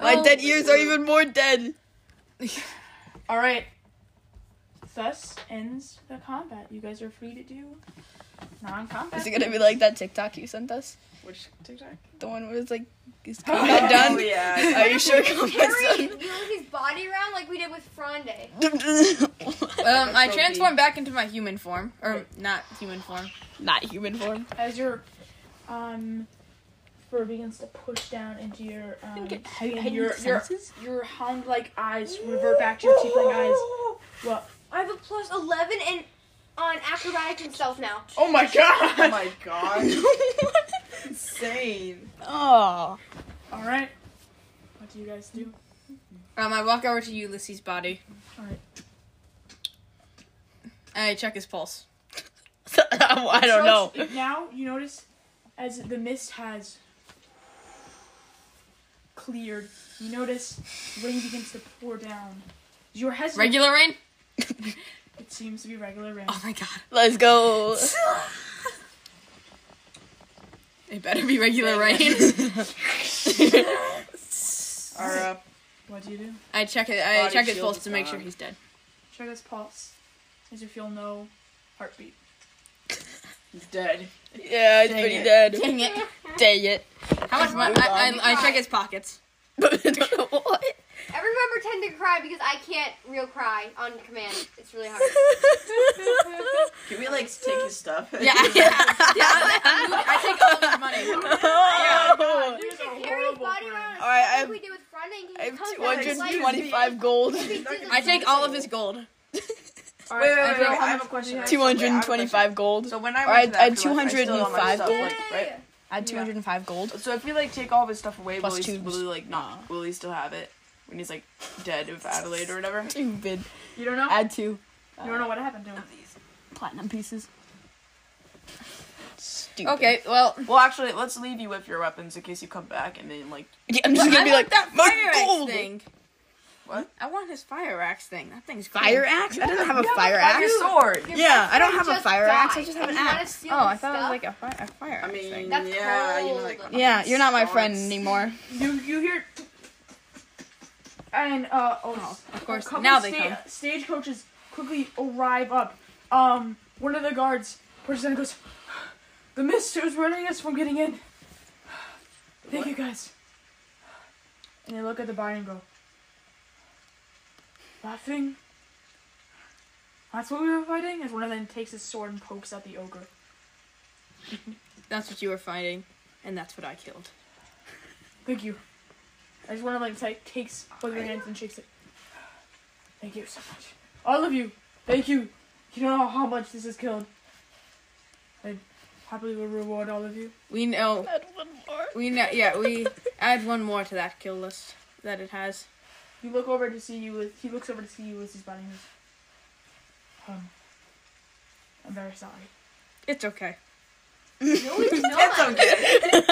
[SPEAKER 1] My
[SPEAKER 7] Oh.
[SPEAKER 1] dead ears are even more dead.
[SPEAKER 3] All right. Thus ends the combat. You guys are free to do non-combat.
[SPEAKER 1] Is it gonna be like that TikTok you sent us?
[SPEAKER 5] Which TikTok?
[SPEAKER 1] The one where it's like, is combat done?
[SPEAKER 5] Oh, yeah.
[SPEAKER 1] Are you sure
[SPEAKER 4] Carry
[SPEAKER 1] combat's
[SPEAKER 4] Ulysses' body around like we did with Fronde.
[SPEAKER 1] done?
[SPEAKER 7] Um, I
[SPEAKER 5] Sophie.
[SPEAKER 7] transform back into my human form, or not human form.
[SPEAKER 1] Not human form.
[SPEAKER 3] as your um fur begins to push down into your um,
[SPEAKER 1] Think it-
[SPEAKER 3] skin,
[SPEAKER 1] hidden
[SPEAKER 3] your, your
[SPEAKER 1] senses?
[SPEAKER 3] your hound-like eyes revert back to your tiefling eyes.
[SPEAKER 4] I have a plus 11 and on acrobatics and stealth now.
[SPEAKER 3] Oh my
[SPEAKER 5] Oh
[SPEAKER 3] god!
[SPEAKER 5] my god.
[SPEAKER 1] What?
[SPEAKER 5] Insane.
[SPEAKER 1] oh.
[SPEAKER 3] All right. What do you guys do?
[SPEAKER 7] Um, I walk over to Ulysses' body.
[SPEAKER 3] Alright.
[SPEAKER 7] I check his pulse.
[SPEAKER 1] I don't know.
[SPEAKER 3] So it's- Now you notice as the mist has cleared, you notice rain begins to pour down. You're hesitant.
[SPEAKER 7] Regular rain?
[SPEAKER 3] It seems to be regular rain.
[SPEAKER 7] Oh my god.
[SPEAKER 1] Let's go.
[SPEAKER 7] It better be regular rain.
[SPEAKER 5] Our uh,
[SPEAKER 3] What do you do?
[SPEAKER 7] I check it. I
[SPEAKER 5] Body
[SPEAKER 7] check his
[SPEAKER 5] shield
[SPEAKER 7] pulse
[SPEAKER 5] is
[SPEAKER 7] to make
[SPEAKER 5] on.
[SPEAKER 7] sure he's dead.
[SPEAKER 3] Check his pulse. As you feel no heartbeat.
[SPEAKER 5] he's dead.
[SPEAKER 1] yeah, it's
[SPEAKER 5] Dang
[SPEAKER 1] pretty
[SPEAKER 5] it.
[SPEAKER 1] dead.
[SPEAKER 7] Dang it!
[SPEAKER 1] Dang it.
[SPEAKER 7] How much money? I, I, I check his pockets.
[SPEAKER 1] what?
[SPEAKER 4] Everyone pretend to cry because I can't real cry on command. It's really hard.
[SPEAKER 5] Can we like take his stuff?
[SPEAKER 7] Yeah, I, yeah. I, I take all of his money.
[SPEAKER 1] Oh,
[SPEAKER 3] You're so
[SPEAKER 4] Carry his
[SPEAKER 3] horrible
[SPEAKER 4] body
[SPEAKER 3] friend.
[SPEAKER 4] around
[SPEAKER 1] All right,
[SPEAKER 4] like
[SPEAKER 1] I'm-
[SPEAKER 4] we did with Fronde and
[SPEAKER 1] I
[SPEAKER 4] he
[SPEAKER 1] have
[SPEAKER 4] comes
[SPEAKER 5] two hundred
[SPEAKER 4] back. Like,
[SPEAKER 5] and
[SPEAKER 1] 225 gold.
[SPEAKER 4] he does
[SPEAKER 7] I take all of his gold.
[SPEAKER 5] Wait, wait, wait,
[SPEAKER 7] I
[SPEAKER 5] wait,
[SPEAKER 7] don't
[SPEAKER 5] I
[SPEAKER 7] know how
[SPEAKER 5] have a question.
[SPEAKER 1] 225 gold.
[SPEAKER 5] So when I
[SPEAKER 1] Or
[SPEAKER 5] went to
[SPEAKER 1] I- I
[SPEAKER 5] that, afterlife, I still had all my
[SPEAKER 1] 205
[SPEAKER 5] stuff,
[SPEAKER 1] gold.
[SPEAKER 5] like, right?
[SPEAKER 1] I had 205 gold.
[SPEAKER 5] So if we like take all of his stuff away,
[SPEAKER 1] Plus
[SPEAKER 5] will he,
[SPEAKER 1] twos.
[SPEAKER 5] will he like not? Will he still have it when he's like dead with Adelaide or whatever?
[SPEAKER 1] Stupid.
[SPEAKER 3] You don't know?
[SPEAKER 1] Add two
[SPEAKER 3] you don't know what happened to him.
[SPEAKER 1] platinum pieces. Stupid.
[SPEAKER 7] Okay, well,
[SPEAKER 5] Well, actually, let's leave you with your weapons in case you come back and then like
[SPEAKER 1] Yeah, I'm just
[SPEAKER 7] I
[SPEAKER 1] gonna be
[SPEAKER 7] want
[SPEAKER 1] like,
[SPEAKER 7] that
[SPEAKER 1] my
[SPEAKER 7] fire axe
[SPEAKER 1] gold.
[SPEAKER 7] thing.
[SPEAKER 5] What?
[SPEAKER 7] I want his fire axe thing. That thing's cool.
[SPEAKER 1] Fire axe? I didn't have a fire
[SPEAKER 5] have
[SPEAKER 1] axe.
[SPEAKER 5] your sword.
[SPEAKER 4] Your
[SPEAKER 1] Yeah,
[SPEAKER 4] best
[SPEAKER 1] I don't
[SPEAKER 4] friend
[SPEAKER 1] have a
[SPEAKER 4] just
[SPEAKER 1] fire axe. I
[SPEAKER 4] died,
[SPEAKER 1] just have
[SPEAKER 4] and
[SPEAKER 1] an
[SPEAKER 4] you wanna
[SPEAKER 1] axe.
[SPEAKER 4] steal
[SPEAKER 7] Oh,
[SPEAKER 4] his
[SPEAKER 7] I thought it was
[SPEAKER 4] stuff?
[SPEAKER 7] like a fire, a fire
[SPEAKER 5] I
[SPEAKER 7] axe
[SPEAKER 5] mean,
[SPEAKER 7] thing.
[SPEAKER 4] That's
[SPEAKER 5] yeah, you know,
[SPEAKER 4] cold.
[SPEAKER 5] like
[SPEAKER 1] Yeah, you're not my
[SPEAKER 5] swords.
[SPEAKER 1] friend anymore.
[SPEAKER 3] You you hear and uh oh,
[SPEAKER 7] Of course,
[SPEAKER 3] a couple
[SPEAKER 7] now they
[SPEAKER 3] sta-
[SPEAKER 7] come.
[SPEAKER 3] Stagecoaches quickly arrive up. Um, one of the guards pushes in and goes, "The mist is running us from getting in." Thank you guys. And they look at the body and go, "That thing." That's what we were fighting. As one of them takes his sword and pokes at the ogre.
[SPEAKER 7] That's what you were fighting, and that's what I killed.
[SPEAKER 3] Thank you. As one of them like, takes both their hands and shakes it. Thank you so much. All of you, thank you. You don't know how much this has killed. I happily will reward all of you.
[SPEAKER 7] We know.
[SPEAKER 1] Add one more.
[SPEAKER 7] We know. Yeah, we add one more to that kill list that it has.
[SPEAKER 3] You look over to see you with. He looks over to see you with his body. and goes, Um, I'm very sorry.
[SPEAKER 7] It's okay.
[SPEAKER 4] No, it's not. okay.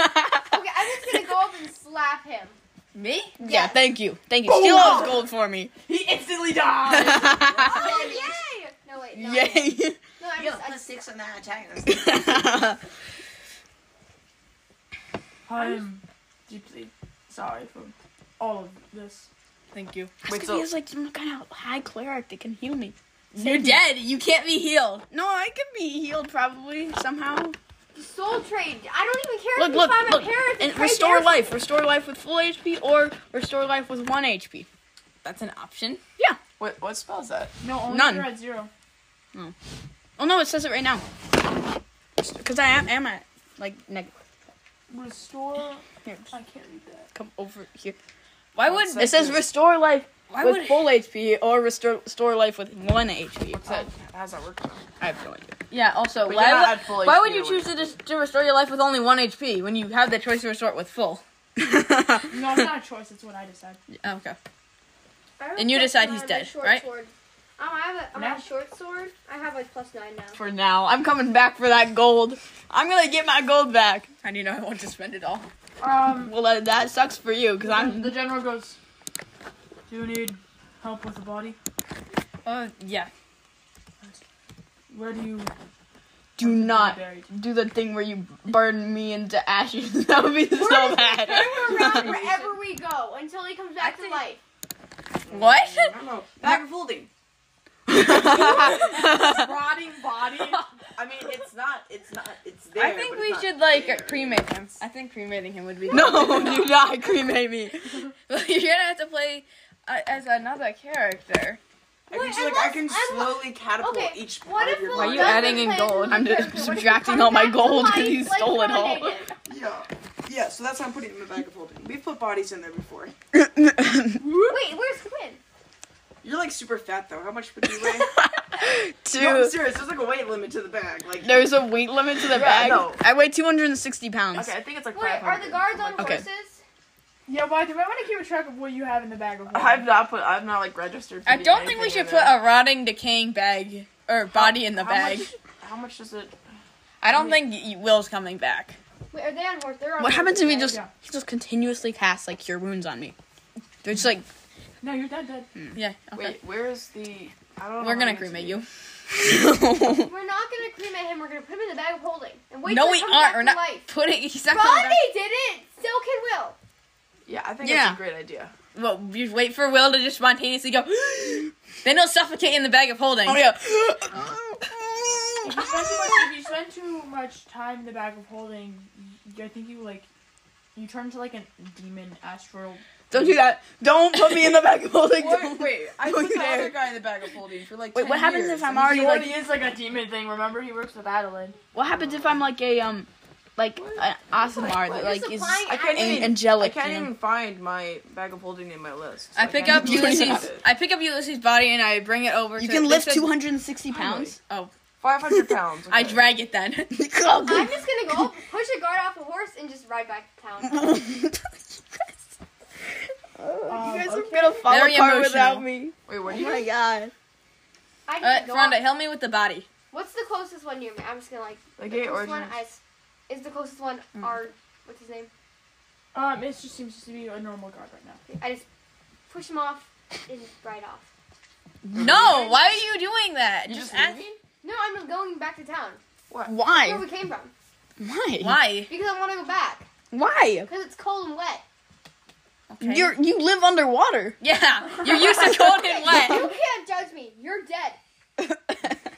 [SPEAKER 4] I'm just gonna go up and slap him.
[SPEAKER 1] Me? Yeah, thank you. Thank you. Steal all his gold for me.
[SPEAKER 3] He instantly dies.
[SPEAKER 4] Oh, yay! No, wait. No,
[SPEAKER 1] Yay.
[SPEAKER 4] No, I'm
[SPEAKER 5] You
[SPEAKER 4] just,
[SPEAKER 5] don't
[SPEAKER 4] I'm
[SPEAKER 5] put
[SPEAKER 4] just,
[SPEAKER 5] six on that attack.
[SPEAKER 3] I'm deeply sorry for all of this.
[SPEAKER 7] Thank you.
[SPEAKER 1] Wait, so- he has like some kind of high cleric that can heal me.
[SPEAKER 7] You're dead. You can't be healed.
[SPEAKER 1] No, I could be healed probably somehow.
[SPEAKER 4] soul trade. I don't even care
[SPEAKER 1] Look,
[SPEAKER 4] if
[SPEAKER 1] look,
[SPEAKER 4] you find
[SPEAKER 1] look.
[SPEAKER 4] my parents.
[SPEAKER 1] And
[SPEAKER 4] trade
[SPEAKER 1] restore
[SPEAKER 4] their-
[SPEAKER 1] life. Restore life with full HP or restore life with one HP.
[SPEAKER 7] That's an option.
[SPEAKER 5] What what spell is that?
[SPEAKER 3] No, only
[SPEAKER 1] None.
[SPEAKER 3] you're at zero.
[SPEAKER 1] Oh no, it says it right now. Because I am, am at like negative.
[SPEAKER 3] Restore.
[SPEAKER 1] Here,
[SPEAKER 3] I can't read that.
[SPEAKER 1] come over here. Why would
[SPEAKER 5] like
[SPEAKER 1] it says
[SPEAKER 5] the-
[SPEAKER 1] restore life
[SPEAKER 7] Why
[SPEAKER 1] with
[SPEAKER 7] would
[SPEAKER 1] full HP or restore restore life with one HP?
[SPEAKER 5] What's that? How's that work?
[SPEAKER 1] I have no idea.
[SPEAKER 7] Yeah. Also,
[SPEAKER 5] But you're not
[SPEAKER 7] why
[SPEAKER 5] at full
[SPEAKER 7] would, why
[SPEAKER 5] HP
[SPEAKER 7] would you
[SPEAKER 5] or
[SPEAKER 7] choose to, dis- to restore your life with only one HP when you have the choice to restore it with full? Oh,
[SPEAKER 3] No, it's not a choice. It's what I decide.
[SPEAKER 7] Okay.
[SPEAKER 4] I don't
[SPEAKER 1] And you
[SPEAKER 4] think
[SPEAKER 1] decide
[SPEAKER 4] that's my-
[SPEAKER 1] he's
[SPEAKER 4] my
[SPEAKER 1] dead,
[SPEAKER 4] short
[SPEAKER 1] right?
[SPEAKER 4] Sword. Um, I have a, I'm
[SPEAKER 3] No.
[SPEAKER 4] a short sword. I have like plus nine now.
[SPEAKER 1] For now, I'm coming back for that gold. I'm gonna get my gold back, and you know I want to spend it all.
[SPEAKER 3] Um,
[SPEAKER 1] Well, that, that sucks for you, cause I'm.
[SPEAKER 3] the general goes. Do you need help with the body?
[SPEAKER 7] Uh, yeah.
[SPEAKER 3] Where do you
[SPEAKER 1] Do not
[SPEAKER 3] buried?
[SPEAKER 1] do the thing where you burn me into ashes. that would be so bad.
[SPEAKER 4] Turn around wherever we go until he comes back to
[SPEAKER 5] Actually-
[SPEAKER 4] life.
[SPEAKER 1] What?
[SPEAKER 5] I don't know. Back of holding. Rotting body. I mean, it's not. It's not. It's there.
[SPEAKER 7] I think
[SPEAKER 5] but
[SPEAKER 7] we
[SPEAKER 5] it's
[SPEAKER 7] should
[SPEAKER 5] not
[SPEAKER 7] like
[SPEAKER 5] there.
[SPEAKER 7] cremate him. I think cremating him would be
[SPEAKER 1] no, do not cremate me.
[SPEAKER 7] You're gonna have to play uh, as another character.
[SPEAKER 5] I can,
[SPEAKER 4] Wait,
[SPEAKER 5] just, like, I can
[SPEAKER 4] unless- unless-
[SPEAKER 5] slowly catapult
[SPEAKER 4] Okay,
[SPEAKER 5] each part
[SPEAKER 4] what if
[SPEAKER 5] of your
[SPEAKER 4] Lil
[SPEAKER 7] Why are
[SPEAKER 5] body.
[SPEAKER 7] you
[SPEAKER 4] Jon
[SPEAKER 7] adding
[SPEAKER 4] was
[SPEAKER 7] in
[SPEAKER 4] playing as
[SPEAKER 7] gold?
[SPEAKER 4] another
[SPEAKER 1] I'm just
[SPEAKER 4] character? What if he
[SPEAKER 1] subtracting
[SPEAKER 4] comes
[SPEAKER 1] all my
[SPEAKER 4] back to
[SPEAKER 1] gold 'cause
[SPEAKER 4] life
[SPEAKER 1] he
[SPEAKER 4] like
[SPEAKER 1] stole it
[SPEAKER 4] Ron
[SPEAKER 1] all.
[SPEAKER 4] did?
[SPEAKER 5] Yeah, yeah. So that's why I'm putting it in the bag of holding. We've put bodies in there before.
[SPEAKER 4] Wait, where's Quinn?
[SPEAKER 5] You're like super fat though. How much would you weigh? no, I'm
[SPEAKER 1] Two.
[SPEAKER 5] serious. There's like a weight limit to the bag. Like
[SPEAKER 1] There's a weight limit to the bag.
[SPEAKER 5] no.
[SPEAKER 1] I weigh 260 pounds.
[SPEAKER 5] Okay, I think it's like
[SPEAKER 4] Wait, are the
[SPEAKER 5] 500.
[SPEAKER 4] guards on
[SPEAKER 1] Okay.
[SPEAKER 4] horses?
[SPEAKER 3] Yeah, why do I want to keep a track of what you have in the bag of holding?
[SPEAKER 5] I've not put. I've not like registered. for
[SPEAKER 7] I
[SPEAKER 5] getting
[SPEAKER 7] don't think we
[SPEAKER 5] anything
[SPEAKER 7] should
[SPEAKER 5] in
[SPEAKER 7] put
[SPEAKER 5] there.
[SPEAKER 7] a rotting, decaying bag or body in the
[SPEAKER 5] How
[SPEAKER 7] bag.
[SPEAKER 5] much- how much does it?
[SPEAKER 7] I don't think y- Will's coming back.
[SPEAKER 4] Wait, are they on horse? They're on
[SPEAKER 1] What
[SPEAKER 4] horses,
[SPEAKER 1] happens if he
[SPEAKER 4] right?
[SPEAKER 1] just
[SPEAKER 3] Yeah.
[SPEAKER 1] he just continuously casts like cure wounds on me? They're just like Hmm.
[SPEAKER 3] no, you're dead, dead.
[SPEAKER 7] Yeah. Okay.
[SPEAKER 5] Wait, where is the? I don't. know
[SPEAKER 7] We're
[SPEAKER 5] how
[SPEAKER 7] gonna
[SPEAKER 5] much
[SPEAKER 7] cremate
[SPEAKER 5] it-
[SPEAKER 7] you.
[SPEAKER 4] We're not gonna cremate him. We're gonna put him in the bag of holding and wait.
[SPEAKER 7] no,
[SPEAKER 4] till
[SPEAKER 7] we
[SPEAKER 4] he comes
[SPEAKER 7] aren't.
[SPEAKER 4] back
[SPEAKER 7] We're
[SPEAKER 4] to
[SPEAKER 7] not
[SPEAKER 4] Life.
[SPEAKER 7] putting. He's not coming
[SPEAKER 4] Rodney
[SPEAKER 7] back.
[SPEAKER 4] did it. Still can will.
[SPEAKER 5] Yeah, I think
[SPEAKER 7] Yeah.
[SPEAKER 5] that's a great idea.
[SPEAKER 7] Well, you wait for Will to just spontaneously go. then he'll suffocate in the bag of holding.
[SPEAKER 1] oh yeah.
[SPEAKER 3] If you spend too much, if you spend too much time in the bag of holding, y- I think you like you turn into like a demon astral.
[SPEAKER 1] Don't do that. Don't put me in the back of holding. Don't-
[SPEAKER 5] wait, I
[SPEAKER 1] put the other
[SPEAKER 5] guy in the bag of holding for like.
[SPEAKER 1] Wait, what happens if I'm already
[SPEAKER 3] He already
[SPEAKER 1] like?
[SPEAKER 3] is like a demon thing. Remember, he works with Adeline.
[SPEAKER 1] What happens if I'm like a um, like an Asimar that
[SPEAKER 4] You're
[SPEAKER 1] like is
[SPEAKER 4] supplying
[SPEAKER 5] I
[SPEAKER 4] acid.
[SPEAKER 5] can't
[SPEAKER 1] an-
[SPEAKER 5] even. I
[SPEAKER 1] angelic?
[SPEAKER 5] can't
[SPEAKER 1] you know?
[SPEAKER 5] even find my bag of holding in my list.
[SPEAKER 7] I
[SPEAKER 5] Like,
[SPEAKER 7] pick
[SPEAKER 5] need
[SPEAKER 7] up
[SPEAKER 5] to look at
[SPEAKER 7] Ulysses.
[SPEAKER 5] it.
[SPEAKER 7] I pick up Ulysses' body and I bring it over.
[SPEAKER 1] You
[SPEAKER 7] to
[SPEAKER 1] can
[SPEAKER 7] they
[SPEAKER 1] lift
[SPEAKER 7] said-
[SPEAKER 1] 260 pounds.
[SPEAKER 7] Oh,
[SPEAKER 5] 500 pounds.
[SPEAKER 7] I
[SPEAKER 5] okay.
[SPEAKER 7] drag it then.
[SPEAKER 1] Oh,
[SPEAKER 4] I'm
[SPEAKER 1] good.
[SPEAKER 4] just gonna go up, push a guard off a horse, and just ride back to
[SPEAKER 7] Uh,
[SPEAKER 4] town.
[SPEAKER 3] Um,
[SPEAKER 1] you guys
[SPEAKER 3] okay.
[SPEAKER 1] are gonna fall
[SPEAKER 7] Very
[SPEAKER 1] apart
[SPEAKER 7] emotional.
[SPEAKER 1] without me.
[SPEAKER 5] Wait,
[SPEAKER 1] Oh
[SPEAKER 5] what do you?
[SPEAKER 1] my god.
[SPEAKER 4] I
[SPEAKER 7] Uh,
[SPEAKER 4] just go
[SPEAKER 7] Rhonda,
[SPEAKER 4] up.
[SPEAKER 7] help me with the body.
[SPEAKER 4] What's the closest one near me? I'm just gonna like.
[SPEAKER 5] Like
[SPEAKER 4] the
[SPEAKER 5] gay
[SPEAKER 4] closest
[SPEAKER 5] origin.
[SPEAKER 4] one is, is the closest one.
[SPEAKER 7] Mm.
[SPEAKER 4] Our what's his name?
[SPEAKER 3] Um, it just seems to be a normal guard right now.
[SPEAKER 4] I just push him off and ride off.
[SPEAKER 7] No, why are you doing that? just ask
[SPEAKER 4] No, I'm going back to town where
[SPEAKER 1] Why?
[SPEAKER 4] we came from
[SPEAKER 1] Why?
[SPEAKER 7] why.
[SPEAKER 4] because I want to go back
[SPEAKER 1] Why?
[SPEAKER 4] because it's cold and wet.
[SPEAKER 7] Okay.
[SPEAKER 1] You're you live underwater.
[SPEAKER 7] yeah, you're used to cold and wet.
[SPEAKER 4] You can't judge me. You're dead.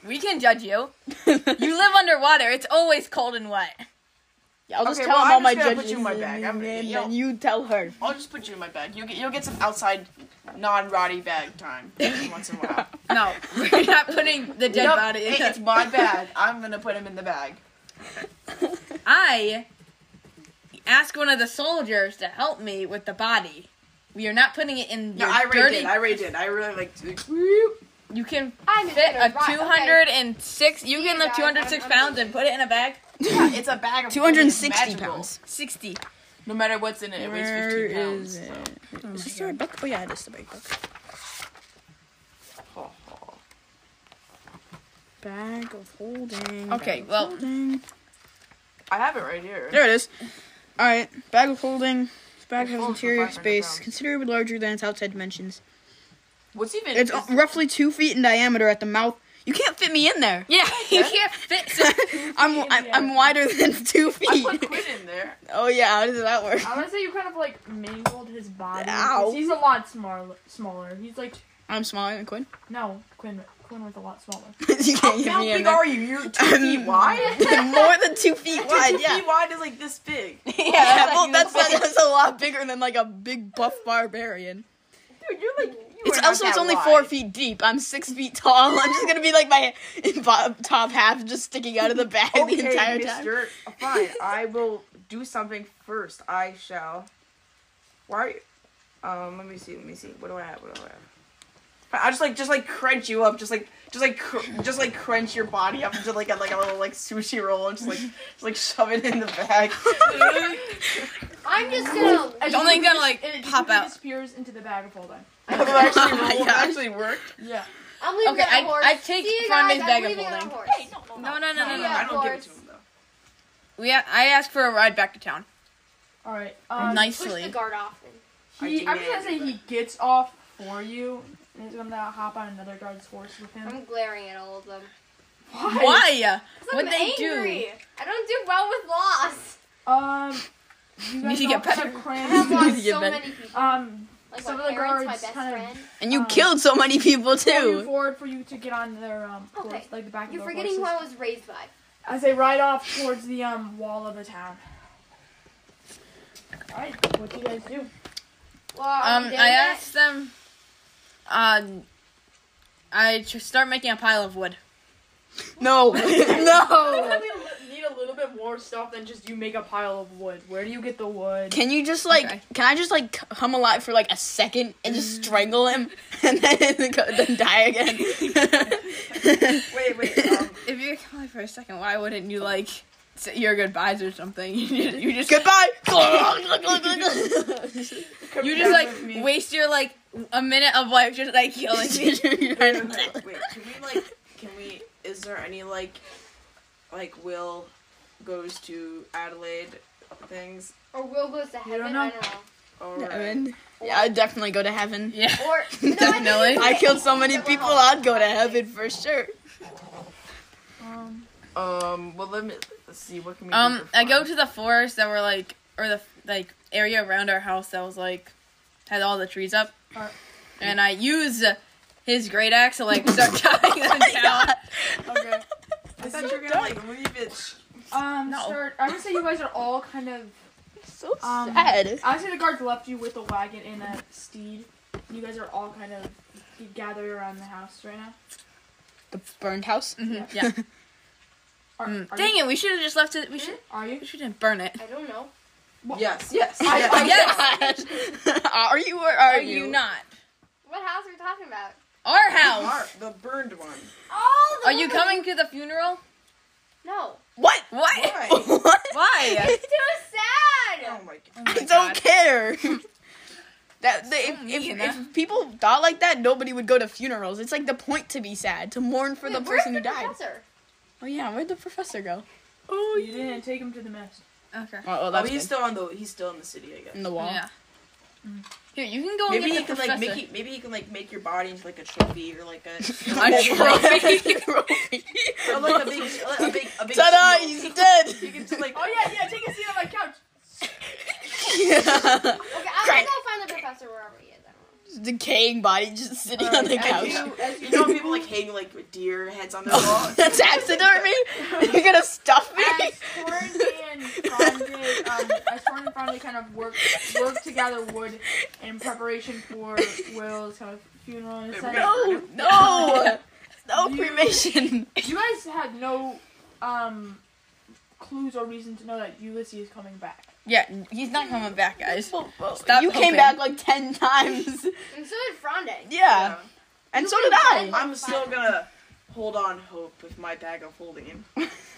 [SPEAKER 7] We can judge you. You live underwater. It's always cold and wet.
[SPEAKER 1] Yeah, I'll just
[SPEAKER 5] Okay,
[SPEAKER 1] tell
[SPEAKER 5] well,
[SPEAKER 1] him all
[SPEAKER 5] I'm
[SPEAKER 1] my
[SPEAKER 5] just gonna put
[SPEAKER 1] judges.
[SPEAKER 5] you in my
[SPEAKER 1] and
[SPEAKER 5] bag. I'm gonna-
[SPEAKER 1] then-
[SPEAKER 5] yo.
[SPEAKER 1] then you tell her.
[SPEAKER 5] I'll just put you in my bag. You'll get you'll get some outside, non-rotty bag time every once in a while.
[SPEAKER 7] No, we're not putting the dead
[SPEAKER 5] Nope,
[SPEAKER 7] body in.
[SPEAKER 5] hey, it's
[SPEAKER 7] the-
[SPEAKER 5] my bag. I'm gonna put him in the bag.
[SPEAKER 7] I ask one of the soldiers to help me with the body. We are not putting it in
[SPEAKER 5] No,
[SPEAKER 7] your
[SPEAKER 5] I already
[SPEAKER 7] dirty.
[SPEAKER 5] did. I already did. I really like. Whoop.
[SPEAKER 7] you can
[SPEAKER 4] I'm just
[SPEAKER 7] fit
[SPEAKER 4] gonna
[SPEAKER 7] a
[SPEAKER 4] rot. Okay.
[SPEAKER 7] two hundred and six. You
[SPEAKER 4] See,
[SPEAKER 7] can lift
[SPEAKER 4] guys,
[SPEAKER 7] two hundred six
[SPEAKER 4] I'm- I'm-
[SPEAKER 7] pounds and put it in a bag.
[SPEAKER 5] Yeah, it's a bag of
[SPEAKER 1] 260
[SPEAKER 5] magical.
[SPEAKER 1] pounds.
[SPEAKER 7] Sixty.
[SPEAKER 5] No matter what's in it, it weighs
[SPEAKER 1] Where
[SPEAKER 5] 15 pounds.
[SPEAKER 1] is it?
[SPEAKER 5] so.
[SPEAKER 1] Is this story book? Oh yeah, it is the big book.
[SPEAKER 5] Ho, ho.
[SPEAKER 1] Bag of holding.
[SPEAKER 7] Okay,
[SPEAKER 1] bag of
[SPEAKER 7] well-
[SPEAKER 1] holding.
[SPEAKER 5] I have it right here.
[SPEAKER 1] there it is. All right, bag of holding. This bag
[SPEAKER 5] It
[SPEAKER 1] has
[SPEAKER 5] holds for
[SPEAKER 1] interior
[SPEAKER 5] 500
[SPEAKER 1] space
[SPEAKER 5] pounds.
[SPEAKER 1] considerably larger than its outside dimensions.
[SPEAKER 5] What's even?
[SPEAKER 1] It's
[SPEAKER 5] is-
[SPEAKER 1] roughly two feet in diameter at the mouth. You can't fit me in there.
[SPEAKER 7] Yeah, you can't fit.
[SPEAKER 1] I'm, I'm I'm wider than two
[SPEAKER 5] I
[SPEAKER 1] feet.
[SPEAKER 5] put quid in there.
[SPEAKER 1] Oh yeah, how does that work?
[SPEAKER 3] I would say you kind of like mangled his body.
[SPEAKER 1] Ow.
[SPEAKER 3] 'cause He's a lot smaller. Smaller. He's like
[SPEAKER 1] I'm smaller than Quinn.
[SPEAKER 3] no Quinn. Quinn was a lot smaller.
[SPEAKER 1] you can't get
[SPEAKER 5] How
[SPEAKER 1] me in
[SPEAKER 5] big
[SPEAKER 1] there.
[SPEAKER 5] Oh, are you? You're two feet wide.
[SPEAKER 1] More than two feet
[SPEAKER 5] Two
[SPEAKER 1] wide.
[SPEAKER 5] feet
[SPEAKER 1] Yeah.
[SPEAKER 5] wide is like this big.
[SPEAKER 1] Yeah, well, that's, that's a lot bigger than like a big buff barbarian.
[SPEAKER 5] Dude, you're like. You
[SPEAKER 1] It's
[SPEAKER 5] are not
[SPEAKER 1] also it's
[SPEAKER 5] that
[SPEAKER 1] only
[SPEAKER 5] wide.
[SPEAKER 1] four feet deep. I'm six feet tall. I'm just gonna be like my bo- top half just sticking out of the bag
[SPEAKER 5] Okay,
[SPEAKER 1] the entire time.
[SPEAKER 5] mister. Fine, I will do something first. I shall. Why are you? Um, let me see. Let me see. What do I have? What do I have? I just like just like crunch you up, just like just like cr- just like crunch your body up into like a like a little like sushi roll and just like just like shove it in the bag.
[SPEAKER 4] I'm just gonna.
[SPEAKER 3] As
[SPEAKER 7] It's only
[SPEAKER 3] you-
[SPEAKER 7] gonna like
[SPEAKER 3] and it
[SPEAKER 7] pop
[SPEAKER 3] completely
[SPEAKER 7] out.
[SPEAKER 3] Disappears into the bag of holding.
[SPEAKER 5] It actually,
[SPEAKER 1] Oh my
[SPEAKER 5] rolled- it
[SPEAKER 1] gosh.
[SPEAKER 5] actually worked.
[SPEAKER 4] I'm leaving
[SPEAKER 7] Okay,
[SPEAKER 4] it on
[SPEAKER 7] I-
[SPEAKER 4] a horse.
[SPEAKER 7] I take
[SPEAKER 4] See you
[SPEAKER 7] Fronde's
[SPEAKER 4] guys,
[SPEAKER 7] bag
[SPEAKER 4] I'm
[SPEAKER 7] of
[SPEAKER 4] leaving it on a
[SPEAKER 7] holding.
[SPEAKER 4] horse.
[SPEAKER 7] No, no, no, no,
[SPEAKER 5] No,
[SPEAKER 7] no.
[SPEAKER 5] I don't give it to him though.
[SPEAKER 7] We ha- I asked for a ride back to town.
[SPEAKER 3] All right. Um,
[SPEAKER 4] Push the
[SPEAKER 1] Nicely.
[SPEAKER 4] guard off. And
[SPEAKER 3] He,
[SPEAKER 5] I
[SPEAKER 3] I'm just gonna say he gets off for you, and he's gonna hop on another guard's horse with him.
[SPEAKER 4] I'm glaring at all of them.
[SPEAKER 7] Why?
[SPEAKER 4] 'Cause I'm
[SPEAKER 7] What'd they do?
[SPEAKER 4] angry. I don't do well with loss.
[SPEAKER 3] Um, you guys
[SPEAKER 7] need to get
[SPEAKER 3] all have
[SPEAKER 7] better.
[SPEAKER 4] I
[SPEAKER 3] crammed.
[SPEAKER 4] have lost
[SPEAKER 7] You
[SPEAKER 4] so
[SPEAKER 7] bet.
[SPEAKER 4] many people.
[SPEAKER 3] Um,
[SPEAKER 4] Like
[SPEAKER 3] Some
[SPEAKER 4] my
[SPEAKER 3] of the
[SPEAKER 4] parents, my
[SPEAKER 3] guards
[SPEAKER 4] best
[SPEAKER 3] kind of-
[SPEAKER 4] friend.
[SPEAKER 1] And
[SPEAKER 5] Oh.
[SPEAKER 1] you
[SPEAKER 3] Um,
[SPEAKER 1] killed so many people
[SPEAKER 3] moving
[SPEAKER 1] too.
[SPEAKER 3] forward for you to get on their um, horse,
[SPEAKER 4] Okay,
[SPEAKER 3] like the back
[SPEAKER 4] You're
[SPEAKER 3] of their
[SPEAKER 4] forgetting who
[SPEAKER 3] horses.
[SPEAKER 4] I was raised by.
[SPEAKER 3] As they ride off towards the um wall of the town. All right, what do you guys do?
[SPEAKER 4] Well, are
[SPEAKER 7] Um,
[SPEAKER 4] we doing
[SPEAKER 7] I
[SPEAKER 4] that?
[SPEAKER 7] asked them. Um, I tr- start making a pile of wood.
[SPEAKER 1] No, no.
[SPEAKER 3] need a little bit more stuff than just you make a pile of wood. Where do you get the wood?
[SPEAKER 1] Can you just like?
[SPEAKER 7] Okay.
[SPEAKER 1] Can I just like come alive for like a second and just strangle him and then go, then die again?
[SPEAKER 5] Wait, wait. Um,
[SPEAKER 7] If you come alive for a second, why wouldn't you like say your goodbyes or something? You just you just,
[SPEAKER 1] Goodbye.
[SPEAKER 7] you just like waste your like a minute of life just like killing me.
[SPEAKER 5] Wait, wait, wait, wait, can we like can we is there any like like Will goes to Adelaide things?
[SPEAKER 4] Or Will goes to heaven.
[SPEAKER 3] know.
[SPEAKER 4] I don't know.
[SPEAKER 5] Or
[SPEAKER 1] Heaven. Yeah, I'd definitely go to heaven.
[SPEAKER 7] yeah.
[SPEAKER 4] Or no,
[SPEAKER 7] Definitely.
[SPEAKER 1] I killed so many people, I'd go to heaven for sure.
[SPEAKER 3] Um,
[SPEAKER 5] um well let me let's see what can we do
[SPEAKER 7] Um,
[SPEAKER 5] for
[SPEAKER 7] I go
[SPEAKER 5] fun?
[SPEAKER 7] to the forest that were like, or the like area around our house that was like had all the trees up,
[SPEAKER 3] Alright.
[SPEAKER 7] and I use his great axe to like start cutting them down.
[SPEAKER 3] okay.
[SPEAKER 5] I thought you were gonna like leave it
[SPEAKER 3] Um,
[SPEAKER 7] No.
[SPEAKER 3] start. I would say you guys are all kind of
[SPEAKER 1] So
[SPEAKER 3] Um,
[SPEAKER 1] sad.
[SPEAKER 3] I would say the guards left you with a wagon and a steed. You guys are all kind of gathered around the house right now.
[SPEAKER 1] The burned house.
[SPEAKER 7] Mhm, yeah.
[SPEAKER 3] Are,
[SPEAKER 7] Mm.
[SPEAKER 3] are
[SPEAKER 7] Dang
[SPEAKER 3] you,
[SPEAKER 7] it! We should have just left it. We should.
[SPEAKER 3] Are you?
[SPEAKER 7] We shouldn't burn it.
[SPEAKER 4] I don't know.
[SPEAKER 5] Yes, yes.
[SPEAKER 3] I-
[SPEAKER 5] yes.
[SPEAKER 3] I-
[SPEAKER 1] Yes. are you or are,
[SPEAKER 7] Are you not?
[SPEAKER 4] What house are we talking about?
[SPEAKER 7] Our
[SPEAKER 5] The
[SPEAKER 7] house.
[SPEAKER 5] mar- the burned one.
[SPEAKER 4] Oh, the
[SPEAKER 7] Are
[SPEAKER 4] one
[SPEAKER 7] you
[SPEAKER 4] that-
[SPEAKER 7] coming to the funeral?
[SPEAKER 4] No,
[SPEAKER 1] What?
[SPEAKER 7] What?
[SPEAKER 5] Why?
[SPEAKER 1] What?
[SPEAKER 7] Why?
[SPEAKER 4] it's too sad.
[SPEAKER 5] Oh my god.
[SPEAKER 1] I don't care. That the, if,
[SPEAKER 7] mean,
[SPEAKER 1] if, if people thought like that, nobody would go to funerals. It's like the point to be sad, to mourn for
[SPEAKER 4] Wait,
[SPEAKER 1] the
[SPEAKER 4] where's
[SPEAKER 1] person who died.
[SPEAKER 4] professor?
[SPEAKER 1] Oh yeah, where'd the professor go?
[SPEAKER 3] Oh, You didn't take him to the mist.
[SPEAKER 7] Okay.
[SPEAKER 1] Oh, well,
[SPEAKER 5] Oh,
[SPEAKER 1] that's
[SPEAKER 5] he's
[SPEAKER 1] good.
[SPEAKER 5] still on the he's still in the city, I guess.
[SPEAKER 1] in the wall.
[SPEAKER 7] Yeah. Mm. Here, you can go and
[SPEAKER 5] Maybe
[SPEAKER 7] get
[SPEAKER 5] he
[SPEAKER 7] the
[SPEAKER 5] can
[SPEAKER 7] professor.
[SPEAKER 5] like make it, maybe he can like make your body into like a trophy or like a
[SPEAKER 1] trophy.
[SPEAKER 5] or like a big a big a big
[SPEAKER 1] Ta-da!
[SPEAKER 5] shield.
[SPEAKER 1] He's dead.
[SPEAKER 5] You can just like
[SPEAKER 3] Oh yeah, yeah. Take a seat on my couch.
[SPEAKER 1] yeah.
[SPEAKER 4] Okay, I'm
[SPEAKER 1] Great.
[SPEAKER 4] gonna go find the professor wherever he is. I don't know.
[SPEAKER 1] Just decaying body just sitting on the
[SPEAKER 5] As
[SPEAKER 1] couch.
[SPEAKER 5] you, as you know, people like hang like deer heads on their wall.
[SPEAKER 1] That's taxidermy? You're gonna stuff me?
[SPEAKER 3] As Torrendy and Fronde, um, as Torrendy and Fronde kind of work work to gather wood in preparation for Will's kind of funeral. In a sense.
[SPEAKER 1] No, no, no
[SPEAKER 3] You-
[SPEAKER 1] cremation.
[SPEAKER 3] You guys had no um clues or reason to know that Ulysses is coming back.
[SPEAKER 7] Yeah, he's not coming back, guys.
[SPEAKER 1] you came
[SPEAKER 7] hoping.
[SPEAKER 1] back like ten times.
[SPEAKER 4] And so did Fronde.
[SPEAKER 1] yeah. And so did I.
[SPEAKER 5] I'm still gonna hold on hope with my bag of holding him.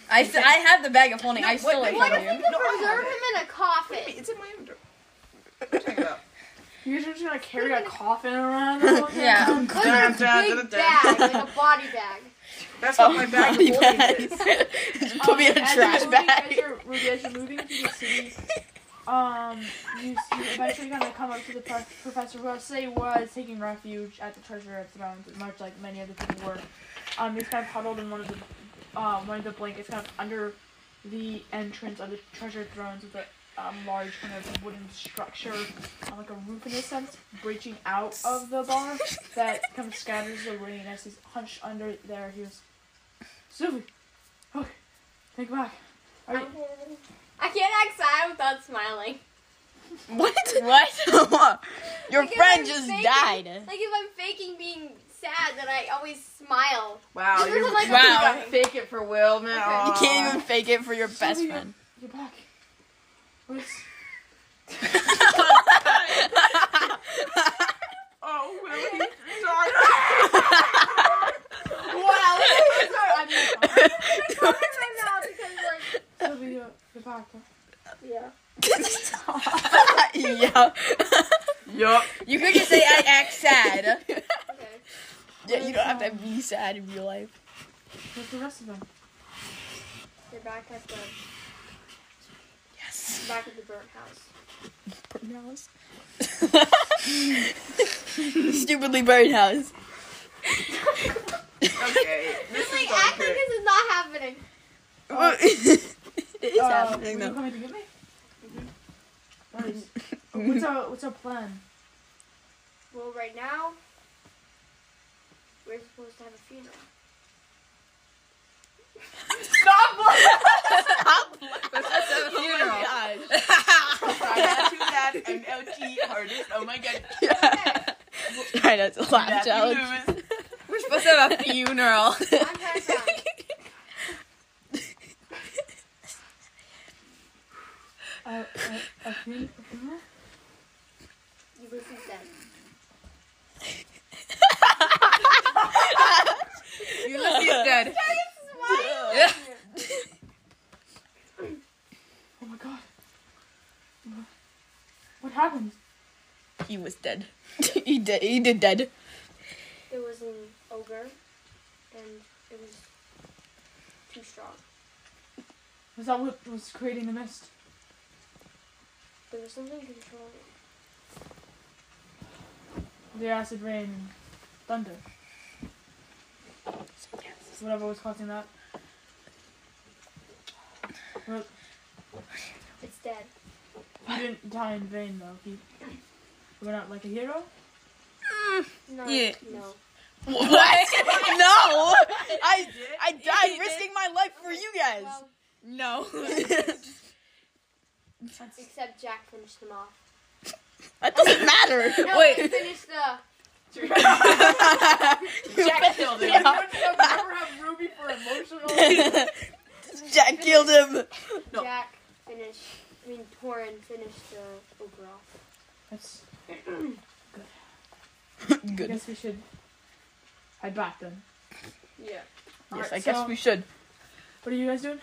[SPEAKER 7] I st- I have the bag of holding. I still ain't
[SPEAKER 4] What
[SPEAKER 7] coming
[SPEAKER 4] if
[SPEAKER 7] here.
[SPEAKER 4] we could
[SPEAKER 5] No, I have
[SPEAKER 4] preserve
[SPEAKER 5] it.
[SPEAKER 4] him in a coffin?
[SPEAKER 5] It's in my inventory. What are you talking about?
[SPEAKER 3] You guys are just gonna carry a coffin around. the whole thing?
[SPEAKER 7] Yeah.
[SPEAKER 4] Put him in a
[SPEAKER 5] Dun, dun,
[SPEAKER 4] big
[SPEAKER 5] dun,
[SPEAKER 4] bag,
[SPEAKER 5] dun.
[SPEAKER 4] in a body bag.
[SPEAKER 5] That's what my bag of holding is.
[SPEAKER 1] Just put me in a
[SPEAKER 3] Um, as
[SPEAKER 1] trash
[SPEAKER 3] you're moving- As
[SPEAKER 1] bag.
[SPEAKER 3] you're, as you're moving through the city, um, you see eventually gonna come up to the pro- professor who I say was taking refuge at the treasure of thrones, much like many other people were. Um, he's kind of huddled in one of the, um, one of the blankets, kind of under the entrance of the treasure thrones with a um, large kind of wooden structure, uh, like a roof in a sense, breaching out of the bar that kind of scatters the rain as he's hunched under there. He was, Sophie, okay, take it back. Are you,
[SPEAKER 4] I can't act sad without smiling.
[SPEAKER 1] What? What? Your
[SPEAKER 4] Because
[SPEAKER 1] friend
[SPEAKER 4] I'm
[SPEAKER 1] just
[SPEAKER 4] faking-
[SPEAKER 1] died.
[SPEAKER 4] Like if I'm faking being sad, then I always smile.
[SPEAKER 5] Wow,
[SPEAKER 4] This
[SPEAKER 5] you're
[SPEAKER 4] isn't like
[SPEAKER 7] Wow.
[SPEAKER 4] wow.
[SPEAKER 5] gotta fake it for Will, man.
[SPEAKER 1] You
[SPEAKER 5] Aw.
[SPEAKER 1] can't even fake it for your best friend.
[SPEAKER 3] You're back. What's-
[SPEAKER 5] Oh, Willie, sorry.
[SPEAKER 4] Wow.
[SPEAKER 3] Sorry, I'm not- Sylvia, you're, you're back.
[SPEAKER 1] yeah.
[SPEAKER 5] Yup.
[SPEAKER 7] You could just say I act sad.
[SPEAKER 4] okay.
[SPEAKER 1] Yeah, you don't have to be sad in real life.
[SPEAKER 3] Where's the rest of them?
[SPEAKER 4] You're back at the
[SPEAKER 1] Yes.
[SPEAKER 4] back at the burnt house.
[SPEAKER 1] Burnt house. Stupidly burnt house.
[SPEAKER 5] Okay.
[SPEAKER 4] Just
[SPEAKER 5] This is
[SPEAKER 4] like
[SPEAKER 5] not
[SPEAKER 4] act like
[SPEAKER 5] good.
[SPEAKER 4] this is not happening.
[SPEAKER 1] it is
[SPEAKER 3] Uh,
[SPEAKER 1] happening
[SPEAKER 3] were you
[SPEAKER 1] though.
[SPEAKER 3] coming to get me? Nice. what's our what's our plan?
[SPEAKER 4] Well, right now we're supposed to have a funeral.
[SPEAKER 5] funeral. I had to that an LT artist. Oh my god.
[SPEAKER 1] Try not to laugh,
[SPEAKER 5] Matthew
[SPEAKER 1] challenge.
[SPEAKER 5] Lewis.
[SPEAKER 7] We're supposed to have a funeral.
[SPEAKER 4] I'm kind of sad.
[SPEAKER 3] Uh, a, a funeral?
[SPEAKER 4] Ulysses dead.
[SPEAKER 7] Ulysses dead.
[SPEAKER 3] Oh my god. What happened?
[SPEAKER 1] He was dead. he did. He did dead.
[SPEAKER 4] There was an ogre, and it was too strong.
[SPEAKER 3] Was that what was creating the mist?
[SPEAKER 4] There was something controlling. it.
[SPEAKER 3] The acid rain, and thunder. Whatever was causing that. Well,
[SPEAKER 4] It's dead.
[SPEAKER 3] he didn't die in vain though. He went out like a hero.
[SPEAKER 4] No.
[SPEAKER 7] Yeah.
[SPEAKER 4] No.
[SPEAKER 1] What? no! I I died risking my life for you guys.
[SPEAKER 4] Well,
[SPEAKER 7] No.
[SPEAKER 4] except Jack finished them off.
[SPEAKER 1] That doesn't matter.
[SPEAKER 4] No,
[SPEAKER 7] Wait.
[SPEAKER 4] he finished the.
[SPEAKER 1] Jack killed him.
[SPEAKER 3] never have Ruby for emotional.
[SPEAKER 1] Jack killed him.
[SPEAKER 4] Jack finished. I mean, Torin finished the ogre off.
[SPEAKER 3] That's, I
[SPEAKER 1] Good.
[SPEAKER 3] guess we should head back then.
[SPEAKER 4] Yeah.
[SPEAKER 1] Yes, I
[SPEAKER 3] Alright,
[SPEAKER 1] guess
[SPEAKER 3] so-
[SPEAKER 1] we should.
[SPEAKER 3] What are you guys doing?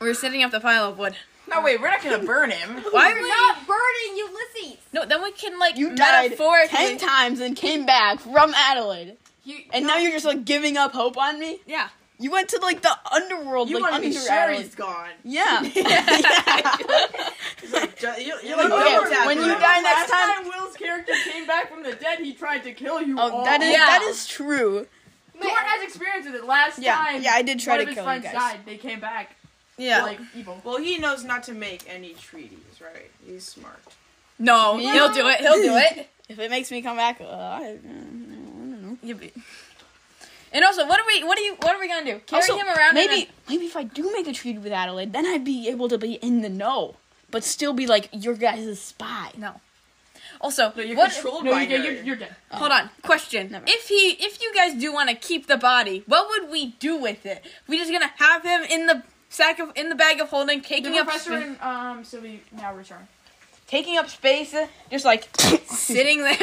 [SPEAKER 7] We're setting up the pile of wood.
[SPEAKER 5] No, wait, we're not gonna burn him.
[SPEAKER 7] Why
[SPEAKER 4] We're
[SPEAKER 7] would
[SPEAKER 4] not burning Ulysses.
[SPEAKER 7] No, then we can like
[SPEAKER 1] You died
[SPEAKER 7] metaphorically.
[SPEAKER 1] Ten times and came back from Adelaide,
[SPEAKER 7] You-
[SPEAKER 1] and now you're just like giving up hope on me.
[SPEAKER 7] yeah.
[SPEAKER 1] You went to like the underworld,
[SPEAKER 5] You
[SPEAKER 1] like
[SPEAKER 5] want to
[SPEAKER 1] under
[SPEAKER 5] be sure
[SPEAKER 1] Adelaide.
[SPEAKER 5] he's gone.
[SPEAKER 1] Yeah.
[SPEAKER 5] He's like, ju- you- you're like,
[SPEAKER 1] Okay,
[SPEAKER 5] double tap
[SPEAKER 1] when you
[SPEAKER 5] him.
[SPEAKER 1] die next time.
[SPEAKER 3] time Will's character came back from the dead, he tried to kill you
[SPEAKER 1] Oh, that is
[SPEAKER 7] Yeah.
[SPEAKER 1] that is true.
[SPEAKER 4] Wait,
[SPEAKER 3] has experience with it. Last
[SPEAKER 1] Yeah,
[SPEAKER 3] time,
[SPEAKER 1] yeah, I did try
[SPEAKER 3] one
[SPEAKER 1] to
[SPEAKER 3] of his
[SPEAKER 1] kill you
[SPEAKER 3] friends
[SPEAKER 1] guys.
[SPEAKER 3] died. They came back
[SPEAKER 7] Yeah.
[SPEAKER 3] like evil.
[SPEAKER 5] Well, he knows not to make any treaties, right? He's smart.
[SPEAKER 7] no, he'll do it. He'll do it.
[SPEAKER 1] If it makes me come back, uh, I, I don't know.
[SPEAKER 7] You be- And also, what are we? What are you? What are we gonna do? Carry
[SPEAKER 1] Also,
[SPEAKER 7] him around? in
[SPEAKER 1] Maybe maybe if I do make a treaty with Adelaide, then I'd be able to be in the know, but still be like your guys' spy.
[SPEAKER 7] a- no. Also,
[SPEAKER 5] You're
[SPEAKER 7] what?
[SPEAKER 5] controlled
[SPEAKER 3] No,
[SPEAKER 5] by
[SPEAKER 3] you're,
[SPEAKER 5] her.
[SPEAKER 3] you're, you're dead.
[SPEAKER 7] Hold on. Question:
[SPEAKER 1] Never.
[SPEAKER 7] If he, if you guys do want to keep the body, what would we do with it? We just gonna have him in the sack of in the bag of holding, taking
[SPEAKER 3] The
[SPEAKER 7] up
[SPEAKER 3] professor
[SPEAKER 7] spa-
[SPEAKER 3] and um, Sylvie now return.
[SPEAKER 7] taking up space, just like sitting there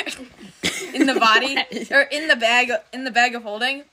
[SPEAKER 7] in the body or in the bag in the bag of holding.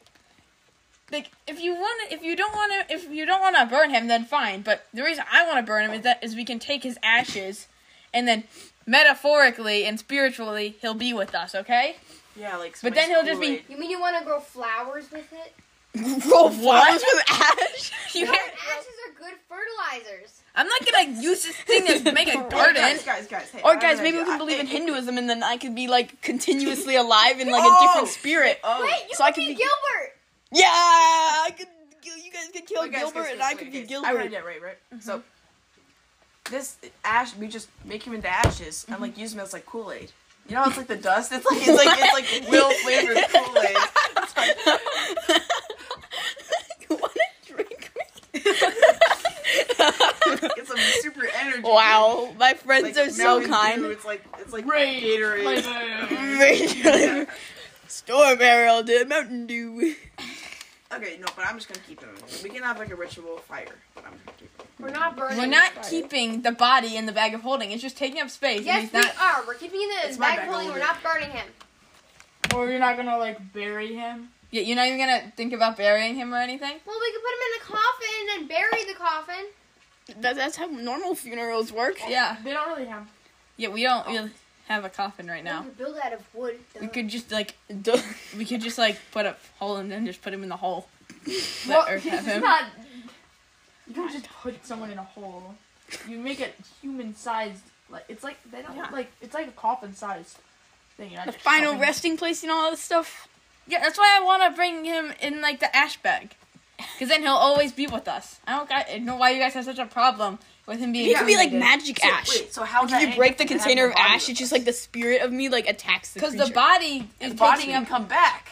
[SPEAKER 7] Like if you want, if you don't want to, if you don't want to burn him, then fine. But the reason I want to burn him is that is we can take his ashes, and then metaphorically and spiritually he'll be with us. Okay.
[SPEAKER 5] Yeah, like.
[SPEAKER 7] But then he'll just be-
[SPEAKER 4] You mean you want to grow flowers with it?
[SPEAKER 7] Roll flowers with ash. You
[SPEAKER 4] No,
[SPEAKER 7] can't.
[SPEAKER 4] ashes are good fertilizers.
[SPEAKER 7] I'm not gonna use this thing to make a
[SPEAKER 5] Hey,
[SPEAKER 7] garden.
[SPEAKER 5] guys, guys, guys. Hey, I
[SPEAKER 1] Or
[SPEAKER 5] have
[SPEAKER 1] guys,
[SPEAKER 5] an
[SPEAKER 1] maybe we
[SPEAKER 5] idea.
[SPEAKER 1] can
[SPEAKER 5] I-
[SPEAKER 1] believe in
[SPEAKER 5] hey,
[SPEAKER 1] Hinduism and then I could be like continuously alive in like a
[SPEAKER 5] Oh!
[SPEAKER 1] different spirit.
[SPEAKER 5] Oh.
[SPEAKER 4] Wait, you
[SPEAKER 1] So I
[SPEAKER 4] could
[SPEAKER 1] could
[SPEAKER 4] be
[SPEAKER 1] be-
[SPEAKER 4] Gilbert.
[SPEAKER 1] Yeah, I could. You guys could kill
[SPEAKER 5] Wait, guys,
[SPEAKER 1] Gilbert
[SPEAKER 5] guys,
[SPEAKER 1] and
[SPEAKER 5] guys,
[SPEAKER 1] I could
[SPEAKER 5] wait,
[SPEAKER 1] be
[SPEAKER 5] guys.
[SPEAKER 1] Gilbert.
[SPEAKER 5] I read it right, right. So this ash, we just make him into ashes and like use him as like Kool Aid. You know, it's like the dust. It's like it's like it's like will flavored Kool Aid.
[SPEAKER 1] you want to drink me?
[SPEAKER 5] It's a super energy.
[SPEAKER 1] wow, my
[SPEAKER 5] drink.
[SPEAKER 1] friends
[SPEAKER 5] Like,
[SPEAKER 1] are so
[SPEAKER 5] Mountain Dew,
[SPEAKER 1] kind.
[SPEAKER 5] It's like it's like
[SPEAKER 3] Right.
[SPEAKER 5] Gatorade.
[SPEAKER 1] Storm arrow to Mountain Dew.
[SPEAKER 5] okay, no, but I'm just gonna keep him. We can have like a ritual fire, but I'm just gonna keep him.
[SPEAKER 4] We're not burning.
[SPEAKER 7] We're
[SPEAKER 4] it.
[SPEAKER 7] not keeping the body in the bag of holding. It's just taking up space. and
[SPEAKER 4] Yes,
[SPEAKER 7] he's
[SPEAKER 4] we
[SPEAKER 7] not-
[SPEAKER 4] are. We're keeping it in
[SPEAKER 5] It's
[SPEAKER 4] the
[SPEAKER 5] my
[SPEAKER 4] bag
[SPEAKER 5] bag,
[SPEAKER 4] of holding.
[SPEAKER 5] I'll
[SPEAKER 4] We're not
[SPEAKER 5] leave
[SPEAKER 4] burning him.
[SPEAKER 3] Or you're not gonna like bury him.
[SPEAKER 7] Yeah, you're not even gonna think about burying him or anything.
[SPEAKER 4] Well, we could put him in a coffin and bury the coffin.
[SPEAKER 1] That, that's how normal funerals work.
[SPEAKER 7] Yeah,
[SPEAKER 3] They don't really have.
[SPEAKER 7] yeah, we don't really have a coffin right now.
[SPEAKER 4] We could build it out of wood.
[SPEAKER 7] We
[SPEAKER 4] though.
[SPEAKER 7] could just like we could just like put a hole and then just put him in the hole.
[SPEAKER 3] Well,
[SPEAKER 7] Let Earth have
[SPEAKER 3] it's
[SPEAKER 7] him.
[SPEAKER 3] not. You don't just put someone in a hole. You make it human-sized. Like it's like they don't
[SPEAKER 1] Yeah.
[SPEAKER 3] like. It's like a coffin-sized thing. You're not
[SPEAKER 1] The
[SPEAKER 3] just
[SPEAKER 1] final
[SPEAKER 3] shoving-
[SPEAKER 1] resting place and all this stuff.
[SPEAKER 7] Yeah, that's why I want to bring him in like the ash bag, because then he'll always be with us. I don't got, know why you guys have such a problem with him being.
[SPEAKER 1] It could be like
[SPEAKER 3] Yeah.
[SPEAKER 1] magic
[SPEAKER 5] So,
[SPEAKER 1] ash.
[SPEAKER 5] Wait, so how
[SPEAKER 1] If you break the container of ash, it's just like the spirit of me like attacks the
[SPEAKER 7] because
[SPEAKER 1] creature.
[SPEAKER 7] the body is
[SPEAKER 5] the body
[SPEAKER 7] taking
[SPEAKER 5] can
[SPEAKER 7] up.
[SPEAKER 5] come back.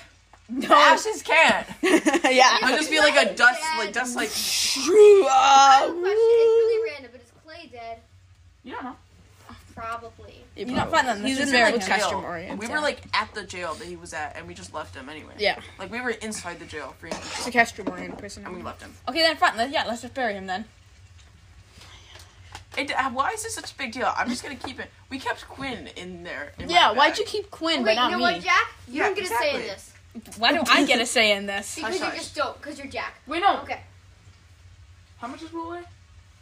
[SPEAKER 7] No,
[SPEAKER 5] The ashes can't.
[SPEAKER 1] yeah.
[SPEAKER 5] It'll just be like a dust, like dust, like
[SPEAKER 1] Shoo,
[SPEAKER 4] I
[SPEAKER 1] ah,
[SPEAKER 4] have a question. It's really random, but is Clay dead?
[SPEAKER 3] You don't know.
[SPEAKER 4] Probably.
[SPEAKER 1] It
[SPEAKER 7] you're not
[SPEAKER 1] probably-
[SPEAKER 7] finding them.
[SPEAKER 1] He's
[SPEAKER 7] This
[SPEAKER 1] in
[SPEAKER 7] is
[SPEAKER 1] there
[SPEAKER 7] very
[SPEAKER 1] with
[SPEAKER 7] him.
[SPEAKER 1] custom
[SPEAKER 5] jail.
[SPEAKER 1] orient.
[SPEAKER 5] We were like at the jail that he was at, and we just left him anyway.
[SPEAKER 1] yeah,
[SPEAKER 5] Like we were inside the jail for him,
[SPEAKER 1] it's a custom orient person.
[SPEAKER 5] and we left him.
[SPEAKER 7] Okay, then fine. Let, yeah, let's just bury him then.
[SPEAKER 5] It, uh, why is this such a big deal? I'm just gonna keep it. We kept Quinn in there. in my
[SPEAKER 1] Yeah,
[SPEAKER 5] bag.
[SPEAKER 1] why'd you keep
[SPEAKER 4] Wait,
[SPEAKER 1] Quinn but
[SPEAKER 4] you
[SPEAKER 1] not
[SPEAKER 4] know
[SPEAKER 1] me?
[SPEAKER 4] what, Jack? You
[SPEAKER 5] Yeah,
[SPEAKER 4] don't get a say in
[SPEAKER 5] exactly.
[SPEAKER 4] this
[SPEAKER 7] Why do I get a say in this?
[SPEAKER 4] because
[SPEAKER 5] Hush,
[SPEAKER 4] you're
[SPEAKER 5] hush.
[SPEAKER 4] just dope. Because you're Jack.
[SPEAKER 3] Wait, no.
[SPEAKER 4] Okay.
[SPEAKER 3] How much is Will weigh?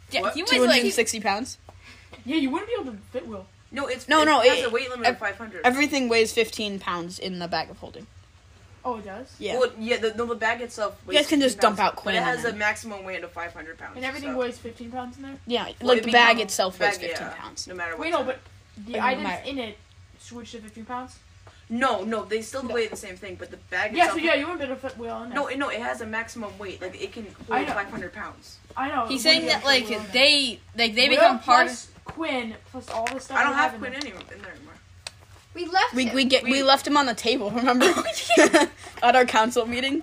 [SPEAKER 7] Yeah,
[SPEAKER 5] What?
[SPEAKER 7] he was
[SPEAKER 1] Two hundred and
[SPEAKER 7] like
[SPEAKER 1] sixty pounds.
[SPEAKER 3] Yeah, you wouldn't be able to fit Will.
[SPEAKER 5] No, it's
[SPEAKER 1] No,
[SPEAKER 5] it
[SPEAKER 1] no,
[SPEAKER 5] Has
[SPEAKER 1] it-
[SPEAKER 5] a weight limit
[SPEAKER 1] ev-
[SPEAKER 5] of 500.
[SPEAKER 1] Everything weighs fifteen pounds in the bag of holding.
[SPEAKER 3] Oh, it does.
[SPEAKER 1] Yeah.
[SPEAKER 5] Well, yeah. The, no, the bag itself. Weighs
[SPEAKER 1] guys can just
[SPEAKER 5] 15
[SPEAKER 1] dump
[SPEAKER 5] pounds,
[SPEAKER 1] out Quinn
[SPEAKER 5] But it
[SPEAKER 1] and
[SPEAKER 5] has a
[SPEAKER 1] then-
[SPEAKER 5] maximum weight of 500 pounds.
[SPEAKER 3] And everything
[SPEAKER 5] so.
[SPEAKER 3] weighs 15 pounds in there.
[SPEAKER 1] yeah,
[SPEAKER 5] Well,
[SPEAKER 1] like
[SPEAKER 5] it
[SPEAKER 1] the
[SPEAKER 5] becomes-
[SPEAKER 1] bag itself weighs
[SPEAKER 5] bag,
[SPEAKER 1] fifteen
[SPEAKER 5] yeah,
[SPEAKER 1] pounds.
[SPEAKER 5] No matter what.
[SPEAKER 3] Wait, no, but the
[SPEAKER 1] Like,
[SPEAKER 3] items
[SPEAKER 1] my-
[SPEAKER 3] in it switch to 15 pounds.
[SPEAKER 5] No, no, they still weigh the same thing, but the bag
[SPEAKER 3] Yeah, so
[SPEAKER 5] itself.
[SPEAKER 3] yeah, you wouldn't be able to fit Will in there.
[SPEAKER 5] No, it, no, it has a maximum weight. Like it can
[SPEAKER 3] I
[SPEAKER 5] hold
[SPEAKER 3] know.
[SPEAKER 5] 500 pounds.
[SPEAKER 3] I know.
[SPEAKER 7] he's
[SPEAKER 3] it
[SPEAKER 7] saying
[SPEAKER 3] wouldn't
[SPEAKER 7] that
[SPEAKER 3] be
[SPEAKER 7] like
[SPEAKER 3] able to fit Will in there.
[SPEAKER 7] they like they
[SPEAKER 3] Will
[SPEAKER 7] become part of
[SPEAKER 3] plus Quinn plus all the stuff.
[SPEAKER 5] I don't
[SPEAKER 3] you
[SPEAKER 5] have
[SPEAKER 3] in
[SPEAKER 5] Quinn
[SPEAKER 3] there.
[SPEAKER 5] anymore in there anymore.
[SPEAKER 4] We left.
[SPEAKER 1] We
[SPEAKER 4] him.
[SPEAKER 1] we get we,
[SPEAKER 5] We-
[SPEAKER 1] left him on the table. Remember at our council meeting?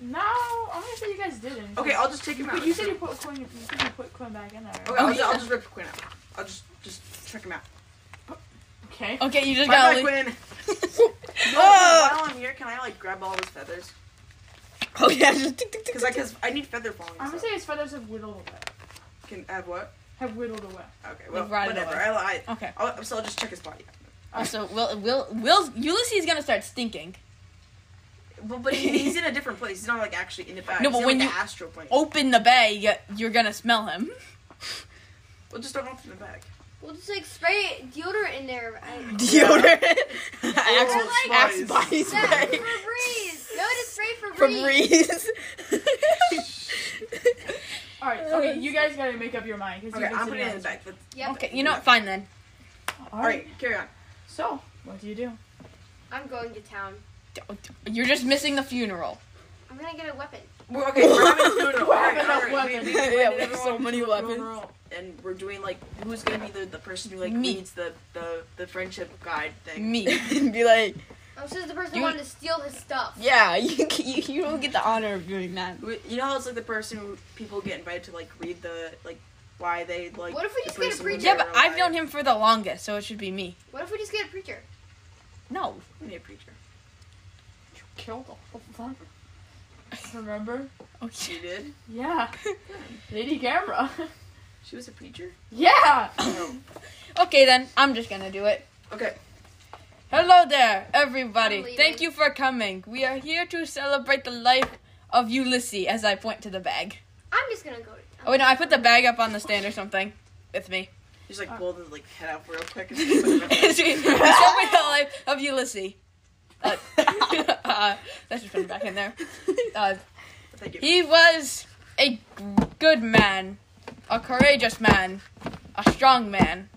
[SPEAKER 3] No, I'm gonna say you guys didn't.
[SPEAKER 5] Okay, I'll just take him out.
[SPEAKER 3] But you said you put Quinn. You said you put Quinn back in there.
[SPEAKER 5] Okay, I'll, I'll just rip Quinn out. I'll just just check him out.
[SPEAKER 3] Okay.
[SPEAKER 7] Okay, you just
[SPEAKER 5] Bye,
[SPEAKER 7] gotta
[SPEAKER 5] bye,
[SPEAKER 7] leave.
[SPEAKER 5] Quinn. No,
[SPEAKER 1] oh,
[SPEAKER 5] While I'm here, can I like grab all his feathers?
[SPEAKER 1] oh yeah, just tick, tick, tick,
[SPEAKER 5] Because like his, I need feather falling.
[SPEAKER 3] I'm gonna
[SPEAKER 5] so.
[SPEAKER 3] say his feathers have whittled away.
[SPEAKER 5] Can have what?
[SPEAKER 3] Have whittled away.
[SPEAKER 5] Okay, well,
[SPEAKER 7] Like, right
[SPEAKER 5] whatever.
[SPEAKER 7] away.
[SPEAKER 5] I lied.
[SPEAKER 7] Okay.
[SPEAKER 5] I'll, so I'll just check his body.
[SPEAKER 7] Also, will will will Ulysses gonna start stinking?
[SPEAKER 5] But, but he- he's in a different place. He's not like actually in the bag.
[SPEAKER 7] No,
[SPEAKER 5] he's
[SPEAKER 7] but
[SPEAKER 5] in,
[SPEAKER 7] when
[SPEAKER 5] like,
[SPEAKER 7] you-
[SPEAKER 5] the astral plane.
[SPEAKER 7] Open the bag, you're gonna smell him.
[SPEAKER 5] Well, just don't open the bag.
[SPEAKER 4] We'll just like spray deodorant in there. I-
[SPEAKER 7] Oh,
[SPEAKER 1] deodorant. Axe,
[SPEAKER 5] Oh,
[SPEAKER 1] axe
[SPEAKER 5] spies.
[SPEAKER 1] body
[SPEAKER 4] Zach,
[SPEAKER 1] spray.
[SPEAKER 4] Febreze. No, just spray Febreze.
[SPEAKER 1] Febreze.
[SPEAKER 3] All right. Okay, you guys gotta make up your mind because
[SPEAKER 5] Okay,
[SPEAKER 3] you
[SPEAKER 5] I'm putting it in the bag. But,
[SPEAKER 4] Yep.
[SPEAKER 7] Okay, you know what? Fine then.
[SPEAKER 3] All
[SPEAKER 5] all
[SPEAKER 3] right.
[SPEAKER 5] right, carry on.
[SPEAKER 3] So what do you do?
[SPEAKER 4] I'm going to town.
[SPEAKER 7] You're just missing the funeral.
[SPEAKER 4] I'm gonna get a weapon.
[SPEAKER 5] Well, okay, we're having a funeral.
[SPEAKER 3] We're
[SPEAKER 5] All right,
[SPEAKER 3] having
[SPEAKER 5] all
[SPEAKER 3] a
[SPEAKER 5] right,
[SPEAKER 3] weapon.
[SPEAKER 5] we- we
[SPEAKER 1] yeah, we have
[SPEAKER 5] invited
[SPEAKER 1] so
[SPEAKER 5] everyone
[SPEAKER 1] many
[SPEAKER 5] to a
[SPEAKER 1] weapons.
[SPEAKER 5] funeral, And we're doing like who's gonna be the, the person who like
[SPEAKER 7] Me.
[SPEAKER 5] leads the, the the friendship guide thing.
[SPEAKER 7] Me.
[SPEAKER 1] and be like,
[SPEAKER 4] I'm just Oh, the person
[SPEAKER 7] You-
[SPEAKER 4] who wanted to steal his stuff.
[SPEAKER 1] yeah, you, you you don't get the honor of doing that.
[SPEAKER 5] We- You know how it's like the person who people get invited to like read the like why they like.
[SPEAKER 4] What if we
[SPEAKER 5] the
[SPEAKER 4] just get a
[SPEAKER 5] person
[SPEAKER 4] breach-
[SPEAKER 5] when
[SPEAKER 7] Yeah,
[SPEAKER 5] they
[SPEAKER 7] but
[SPEAKER 5] were
[SPEAKER 7] I've
[SPEAKER 5] alive.
[SPEAKER 7] known him for the longest, so it should be me.
[SPEAKER 4] What if we just get a preacher?
[SPEAKER 7] No.
[SPEAKER 5] We need a preacher.
[SPEAKER 3] Kill the whole thing. Remember?
[SPEAKER 7] Oh,
[SPEAKER 5] She did.
[SPEAKER 3] Yeah. Lady Gamera.
[SPEAKER 5] She was a preacher.
[SPEAKER 3] Yeah.
[SPEAKER 7] Okay, then I'm just gonna do it.
[SPEAKER 5] Okay.
[SPEAKER 7] Hello there, everybody.
[SPEAKER 4] leaving.
[SPEAKER 7] Thank you for coming. We are here to celebrate the life of Ulysses. As I point to the bag.
[SPEAKER 4] I'm just gonna go.
[SPEAKER 7] Oh wait, no, I put the bag up on the stand or something. With me.
[SPEAKER 5] She's like pulled his like head up real quick. And
[SPEAKER 7] we celebrate the life of Ulysses. Uh, uh, let's just put it back in there. Uh,
[SPEAKER 5] Thank you.
[SPEAKER 7] He was a good man, a courageous man, a strong man.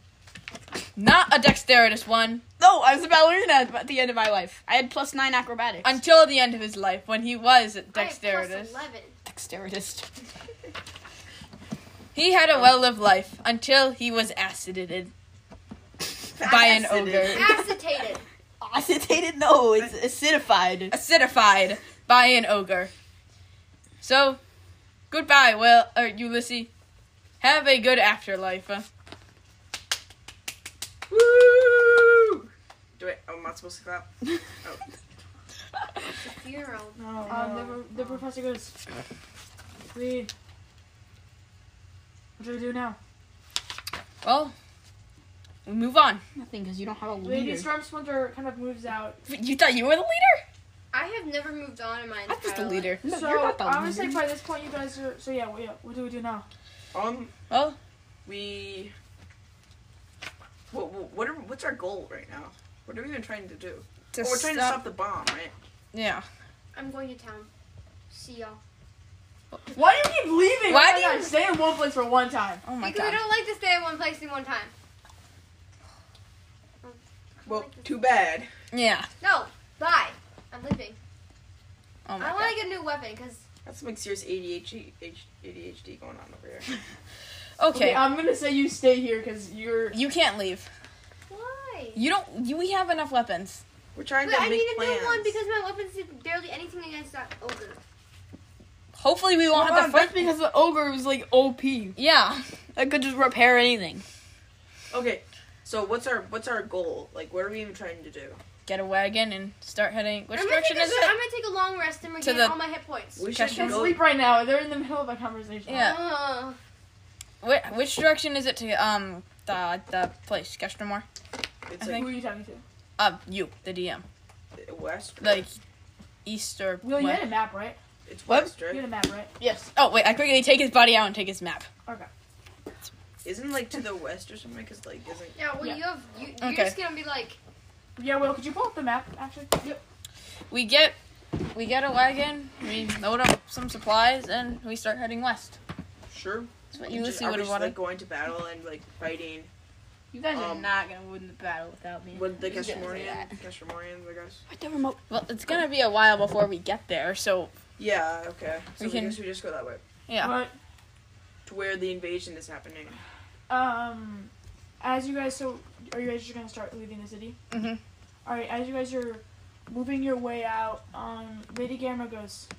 [SPEAKER 7] Not a dexterous one
[SPEAKER 1] No, I was a ballerina at the end of my life. I had plus nine acrobatics.
[SPEAKER 7] until the end of his life when he was
[SPEAKER 4] I have plus
[SPEAKER 7] dexterous.
[SPEAKER 4] 11.
[SPEAKER 7] Dexterous. He had a well lived life until he was acidated by an ogre.
[SPEAKER 4] Acetated.
[SPEAKER 1] Acetated? No, it's acidified.
[SPEAKER 7] Acidified by an ogre. So, goodbye, well, uh, Ulysses. Have a good afterlife. uh.
[SPEAKER 5] Woo! Do I? Oh, am I supposed to clap?
[SPEAKER 4] Funeral.
[SPEAKER 3] Um, the, pro- the professor goes, Reed, what do we do now?
[SPEAKER 7] Well, we move on.
[SPEAKER 1] Nothing, because you don't have a
[SPEAKER 3] Lady Storm Splinter kind of moves out.
[SPEAKER 7] You thought you were the leader?
[SPEAKER 4] I have never moved on in my entire
[SPEAKER 7] I'm just the leader.
[SPEAKER 1] No,
[SPEAKER 3] so
[SPEAKER 1] you're not the
[SPEAKER 3] I would say
[SPEAKER 1] leader.
[SPEAKER 3] by this point you guys are. So yeah, well, yeah, what do we do now?
[SPEAKER 5] Um.
[SPEAKER 7] Oh.
[SPEAKER 5] We. What, what, what are, what's our goal right now? What are we even trying to do?
[SPEAKER 7] To
[SPEAKER 5] oh, we're trying
[SPEAKER 7] stop-
[SPEAKER 5] to stop the bomb, right?
[SPEAKER 7] Yeah.
[SPEAKER 4] I'm going to town. See y'all.
[SPEAKER 3] Why do you keep leaving?
[SPEAKER 7] Why
[SPEAKER 3] Oh my
[SPEAKER 7] do you-
[SPEAKER 3] God, stay in one place for one time?
[SPEAKER 7] Oh my
[SPEAKER 4] because I
[SPEAKER 7] god.
[SPEAKER 4] don't like to stay at one place in one time.
[SPEAKER 5] Well, too bad.
[SPEAKER 7] Yeah.
[SPEAKER 4] No. Bye. I'm leaving.
[SPEAKER 7] Oh my
[SPEAKER 4] I
[SPEAKER 7] god.
[SPEAKER 4] want to get a new weapon because
[SPEAKER 5] That's some like, serious ADHD, ADHD going on over here.
[SPEAKER 7] Okay.
[SPEAKER 3] I'm gonna say you stay here because you're.
[SPEAKER 7] you can't leave.
[SPEAKER 4] why?
[SPEAKER 7] You don't. You, we have enough weapons.
[SPEAKER 5] We're trying
[SPEAKER 4] But
[SPEAKER 5] to
[SPEAKER 4] I
[SPEAKER 5] make
[SPEAKER 4] need a
[SPEAKER 5] plans.
[SPEAKER 4] new one because my weapons did barely anything against that ogre.
[SPEAKER 7] Hopefully, we won't have to fight.
[SPEAKER 1] because the ogre was like OP.
[SPEAKER 7] Yeah.
[SPEAKER 1] I could just repair anything.
[SPEAKER 5] Okay, so what's our what's our goal? Like, what are we even trying to do?
[SPEAKER 7] Get a wagon and start heading. Which
[SPEAKER 4] I'm gonna, take
[SPEAKER 7] direction
[SPEAKER 4] a,
[SPEAKER 7] is
[SPEAKER 4] I'm
[SPEAKER 7] it?
[SPEAKER 4] gonna take a long rest and
[SPEAKER 7] To
[SPEAKER 4] regain
[SPEAKER 7] the-
[SPEAKER 4] all my hit points.
[SPEAKER 5] We
[SPEAKER 7] Catch
[SPEAKER 5] should
[SPEAKER 7] them.
[SPEAKER 3] Can't
[SPEAKER 5] go.
[SPEAKER 3] sleep right now. They're in the middle of a conversation.
[SPEAKER 7] Yeah.
[SPEAKER 4] Ugh.
[SPEAKER 7] Which, which direction is it to um the the place? Gestramore?
[SPEAKER 5] It's
[SPEAKER 7] I
[SPEAKER 5] like
[SPEAKER 3] Who are you talking to?
[SPEAKER 7] Uh, you, the DM.
[SPEAKER 5] west.
[SPEAKER 7] Like east or
[SPEAKER 3] Will, you
[SPEAKER 7] west.
[SPEAKER 3] had a map, right?
[SPEAKER 5] it's
[SPEAKER 7] what?
[SPEAKER 5] west,
[SPEAKER 3] You had
[SPEAKER 5] right?
[SPEAKER 3] a map, right?
[SPEAKER 7] Yes. Oh wait, I quickly take his body out and take his map.
[SPEAKER 5] Isn't like to the west or something? Cause like isn't
[SPEAKER 4] Yeah, well,
[SPEAKER 3] Yeah.
[SPEAKER 4] you have. You, you're
[SPEAKER 7] Okay.
[SPEAKER 4] just gonna be like,
[SPEAKER 3] Yeah, Will, could you pull up the map, actually? Yep.
[SPEAKER 7] We get we get a wagon, we load up some supplies, and we start heading west.
[SPEAKER 5] sure.
[SPEAKER 7] That's what
[SPEAKER 5] You
[SPEAKER 7] Ulysses
[SPEAKER 5] just, are we
[SPEAKER 7] would have
[SPEAKER 5] just, like
[SPEAKER 7] wanted.
[SPEAKER 5] going to battle and like fighting
[SPEAKER 1] You guys
[SPEAKER 5] Um,
[SPEAKER 1] not gonna win the battle without me.
[SPEAKER 5] with the
[SPEAKER 1] You guys are
[SPEAKER 5] Kestramorians,
[SPEAKER 1] that.
[SPEAKER 5] Kestramorians, I guess.
[SPEAKER 7] Well, it's gonna be a while before we get there, so
[SPEAKER 5] Yeah. Okay.
[SPEAKER 7] We
[SPEAKER 5] So we
[SPEAKER 7] can-
[SPEAKER 5] guess we just go that way
[SPEAKER 7] yeah.
[SPEAKER 5] to where the invasion is happening.
[SPEAKER 3] But um, as you guys, so are you guys just gonna start leaving the city?
[SPEAKER 7] hmm
[SPEAKER 3] All right, as you guys are moving your way out, um, Lady Gamma goes.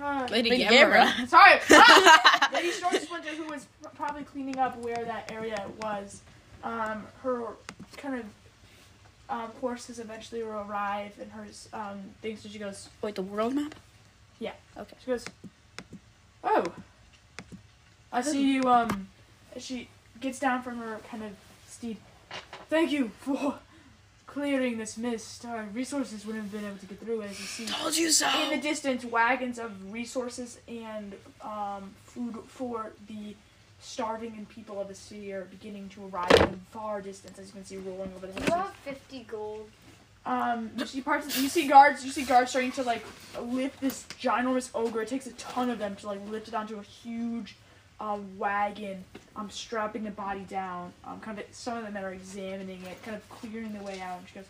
[SPEAKER 3] Uh,
[SPEAKER 7] Lady,
[SPEAKER 1] Lady
[SPEAKER 7] Gamera.
[SPEAKER 3] sorry, ah! Lady Storm Splinter, who was pr- probably cleaning up where that area was, um, her kind of um, horses eventually will arrive, and her um, things. So she goes,
[SPEAKER 7] Wait, the world map?
[SPEAKER 3] she goes, oh, I see you. Um, she gets down from her kind of steep. Thank you for clearing this mist. Our resources wouldn't have been able to get through as you see.
[SPEAKER 5] Told you so.
[SPEAKER 3] In the distance, wagons of resources and um, food for the starving and people of the city are beginning to arrive in far distance, as you can see rolling over the
[SPEAKER 4] you
[SPEAKER 3] hills.
[SPEAKER 4] have 50 gold.
[SPEAKER 3] Um, you see parts. you see guards. You see guards starting to like lift this ginormous ogre. It takes a ton of them to like lift it onto a huge um, wagon. um, strapping the body down. Um, kind of some of them that are examining it, kind of clearing the way out. And she goes,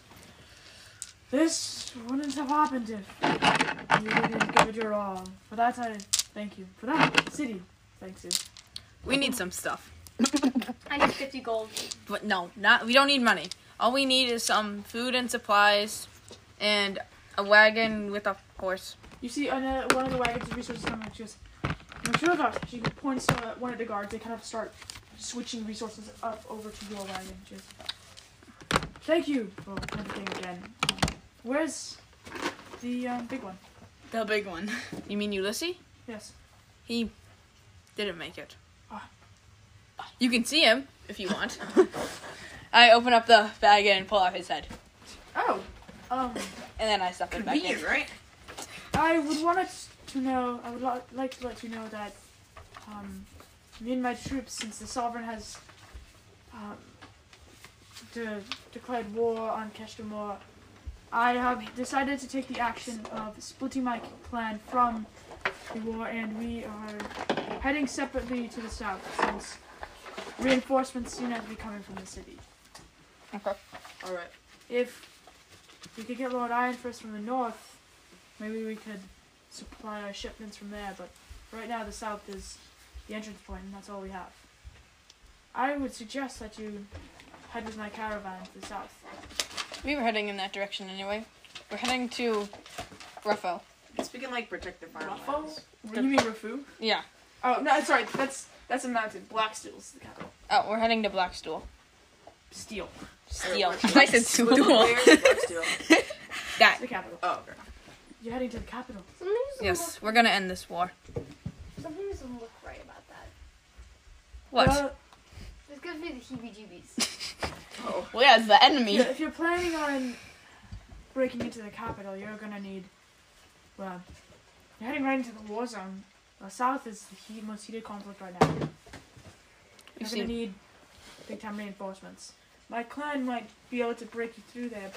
[SPEAKER 3] "This wouldn't have happened if you didn't give it your all." For that, I thank you. For that, city, thanks you.
[SPEAKER 7] We need some stuff,
[SPEAKER 4] I need 50 gold.
[SPEAKER 7] but no, not. We don't need money. All we need is some food and supplies, and a wagon with a horse.
[SPEAKER 3] You see another, one of the wagons of resources coming. and She goes, "No, sure, guys." She points to one of the guards. They kind of start switching resources up over to your wagon. She goes, "Thank you for everything again. Um, where's the um, big one?"
[SPEAKER 7] The big one. You mean Ulysses?
[SPEAKER 3] Yes.
[SPEAKER 7] He didn't make it.
[SPEAKER 3] Ah.
[SPEAKER 7] You can see him if you want. I open up the bag and pull out his head,
[SPEAKER 3] Oh, um,
[SPEAKER 7] and then I stuff it back in.
[SPEAKER 5] Convenient, right?
[SPEAKER 3] I would want us to know. I would lo- like to let you know that, um, me and my troops, since the sovereign has, um, de- declared war on Keshtamor, I have decided to take the action of splitting my clan from the war, and we are heading separately to the south since reinforcements seem to be coming from the city.
[SPEAKER 5] All right.
[SPEAKER 3] If we could get Lord Iron first from the north, maybe we could supply our shipments from there. But right now, the south is the entrance point, and that's all we have. I would suggest that you head with my caravan to the south.
[SPEAKER 7] We were heading in that direction anyway. We're heading to Ruffo.
[SPEAKER 5] It's we can like protect the farmlands.
[SPEAKER 3] Ruffo? You mean Rafu?
[SPEAKER 7] Yeah.
[SPEAKER 3] Oh no, sorry. That's that's a mountain. Blackstool's the capital.
[SPEAKER 7] Oh, we're heading to Blackstool.
[SPEAKER 3] Steel,
[SPEAKER 7] Steel.
[SPEAKER 5] Or-
[SPEAKER 7] I said stool.
[SPEAKER 5] Where's Blackstool?
[SPEAKER 3] the capital.
[SPEAKER 5] Oh, okay.
[SPEAKER 3] You're heading to the capital.
[SPEAKER 4] Something doesn't
[SPEAKER 7] Yes, we're gonna end this war.
[SPEAKER 4] look. Something doesn't look right about that.
[SPEAKER 7] What?
[SPEAKER 3] Well,
[SPEAKER 4] This gives me the heebie-jeebies.
[SPEAKER 7] Well, yeah, it's the enemy.
[SPEAKER 3] Yeah, if you're planning on breaking into the capital, you're gonna need. Well, you're heading right into the war zone. The south is the heat, most heated conflict right now. You're
[SPEAKER 7] We've
[SPEAKER 3] gonna
[SPEAKER 7] seen-
[SPEAKER 3] need big time reinforcements. My clan might be able to break you through there,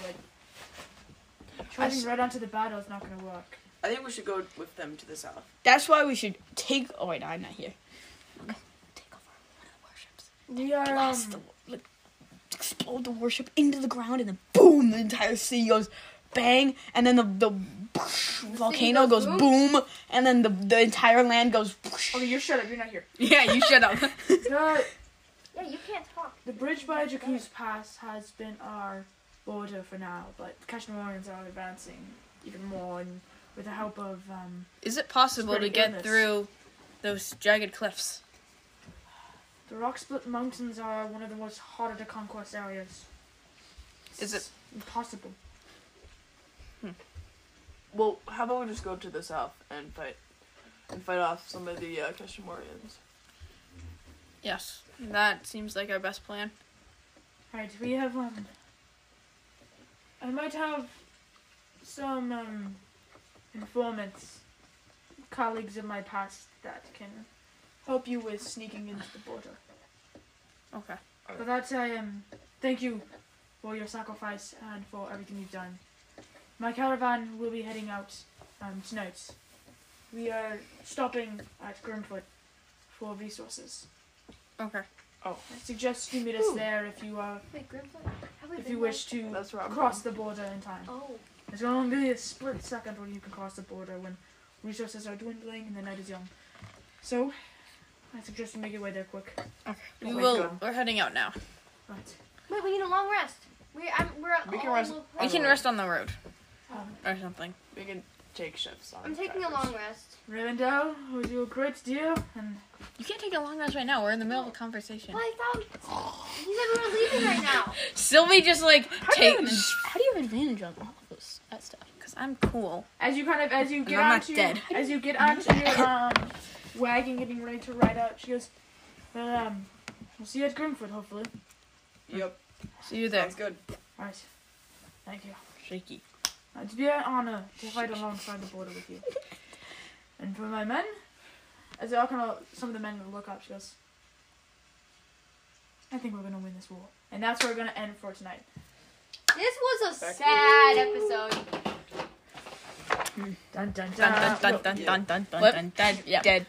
[SPEAKER 3] but charging
[SPEAKER 7] s-
[SPEAKER 3] right onto the battle is not gonna work.
[SPEAKER 5] I think we should go with them to the south.
[SPEAKER 1] That's why we should take. Oh wait, I'm not here.
[SPEAKER 7] Take over one of the warships.
[SPEAKER 3] We are
[SPEAKER 1] Blast
[SPEAKER 3] um,
[SPEAKER 1] the, like, explode the warship into the ground, and then boom, the entire city goes bang, and then the the volcano
[SPEAKER 4] goes
[SPEAKER 1] goes, boom. and then the the entire land goes.
[SPEAKER 3] okay. You're shut up. You're not here.
[SPEAKER 7] Yeah, you shut up.
[SPEAKER 3] The
[SPEAKER 4] yeah, you can't talk.
[SPEAKER 3] the bridge by Jacuz Pass has been our border for now, but the Kashmirans are advancing even more, and with the help of um.
[SPEAKER 7] Is it possible to
[SPEAKER 3] Spreading
[SPEAKER 7] get
[SPEAKER 3] illness.
[SPEAKER 7] through those jagged cliffs?
[SPEAKER 3] The Rock Split Mountains are one of the most harder to conquest areas.
[SPEAKER 7] Is it-
[SPEAKER 3] It's impossible?
[SPEAKER 5] Well, how about we just go to the south and fight and fight off some of the uh, Kashmorians?
[SPEAKER 7] Yes, that seems like our best plan.
[SPEAKER 3] Right, we have um. I might have some um informants, colleagues in my past that can help you with sneaking into the border.
[SPEAKER 7] Okay.
[SPEAKER 3] For that, I um, thank you for your sacrifice and for everything you've done. My caravan will be heading out um, tonight. We are stopping at Grimfoot for resources.
[SPEAKER 7] Okay.
[SPEAKER 3] I suggest you meet us there if you are
[SPEAKER 4] Wait, Grimfoot? Have we
[SPEAKER 3] if
[SPEAKER 4] been
[SPEAKER 3] you
[SPEAKER 4] there?
[SPEAKER 3] wish to
[SPEAKER 5] That's where I'm
[SPEAKER 3] cross the border in time.
[SPEAKER 4] Oh.
[SPEAKER 3] There's only be a split second when you can cross the border when resources are dwindling and the night is young. So, I suggest you make your way there quick.
[SPEAKER 7] We
[SPEAKER 3] Oh my
[SPEAKER 7] will.
[SPEAKER 3] God.
[SPEAKER 7] We're heading out now.
[SPEAKER 3] Right.
[SPEAKER 4] Wait, we need a long rest. We, I'm, we're at
[SPEAKER 5] We can
[SPEAKER 4] all
[SPEAKER 5] rest-
[SPEAKER 4] low-
[SPEAKER 7] We can
[SPEAKER 5] Onward.
[SPEAKER 7] rest on the road
[SPEAKER 3] Um,
[SPEAKER 7] or something.
[SPEAKER 5] from. We can take shifts on.
[SPEAKER 4] I'm taking a
[SPEAKER 5] drivers.
[SPEAKER 4] long rest.
[SPEAKER 3] Rivendell, we do a great deal, and
[SPEAKER 7] You can't take a long rest right now. We're in the middle of a conversation.
[SPEAKER 4] Well, I thought he said we were leaving right now.
[SPEAKER 7] Sylvie just like take
[SPEAKER 1] How do you have advantage on all of those that stuff?
[SPEAKER 7] because I'm cool.
[SPEAKER 3] As you kind of as you get
[SPEAKER 7] I'm not
[SPEAKER 3] onto
[SPEAKER 7] dead.
[SPEAKER 3] as you get onto your um wagon, getting ready to ride out, she goes, "Well, um, we'll see you at Grimfoot, hopefully."
[SPEAKER 5] Yep,
[SPEAKER 7] See you there.
[SPEAKER 5] sounds good.
[SPEAKER 3] All right, thank you.
[SPEAKER 7] Shaky.
[SPEAKER 3] Uh, It's been an honor to ride alongside the border with you. And for my men, as they all kind of some of the men look up, she goes, "I think we're gonna win this war," and that's where we're gonna end for tonight.
[SPEAKER 4] This was a
[SPEAKER 5] Back-
[SPEAKER 4] sad episode.
[SPEAKER 3] Dun dun dun. Uh,
[SPEAKER 7] Dun dun dun dun dun dun dun dun. Dead.